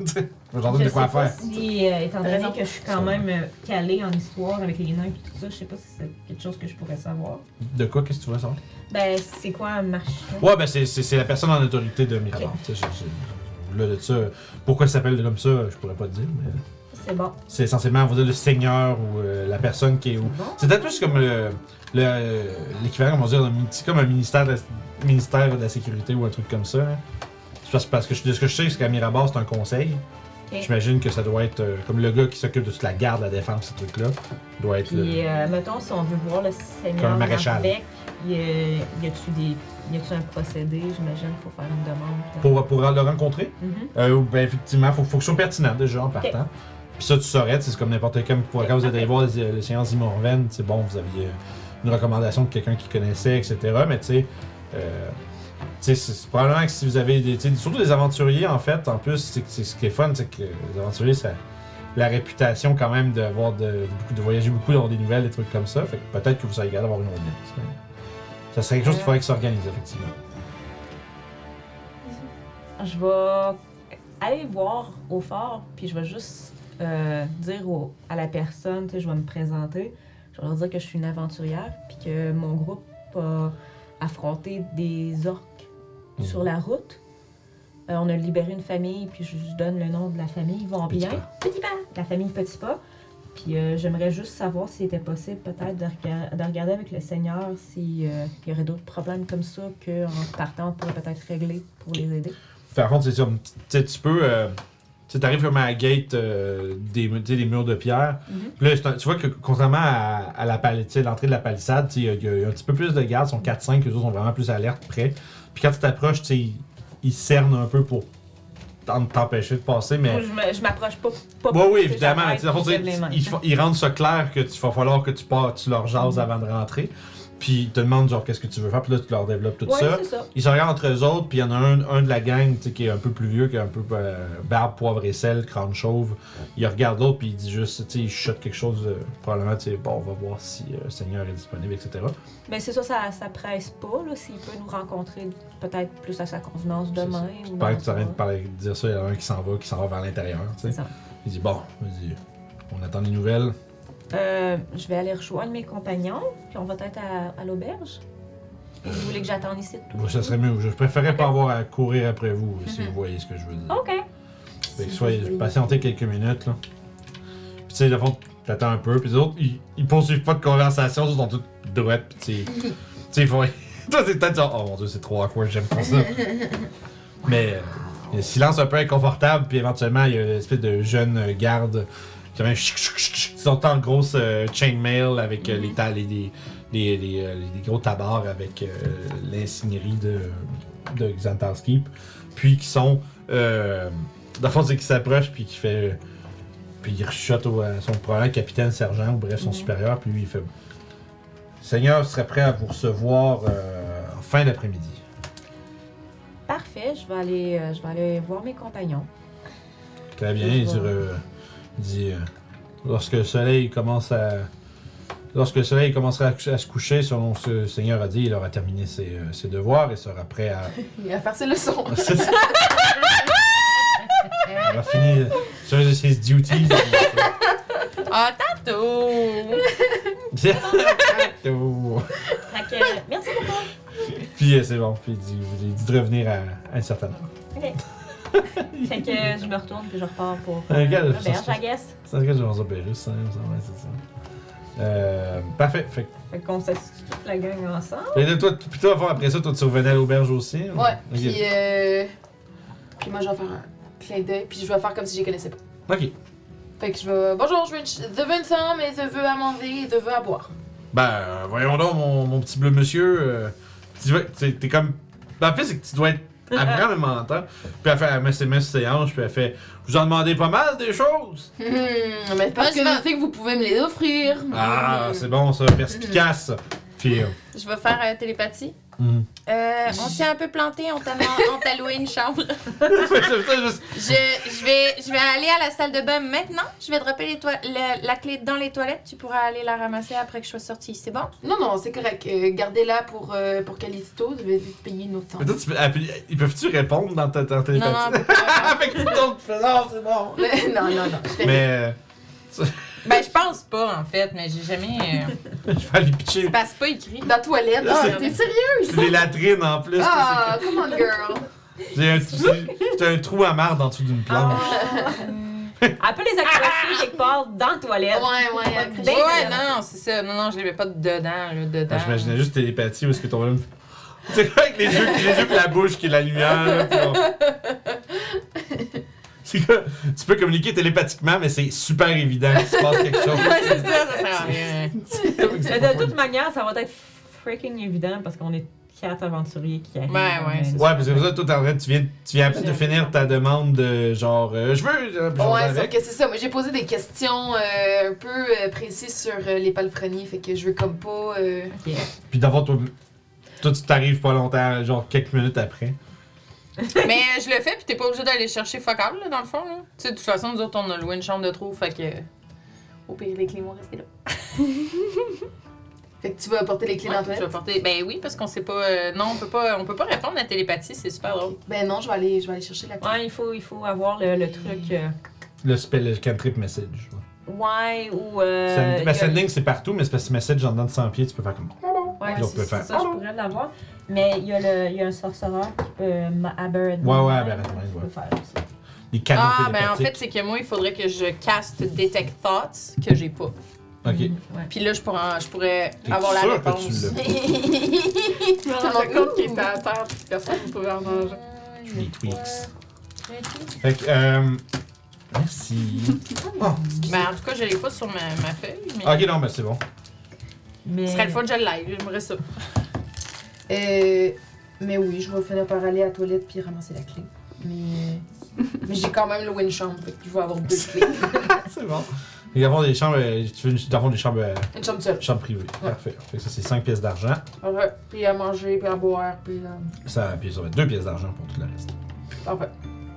Speaker 2: J'entends
Speaker 5: Je
Speaker 2: de quoi
Speaker 5: sais pas
Speaker 2: faire.
Speaker 5: Si, euh, étant donné
Speaker 4: Raison.
Speaker 5: que je suis quand même euh, calée en histoire avec les nains et tout ça, je sais pas si c'est quelque chose que je pourrais savoir.
Speaker 2: De quoi qu'est-ce que tu veux savoir?
Speaker 5: Ben, c'est quoi un marchand?
Speaker 2: Ouais, ben c'est- c'est c'est la personne en autorité de Miramar. Tu sais, j'ai- j'ai- Là, de ça, pourquoi ça s'appelle comme ça, je pourrais pas te dire, mais
Speaker 5: C'est bon.
Speaker 2: c'est essentiellement, on va dire, le seigneur ou euh, la personne qui est où. C'est peut-être plus comme le- le- l'équivalent, on va dire, d'un mini- c'est comme un ministère de, la- ministère de la Sécurité ou un truc comme ça. là. C'est Parce, parce que je- de ce que je sais, c'est qu'à Mirabar, c'est un conseil.
Speaker 5: Ok.
Speaker 2: J'imagine que ça doit être euh, comme le gars qui s'occupe de toute la garde, la défense, ces trucs-là. doit être le-
Speaker 5: Puis, euh, mettons, si on veut voir le seigneur
Speaker 2: Comme un maréchal.
Speaker 5: Narbeck, y a- y a-tu des. Y a-tu un procédé, j'imagine, faut faire une demande.
Speaker 2: Pour, pour le rencontrer.
Speaker 5: Mhm.
Speaker 2: Euh, ben, effectivement, faut, faut que ce soit pertinent déjà en partant. Puis ça, tu saurais, tu sais, c'est comme n'importe quel pour quand vous êtes allé voir les, les séances Imorven, c'est bon, vous aviez une recommandation de quelqu'un qui connaissait, etc. Mais tu sais, euh, tu sais, c'est c'est probablement que si vous avez des, tu sais, surtout des aventuriers en fait, en plus, c'est que- c'est ce qui est fun, c'est que les aventuriers, ça, la réputation quand même d'avoir de, de beaucoup- de voyager beaucoup, d'avoir des nouvelles, des trucs comme ça. Fait que peut-être que vous seriez capable d'avoir une audience. mais Ça serait quelque chose qu'il faudrait que s'organise effectivement.
Speaker 5: Je vais aller voir au fort, puis je vais juste euh, dire au- à la personne, tu sais, je vais me présenter. Je vais leur dire que je suis une aventurière, puis que mon groupe a affronté des orques
Speaker 2: Mhm.
Speaker 5: sur la route. Euh, on a libéré une famille, puis je, je donne le nom de la famille, vont
Speaker 2: Petit
Speaker 5: bien. Petit pas. La famille Petit pas. Puis euh, j'aimerais juste savoir s'il était possible peut-être de, rega- de regarder avec le Seigneur s'il y aurait d'autres problèmes comme ça qu'en partant, on pourrait peut-être régler pour les aider.
Speaker 2: Par contre, c'est comme, tu sais, tu peux, euh, tu sais, t'arrives comme à la gate euh, des, mu- tu sais, des murs de pierre.
Speaker 5: Mhm.
Speaker 2: Puis là, c'est un- tu vois que contrairement à, à la pali- tu sais, l'entrée de la palissade, tu sais, il y a- il y, a un petit peu plus de gardes, ils sont 4-5, eux autres sont vraiment plus alertes, prêts. Puis quand tu t'approches, tu sais, ils- ils cernent un peu pour t'en- t'empêcher de passer, mais...
Speaker 5: Je me- je m'approche pas. pas
Speaker 2: Oui,
Speaker 5: pour
Speaker 2: oui,
Speaker 5: que
Speaker 2: évidemment. mais tu
Speaker 5: j'arrête,
Speaker 2: sais, dans le fond,
Speaker 5: puis je lève les mains. Mhm.
Speaker 2: tu sais, Ils, font- ils rendent ça clair que tu va falloir que tu pars, tu leur jases avant de rentrer. Puis ils te demandent genre qu'est-ce que tu veux faire, puis là tu leur développes tout
Speaker 5: Ouais,
Speaker 2: ça.
Speaker 5: c'est ça.
Speaker 2: Ils se regardent entre eux autres, puis il y en a un, un de la gang tu sais, qui est un peu plus vieux, qui a un peu euh, barbe, poivre et sel, crâne chauve. Il regarde l'autre, puis il dit juste, tu sais, il chuchote quelque chose, euh, probablement, tu sais, bon, on va voir si euh, le Seigneur est disponible, etc.
Speaker 5: Mais Ben, c'est ça, ça, ça presse pas, là, s'il peut nous rencontrer peut-être plus à sa convenance
Speaker 2: C'est
Speaker 5: demain. ou
Speaker 2: Pendant
Speaker 5: dans
Speaker 2: que tu arrêtes de
Speaker 5: son-
Speaker 2: parler- de dire ça, il y en a un qui s'en va, qui s'en va vers l'intérieur, tu
Speaker 5: C'est
Speaker 2: sais.
Speaker 5: ça.
Speaker 2: Il dit, bon, il dit, on attend des nouvelles.
Speaker 5: Euh, je vais aller rejoindre mes compagnons, puis on va peut-être à, à l'auberge. Ou Vous voulez que j'attende ici tout
Speaker 2: Moi, ça serait mieux. Je préférerais pas avoir à courir après vous, si
Speaker 5: Mhm.
Speaker 2: vous voyez ce que je veux dire.
Speaker 5: OK.
Speaker 2: Fait que soyez patientez quelques minutes, là. Puis tu sais, le fond, t'attends un peu, puis les autres, ils, ils poursuivent pas de conversation, ils sont tous droites, puis tu sais, tu sais, ils font... Toi, c'est peut-être genre, oh mon dieu, c'est trop awkward, j'aime pas ça. Mais euh, il y a un silence un peu inconfortable, puis éventuellement, il y a une espèce de jeune euh, garde qui vient chic, chic, chic, chic. Ils sont en grosse euh, chainmail avec euh, les, ta- les, les, les, les, euh, les gros tabards avec euh, l'insignerie de, de Xantarski. Puis qui sont. Euh, dans le fond, c'est qui s'approche, puis qui fait. euh, puis il rechote au, à son probablement capitaine, sergent, ou bref, son supérieur, puis lui, il fait. Seigneur serait prêt à vous recevoir euh, en fin d'après-midi.
Speaker 5: Parfait, je vais aller, euh, je vais aller voir mes compagnons.
Speaker 2: Très bien,
Speaker 5: Je
Speaker 2: il dit,
Speaker 5: vois.
Speaker 2: euh, il dit, euh, lorsque le soleil commence à. Lorsque le soleil commencera à, à se coucher, selon ce que le Seigneur a dit, il aura terminé ses, euh, ses devoirs et sera prêt à.
Speaker 4: Il va faire ses leçons.
Speaker 2: il aura fini sur ses duties.
Speaker 7: Ah, tantôt!
Speaker 5: Fait que, euh, merci beaucoup.
Speaker 2: Puis euh, c'est bon, puis il dit, vous- il dit de revenir à, à un certain heure.
Speaker 5: Fait que euh, je me retourne, puis je repars pour
Speaker 4: Ah, ben,
Speaker 5: euh,
Speaker 2: Euh, regarde,
Speaker 5: l'auberge,
Speaker 2: ça se-
Speaker 5: I guess.
Speaker 2: C'est ce que je vais en Pérus, ça, hein, ça, ouais, c'est ça. Euh, parfait. Fait que,
Speaker 5: Fait qu'on s'assure toute la gang ensemble.
Speaker 2: et là, toi, puis toi, après ça, toi, tu revenais à l'auberge aussi? ou-
Speaker 4: Ouais,
Speaker 2: Ok.
Speaker 4: puis euh... Puis moi, je vais faire un clin d'œil, puis je vais faire comme si je les connaissais pas.
Speaker 2: Ok.
Speaker 4: Fait que je vais... Bonjour, je veux, une ch- je veux une somme et je veux à manger et je veux à boire.
Speaker 2: Ben, euh, voyons donc, mon, mon petit bleu monsieur. euh, tu vois, t'es t'es comme. Ben, en fait, c'est que tu dois être après en même temps. Puis elle fait, elle met ses mains sur ses hanches, puis elle fait Vous en demandez pas mal des choses
Speaker 4: Hum, mais
Speaker 7: Hmm, parce
Speaker 4: parce
Speaker 7: que
Speaker 4: que
Speaker 7: je sais que vous pouvez me les offrir. Hmm.
Speaker 2: Ah, c'est bon ça, perspicace ça. Puis. euh,
Speaker 7: Je vais faire euh, télépathie.
Speaker 2: mhm.
Speaker 7: Euh, on s'est un peu planté, on t'a on t'a loué une chambre.
Speaker 2: Fait que ça, juste-
Speaker 7: Je, je, vais, je vais aller à la salle de bain maintenant. Je vais dropper les toi- la, la clé dans les toilettes. Tu pourras aller la ramasser après que je sois sortie. C'est bon?
Speaker 4: Non, non, c'est correct. Euh, Gardez-la pour, euh, pour Calisto, je vais juste payer une autre
Speaker 2: Mais
Speaker 4: somme.
Speaker 2: toi, tu peux- elle peut- ils peuvent-tu répondre dans ta, dans ta
Speaker 7: Non, non, ben, on peut pas.
Speaker 2: Avec une autre non, c'est bon.
Speaker 4: Mais- non, non, non, je fais rien.
Speaker 2: Mais euh,
Speaker 3: Ben, je pense pas, en fait, mais j'ai jamais. euh,
Speaker 2: euh, je vais aller pitcher.
Speaker 3: ben, c'est pas écrit.
Speaker 4: Dans la toilette,
Speaker 2: Ah,
Speaker 4: t'es sérieux?
Speaker 2: C'est des latrines en plus.
Speaker 4: Ah, come on, girl!
Speaker 2: J'ai un, j'ai- j'ai un trou à marre dans dessous d'une planche.
Speaker 5: Ah. Elle peut les accrocher quelque part dans la toilette.
Speaker 4: Ouais, ouais, accroche-
Speaker 5: Ben,
Speaker 3: ouais, ouais, non, non, c'est ça. Non, non, je l'avais pas dedans, là, dedans.
Speaker 2: Ah, J'imaginais juste télépathie où est-ce que ton bonhomme. C'est quoi avec les yeux, les yeux pis la bouche qui est la lumière? là, pis on- C'est quoi? Tu peux communiquer télépathiquement, mais c'est super évident qu'il se passe quelque chose.
Speaker 3: Ouais, c'est ça, ça sert à rien.
Speaker 5: Mais de toute manière, ça va être freaking évident parce qu'on est quatre aventuriers qui arrivent.
Speaker 7: Ouais, ouais,
Speaker 5: euh,
Speaker 7: c'est
Speaker 2: Ouais, parce que ça, toi, t'es en train- tu viens, tu viens à peine de
Speaker 7: J'ai-
Speaker 2: finir ta demande de genre, euh, je veux. euh, puis j'en vais
Speaker 4: Ouais, sauf
Speaker 2: avec.
Speaker 4: que c'est ça. Moi, j'ai posé des questions euh, un peu euh, précises sur euh, les palefreniers, fait que je veux comme pas. euh,
Speaker 5: ok.
Speaker 2: Puis d'abord, toi, toi, tu t'arrives pas longtemps, genre quelques minutes après.
Speaker 7: Mais euh, je le fais, puis t'es pas obligé d'aller chercher focal, là, dans le fond. Là. Tu sais, de toute façon, nous autres, on a loué une chambre de trop, fait que. Au pire, les clés vont rester là.
Speaker 4: Fait que tu vas porter les clés
Speaker 7: Ouais,
Speaker 4: dans ton
Speaker 7: je vais porter- Ben oui, parce qu'on sait pas. euh, non, on peut pas, on peut pas répondre à la télépathie, c'est super drôle.
Speaker 4: Ben non, je vais aller, je vais aller chercher la clé.
Speaker 5: Ouais, il faut, il faut avoir le, le truc. euh,
Speaker 2: Le spell, le cantrip message. ouais.
Speaker 5: ouais, ou. Euh,
Speaker 2: Send- ben,
Speaker 5: il y a-
Speaker 2: sending, c'est partout, mais c'est parce que message en dedans de 100 pieds, tu peux faire comme.
Speaker 5: Ouais,
Speaker 2: Puis on
Speaker 5: c'est-
Speaker 2: peut
Speaker 5: c'est
Speaker 2: faire-
Speaker 5: ça, je pourrais l'avoir. Mais il y, a le, il y a un sorcereur qui peut. ma- Aberrant Mind,
Speaker 2: Ouais, ouais, Aberrant Mind,
Speaker 5: qui peut
Speaker 2: ouais.
Speaker 5: faire ça.
Speaker 2: Les canaux
Speaker 7: ah, ben en
Speaker 2: télépathiques.
Speaker 7: fait, c'est que moi, il faudrait que je caste Detect Thoughts, que j'ai pas.
Speaker 2: Ok.
Speaker 5: Ouais.
Speaker 7: Puis là, je pourrais, je pourrais
Speaker 2: T'es
Speaker 7: avoir la
Speaker 2: sûr
Speaker 7: réponse.
Speaker 2: que tu l'as pas?
Speaker 1: Je me rendais compte qu'il était à terre et que personne ne pouvait en manger.
Speaker 2: Les tweaks. Fait que, euh, Merci.
Speaker 7: Ben, en tout cas, je l'ai pas sur ma, ma feuille, mais.
Speaker 2: Ok, non, mais c'est bon.
Speaker 5: Mais.
Speaker 7: Ce serait le fun que je l'aille, j'aimerais ça.
Speaker 4: Euh, mais oui, je vais finir par aller à la toilette puis ramasser la clé. Mais, euh, mais j'ai quand même loué une chambre, fait que je vais avoir deux clés.
Speaker 2: C'est bon. Et avant des chambres, euh, tu veux une- dans le fond, des chambres, euh,
Speaker 4: Une chambre seule.
Speaker 2: chambres privées. Parfait. Fait que ça, c'est 5 pièces d'argent.
Speaker 4: Parfait. Puis à manger, puis à boire, puis euh,
Speaker 2: Ça, puis ça va être 2 pièces d'argent pour tout le reste.
Speaker 4: parfait.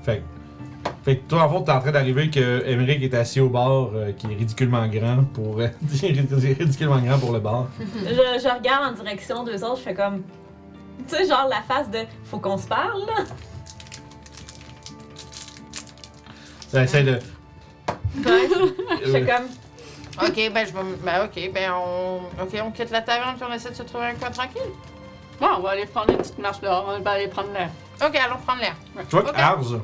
Speaker 2: Fait que- fait que toi, en fond, t'es en train d'arriver que Emmerich est assis au bar, euh, qui est ridiculement grand pour. euh, ridiculement grand pour le bar.
Speaker 5: Je, je regarde en direction d'eux autres, je fais comme. Tu sais, genre la face de. Faut qu'on se parle, là.
Speaker 2: Ça essaie de.
Speaker 5: Je fais comme.
Speaker 7: Ok, ben, je vais. me- Ben, ok, ben, on. Ok, on quitte la taverne, puis on essaie de se trouver un coin tranquille.
Speaker 1: Bon, on va aller prendre une petite marche dehors, on va aller prendre l'air.
Speaker 7: Ok, allons prendre l'air.
Speaker 2: Tu vois que
Speaker 7: Ok.
Speaker 2: Arz,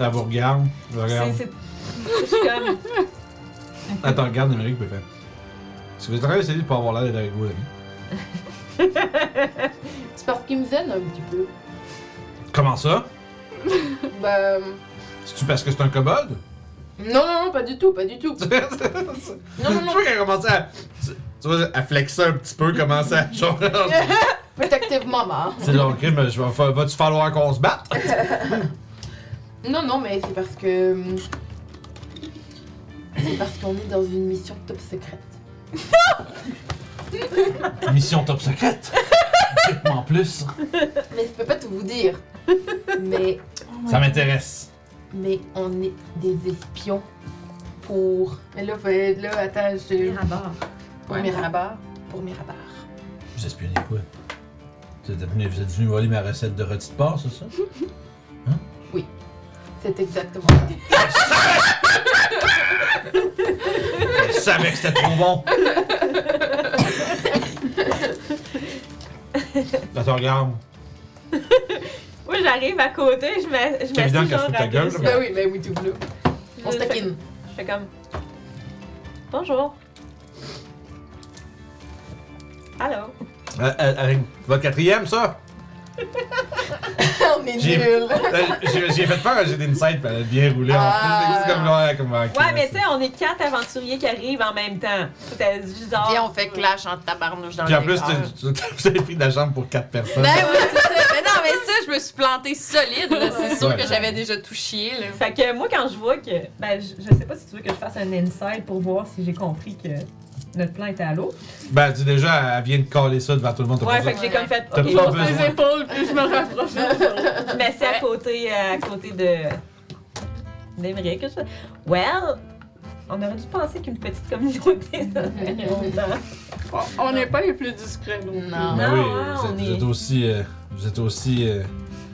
Speaker 2: elle vous regarde. elle regarde.
Speaker 5: c'est- c'est- Je suis comme.
Speaker 2: Attends, regarde Emmerich, puis elle fait. Si vous êtes en train d'essayer de pas avoir l'air d'être avec vos amis.
Speaker 4: C'est parce qu'ils me viennent un petit peu.
Speaker 2: Comment ça?
Speaker 4: Ben.
Speaker 2: C'est-tu parce que c'est un kobold?
Speaker 4: Non, non, non, pas du tout, pas du tout.
Speaker 2: Non, non, non. Je crois qu'elle a commencé à. Tu tu vois, à flexer un petit peu, commencer à. Genre.
Speaker 4: Protective mama.
Speaker 2: c'est long crime, je vais fa- va-tu falloir qu'on se batte?
Speaker 4: Non, non, mais c'est parce que. hum, C'est parce qu'on est dans une mission top secrète.
Speaker 2: Mission top secrète! Oh En plus,
Speaker 4: Mais je peux pas tout vous dire. Mais.
Speaker 2: ça m'intéresse.
Speaker 4: Mais on est des espions pour. Mais là, fait- là attends, je.
Speaker 5: Mirabar.
Speaker 4: Pour mes rabards. Pour mes rabards.
Speaker 2: Vous espionnez quoi? Vous êtes venu, vous êtes venu voler ma recette de rôti de porc, c'est ça?
Speaker 4: C'est exactement ça.
Speaker 2: Je savais que c'était trop bon! Là, tu regardes.
Speaker 5: Moi, j'arrive à côté, je mets. Je
Speaker 2: C'est évident
Speaker 5: m'assieds
Speaker 2: qu'elle se
Speaker 5: genre
Speaker 2: fout de ta
Speaker 5: à
Speaker 2: gueule,
Speaker 5: deux
Speaker 2: là,
Speaker 4: Ben
Speaker 5: sur-
Speaker 4: oui, ben oui, tout bleu. On se
Speaker 5: je fais-
Speaker 4: taquine.
Speaker 5: Je fais comme. Bonjour. Allô.
Speaker 2: Euh, euh, Avec votre quatrième, ça?
Speaker 4: on est
Speaker 2: J'ai-
Speaker 4: nuls.
Speaker 2: Euh, J'ai j'ai fait peur, j'ai des insights, elle a bien roulé.
Speaker 4: Ah.
Speaker 2: en plus. C'est comme là, comme ok,
Speaker 5: Ouais, mais
Speaker 2: merci.
Speaker 5: tu sais, on est quatre aventuriers qui arrivent en même temps. C'était
Speaker 4: Ah,
Speaker 5: genre.
Speaker 7: Puis on fait clash en tabarnouche dans
Speaker 2: Puis
Speaker 7: le
Speaker 2: en plus,
Speaker 7: décor.
Speaker 2: tu- tu- vous avez pris de la chambre pour 4 personnes.
Speaker 7: Ben oui, c'est ça. Mais non, mais ça, je me suis plantée solide. là. C'est sûr
Speaker 2: Ouais.
Speaker 7: que j'avais déjà tout chié. Là.
Speaker 5: Fait que moi, quand je vois que. Ben, je, je sais pas si tu veux que je fasse un inside pour voir si j'ai compris que notre plan était à l'eau.
Speaker 2: Ben, tu déjà, elle vient de coller ça devant tout le monde. t'as
Speaker 5: Ouais,
Speaker 2: pas
Speaker 5: fait que j'ai comme fait.
Speaker 2: T'as
Speaker 5: Ok,
Speaker 2: pas
Speaker 5: je
Speaker 2: besoin.
Speaker 1: Mes épaules, puis je me rapproche.
Speaker 5: je me suis à côté, à côté de. d'Emeric. je- Well, on aurait dû penser qu'une petite communauté, hein. ça fait longtemps.
Speaker 1: On n'est pas les plus discrets, non. plus.
Speaker 4: Non.
Speaker 2: Ben
Speaker 5: Non,
Speaker 2: oui,
Speaker 5: hein,
Speaker 2: vous,
Speaker 5: on
Speaker 2: êtes, vous
Speaker 5: est-
Speaker 2: êtes aussi. euh, vous êtes aussi. euh,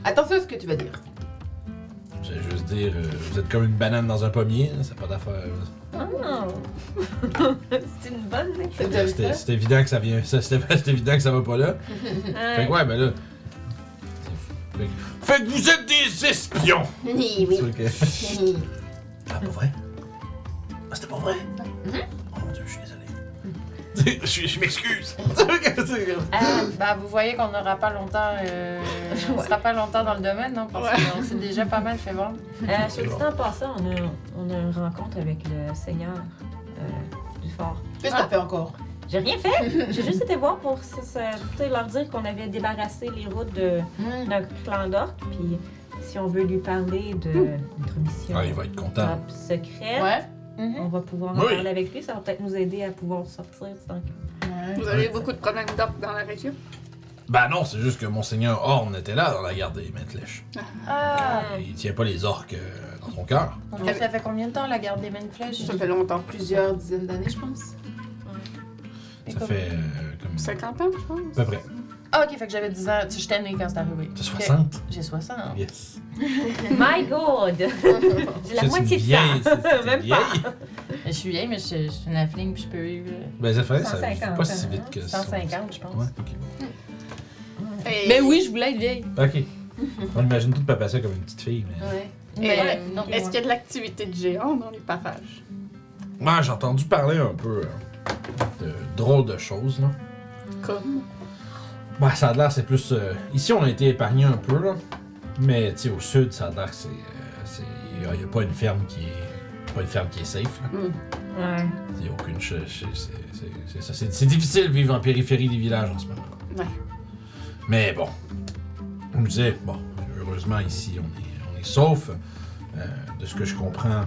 Speaker 4: Attention à ce que tu vas dire.
Speaker 2: J'allais juste dire, euh, vous êtes comme une banane dans un pommier, hein, ça n'a pas d'affaire.
Speaker 5: Oh. Hmm. C'est une bonne idée.
Speaker 4: C'est
Speaker 2: C'était-
Speaker 4: ça.
Speaker 2: C'est évident que ça vient. ça, C'était c'est évident que ça va pas là. Fait que ouais, ben là. c'est- Fait que, fait que vous êtes des espions!
Speaker 4: Ni, oui.
Speaker 2: Tu vois que-
Speaker 4: Ni.
Speaker 2: Ah, pas vrai? Ah, c'était pas vrai? Oh mon dieu, je suis désolé. Je, suis- je m'excuse.
Speaker 7: Ah, bah, vous voyez qu'on n'aura pas longtemps. euh, On
Speaker 5: Ouais.
Speaker 7: sera pas longtemps dans le domaine, non? Parce qu'on s'est déjà pas mal fait vendre.
Speaker 5: Euh, soit dit en passant, on a, on a une rencontre avec le Seigneur euh, du fort.
Speaker 4: Qu'est-ce que t'as fait encore?
Speaker 5: J'ai rien fait. J'ai juste été voir pour se- se- tu sais, leur dire qu'on avait débarrassé les routes de notre clan d'orques. Puis si on veut lui parler de notre mission
Speaker 2: Ah, il va être content.
Speaker 5: top secrète,
Speaker 4: Ouais.
Speaker 5: on va pouvoir en
Speaker 2: Oui.
Speaker 5: parler avec lui. Ça va peut-être nous aider à pouvoir sortir. de cet enfer.
Speaker 1: Vous avez beaucoup de problèmes d'orques dans la région?
Speaker 2: Bah non, c'est juste que Monseigneur Horn était là dans la guerre des Mantlèches.
Speaker 7: Ah!
Speaker 2: Il tient pas les orques euh, dans son cœur.
Speaker 7: Donc, ça fait combien de temps la garde des mains de flèches?
Speaker 4: Ça fait longtemps, plusieurs dizaines d'années, je pense.
Speaker 7: Et
Speaker 2: Ça
Speaker 7: comme-
Speaker 2: fait euh, comme ça.
Speaker 1: 50 ans, je pense.
Speaker 2: À peu près.
Speaker 7: Ah, ok, fait que j'avais 10 ans. Tu sais, j'étais née quand c'est arrivé.
Speaker 2: T'as
Speaker 7: Ok.
Speaker 2: 60?
Speaker 7: J'ai 60.
Speaker 2: Yes.
Speaker 5: My God! J'ai la
Speaker 2: C'est
Speaker 5: moitié
Speaker 2: une
Speaker 5: de
Speaker 2: vieille,
Speaker 5: ça.
Speaker 2: c'est- c'est
Speaker 5: Même
Speaker 2: une
Speaker 5: pas.
Speaker 2: vieille.
Speaker 7: Je suis vieille, mais je, je suis une affling, puis je peux vivre. euh,
Speaker 2: Ben ça fait ça. c'est
Speaker 7: 150,
Speaker 2: Pas si
Speaker 7: hein.
Speaker 2: vite que ça.
Speaker 7: 150, je pense.
Speaker 2: Ouais, ok.
Speaker 1: Et-
Speaker 7: Mais Ben oui, je voulais être vieille.
Speaker 2: Ok. On imagine tout papa ça comme une petite fille, mais.
Speaker 4: Ouais.
Speaker 7: Mais
Speaker 1: ouais.
Speaker 7: non.
Speaker 1: Est-ce qu'il y a de l'activité de géant dans les parages?
Speaker 2: Ouais, Ben, j'ai entendu parler un peu euh, de drôles de choses, là.
Speaker 1: Comme.
Speaker 2: Bah, ça a l'air, c'est plus. euh, ici, on a été épargné un peu, là. Mais, tu sais, au sud, ça a l'air que c'est. euh, c'est- Il n'y a, il y a pas une ferme qui est. Pas une ferme qui est safe, là.
Speaker 5: Ouais.
Speaker 2: Il n'y a aucune. ch- ch- C'est c'est- c'est ça. C'est- c'est difficile de vivre en périphérie des villages en ce moment.
Speaker 1: Ouais.
Speaker 2: Mais bon. On nous disait, bon, heureusement, ici, on est, on est sauf. Euh, de ce que je comprends.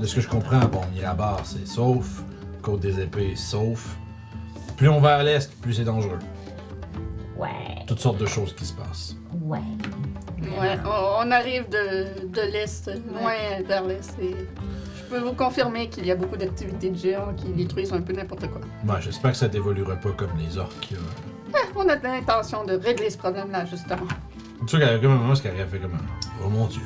Speaker 2: De ce que je comprends, bon, Mirabar, c'est sauf. Côte des épées, sauf. Plus on va à l'est, plus c'est dangereux
Speaker 5: Ouais.
Speaker 2: toutes sortes de choses qui se passent.
Speaker 5: Ouais.
Speaker 1: Ouais, on, on arrive de, de l'Est, loin vers l'Est. Et je peux vous confirmer qu'il y a beaucoup d'activités de géants qui détruisent un peu n'importe quoi.
Speaker 2: Moi, Ben, j'espère que ça n'évoluera pas comme les orques. là.
Speaker 1: On a l'intention de régler ce problème-là, justement.
Speaker 2: C'est sûr qu'elle avait comme un moment, ce qu'elle avait fait comme un. Oh mon dieu.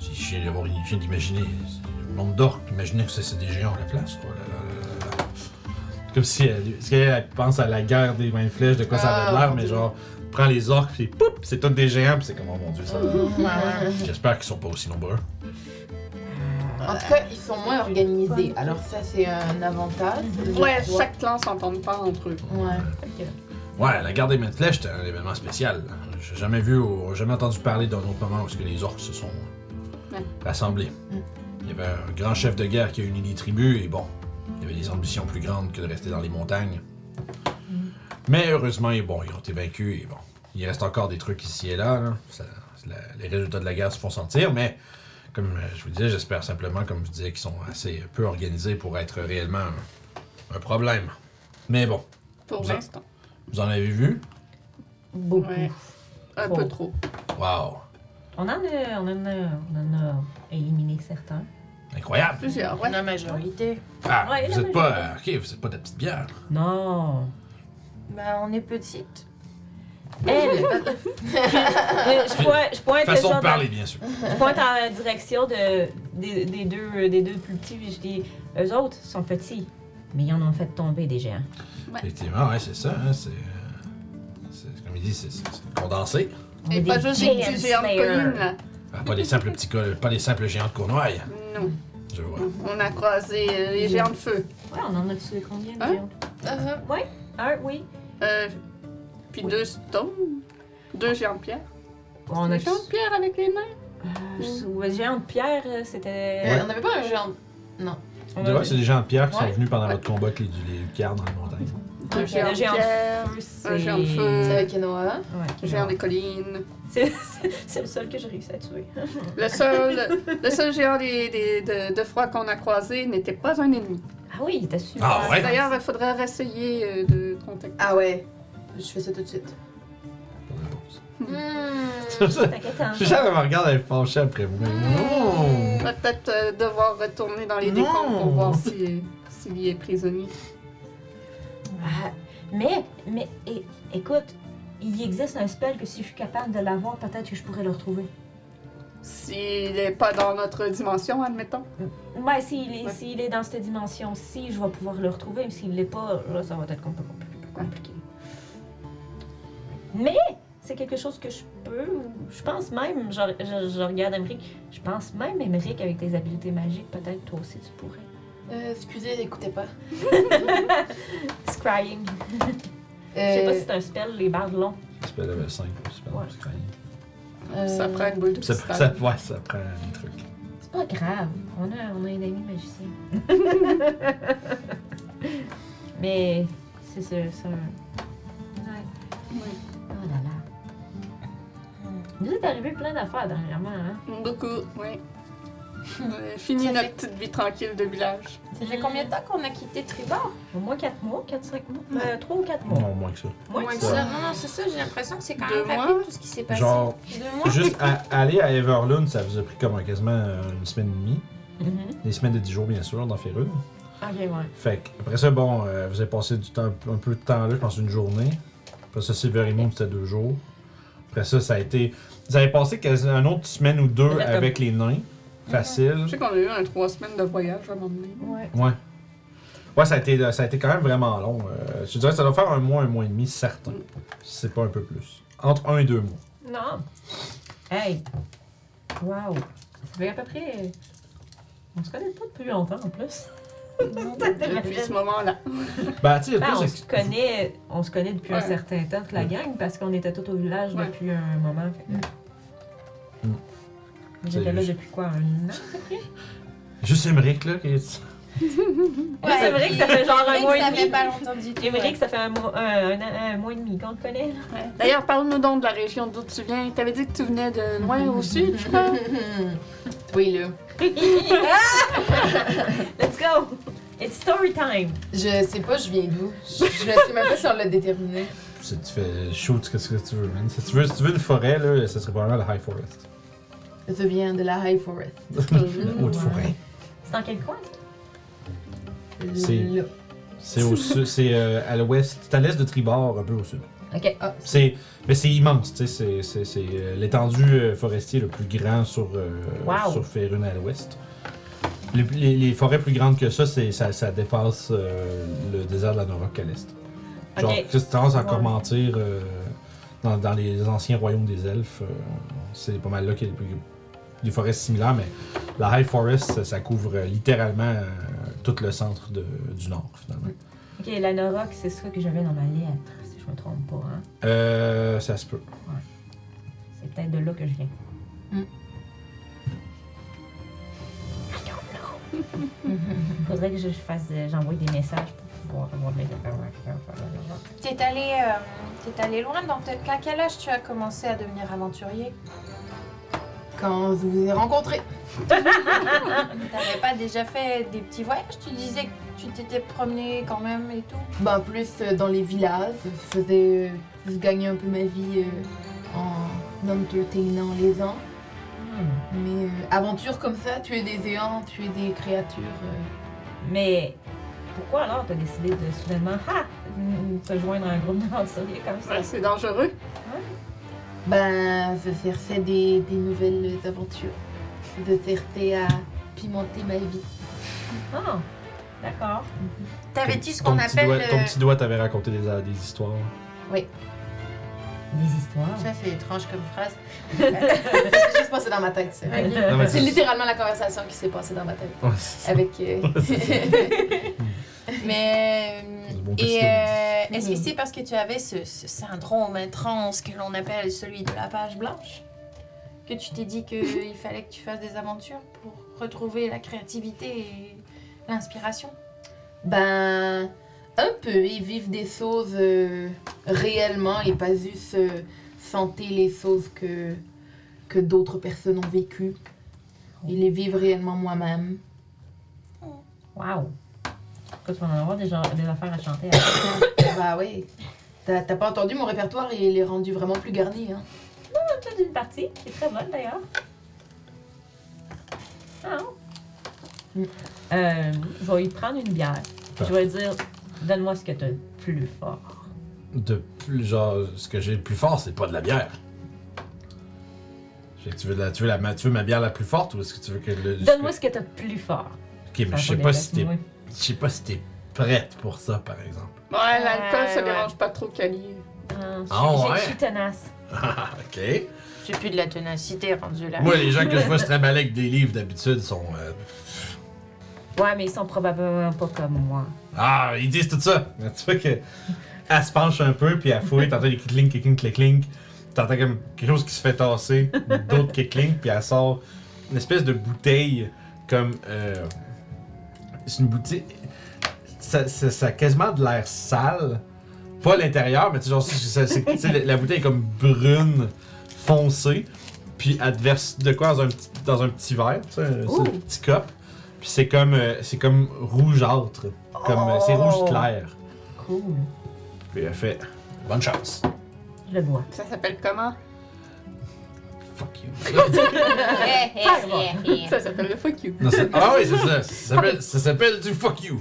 Speaker 2: Si je viens d'avoir une- je viens d'imaginer c'est le monde d'orques, puis imaginez que ça, c'est des géants à la place. Oh là là là là là. Comme si elle, parce qu'elle, elle pense à la guerre des mains de flèches, de quoi ça avait
Speaker 4: Ah,
Speaker 2: l'air,
Speaker 4: mon
Speaker 2: mais
Speaker 4: Dieu.
Speaker 2: genre, prends les orques, puis poup, c'est tous des géants, puis c'est comme, oh mon dieu, ça. J'espère qu'ils sont pas aussi nombreux.
Speaker 4: En tout cas, ils sont moins organisés. Alors ça, c'est un avantage.
Speaker 1: Ouais, chaque clan s'entend pas entre eux.
Speaker 4: Ouais.
Speaker 2: Ouais, la guerre des mains de flèches, c'était un événement spécial. J'ai jamais vu, ou jamais entendu parler d'un autre moment où est-ce que les orques se sont
Speaker 1: Ouais.
Speaker 2: rassemblés. Il y avait un grand chef de guerre qui a uni les tribus, et bon, il y avait des ambitions plus grandes que de rester dans les montagnes. Mais heureusement, et bon, ils ont été vaincus, et bon, il reste encore des trucs ici et là. là. Ça- c'est la- les résultats de la guerre se font sentir, mais comme euh, je vous disais, j'espère simplement, comme je disais, qu'ils sont assez peu organisés pour être réellement un- un problème. Mais bon,
Speaker 1: Pour
Speaker 2: Ouais.
Speaker 1: l'instant.
Speaker 2: vous en avez vu?
Speaker 5: Beaucoup.
Speaker 1: Ouais. Un
Speaker 5: Trop.
Speaker 1: peu trop.
Speaker 2: Wow!
Speaker 5: On en a, on en a, on en a éliminé certains.
Speaker 2: Incroyable!
Speaker 1: Plusieurs, ouais.
Speaker 7: La majorité.
Speaker 2: Ah,
Speaker 5: Ouais,
Speaker 2: vous
Speaker 5: la
Speaker 2: êtes pas. euh, ok, vous êtes pas de la petite bière.
Speaker 5: Non.
Speaker 7: Ben, on est petite.
Speaker 5: Elle. Mais je, pointe, je pointe le
Speaker 2: Façon
Speaker 5: genre
Speaker 2: de
Speaker 5: de-
Speaker 2: parler, bien sûr.
Speaker 5: je pointe en la direction de, des, des deux, des deux plus petits, puis je dis, eux autres sont petits, mais ils en ont fait tomber des géants.
Speaker 2: Effectivement, ouais, c'est ça. hein, c'est. euh, c'est- Comme il dit, c'est- c'est c'est condensé.
Speaker 5: On
Speaker 1: Et
Speaker 5: est
Speaker 1: pas juste des
Speaker 5: giant
Speaker 1: petits géants de
Speaker 5: slayers.
Speaker 1: colline, là.
Speaker 2: Ah, pas des simples petits col- pas des simples géants de Cournoye,
Speaker 1: Non.
Speaker 2: je vois.
Speaker 1: On a croisé euh, les géants de feu.
Speaker 5: Ouais, on en a tué combien de
Speaker 1: Hein?
Speaker 5: géants? Un, oui.
Speaker 1: Euh, puis deux stones. Deux géants de pierre.
Speaker 5: On a
Speaker 1: Des
Speaker 5: tué.
Speaker 1: géants de pierre avec les nains.
Speaker 5: Euh, géant de pierre, euh, c'était.
Speaker 4: Euh, On n'avait pas un géant. Non.
Speaker 5: On
Speaker 2: Ouais, c'est des géants de pierre qui sont
Speaker 4: Ouais.
Speaker 2: venus pendant
Speaker 1: Ouais.
Speaker 2: votre combat avec les, les lucards dans les montagnes.
Speaker 1: Un géant
Speaker 5: le
Speaker 1: de
Speaker 5: géant de
Speaker 1: pierre.
Speaker 5: feu, c'est.
Speaker 1: un géant de feu.
Speaker 4: C'est avec Enoa.
Speaker 5: Ouais,
Speaker 1: Géant des collines.
Speaker 5: C'est c'est- c'est le seul que j'ai réussi à tuer.
Speaker 1: Le seul, le seul géant des- des- de, de froid qu'on a croisé n'était pas un ennemi.
Speaker 5: Ah oui, il était super.
Speaker 2: Ah ouais?
Speaker 1: D'ailleurs, il faudrait réessayer euh, de contacter.
Speaker 4: Ah ouais. Je fais ça tout de suite.
Speaker 5: T'inquiète, hein.
Speaker 2: Jeanne me regarde, elle est fâchée après vous. mais non!
Speaker 1: On va peut-être euh, devoir retourner dans les
Speaker 2: Non.
Speaker 1: décombres pour voir si- euh, s'il y est prisonnier.
Speaker 5: Ah, mais, mais, é- écoute, il existe un spell que si je suis capable de l'avoir, peut-être que je pourrais le retrouver.
Speaker 1: S'il n'est pas dans notre dimension, admettons.
Speaker 5: Ouais, s'il est,
Speaker 1: Ouais.
Speaker 5: s'il est dans cette dimension-ci, je vais pouvoir le retrouver. mais S'il l'est pas, là, ça va être un peu compli- plus compliqué. Mais c'est quelque chose que je peux. Je pense même, je, je- je regarde Emmerich, je pense même, Emmerich, avec tes habiletés magiques, peut-être toi aussi tu pourrais.
Speaker 4: Euh, excusez, n'écoutez pas.
Speaker 5: Scrying. Je sais pas si
Speaker 4: Euh,
Speaker 5: c'est un spell, les barres longs.
Speaker 2: C'est pas level 5, c'est pas
Speaker 5: Ouais.
Speaker 2: c'est craigné.
Speaker 4: euh,
Speaker 1: Ça prend une boule de
Speaker 2: Ça,
Speaker 1: cristal.
Speaker 2: ça, ouais, ça prend un truc.
Speaker 5: C'est pas grave, on a, on a un ami magicien. Mais c'est ça, c'est un- Oh là là. Il Nous est arrivé plein d'affaires dernièrement, hein?
Speaker 1: Beaucoup, oui. Euh, Fini
Speaker 7: Ça
Speaker 1: notre
Speaker 7: fait-
Speaker 1: petite vie tranquille de village.
Speaker 5: Mm.
Speaker 7: Ça fait combien de temps qu'on a quitté Tribord?
Speaker 8: Au moins 4 mois, 4-5 mois. 3 Euh, ou 4 mois.
Speaker 2: Non, moins que ça.
Speaker 8: Moins
Speaker 7: Moins
Speaker 8: que
Speaker 7: que
Speaker 2: ça.
Speaker 7: ça. Euh, Non, non, c'est ça, j'ai l'impression que c'est quand
Speaker 1: Deux
Speaker 7: même
Speaker 1: mois?
Speaker 7: rapide tout ce qui s'est passé.
Speaker 2: Genre,
Speaker 7: Deux mois?
Speaker 2: juste à- aller à Everloon, ça vous a pris comme quasiment euh, une semaine et demie.
Speaker 5: Mhm.
Speaker 2: Des semaines de 10 jours, bien sûr, d'en faire une.
Speaker 5: Ok, ouais.
Speaker 2: Fait que, après ça, bon, euh, vous avez passé du temps, un peu de temps là, je pense une journée. Après ça, Silver Moon, c'était deux jours. Après ça, ça a été. Vous avez passé quasi une autre semaine ou deux
Speaker 5: Fait comme-
Speaker 2: avec les nains.
Speaker 5: Mhm.
Speaker 2: Facile.
Speaker 1: Je sais qu'on a eu un trois semaines de voyage à un moment donné.
Speaker 5: Ouais.
Speaker 2: Ouais. Ouais, ça a été, ça a été quand même vraiment long. Euh, je dirais que ça doit faire un mois, un mois et demi, certain.
Speaker 5: Mhm.
Speaker 2: Si c'est pas un peu plus. Entre un et deux mois.
Speaker 8: Non.
Speaker 5: Hey! Wow! Ça fait à peu près. On se connaît pas depuis longtemps en plus.
Speaker 1: Depuis ce moment-là.
Speaker 2: Bah, tu sais, il y a
Speaker 5: Ben,
Speaker 2: plus
Speaker 5: on,
Speaker 2: ex-
Speaker 5: se connaît, on se connaît depuis un
Speaker 1: Ouais.
Speaker 5: certain temps, toute la
Speaker 2: Ouais.
Speaker 5: gang, parce qu'on était tous au village
Speaker 1: Ouais.
Speaker 5: depuis un moment. fait que-
Speaker 2: Mm.
Speaker 5: J'étais
Speaker 2: C'est
Speaker 5: là
Speaker 2: juste-
Speaker 5: depuis quoi, un an?
Speaker 2: Juste Emmerich, là, qui est.
Speaker 5: Ouais, c'est vrai que ça fait genre un mois et
Speaker 7: Ça
Speaker 5: demi.
Speaker 7: fait pas longtemps du tout.
Speaker 5: C'est vrai que ça fait un mois, un, un an- un mois et demi qu'on te connaît. là.
Speaker 1: Ouais. D'ailleurs, parle-nous donc de la région d'où tu viens. T'avais dit que tu venais de loin au sud, je crois.
Speaker 7: Oui, là.
Speaker 5: Let's go! It's story time!
Speaker 7: Je sais pas, je viens d'où. Je je sais même pas si on l'a déterminé.
Speaker 2: Si tu fais chaud, tu- qu'est-ce que tu veux, man. Si tu veux, si tu veux une forêt, là, ça serait probablement le High Forest.
Speaker 7: Je viens de la High Forest.
Speaker 2: La haute forêt.
Speaker 5: C'est dans quel coin?
Speaker 2: C'est-
Speaker 7: Là.
Speaker 2: C'est au sud, c'est euh, à l'ouest, c'est à l'est de Tribord, un peu au sud.
Speaker 5: Ok.
Speaker 7: Ah,
Speaker 2: C'est, mais c'est immense, tu sais, c'est, c'est, c'est euh, l'étendue euh, forestier le plus grand sur, euh,
Speaker 5: Wow.
Speaker 2: sur Faerun à l'ouest. Les, les- les forêts plus grandes que ça, c'est, ça, ça dépasse euh, le désert de la Noroc à l'est. Genre,
Speaker 5: Ok.
Speaker 2: si tu commences à
Speaker 5: Ouais.
Speaker 2: encore mentir euh, dans, dans les anciens royaumes des elfes, euh, c'est pas mal là qu'il y a les plus- des forêts similaires, mais la High Forest, ça, ça couvre euh, littéralement euh, tout le centre de- du nord, finalement.
Speaker 5: Ok, la Noroc, c'est ça que j'avais dans ma lettre, si je me trompe pas. Hein.
Speaker 2: Euh, ça se peut.
Speaker 5: C'est peut-être de là que je viens.
Speaker 7: Mm.
Speaker 5: Faudrait que je fasse, euh, j'envoie des messages pour pouvoir avoir mes affaires. ouais, faire, faire, faire, faire.
Speaker 7: T'es allé, euh, t'es allé loin, donc t'es- à quel âge tu as commencé à devenir aventurier
Speaker 4: Quand je vous ai rencontré.
Speaker 7: T'avais pas déjà fait des petits voyages Tu disais que tu t'étais promené quand même et tout
Speaker 4: Ben, plus euh, dans les villages, je faisais. euh, Je gagnais un peu ma vie euh, en entertainant les gens.
Speaker 5: Hmm.
Speaker 4: Mais euh, aventure comme ça, tuer des géants, tuer des créatures. euh,
Speaker 5: Mais pourquoi alors t'as décidé de soudainement ha, mm, te joindre à un groupe d'aventuriers comme ça?
Speaker 1: Ouais, c'est dangereux.
Speaker 4: Ben, je cherchais des, des nouvelles aventures. Je cherchais à pimenter ma vie.
Speaker 5: Ah, d'accord.
Speaker 7: T'avais-tu ce
Speaker 2: Ton-
Speaker 7: qu'on
Speaker 2: ton petit
Speaker 7: appelle.
Speaker 2: doigt- Ton
Speaker 7: euh,
Speaker 2: petit doigt t'avait raconté des, des histoires.
Speaker 5: Des histoires.
Speaker 7: Ça, c'est étrange comme phrase.
Speaker 4: C'est juste passé dans ma tête, ça.
Speaker 2: Non, mais
Speaker 4: C'est littéralement la conversation qui s'est passée dans ma tête.
Speaker 2: Ouais, c'est ça.
Speaker 4: Avec. euh,
Speaker 7: Mais.
Speaker 2: C'est
Speaker 7: euh,
Speaker 2: bon petit
Speaker 7: Et euh,
Speaker 4: doigt.
Speaker 7: est-ce que c'est parce que tu avais ce, ce syndrome intense que l'on appelle celui de la page blanche Que tu t'es dit qu'il fallait que tu fasses des aventures pour retrouver la créativité et l'inspiration
Speaker 4: Ben, un peu. Ils vivent des choses euh, réellement et pas juste euh, sentir les choses que, que d'autres personnes ont vécues. Ils les vivent réellement moi-même.
Speaker 5: Wow. Écoute, tu vas en avoir des, gens- des affaires à chanter. hein. après.
Speaker 4: bah oui. T'as t'as pas entendu mon répertoire et il est rendu vraiment plus garni. Hein.
Speaker 5: Toute une partie qui est très bonne d'ailleurs. Ah.
Speaker 4: Mm.
Speaker 5: Euh, je vais lui prendre une bière. Je vais lui dire, donne-moi ce que t'as de plus fort.
Speaker 2: De plus, genre, ce que j'ai le plus fort, c'est pas de la bière. J'ai- Tu veux, de la, tu, veux la, ma- tu veux ma bière la plus forte ou est-ce que tu veux que le.
Speaker 5: Donne-moi ce que t'as de plus fort.
Speaker 2: Ok, mais je sais pas si t'es. Je sais pas si t'es prête pour ça, par exemple.
Speaker 1: Ouais, l'alcool, ça
Speaker 7: ouais.
Speaker 1: dérange pas trop Cali.
Speaker 5: Ah, je,
Speaker 2: Ah
Speaker 5: suis-
Speaker 2: ouais?
Speaker 5: je suis tenace.
Speaker 2: ok.
Speaker 7: J'ai plus de la ténacité rendu là.
Speaker 2: Moi, les gens que je vois se trimballer avec des livres d'habitude sont. euh,
Speaker 5: Ouais, mais ils sont probablement pas comme moi.
Speaker 2: Ah, ils disent tout ça. Mais tu vois que. Elle se penche un peu, puis elle fouille, t'entends des clic-clink, clic-clink, clic-clink. T'entends comme quelque chose qui se fait tasser, d'autres clic-clink, puis elle sort une espèce de bouteille comme. euh, C'est une bouteille. Ça- ça, ça- ça a quasiment de l'air sale. Pas à l'intérieur, mais tu sais, genre, c'est- c'est- c'est- tu sais, la- la bouteille est comme brune, foncée. Puis elle te verse de quoi dans un petit, dans un petit verre, tu sais, c'est le petit cop. Puis c'est comme, euh, c'est comme rougeâtre. Comme, euh, C'est rouge clair.
Speaker 6: Cool.
Speaker 2: Puis elle fait Bonne chance.
Speaker 6: Je le bois.
Speaker 1: Ça s'appelle comment?
Speaker 2: Fuck you.
Speaker 1: Ça s'appelle le fuck you.
Speaker 2: Non, c'est- ah oui, c'est ça. Ça s'appelle- Ça s'appelle du fuck you.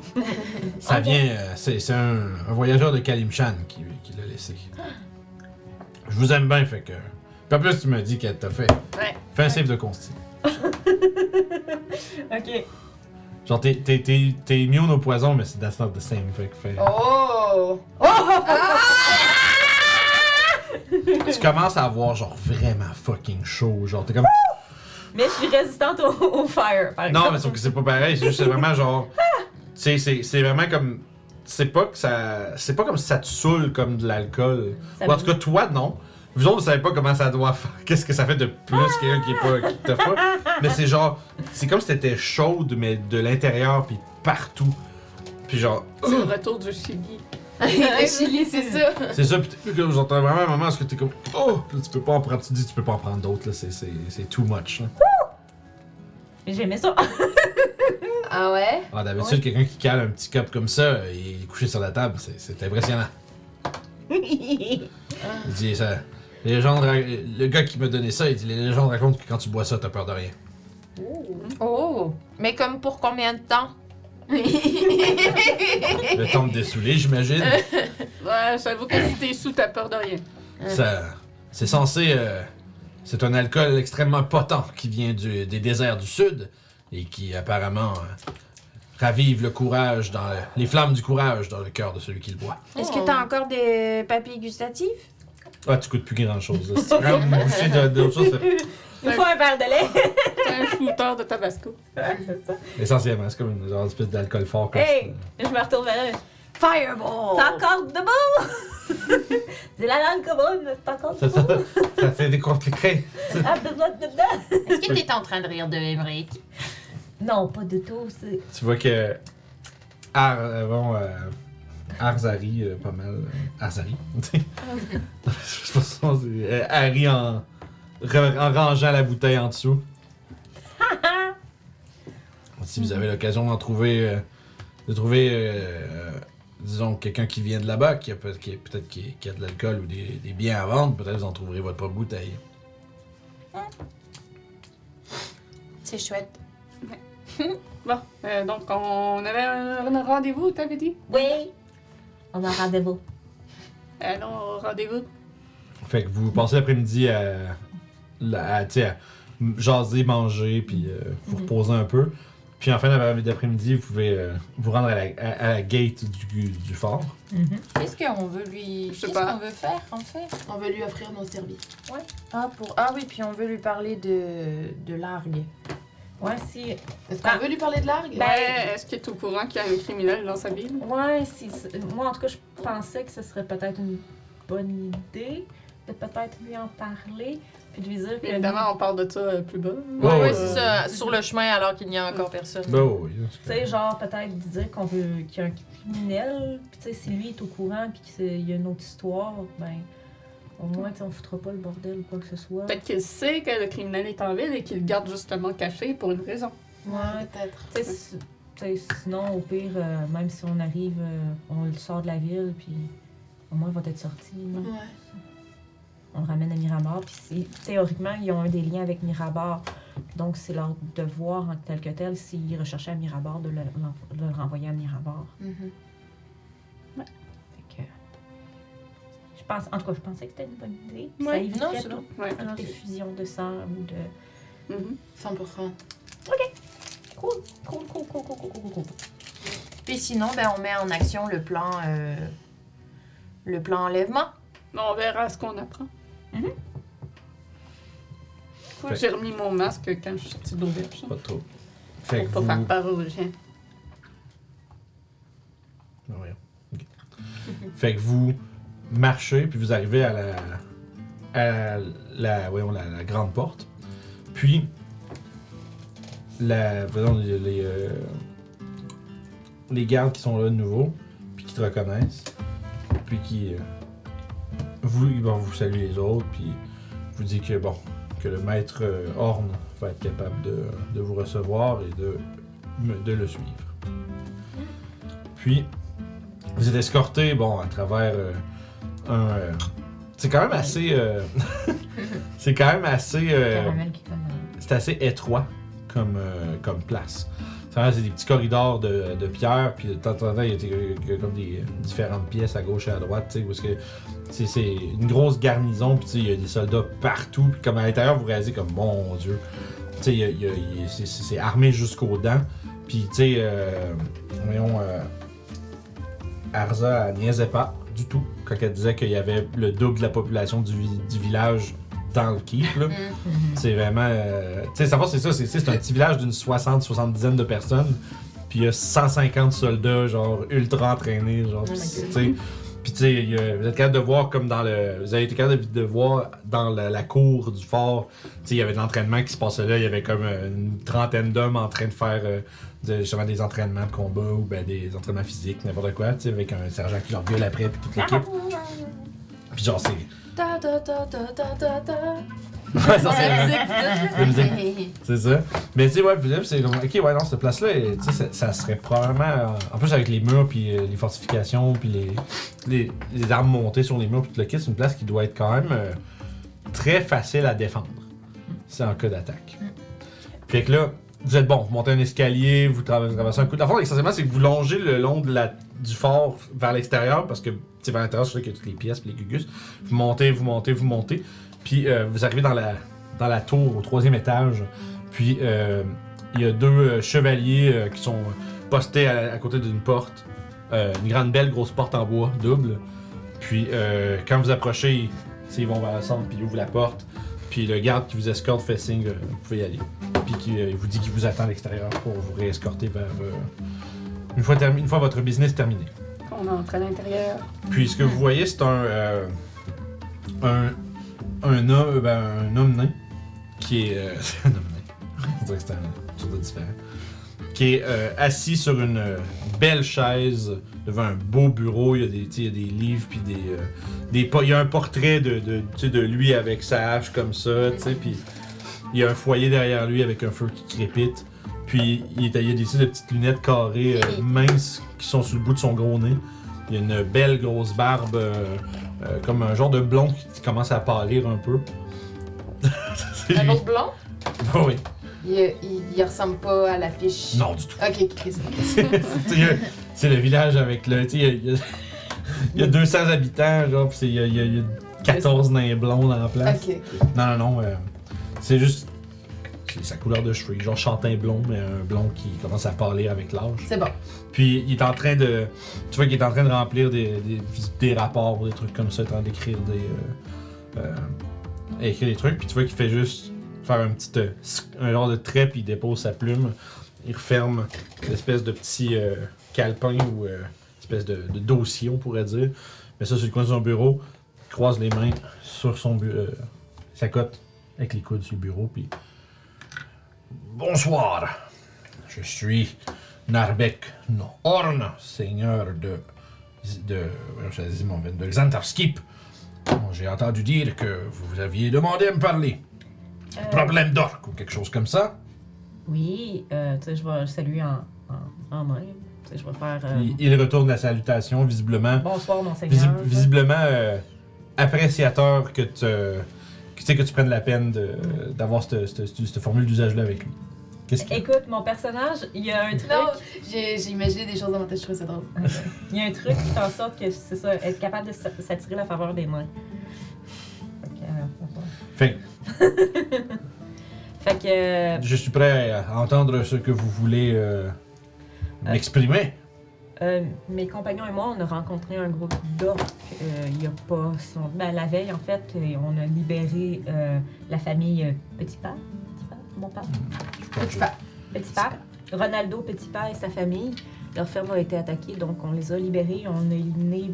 Speaker 2: Ça vient. euh, c'est c'est un, un voyageur de Kalimshan qui, qui l'a laissé. Je vous aime bien, fait que. Puis en plus, tu me dis qu'elle t'a fait.
Speaker 1: Ouais.
Speaker 2: Fais un save de consti.
Speaker 5: Ok.
Speaker 2: Genre, t'es- t'es t'es- t'es immune au poison, mais c'est that's not the same. Fait que fais-
Speaker 4: Oh!
Speaker 2: Tu commences à avoir, genre, vraiment fucking chaud. Genre, t'es comme.
Speaker 5: Mais je suis résistante au, au fire, par exemple.
Speaker 2: Non, mais sauf que c'est pas pareil, c'est juste c'est vraiment genre. Tu sais, c'est- c'est vraiment comme. C'est pas que ça. C'est pas comme si ça te saoule comme de l'alcool.
Speaker 5: Ça
Speaker 2: Ou en
Speaker 5: veut
Speaker 2: tout cas, toi, non. Vous autres, vous savez pas comment ça doit faire. Qu'est-ce que ça fait de plus quelqu'un qui est pas. qui t'a pas. Mais c'est genre. C'est comme si t'étais chaude, mais de l'intérieur, puis partout. Puis genre.
Speaker 1: C'est le retour du Chili.
Speaker 4: Le Chili, c'est ça!
Speaker 2: C'est ça, puis t'es- comme j'entends vraiment un moment où est-ce que t'es comme. Oh! Puis là, tu peux pas en prendre. Tu dis, tu peux pas en prendre d'autres, là. C'est- C'est c'est too much. hein. là.
Speaker 5: J'aimais ça.
Speaker 4: Ah ouais?
Speaker 2: Alors d'habitude, quelqu'un qui cale un petit cup comme ça, il est couché sur la table, c'est- c'est impressionnant. Il dit ça. Les légendes, ra- le gars qui me donnait ça, il dit les légendes racontent que quand tu bois ça, t'as peur de rien.
Speaker 7: Oh! Mais comme pour combien de temps?
Speaker 2: Le temps de dessouler, j'imagine.
Speaker 1: Ouais, j'avoue que si t'es sous, t'as peur de rien.
Speaker 2: Ça, c'est censé. euh, c'est un alcool extrêmement potent qui vient du- des déserts du sud et qui apparemment euh, ravive le courage dans le- les flammes du courage dans le cœur de celui qui le boit.
Speaker 7: Est-ce que t'as encore des papilles gustatives?
Speaker 2: Ah, tu coûtes plus grand chose. Si tu prends une bouchée de- d'autre chose,
Speaker 5: Il me faut un verre de lait.
Speaker 1: T'es un fouteur de tabasco.
Speaker 2: c'est- essentiellement, c'est comme une, genre, une espèce d'alcool fort. comme
Speaker 5: Hey!
Speaker 2: ça.
Speaker 5: Je me retourne vers elle.
Speaker 7: Fireball!
Speaker 5: T'es encore debout! C'est la langue commune, t'es encore
Speaker 2: Ça,
Speaker 5: debout.
Speaker 2: ça- ça fait des compliqués.
Speaker 5: Ah, dedans, dedans.
Speaker 3: Est-ce que t'es en train de rire de Emmerich?
Speaker 5: Non, pas de tout. c'est-
Speaker 2: Tu vois que Ar, euh, bon, euh, Arzari, euh, pas mal. euh, Arzari. Je sais pas son- c'est, euh, Harry en, re- en rangeant la bouteille en dessous. si vous avez l'occasion d'en trouver, euh, de trouver, euh, euh, disons, quelqu'un qui vient de là-bas, qui a peut- qui est- peut-être qui, qui a de l'alcool ou des, des biens à vendre, peut-être vous en trouverez votre propre bouteille.
Speaker 7: C'est chouette.
Speaker 1: Bon, euh, donc on avait un, un rendez-vous, t'avais dit?
Speaker 5: Oui! On a rendez-vous.
Speaker 1: Allons au rendez-vous.
Speaker 2: Fait que vous passez l'après-midi à, la- à, tu sais, à m- jaser, manger, puis euh, vous reposer un peu. Puis en fin d'après- d'après-midi, vous pouvez euh, vous rendre à la, à- à la gate du, du fort.
Speaker 5: Mhm.
Speaker 7: Qu'est-ce qu'on veut lui.
Speaker 1: Je sais
Speaker 7: Qu'est-ce
Speaker 1: pas.
Speaker 7: qu'on veut faire en fait?
Speaker 4: On veut lui offrir nos services.
Speaker 7: Ah, pour... ah oui, puis on veut lui parler de, de largue.
Speaker 5: Ouais, si.
Speaker 4: Est-ce qu'on
Speaker 5: Ah.
Speaker 4: veut lui parler de largue?
Speaker 5: Ben-
Speaker 1: Ouais, est-ce qu'il est au courant qu'il y a un criminel dans sa ville?
Speaker 5: Ouais, si. si- Moi, en tout cas, je pensais que ce serait peut-être une bonne idée de peut-être lui en parler, puis de lui dire que.
Speaker 1: Évidemment, on parle de ça euh, plus bas.
Speaker 2: Ouais,
Speaker 7: Ouais,
Speaker 2: ouais,
Speaker 7: c'est ça, Euh, sur le chemin alors qu'il n'y a encore personne.
Speaker 2: Ben oui, oui,
Speaker 5: Tu
Speaker 2: c'est
Speaker 5: sais, genre, peut-être lui dire qu'on veut qu'il y a un criminel, puis tu sais, si lui est au courant, puis qu'il y a une autre histoire, ben. Au moins, tu sais, on foutra pas le bordel ou quoi que ce soit.
Speaker 1: Peut-être qu'il sait que le criminel est en ville et qu'il le garde justement caché pour une raison.
Speaker 5: Ouais,
Speaker 4: Peut-être.
Speaker 5: Tu sais, si- tu sais, sinon, au pire, euh, même si on arrive, euh, on le sort de la ville, puis au moins, il va être sorti. là.
Speaker 4: Ouais.
Speaker 5: On le ramène à Miramar, puis si- théoriquement, ils ont un des liens avec Mirabar. Donc, c'est leur devoir, en tel que tel, s'ils recherchaient à Mirabar, de le, l'en- le renvoyer à Mirabar.
Speaker 4: Mhm.
Speaker 5: Fait que- Je pense, en tout cas, je pensais que c'était une bonne idée. puis Ça
Speaker 1: Ouais.
Speaker 7: Non,
Speaker 5: éviterait
Speaker 7: c'est bon.
Speaker 5: tout-
Speaker 1: Ouais.
Speaker 5: toutes les fusions de sang ou de...
Speaker 1: Mhm.
Speaker 4: 100%.
Speaker 5: Cool, cool, cool, cool, cool, cool, cool, cool.
Speaker 7: Puis sinon, ben, on met en action le plan. euh, le plan enlèvement.
Speaker 1: On verra ce qu'on apprend. Mm-hmm.
Speaker 5: Mhm.
Speaker 1: Cool, J'ai remis mon masque quand je suis sortie d'auberge.
Speaker 2: pas trop. Fait que
Speaker 1: Pour
Speaker 2: vous...
Speaker 1: pas faire peur aux gens.
Speaker 2: Ah, voyons. Ok. Fait que vous marchez, puis vous arrivez à la, à la, voyons, la, la grande porte. Puis, la, voyons, les, les, euh, les gardes qui sont là de nouveau, puis qui te reconnaissent, puis qui euh, vous, ils vont vous saluer les autres, puis vous dit que bon, que le maître euh, Horn va être capable de, de vous recevoir et de, me- de le suivre. Puis, vous êtes escorté, bon, à travers euh, un. euh, c'est quand même assez. euh, c'est quand même assez. euh,
Speaker 3: Caramel qui colle.
Speaker 2: c'est assez étroit comme, euh, comme place. C'est vraiment- c'est des petits corridors de, de pierre, puis de temps en temps, il y a, des- il y a comme des euh, différentes pièces à gauche et à droite, tu sais, parce que c'est- c'est une grosse garnison, puis tu sais, il y a des soldats partout, puis comme à l'intérieur, vous réalisez comme mon Dieu, tu sais, il y a- il y a- il y a- c'est- c'est c'est armé jusqu'aux dents, puis tu sais, euh, voyons, euh, Arza, elle niaisait pas du tout quand elle disait qu'il y avait le double de la population du, vi- du village dans le keep, là. C'est vraiment. euh, tu sais, savoir, c'est ça, c'est c'est un petit village d'une 60, 70 de personnes. Puis il y a 150 soldats, genre, ultra entraînés, genre. pis c'est- tu sais. Puis tu sais, il y a- vous êtes capable de voir comme dans le. Vous avez été capable de, de voir dans la, la cour du fort. Tu sais, il y avait de l'entraînement qui se passait là. Il y avait comme euh, une trentaine d'hommes en train de faire euh, de- justement des entraînements de combat ou ben, des entraînements physiques, n'importe quoi. Tu sais, avec un sergent qui leur gueule après, puis toute l'équipe. Puis genre, c'est.
Speaker 4: Ta ta ta ta ta ta ta.
Speaker 2: ça, c'est-
Speaker 4: La
Speaker 2: musique.
Speaker 4: musique.
Speaker 2: C'est ça. Mais tu sais, ouais, Philippe, c'est comme, ok, ouais, non, cette place-là, euh, tu sais, ça, ça serait probablement. euh, en plus, avec les murs, puis euh, les fortifications, puis les, les, les armes montées sur les murs, puis tout le kit, c'est une place qui doit être quand même euh, très facile à défendre. C'est en cas d'attaque. Fait que là, vous êtes bon, vous montez un escalier, vous tra- vous traversez un coup de. En fait, essentiellement, c'est que vous longez le long de la, du fort vers l'extérieur, parce que, tu sais, vers l'intérieur, c'est là qu'il y a toutes les pièces, puis les gugus. Vous montez, vous montez, vous montez, puis euh, vous arrivez dans la, dans la tour, au troisième étage. Puis euh, il y a deux euh, chevaliers euh, qui sont postés à, à côté d'une porte. Euh, une grande belle grosse porte en bois, double. Puis euh, quand vous approchez, ils- tu sais, ils vont vers le centre, puis ils ouvrent la porte. Puis le garde qui vous escorte fait signe, euh, vous pouvez y aller. Puis qui, euh, il vous dit qu'il vous attend à l'extérieur pour vous réescorter vers. euh, une, fois termi- une fois votre business terminé.
Speaker 1: On entre à l'intérieur.
Speaker 2: Puis ce que vous voyez, c'est un, euh, un, un, homme- ben, un homme nain qui est. euh, c'est un homme nain. On dirait que c'est un chose de différent. Qui est euh, assis sur une euh, belle chaise devant un beau bureau. Il y a des, tu sais, il y a des livres, puis des, euh, des. po- Il y a un portrait de, de, tu sais, de lui avec sa hache comme ça, tu sais. Puis il y a un foyer derrière lui avec un feu qui crépite. Puis il, est, il y a des, tu sais, des petites lunettes carrées euh, minces qui sont sur le bout de son gros nez. Il a une belle grosse barbe, euh, euh, comme un genre de blond qui commence à pâlir un peu. c'est lui.
Speaker 4: autre blanc,
Speaker 2: Ah oui.
Speaker 4: il, il, il ressemble pas à l'affiche.
Speaker 2: Non, du tout.
Speaker 4: Ok, Chris.
Speaker 2: Tu sais, c'est le village avec le. tu sais, Il y, a- il y a- il y a 200 habitants, genre, pis c'est- il y, a- il y a- il y a 14 nains blonds dans la place.
Speaker 4: Ok.
Speaker 2: Non, non, non. euh, c'est juste. C'est sa couleur de cheveux. Genre chantin blond, mais un blond qui commence à pâlir avec l'âge.
Speaker 4: C'est bon.
Speaker 2: Puis il est en train de. Tu vois qu'il est en train de remplir des, des, des rapports, des trucs comme ça, en train d'écrire des. euh, euh, écrire des trucs. Puis tu vois qu'il fait juste faire un petit. euh, sc- un genre de trait, puis il dépose sa plume. Il referme l'espèce de petit euh, calepin ou euh, espèce de, de dossier, on pourrait dire. Mais ça, sur le coin de son bureau. Il croise les mains sur son bu- euh, sa cote avec les coudes sur le bureau. Puis. Bonsoir! Je suis. Narbeck, non, Horn, seigneur de. de. euh, je sais mon veine, de Xantarskip. Bon, J'ai entendu dire que vous aviez demandé à me parler.
Speaker 6: Euh.
Speaker 2: Problème d'orc ou quelque chose comme ça.
Speaker 6: Oui, euh, tu sais, je vais le saluer en, en, en main. Tu sais, je vais faire. euh,
Speaker 2: Il, il retourne la salutation, visiblement.
Speaker 6: Bonsoir,
Speaker 2: visi-
Speaker 6: monseigneur.
Speaker 2: visiblement euh, appréciateur que tu. que tu sais, que tu prennes la peine de- d'avoir cette, cette- cette- cette formule d'usage-là avec lui. Qu'est-ce qu'il
Speaker 6: Écoute, mon personnage, il y a un truc.
Speaker 4: Non, j'ai j'ai imaginé des choses dans ma tête, je trouvais ça drôle.
Speaker 6: Il y a un truc qui fait en sorte que c'est ça, être capable de s- s'attirer la faveur des mains. Fait que, euh,
Speaker 2: Fait,
Speaker 6: Fait que, euh,
Speaker 2: je suis prêt à entendre ce que vous voulez euh, m'exprimer.
Speaker 6: euh, mes compagnons et moi, on a rencontré un groupe d'orques euh, il y a pas si longtemps. Ben, la veille, en fait, et on a libéré euh, la famille euh, Petit Pas. Petit Pas? Bon Pas?
Speaker 2: Je
Speaker 6: Euh,
Speaker 2: pense que-
Speaker 6: Petit Pape, Ronaldo Petit Pape et sa famille. Leur ferme a été attaquée, donc on les a libérés. On a éliminé.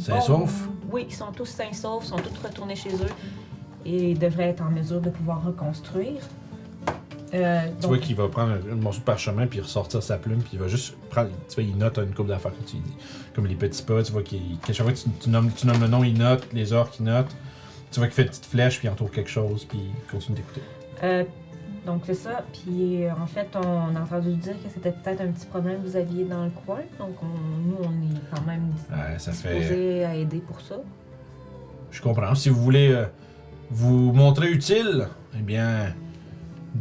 Speaker 2: Sains et saufs?
Speaker 6: Oui, ils sont tous sains et saufs, sont tous retournés chez eux et devraient être en mesure de pouvoir reconstruire. Euh,
Speaker 5: Euh,
Speaker 2: Tu
Speaker 5: donc-
Speaker 2: vois qu'il va prendre un un morceau de parchemin, puis ressortir sa plume, puis il va juste prendre. Tu vois, il note une coupe d'affaires que tu lui dis. Comme les petits pas, tu vois qu'il. qu'à chaque fois que tu, tu nommes, tu nommes le nom, il note, les orques, il note. Tu vois qu'il fait une petite flèche, puis il entoure quelque chose, puis il continue d'écouter.
Speaker 5: Euh, donc c'est ça. Puis euh, en fait, on a entendu dire que c'était peut-être un petit problème que vous aviez dans le coin. Donc on- nous, on est quand même
Speaker 2: Ouais, ça fait.
Speaker 5: disposés à aider pour ça.
Speaker 2: Je comprends. Si vous voulez euh, vous montrer utile, eh bien.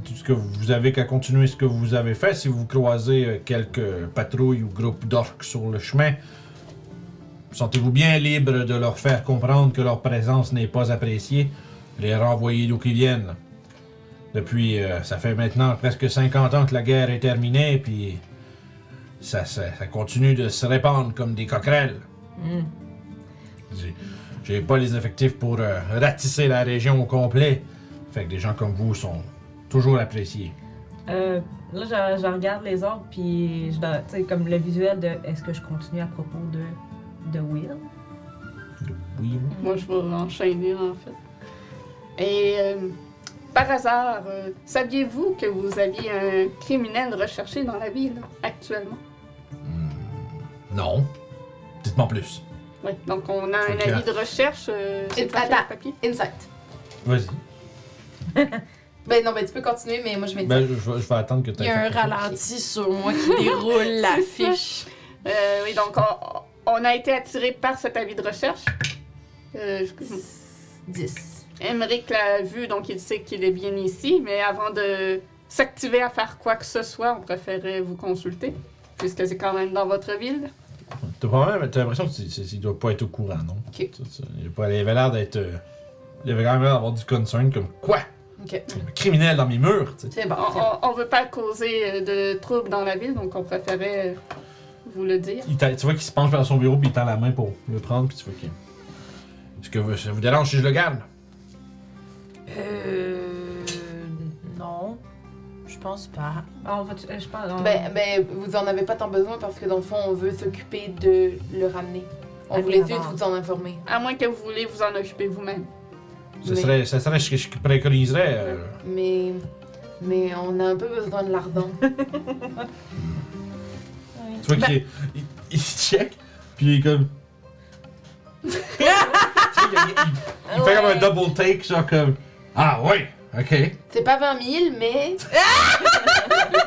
Speaker 2: Tout ce que vous avez qu'à continuer ce que vous avez fait. Si vous croisez euh, quelques patrouilles ou groupes d'orques sur le chemin, Sentez-vous bien libre de leur faire comprendre que leur présence n'est pas appréciée. Les renvoyer d'où qu'ils viennent. Depuis, euh, ça fait maintenant presque 50 ans que la guerre est terminée, puis ça, ça- ça continue de se répandre comme des coquerelles.
Speaker 5: Mm.
Speaker 2: J'ai- J'ai pas les effectifs pour euh, ratisser la région au complet. Fait que des gens comme vous sont toujours appréciés.
Speaker 5: Euh, là, je, je regarde les ordres, puis je dois- tu sais, comme le visuel de est-ce que je continue à propos de, de Will.
Speaker 2: Oui.
Speaker 1: Moi, je vais enchaîner, en fait. Et euh, par hasard, euh, saviez-vous que vous aviez un criminel recherché dans la ville actuellement?
Speaker 2: Non. Dites-moi plus.
Speaker 1: Oui, donc on a
Speaker 2: Ok.
Speaker 1: un avis de recherche. euh, c'est
Speaker 4: Et-
Speaker 1: pas sur
Speaker 4: attends.
Speaker 1: le papier.
Speaker 4: Insight.
Speaker 2: Vas-y.
Speaker 4: Ben non, ben tu peux continuer, mais moi je m'étais.
Speaker 2: Ben, je, vais- je vais attendre que tu
Speaker 7: Il y a un ralenti sur moi qui déroule la fiche.
Speaker 1: Euh, oui, donc on, on a été attiré par cet avis de recherche. Euh, je-
Speaker 7: 10.
Speaker 1: Emmerich l'a vu, donc il sait qu'il est bien ici, mais avant de s'activer à faire quoi que ce soit, on préférait vous consulter, puisque c'est quand même dans votre ville.
Speaker 2: T'as pas mal- t'as l'impression qu'il doit pas être au courant, non?
Speaker 1: Ok.
Speaker 2: Ça, ça, Il, a pas- il avait l'air d'être. euh, il avait quand même l'air d'avoir du concern comme quoi?
Speaker 4: Ok.
Speaker 2: Un criminel dans mes murs, tu sais.
Speaker 4: C'est
Speaker 1: On,
Speaker 4: bon.
Speaker 1: on, on veut pas causer euh, de troubles dans la ville, donc on préférait euh, vous le dire.
Speaker 2: Il t'a- Tu vois qu'il se penche vers son bureau puis il tend la main pour le prendre puis tu vois qu'il. Est-ce que vous- ça vous dérange si je le garde?
Speaker 7: Euh. Non. Je pense pas.
Speaker 5: Ah, on va, tu- euh, je pense, on-
Speaker 4: Ben, ben, vous en avez pas tant besoin parce que dans le fond, on veut s'occuper de le ramener. On
Speaker 5: Ah,
Speaker 4: voulait
Speaker 5: bien
Speaker 4: juste
Speaker 5: avant.
Speaker 4: vous en informer.
Speaker 1: À moins que vous voulez vous en occuper vous-même.
Speaker 2: Ce
Speaker 4: Mais-
Speaker 2: serait, ça serait ce que je préconiserais. euh,
Speaker 4: Mais. Mais on a un peu besoin de l'ardent.
Speaker 2: Tu vois qu'il il, il check puis il est comme. Tu sais, il, il- il fait comme un double take, genre comme. Ah ouais, ok.
Speaker 4: C'est pas 20 000, mais.
Speaker 5: ben,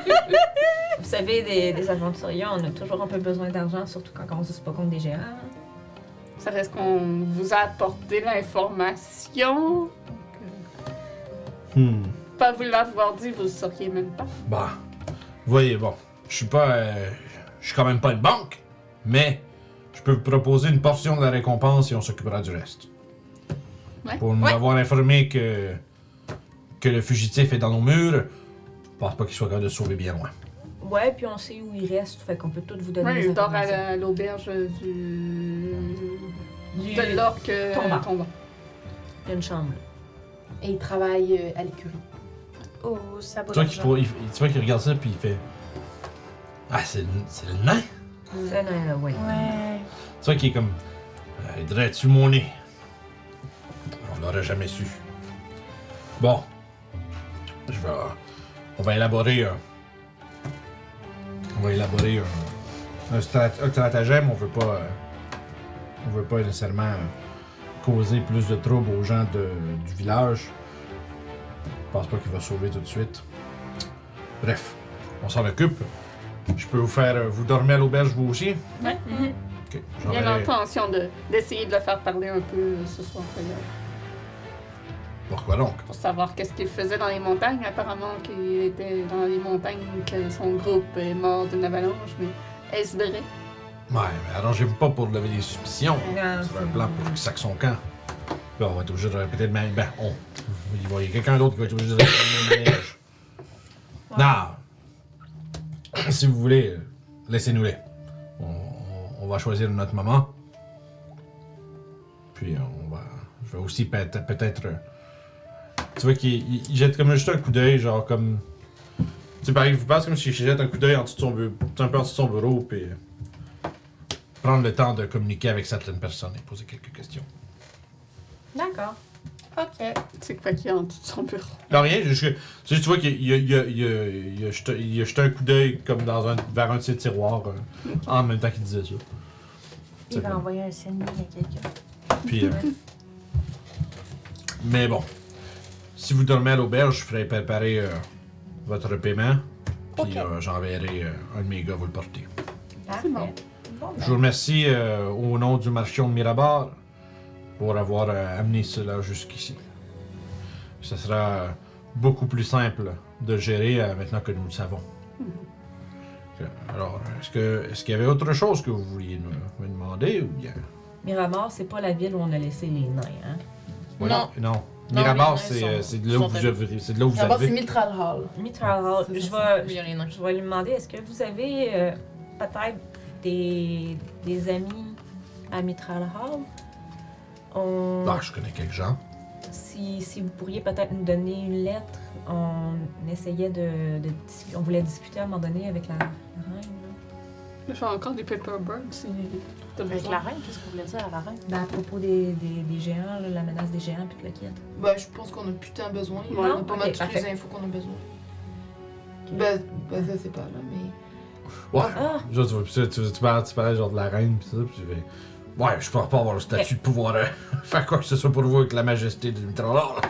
Speaker 5: Vous savez, des, des aventuriers, on a toujours un peu besoin d'argent, surtout quand on se bat contre des géants.
Speaker 1: Ça reste qu'on vous a apporté l'information.
Speaker 2: Hmm.
Speaker 1: Pas vous l'avoir dit, vous le sauriez même pas.
Speaker 2: Bah, vous voyez, bon, je suis pas. euh, je suis quand même pas une banque, mais je peux vous proposer une portion de la récompense et on s'occupera du reste.
Speaker 1: Ouais.
Speaker 2: Pour nous avoir informé que. que le fugitif est dans nos murs, je pense pas qu'il soit capable de se sauver bien loin.
Speaker 5: Ouais, puis on sait où il reste, fait qu'on peut tout vous donner.
Speaker 1: Ouais,
Speaker 5: des
Speaker 1: il dort à
Speaker 5: informations.
Speaker 1: la- l'auberge du.
Speaker 5: Du-
Speaker 1: de l'orque euh,
Speaker 5: Tombant.
Speaker 1: tombant.
Speaker 5: il y a une chambre.
Speaker 4: Et il travaille euh, à l'écurie.
Speaker 7: Oh, ça
Speaker 2: Tu vois qu'il pourrait- il- tu vois qu'il regarde ça puis il fait. Ah, c'est le, c'est le nain!
Speaker 5: C'est là, là, ouais.
Speaker 7: Ouais.
Speaker 2: Tu vois qu'il est comme. Aiderais-tu mon nez? On l'aurait jamais su. Bon. Je vais. On va élaborer un. On va élaborer un. Un, strat- un stratagème. On veut pas. euh, on veut pas nécessairement euh, causer plus de troubles aux gens de- du village. Je pense pas qu'il va sauver tout de suite. Bref, on s'en occupe. Je peux vous faire. euh, Vous dormez à l'auberge vous aussi?
Speaker 1: Ouais.
Speaker 2: Ok,
Speaker 1: Il a
Speaker 2: j'enverrai-
Speaker 1: l'intention de- d'essayer de le faire parler un peu euh, ce soir d'ailleurs,
Speaker 2: Pourquoi donc?
Speaker 1: pour savoir qu'est-ce qu'il faisait dans les montagnes. Apparemment qu'il était dans les montagnes, que son groupe est mort d'une avalanche, mais est-ce vrai?
Speaker 2: Ouais, mais arrangez-vous pas pour lever des suspicions.
Speaker 5: Non,
Speaker 2: C'est un
Speaker 5: c'est-
Speaker 2: plan pour qu'il saque son camp. Là, on va être obligé de répéter le même. Ben, on. Il va y a quelqu'un d'autre qui va être obligé de répéter le même manège. Non! Si vous voulez, euh, laissez-nous-les. On, on- on va choisir notre moment. Puis, euh, on va. Je vais aussi peut- peut-être. euh, tu vois qu'il il- il jette comme juste un coup d'œil, genre comme. Tu sais, pareil, vous passe comme si je jette un coup d'œil en dessous de son bureau. Un peu en dessous de son bureau, puis. euh, Prendre le temps de communiquer avec certaines personnes et poser quelques questions.
Speaker 5: D'accord.
Speaker 4: Ok.
Speaker 1: C'est quoi qu'il y a en dessous de son bureau?
Speaker 2: Non, rien, je- je- tu sais, tu vois qu'il y a, il y a- il y a- il y a jeté- il y a jeté un coup d'œil comme dans un, vers un de ses tiroirs euh, en même temps qu'il disait ça.
Speaker 5: Il va envoyer un signe à quelqu'un.
Speaker 2: Puis, euh, mais bon, si vous dormez à l'auberge, je ferai préparer euh, votre paiement. Puis
Speaker 5: Ok.
Speaker 2: euh, j'enverrai euh, un de mes gars vous le porter.
Speaker 5: Parfait.
Speaker 1: bon.
Speaker 5: Bon, ben,
Speaker 2: Je vous remercie euh, au nom du marchand de Mirabar pour avoir euh, amené cela jusqu'ici. Ce sera euh, beaucoup plus simple de gérer euh, maintenant que nous le savons. Que- Alors, est-ce que est-ce qu'il y avait autre chose que vous vouliez nous- me demander ou bien
Speaker 5: Miramar, c'est pas la ville où on a laissé les nains, hein?
Speaker 2: Voilà. non.
Speaker 4: Non,
Speaker 2: Mirabar,
Speaker 4: les nains
Speaker 2: c'est
Speaker 4: sont-
Speaker 2: euh, c'est de là où
Speaker 4: sont
Speaker 2: vous
Speaker 4: allés.
Speaker 2: avez- c'est de là où vous
Speaker 4: D'abord, c'est
Speaker 2: avez.
Speaker 4: Miltral Hall.
Speaker 5: Mitral Hall,
Speaker 4: Ça, ça,
Speaker 5: je
Speaker 4: ça.
Speaker 5: vais,
Speaker 4: Il y a rien
Speaker 5: je vais lui demander, est-ce que vous avez euh, peut-être des, des amis à Mitral Hall? On-
Speaker 2: Ah, je connais quelques gens.
Speaker 5: si, si vous pourriez peut-être nous donner une lettre, on essayait de, de dis- on voulait discuter à un moment donné avec la, la reine. là.
Speaker 1: J'ai encore des paperbirds. si t'as
Speaker 9: Avec
Speaker 1: besoin.
Speaker 9: la reine, qu'est-ce qu'on voulait dire à la reine?
Speaker 5: Ben, à propos des, des- des géants, là, la menace des géants puis de la quête.
Speaker 4: Bah, je pense qu'on a putain besoin.
Speaker 1: Ouais.
Speaker 4: On a pas
Speaker 5: Ok,
Speaker 4: mal toutes
Speaker 5: parfait.
Speaker 4: les infos qu'on a besoin. Bah, bah, ça, c'est pas là, mais.
Speaker 2: Ouais.
Speaker 5: Ah!
Speaker 2: Genre, tu, vois, pis ça, tu, tu parles, tu parlais genre de la reine pis ça, pis tu fais. Ouais, je pourrais pas avoir le statut de pouvoir euh, faire quoi que ce soit pour vous avec la majesté de Mitralor.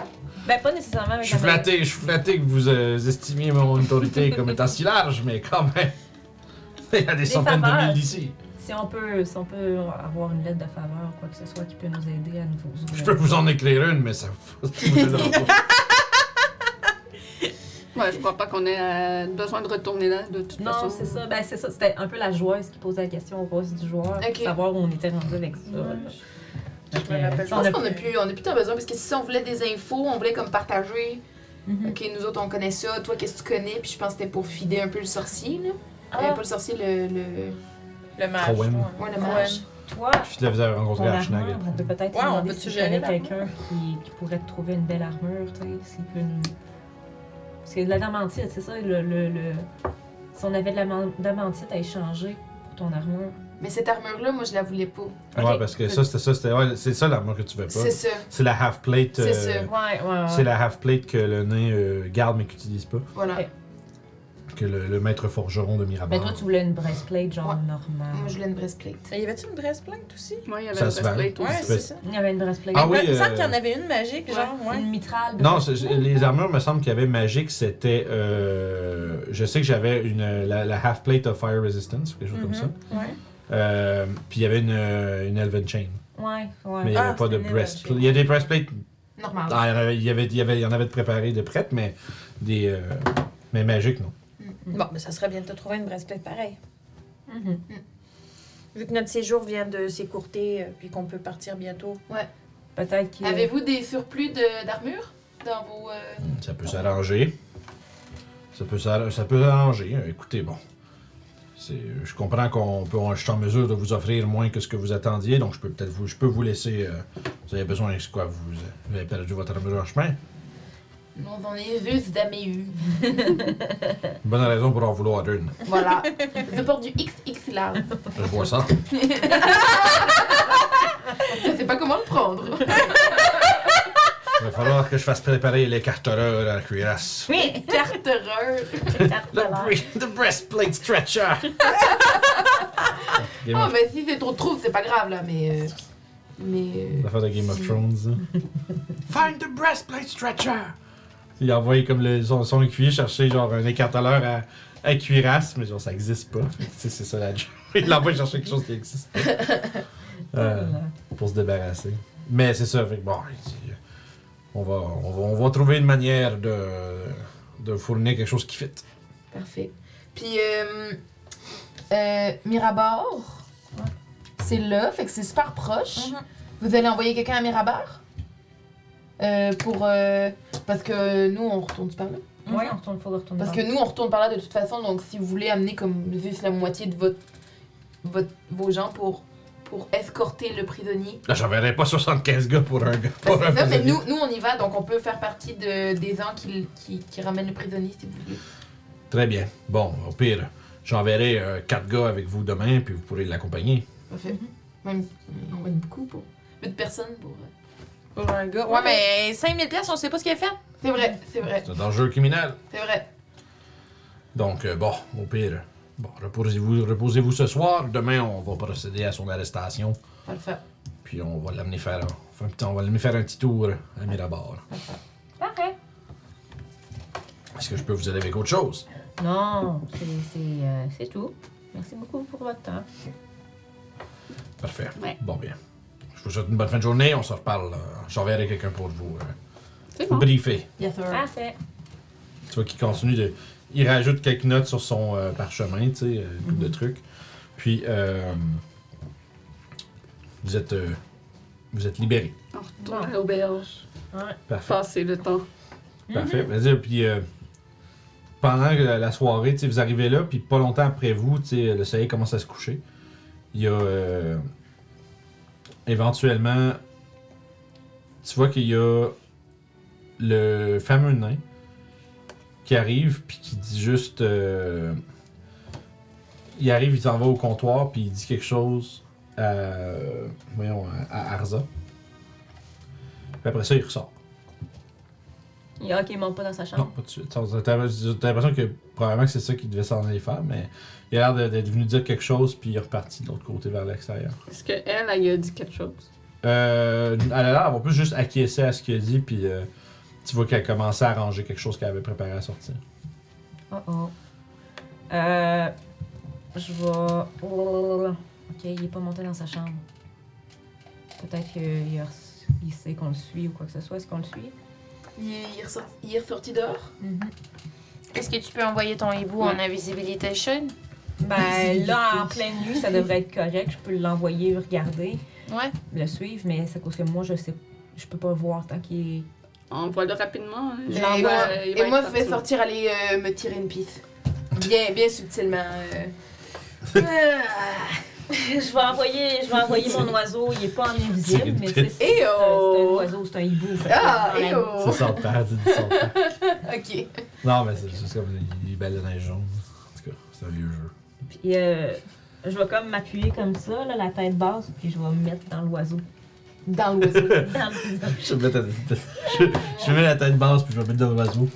Speaker 5: Ben, pas nécessairement avec
Speaker 2: Je suis
Speaker 5: la reine.
Speaker 2: flatté, je suis flatté que vous euh, estimiez mon autorité comme étant si large, mais quand même. Il y a des centaines de
Speaker 5: faveurs.
Speaker 2: mille d'ici.
Speaker 5: Si on peut, si on peut avoir une lettre de faveur, quoi que ce soit qui peut nous aider à nous ouvrir.
Speaker 2: Je peux vous en éclairer une, mais ça vous aidera pas.
Speaker 1: Ouais, je crois pas qu'on ait euh, besoin de retourner là, de toute façon.
Speaker 5: Non, c'est ça. Ben, c'est ça. C'était un peu la joueuse qui posait la question au boss du joueur
Speaker 4: Ok.
Speaker 5: pour savoir où on était rendu avec ça. là.
Speaker 4: Je me rappelle. Je
Speaker 5: Ça,
Speaker 4: pense
Speaker 5: on a
Speaker 4: qu'on a
Speaker 5: pu-
Speaker 4: plus, on a plus tant besoin parce que si on voulait des infos, on voulait comme partager.
Speaker 5: Mhm.
Speaker 4: Ok, nous autres on connaît ça, toi qu'est-ce que tu connais, puis je pense que c'était pour fider un peu le sorcier là. Euh,
Speaker 5: Ah,
Speaker 4: pas le sorcier, le. le...
Speaker 7: Le mage.
Speaker 2: Cohen.
Speaker 7: ouais.
Speaker 4: Ouais, le mage.
Speaker 5: toi,
Speaker 2: Je la vous avez
Speaker 5: ton
Speaker 2: rencontré à Schnag.
Speaker 5: armure, on peut peut-être
Speaker 7: Ouais, on
Speaker 5: demander
Speaker 7: peut-tu
Speaker 5: si tu
Speaker 7: gérer
Speaker 5: connais
Speaker 7: l'armure?
Speaker 5: quelqu'un qui, qui pourrait te trouver une belle armure, tu sais, s'il peut nous... C'est de la damantite, c'est ça, le, le- le- Si on avait de la man- damantite à échanger pour ton armure...
Speaker 4: Mais cette armure-là, moi je la voulais pas.
Speaker 2: Ouais, parce que ça, c'était ça, c'était. Ouais, c'est ça l'armure que tu veux
Speaker 4: C'est
Speaker 2: pas.
Speaker 4: ça.
Speaker 2: C'est la half-plate.
Speaker 4: C'est
Speaker 2: euh,
Speaker 4: ça.
Speaker 5: Ouais, ouais, ouais.
Speaker 2: C'est la half-plate que le nain euh, garde mais qu'utilise pas.
Speaker 4: Voilà.
Speaker 5: Ok.
Speaker 2: Que le, le maître forgeron de
Speaker 5: Mais
Speaker 2: Mirabar.
Speaker 5: Ben, toi, tu voulais une breastplate genre
Speaker 4: Ouais.
Speaker 5: normale.
Speaker 4: Moi je voulais une breastplate.
Speaker 7: Mais y avait-tu une breastplate aussi?
Speaker 1: Moi, il y avait
Speaker 2: Ça
Speaker 1: le
Speaker 2: se vend.
Speaker 1: breastplate aussi. ben,
Speaker 7: Ouais, c'est ça.
Speaker 5: Il y avait une breastplate.
Speaker 2: Ah oui,
Speaker 7: Ouais, Il me semble
Speaker 2: euh,
Speaker 7: qu'il y en avait une magique, genre, ouais.
Speaker 5: Une mitrale. de-
Speaker 2: Non, c'est- c'est- les armures, me semble qu'il y avait magique, c'était. euh, je sais que j'avais une la, la half plate of fire resistance, ou quelque
Speaker 7: Mm-hmm,
Speaker 2: chose comme ça.
Speaker 7: Ouais.
Speaker 2: Euh, puis il y avait une, euh, une elven chain,
Speaker 5: Ouais, ouais.
Speaker 2: mais il n'y avait
Speaker 7: Ah,
Speaker 2: pas
Speaker 7: c'est
Speaker 2: de
Speaker 7: une elven
Speaker 2: breastplate.
Speaker 7: chain.
Speaker 2: Il y a des breastplates.
Speaker 4: Normal.
Speaker 2: ah, il y en avait, il y avait, il y avait, il y en avait de préparés, de prêtes, mais des euh, mais magique non.
Speaker 7: Bon, mais ça serait bien de te trouver une breastplate pareille.
Speaker 5: Mhm.
Speaker 9: Vu que notre séjour vient de s'écourter, euh, puis qu'on peut partir bientôt.
Speaker 5: Peut-être qu'il.
Speaker 4: Avez-vous des surplus de- d'armure dans vos. euh,
Speaker 2: Ça peut s'arranger. Ça peut s'arr- ça peut s'arranger. Euh, Écoutez, bon. C'est- Je comprends qu'on peut, je suis en mesure de vous offrir moins que ce que vous attendiez, donc je peux peut-être vous, je peux vous laisser. euh, vous avez besoin, c'est quoi vous, vous avez perdu votre armure en chemin.
Speaker 4: Non, dans les us d'Améu.
Speaker 2: Bonne raison pour en vouloir une.
Speaker 4: Voilà. Je porte du XX large.
Speaker 2: Je vois ça.
Speaker 4: Je sais pas comment le prendre.
Speaker 2: Il va falloir que je fasse préparer l'écartereur à la cuirasse.
Speaker 5: Oui!
Speaker 4: Cartereur.
Speaker 2: Le bre- the breastplate stretcher. Game
Speaker 4: Ah,
Speaker 2: of-
Speaker 4: ben si c'est trop de troubles, c'est pas grave là, mais. euh, Mais. euh,
Speaker 2: L'affaire de Game of Thrones. hein. Find the breastplate stretcher! Il envoie comme le, son, son écuyer chercher genre un écarteleur à, à cuirasse, mais genre ça existe pas. Fait que, tu sais, c'est ça la joke. Il l'envoie chercher quelque chose qui existe pas. Euh, pour se débarrasser. Mais c'est ça, fait que bon, il dit, euh, on va, on, va, on va trouver une manière de, de fournir quelque chose qui fit.
Speaker 4: Parfait. Puis, euh, euh, Mirabar, c'est là, fait que c'est super proche. Vous allez envoyer quelqu'un à Mirabar? Euh, pour. euh, parce que nous, on retourne par là.
Speaker 5: Ouais, on retourne, faut retourner.
Speaker 4: Parce
Speaker 5: dans-
Speaker 4: que nous, on retourne par là de toute façon, donc si vous voulez amener comme juste la moitié de votre, votre- vos gens pour, pour escorter le prisonnier.
Speaker 2: Là, j'enverrai pas 75 gars pour un gars.
Speaker 4: Parce
Speaker 2: Pour
Speaker 4: que
Speaker 2: un
Speaker 4: ça, mais
Speaker 2: prisonnier.
Speaker 4: nous, nous, on y va, donc on peut faire partie de, des gens qui, qui, qui ramènent le prisonnier si vous voulez.
Speaker 2: Très bien. Bon, au pire, j'enverrai euh, quatre gars avec vous demain, puis vous pourrez l'accompagner.
Speaker 4: Mhm. Parfait. Même, on va être beaucoup pour. Plus de personnes pour. euh, Pour un gars.
Speaker 9: Ouais, mais 5000 pièces, on sait pas ce qu'elle fait.
Speaker 4: C'est vrai, c'est vrai,
Speaker 2: C'est un dangereux criminel.
Speaker 4: c'est vrai.
Speaker 2: Donc, euh, bon, au pire, bon, reposez-vous reposez-vous ce soir. Demain, on va procéder à son arrestation.
Speaker 4: On va le faire.
Speaker 2: Puis on va l'amener faire, un- faire un petit- on va l'amener faire un petit tour à Mirabar.
Speaker 5: Parfait.
Speaker 2: Est-ce que je peux vous aider avec autre chose?
Speaker 6: Non, c'est- c'est euh, c'est tout. Merci beaucoup pour votre temps.
Speaker 2: Parfait.
Speaker 1: Ouais.
Speaker 2: Bon, bien. Je vous souhaite une bonne fin de journée. On se reparle. euh, J'enverrai quelqu'un pour vous euh,
Speaker 1: C'est bon.
Speaker 2: briefer.
Speaker 4: Yes, sir.
Speaker 5: Parfait.
Speaker 2: Tu vois qu'il continue de. Il rajoute quelques notes sur son euh, parchemin, tu sais, euh, une couple de trucs. Puis, euh, vous êtes. euh, vous êtes libéré.
Speaker 1: On retourne à l'auberge.
Speaker 2: Parfait.
Speaker 1: Passer le temps.
Speaker 2: Parfait. Vas-y, puis. euh, pendant que la la soirée, tu sais, vous arrivez là, puis pas longtemps après vous, tu sais, le soleil commence à se coucher. Il y a. euh, éventuellement. Tu vois qu'il y a. Le fameux nain. Qui arrive, puis qui dit juste. euh, il arrive, il s'en va au comptoir, puis il dit quelque chose à. Voyons, à à Arza. Puis après ça, il ressort.
Speaker 6: Il y a qui monte pas dans sa
Speaker 2: Non,
Speaker 6: chambre.
Speaker 2: pas de suite. T'as t'as- t'as l'impression que probablement que c'est ça qu'il devait s'en aller faire, mais il a l'air de- d'être venu dire quelque chose, puis il est reparti de l'autre côté vers l'extérieur.
Speaker 1: Est-ce qu'elle, elle elle a dit quelque chose?
Speaker 2: Euh, elle a l'air d'avoir plus juste acquiescer à ce qu'il a dit, puis euh, tu vois qu'elle a commencé à arranger quelque chose qu'elle avait préparé à sortir.
Speaker 6: Oh oh. Euh. Je vais. Ok, il est pas monté dans sa chambre. Peut-être qu'il a reçu- il sait qu'on le suit ou quoi que ce soit. Est-ce qu'on le suit?
Speaker 4: Il est, il est ressorti, il est ressorti dehors.
Speaker 9: Est-ce que tu peux envoyer ton hibou en invisibilization?
Speaker 5: Ben là, en pleine nuit, ça devrait être correct. Je peux l'envoyer regarder,
Speaker 9: Ouais.
Speaker 5: le suivre, mais c'est à cause que moi, je sais, je peux pas voir tant qu'il est.
Speaker 1: Envoie-le rapidement. hein.
Speaker 4: Et
Speaker 1: Il
Speaker 4: moi,
Speaker 1: va- il va
Speaker 4: et
Speaker 1: être
Speaker 4: moi, je vais
Speaker 1: parti.
Speaker 4: sortir aller euh, me tirer une piste. Bien, bien subtilement. euh. Ah.
Speaker 5: je vais envoyer, je vais envoyer mon oiseau. Il est pas en
Speaker 2: C'est
Speaker 5: invisible,
Speaker 2: une
Speaker 5: mais
Speaker 2: petite-
Speaker 5: tu sais, c'est c'est un, c'est un
Speaker 4: oh!
Speaker 5: oiseau, c'est un hibou. fait que
Speaker 4: Ah,
Speaker 5: quand
Speaker 4: eh
Speaker 5: même.
Speaker 4: oh!
Speaker 2: Ça sort de paradis, ça sort de paradis.
Speaker 4: Ok.
Speaker 2: Non, mais c'est juste comme il est belle de neige jaune. En tout cas, c'est un vieux jeu.
Speaker 5: Puis euh, je vais comme m'appuyer comme ça, là, la tête basse, puis je vais me mettre dans l'oiseau.
Speaker 4: Dans l'oiseau.
Speaker 5: Dans l'oiseau.
Speaker 2: Je vais mettre la- je, je mets la tête basse, puis je vais mettre dans l'oiseau.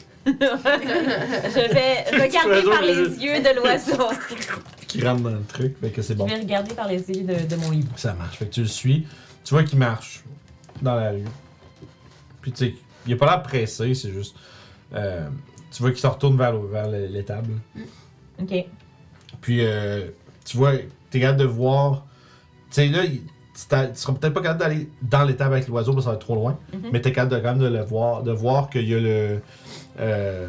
Speaker 5: Je vais regarder
Speaker 2: L'oiseau,
Speaker 5: par les
Speaker 2: je-
Speaker 5: yeux de l'oiseau.
Speaker 2: Qui rentre dans le truc, fait que c'est bon.
Speaker 5: Je vais regarder par les yeux de, de mon hibou.
Speaker 2: Ça marche. Fait que tu le suis. Tu vois qu'il marche dans la rue. Puis tu sais, il a pas l'air pressé, c'est juste. euh, tu vois qu'il se retourne vers, vers l'é- l'étable.
Speaker 5: Ok.
Speaker 2: Puis euh, tu vois, t'es capable de voir. Tu sais, là, il- tu t'a- tu seras peut-être pas capable d'aller dans l'étable avec l'oiseau parce que ça va être trop loin.
Speaker 5: Mhm.
Speaker 2: Mais t'es capable de, quand même de le voir, de voir qu'il y a le. euh,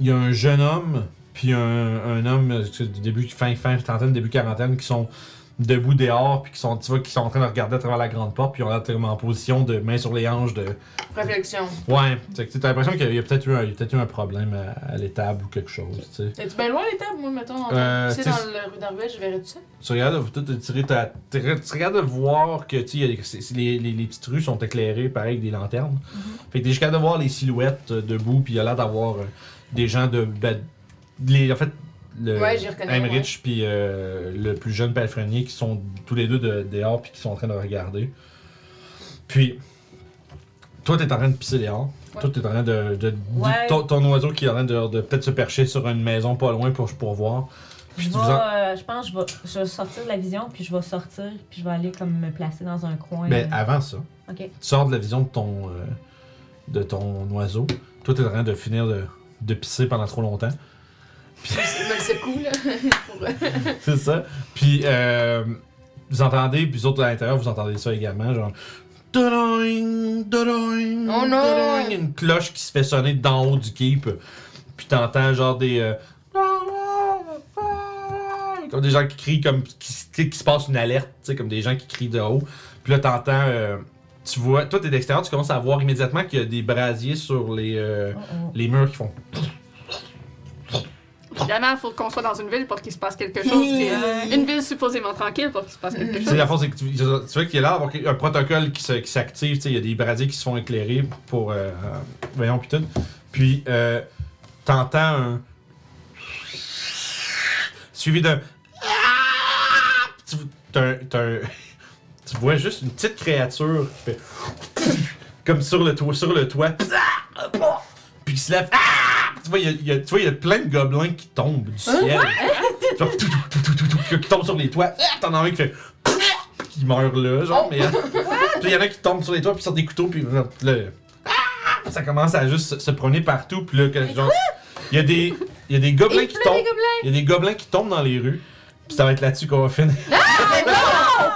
Speaker 2: il y a un jeune homme, puis un, un homme euh, c'est du début, fin, fin trentaine, début quarantaine, qui sont debout dehors, puis qui sont, tu vois, qui sont en train de regarder à travers la grande porte, puis ils ont l'air tellement en position de main sur les hanches de.
Speaker 4: Réflexion.
Speaker 2: Ouais, tu sais, t'as l'impression qu'il y a- il y a peut-être eu, un- il y a peut-être eu un problème à, à l'étable ou quelque chose, tu sais.
Speaker 4: Es-tu bien loin l'étable, moi, mettons?
Speaker 2: Euh,
Speaker 4: tu sais,
Speaker 2: t'es-
Speaker 4: dans la rue d'Arvège, je verrais tout ça.
Speaker 2: Tu regardes, vous- toi, tu tirais ta- tu re- tu regardes de voir que tu sais, il y a des- c'est- c'est- les, les, les petites rues sont éclairées pareil avec des lanternes.
Speaker 4: Mhm.
Speaker 2: Fait que t'es jusqu'à de voir les silhouettes euh, debout, puis il y a l'air d'avoir euh, des gens de. ben, les, en fait, le
Speaker 4: Ouais, j'y reconnais,
Speaker 2: Heinrich puis euh, le plus jeune palefrenier qui sont tous les deux de- dehors puis qui sont en train de regarder. Puis, toi, t'es en train de pisser dehors. Toi, t'es en train de. de- de-
Speaker 5: Ouais.
Speaker 2: ton, ton oiseau qui est en train de, de peut-être se percher sur une maison pas loin pour, pour voir. Puis
Speaker 5: Je,
Speaker 2: tu
Speaker 5: vais,
Speaker 2: vous en-
Speaker 5: euh, je pense que je vais, je vais sortir de la vision, puis je vais sortir, puis je vais aller comme me placer dans un coin.
Speaker 2: Mais
Speaker 5: euh,
Speaker 2: avant ça,
Speaker 5: Ok.
Speaker 2: tu sors de la vision de ton, euh, de ton oiseau. Toi, t'es en train de finir de, de pisser pendant trop longtemps.
Speaker 4: Je me le secoue, là.
Speaker 2: C'est ça. Puis, euh, vous entendez, puis vous autres à l'intérieur, vous entendez ça également, genre. Dodoing, dodoing,
Speaker 4: Oh non!
Speaker 2: dodoing. Une cloche qui se fait sonner d'en haut du keep. Puis t'entends genre des. euh, comme des gens qui crient, comme. qui, qui- qui se passent une alerte, tu sais, comme des gens qui crient de haut. Puis là, t'entends. euh, tu vois, toi, t'es d'extérieur, tu commences à voir immédiatement qu'il y a des brasiers sur les, euh,
Speaker 4: Oh,
Speaker 2: les murs qui font.
Speaker 1: Évidemment, il faut qu'on soit dans une ville pour qu'il se passe quelque chose. puis, euh, une ville supposément tranquille pour qu'il se passe quelque
Speaker 2: Tu sais,
Speaker 1: chose.
Speaker 2: la force, c'est que tu, tu vois qu'il y a l'air d'avoir un protocole qui se- qui s'active. tu sais, Il y a des brasiers qui se font éclairer pour. euh, euh, voyons, puis tout. Puis, euh, t'entends un. Suivi d'un. Tu, t'as un- t'as un- tu vois juste une petite créature qui fait. comme sur le toit, sur le toit. Puis il se lève. Ah! Tu vois, il y a- il y, a- tu vois, il y a plein de gobelins qui tombent du ciel. Genre, tout, tout, tout, tout, tout, tout, qui tombent sur les toits. Ah! T'en as un qui fait. qui meurt là,
Speaker 4: Oh.
Speaker 2: genre, mais. euh, Puis il y en a qui tombent sur les toits, puis ils sortent des couteaux, puis là. ah! Ça commence à juste se, se promener partout, puis là, que, genre. Il y a des, il y a des gobelins qui tombent. Il y a des gobelins qui tombent dans les rues, puis ça va être là-dessus qu'on va finir.
Speaker 4: Ah,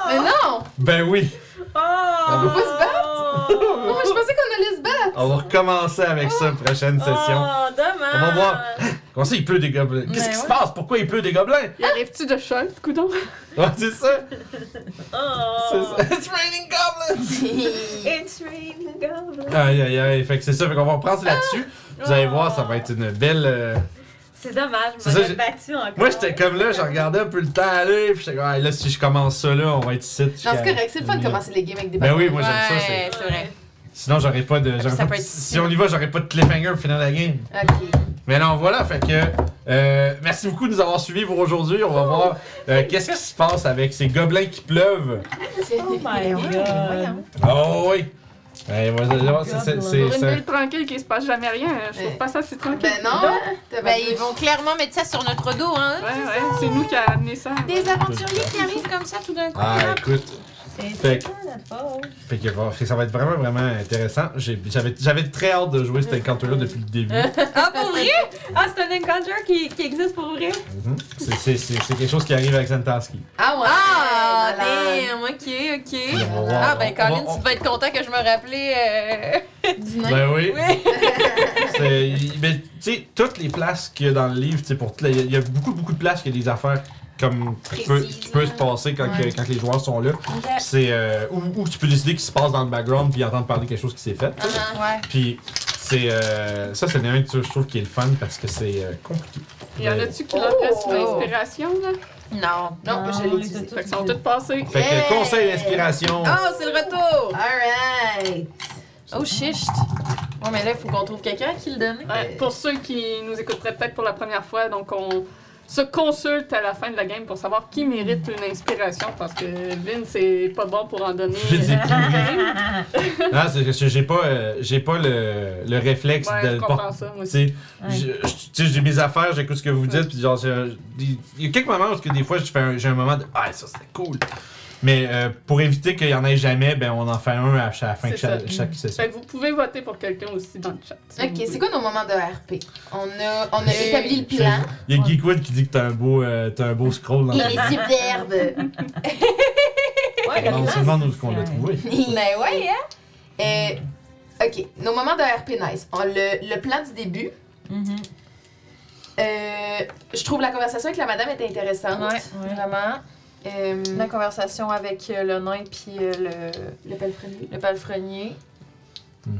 Speaker 4: Mais non!
Speaker 2: Ben oui! ah,
Speaker 5: On
Speaker 4: peut pas se
Speaker 5: battre?
Speaker 4: Oh, mais je pensais qu'on allait se battre!
Speaker 2: On va recommencer avec ça, prochaine session.
Speaker 4: Ah.
Speaker 5: Oh, dommage!
Speaker 2: On va voir. Comment ça, il pleut des gobelins?
Speaker 4: Ben
Speaker 2: Qu'est-ce qui se passe? Pourquoi il pleut des gobelins?
Speaker 1: Y arrives-tu de chaud, coudon?
Speaker 2: Ouais, c'est ça! C'est
Speaker 5: Oh!
Speaker 2: ça. It's raining goblins!
Speaker 5: It's raining goblin!
Speaker 2: Aïe, aïe, aïe. Fait que c'est ça. Fait qu'on va reprendre
Speaker 4: Ah.
Speaker 2: là-dessus. Vous allez voir, ça va être une belle. euh,
Speaker 5: C'est dommage,
Speaker 2: C'est
Speaker 5: je
Speaker 2: ça,
Speaker 5: m'en
Speaker 2: j'ai-
Speaker 5: ai battu encore.
Speaker 2: Moi, j'étais comme là, je regardais un peu le temps aller. Puis j'étais comme, ah, là, si je commence ça, là, on va être ici. euh,
Speaker 4: Non, c'est correct, c'est le fun de commencer les games avec des
Speaker 2: Ben oui,
Speaker 4: batailles.
Speaker 2: moi, j'aime ça. c'est-
Speaker 3: Ouais, c'est vrai.
Speaker 2: Sinon, j'aurais pas de. j'aurais
Speaker 3: ça
Speaker 2: pas de-
Speaker 3: peut être
Speaker 2: si on y va, j'aurais pas de cliffhanger au final de la game.
Speaker 4: Ok.
Speaker 2: Mais non, voilà, fait que. euh, merci beaucoup de nous avoir suivis pour aujourd'hui. On va voir euh, qu'est-ce qui se passe avec ces gobelins qui pleuvent.
Speaker 5: Oh my
Speaker 4: Eh ouais,
Speaker 5: god!
Speaker 4: voyons.
Speaker 2: Oh oui! Ouais, moi, je- c'est- c'est- c'est-
Speaker 1: Pour une
Speaker 2: c'est-
Speaker 1: ville tranquille qui se passe jamais rien, hein, je trouve pas ça si tranquille.
Speaker 4: Ben non! hein, t'as
Speaker 7: Ben,
Speaker 4: pas
Speaker 7: ils vont clairement mettre ça sur notre dos, hein.
Speaker 1: Ouais, ouais, c'est nous qui a amené ça.
Speaker 7: Des aventuriers qui arrivent comme ça tout d'un coup.
Speaker 2: Ah,
Speaker 7: là.
Speaker 2: écoute. Fait
Speaker 5: C'est
Speaker 2: que-
Speaker 5: ça, la pauvre.
Speaker 2: Fait que va- fait que ça va être vraiment, vraiment intéressant. J'ai- J'avais j'avais très hâte de jouer cet encounter-là depuis le début.
Speaker 5: Ah, pour vrai? Ah, c'est un encounter qui, qui existe pour vrai?
Speaker 2: Mhm. C'est- c'est- C'est c'est quelque chose qui arrive avec Santaski.
Speaker 4: Ah ouais!
Speaker 7: Ah,
Speaker 4: malade.
Speaker 7: damn, ok,
Speaker 2: On va
Speaker 7: ok.
Speaker 2: voir,
Speaker 7: Ah,
Speaker 2: on-
Speaker 7: ben, Colin,
Speaker 2: on-
Speaker 7: tu vas être content que je me rappelais. euh.
Speaker 2: Ben oui.
Speaker 7: Oui.
Speaker 2: C'est- il- Mais tu sais, toutes les places qu'il y a dans le livre, tu sais, pour toutes les- il y a beaucoup, beaucoup de places qu'il y a des affaires comme qui peut,
Speaker 7: Précises, hein.
Speaker 2: qui peut se passer quand, que- quand les joueurs sont là. Puis C'est euh, ou, ou tu peux décider qu'il se passe dans le background puis entendre parler de quelque chose qui s'est fait.
Speaker 7: Ouais.
Speaker 2: Puis c'est euh, ça, c'est un que je trouve qui est le fun parce que c'est euh, compliqué.
Speaker 1: Y en
Speaker 2: Mais-
Speaker 1: a-tu qui leur reste une inspiration, là?
Speaker 7: Non.
Speaker 4: Non, Ah, moi, je
Speaker 2: Ah,
Speaker 4: l'ai utilisé.
Speaker 1: Fait qu'ils sont tous passés.
Speaker 2: Fait que
Speaker 4: Hey!
Speaker 2: conseil d'inspiration.
Speaker 7: Oh, c'est le retour!
Speaker 4: Alright!
Speaker 7: Oh, shift. Ouais, mais là, il faut qu'on trouve quelqu'un qui le donne.
Speaker 1: Ouais, pour ceux qui nous écouteraient peut-être pour la première fois, donc on se consulte à la fin de la game pour savoir qui mérite une inspiration parce que Vin, c'est pas bon pour en donner.
Speaker 2: Je les ai pourris. Non, c'est que j'ai pas, euh, j'ai pas le, le réflexe
Speaker 1: Ouais,
Speaker 2: de
Speaker 1: je comprends ça, moi
Speaker 2: Tu
Speaker 1: aussi.
Speaker 2: sais, je- je- tu sais, j'ai mes affaires, j'écoute ce que vous dites, puis genre, je- il il y a quelques moments où que des fois, je fais un- j'ai un, moment de Ah, ça c'était cool. Mais euh, pour éviter qu'il y en ait jamais, ben on en fait un à chaque à la fin de
Speaker 1: C'est
Speaker 2: chaque,
Speaker 1: ça.
Speaker 2: chaque session.
Speaker 1: Fait que vous pouvez voter pour quelqu'un aussi dans le chat. si vous
Speaker 4: Ok,
Speaker 1: voulez.
Speaker 4: c'est quoi nos moments de RP? On a, on a
Speaker 7: Euh,
Speaker 4: établi le plan.
Speaker 2: Il y a Geekwood qui dit que t'as un beau, euh, t'as un beau scroll dans
Speaker 4: Il
Speaker 2: le
Speaker 4: est superbe!
Speaker 5: Ouais,
Speaker 2: On se demande où est-ce qu'on l'a trouvé.
Speaker 4: ben ouais, hein? Euh, ok, nos moments de RP nice. On, le, le plan du début.
Speaker 5: Mhm.
Speaker 4: Euh, je trouve la conversation avec la madame est intéressante.
Speaker 7: Ouais, ouais.
Speaker 4: Vraiment. Euh,
Speaker 7: La conversation avec euh, le nain puis euh, le,
Speaker 4: le palefrenier.
Speaker 7: le palefrenier.
Speaker 2: Mhm.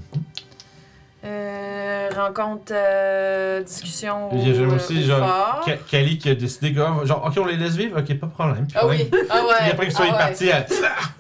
Speaker 7: Euh, rencontre, euh, discussion.
Speaker 2: Il y a jamais
Speaker 7: au-
Speaker 2: aussi,
Speaker 7: au
Speaker 2: genre,
Speaker 7: fort.
Speaker 2: Ka- Kali qui a décidé que, ah, genre, ok, on les laisse vivre, ok, pas de problème. Puis
Speaker 4: Ah oui! Ah ouais!
Speaker 2: Puis après qu'ils soient
Speaker 4: ah ouais.
Speaker 2: partis, à...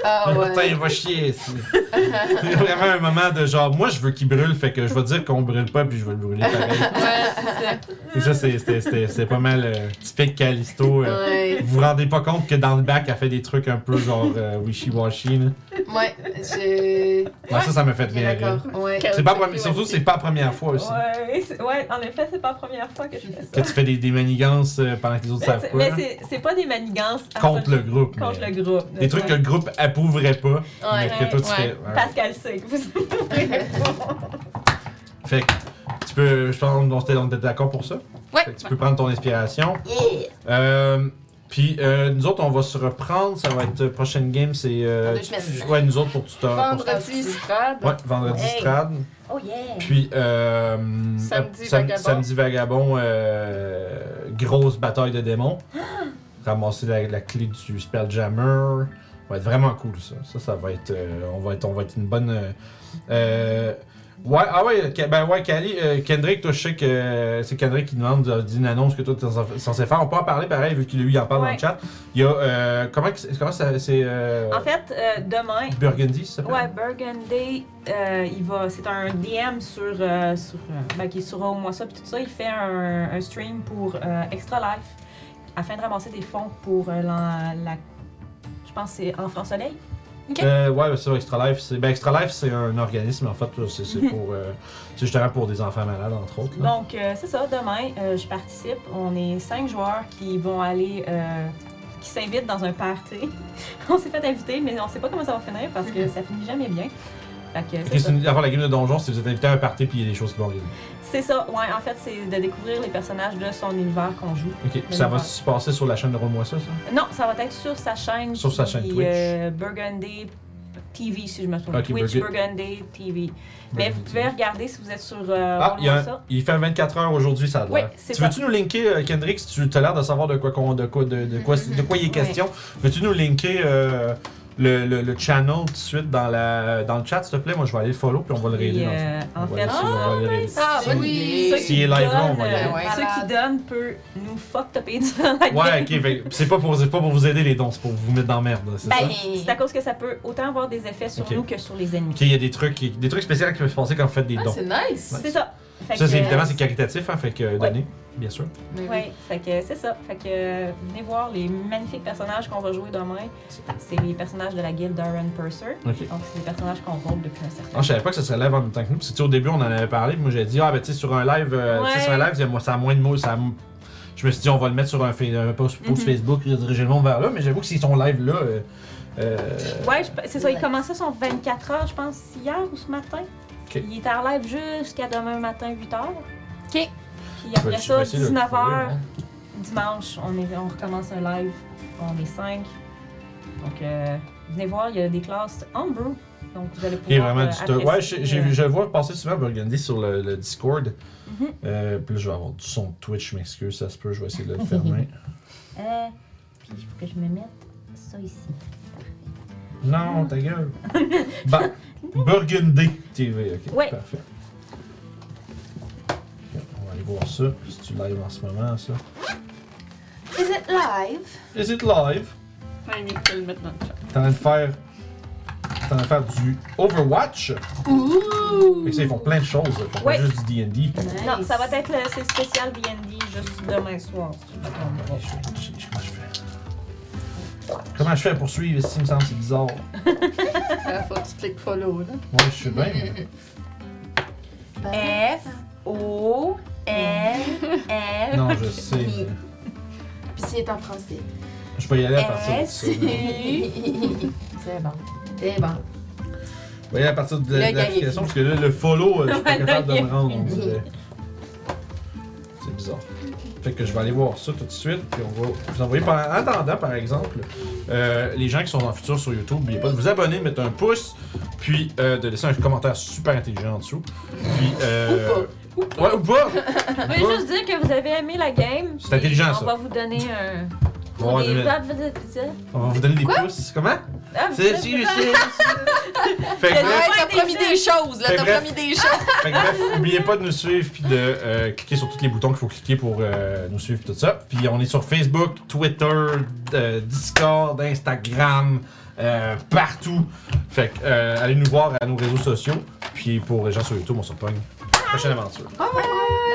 Speaker 4: Ah ouais!
Speaker 2: Putain, il va chier. c'est- C'est vraiment un moment de genre, moi je veux qu'il brûle, fait que je vais dire qu'on brûle pas, puis je vais le brûler pareil. Et ça, c'est- c'était- c'était c'était pas mal euh, typique Calisto. euh.
Speaker 4: Ouais,
Speaker 2: Vous vous rendez pas compte que dans le bac, elle fait des trucs un peu genre euh, wishy-washy. là.
Speaker 4: ouais, je.
Speaker 2: Non, ça, ça m'a fait
Speaker 4: Ok,
Speaker 2: bien rire.
Speaker 4: D'accord, ouais.
Speaker 2: C'est pas la première- surtout, c'est pas la première fois aussi.
Speaker 5: Ouais, c'est- ouais, en effet, c'est pas la première fois que je fais
Speaker 2: Que
Speaker 5: ça.
Speaker 2: tu fais des, des manigances euh, pendant que les autres savent
Speaker 5: C'est-
Speaker 2: pas.
Speaker 5: Mais
Speaker 2: là.
Speaker 5: c'est- c'est pas des manigances
Speaker 2: Contre le
Speaker 5: absolument.
Speaker 2: groupe. mais-
Speaker 5: contre le groupe.
Speaker 2: Des trucs que le groupe approuverait pas, mais que toi tu
Speaker 7: ouais.
Speaker 2: fais. ouais.
Speaker 5: Pascal sait que vous
Speaker 2: Fait que tu peux. Je pense qu'on était- on était d'accord pour ça.
Speaker 7: Ouais.
Speaker 2: Fait que tu peux prendre ton inspiration. Euh, puis euh, nous autres, on va se reprendre. Ça va être euh, prochaine game, c'est. euh,
Speaker 4: Dans deux semaines.
Speaker 2: ouais, nous autres pour tout à pour-
Speaker 1: Vendredi, Strad.
Speaker 2: Ouais, vendredi
Speaker 5: Hey.
Speaker 2: Strad.
Speaker 5: Oh yeah!
Speaker 2: Puis euh,
Speaker 1: Samedi
Speaker 2: euh, sam-
Speaker 1: Vagabond.
Speaker 2: samedi vagabond euh, grosse bataille de démons. Ramasser la, la clé du Spelljammer. Ça va être vraiment cool ça. Ça, ça va être. euh, on, va être on va être une bonne. euh, euh, ouais, ah ouais, Ke- ben ouais, Cali, euh, Kendrick, toi je sais que euh, c'est Kendrick qui demande euh, d'une annonce que toi t'es censé- censé faire. On peut en parler pareil vu qu'il lui il en parle dans le
Speaker 5: Ouais.
Speaker 2: chat. Il y a. euh, comment, que- comment ça. C'est. euh,
Speaker 5: En fait, euh, demain,
Speaker 2: Burgundy, ça s'appelle?
Speaker 5: ouais, Burgundy, euh, il va, c'est un DM sur, euh, sur euh, ben, qui est sur au moi ça, puis tout ça, il fait un, un stream pour euh, Extra Life afin de ramasser des fonds pour euh, la, la- je pense que c'est Enfant Soleil.
Speaker 4: Ok.
Speaker 2: Euh, ouais, c'est ça, Extra Life. C'est... Ben, Extra Life, c'est un organisme, en fait. là, C'est, c'est
Speaker 5: Mhm.
Speaker 2: pour. euh, c'est justement pour des enfants malades, entre autres. là.
Speaker 5: Donc, euh, c'est ça. Demain, euh, je participe. On est cinq joueurs qui vont aller. euh, qui s'invitent dans un party. on s'est fait inviter, mais on sait pas comment ça va finir parce que ça finit jamais bien. Fait
Speaker 2: Ok,
Speaker 5: que c'est
Speaker 2: c'est
Speaker 5: ça.
Speaker 2: une- Avant la game de donjon, si vous êtes invité à un party puis il y a des choses qui vont arriver.
Speaker 5: C'est ça. Ouais, en fait, c'est de découvrir les personnages de son univers qu'on joue.
Speaker 2: Ok, puis ça va se passer sur la chaîne de Roule-moi ça, ça
Speaker 5: Non, ça va être sur sa chaîne.
Speaker 2: Sur sa chaîne
Speaker 5: puis,
Speaker 2: Twitch. Ah,
Speaker 5: euh, Burgundy TV, si je me trompe.
Speaker 2: Ok,
Speaker 5: Twitch
Speaker 2: Burgu-
Speaker 5: Burgundy TV. Mais vous
Speaker 2: Burgundy.
Speaker 5: pouvez regarder si vous êtes sur. euh,
Speaker 2: Ah, il, y a un-
Speaker 5: ça.
Speaker 2: il fait 24 heures aujourd'hui, ça a l'air.
Speaker 5: Oui, c'est
Speaker 2: tu veux-tu nous linker, euh, Kendrick, si tu as l'air de savoir de quoi, qu'on- de quoi, de, de quoi,
Speaker 5: Mhm.
Speaker 2: de quoi il est question? Veux-tu nous linker euh, le, le, le channel tout de suite dans, la, dans le chat, s'il te plaît? Moi, je vais aller le follow, puis on va le
Speaker 5: Puis,
Speaker 2: raider. dans le
Speaker 5: euh,
Speaker 2: On
Speaker 5: en
Speaker 2: va
Speaker 5: fait,
Speaker 2: aller-
Speaker 5: c'est-
Speaker 2: on va aller raider.
Speaker 4: Ah,
Speaker 2: Si-
Speaker 4: bonne
Speaker 5: Ceux
Speaker 4: idée!
Speaker 5: qui
Speaker 2: S'il est live là, on va y
Speaker 5: donnent,
Speaker 2: aller.
Speaker 5: euh, Ceux qui donnent peuvent nous fuck topper dans la
Speaker 2: Ouais,
Speaker 5: gueule.
Speaker 2: ok, fait que c'est pas, pour- c'est pas pour vous aider les dons, c'est pour vous mettre dans la merde, c'est ça?
Speaker 5: Ben, c'est à cause que ça peut autant avoir des effets sur
Speaker 2: Ok.
Speaker 5: nous que sur les ennemis.
Speaker 2: Ok, il y a des trucs, qui- des trucs spéciaux qui peuvent se passer quand vous faites des
Speaker 4: Ah,
Speaker 2: dons.
Speaker 4: c'est nice!
Speaker 5: C'est ça. Fait
Speaker 2: Ça,
Speaker 5: que,
Speaker 2: c'est évidemment,
Speaker 5: euh,
Speaker 2: c'est caritatif, hein, fait que euh,
Speaker 5: Ouais.
Speaker 2: donnez, bien sûr.
Speaker 5: Ouais, fait que c'est ça. Fait que euh, venez voir les magnifiques personnages qu'on va jouer demain. C'est les personnages de la guilde d'Aaron Purser.
Speaker 2: Ok. Ah,
Speaker 5: Donc, c'est des personnages qu'on compte depuis un certain
Speaker 2: Non, je savais pas que ça serait live en même temps que nous. Puis, tu sais, au début, on en avait parlé. Puis moi, j'ai dit, ah, ben, tu sais, sur un live, euh, tu sais,
Speaker 5: Ouais.
Speaker 2: sur un live, il y a- moi, ça a moins de mots. Ça a- Je me suis dit, on va le mettre sur un, fa- un post,
Speaker 5: Mhm.
Speaker 2: post Facebook, rediriger le monde vers là. Mais j'avoue que s'ils sont live là. euh, euh,
Speaker 5: Ouais, je- c'est ça. Il commençait son 24 heures, je pense, hier ou ce matin.
Speaker 2: Ok.
Speaker 5: Il était en live jusqu'à demain matin, 8 heures.
Speaker 9: Ok.
Speaker 5: Puis
Speaker 2: je vais-
Speaker 5: après
Speaker 2: je vais
Speaker 5: ça,
Speaker 2: essayer de le
Speaker 5: 19
Speaker 2: trouver,
Speaker 5: heures,
Speaker 2: hein.
Speaker 5: dimanche, on, est, on recommence un live. On est 5. Donc, euh, venez voir, il y a des classes en brew. Donc, vous allez
Speaker 2: Il y a
Speaker 5: pouvoir.
Speaker 2: vraiment
Speaker 5: euh,
Speaker 2: du stuff. Ouais,
Speaker 5: apprécier,
Speaker 2: j'ai- j'ai-
Speaker 5: euh,
Speaker 2: je vois passer souvent Burgundy sur le, le Discord.
Speaker 4: Mm-hmm.
Speaker 5: Mhm.
Speaker 2: Euh, puis là, je vais avoir du son de Twitch, je m'excuse, ça se peut, je vais essayer de le fermer.
Speaker 5: Euh, puis il faut que je me mette ça ici.
Speaker 2: Non, ta gueule. Bah, Burgundy TV, ok.
Speaker 5: Ouais.
Speaker 2: Parfait. Ok, on va aller voir ça. Si tu live en ce moment, ça.
Speaker 4: Is it live?
Speaker 2: Is it live?
Speaker 1: Ouais, mieux que de le mettre dans le chat.
Speaker 2: T'es en train de faire. T'es en train de faire du Overwatch.
Speaker 4: Ouh!
Speaker 2: Fait que ça, ils font plein de choses. Ils font
Speaker 5: Ouais.
Speaker 2: pas juste du DD.
Speaker 5: Non, ça va être le c'est spécial D&D juste demain soir.
Speaker 2: Ouais, je- je- je- Comment je fais? Comment je fais pour suivre ici? Il me semble que c'est bizarre. Moi,
Speaker 1: Ah, faut que tu cliques follow, là.
Speaker 2: je suis bien. mais-
Speaker 9: F, O, L, L,
Speaker 2: Non, je sais. mais
Speaker 4: Puis c'est en français.
Speaker 2: Je vais y aller à partir de
Speaker 9: S,
Speaker 2: ça. là.
Speaker 9: U.
Speaker 4: C'est bon. Eh ben. C'est bon.
Speaker 2: Vous voyez, à partir de, de
Speaker 4: gars, il est
Speaker 2: l'application, parce
Speaker 4: fou.
Speaker 2: que là, le follow, euh, je suis pas
Speaker 5: Le
Speaker 2: capable de
Speaker 5: gars,
Speaker 2: me rendre, on
Speaker 5: il est fou.
Speaker 2: dirait. C'est bizarre. Fait que je vais aller voir ça tout de suite, puis on va vous envoyer. Par... En attendant, par exemple, euh, les gens qui sont en futur sur YouTube, n'oubliez pas de vous abonner, de mettre un pouce, puis euh, de laisser un commentaire super intelligent en dessous. Puis, euh... Ouais, ou pas!
Speaker 5: Je voulais juste dire que vous avez aimé la game.
Speaker 2: C'est intelligent,
Speaker 5: on
Speaker 2: ça.
Speaker 5: va vous donner un.
Speaker 2: On va,
Speaker 5: des-
Speaker 2: donner- on va vous donner des pouces. Comment?
Speaker 5: Ah, vous
Speaker 2: C'est
Speaker 5: savez-
Speaker 2: si, Fait que
Speaker 5: Elle
Speaker 2: bref,
Speaker 5: Ouais,
Speaker 4: t'as promis des choses, là,
Speaker 2: Mais
Speaker 4: t'as
Speaker 2: bref.
Speaker 4: promis des choses.
Speaker 2: Fait que bref, oubliez pas de nous suivre puis de euh, cliquer sur tous les boutons qu'il faut cliquer pour euh, nous suivre pis tout ça. Puis on est sur Facebook, Twitter, euh, Discord, Instagram, euh, partout. Fait que euh, allez nous voir à nos réseaux sociaux. Puis pour les gens sur YouTube, on se repogne. Prochaine aventure.
Speaker 4: Bye bye!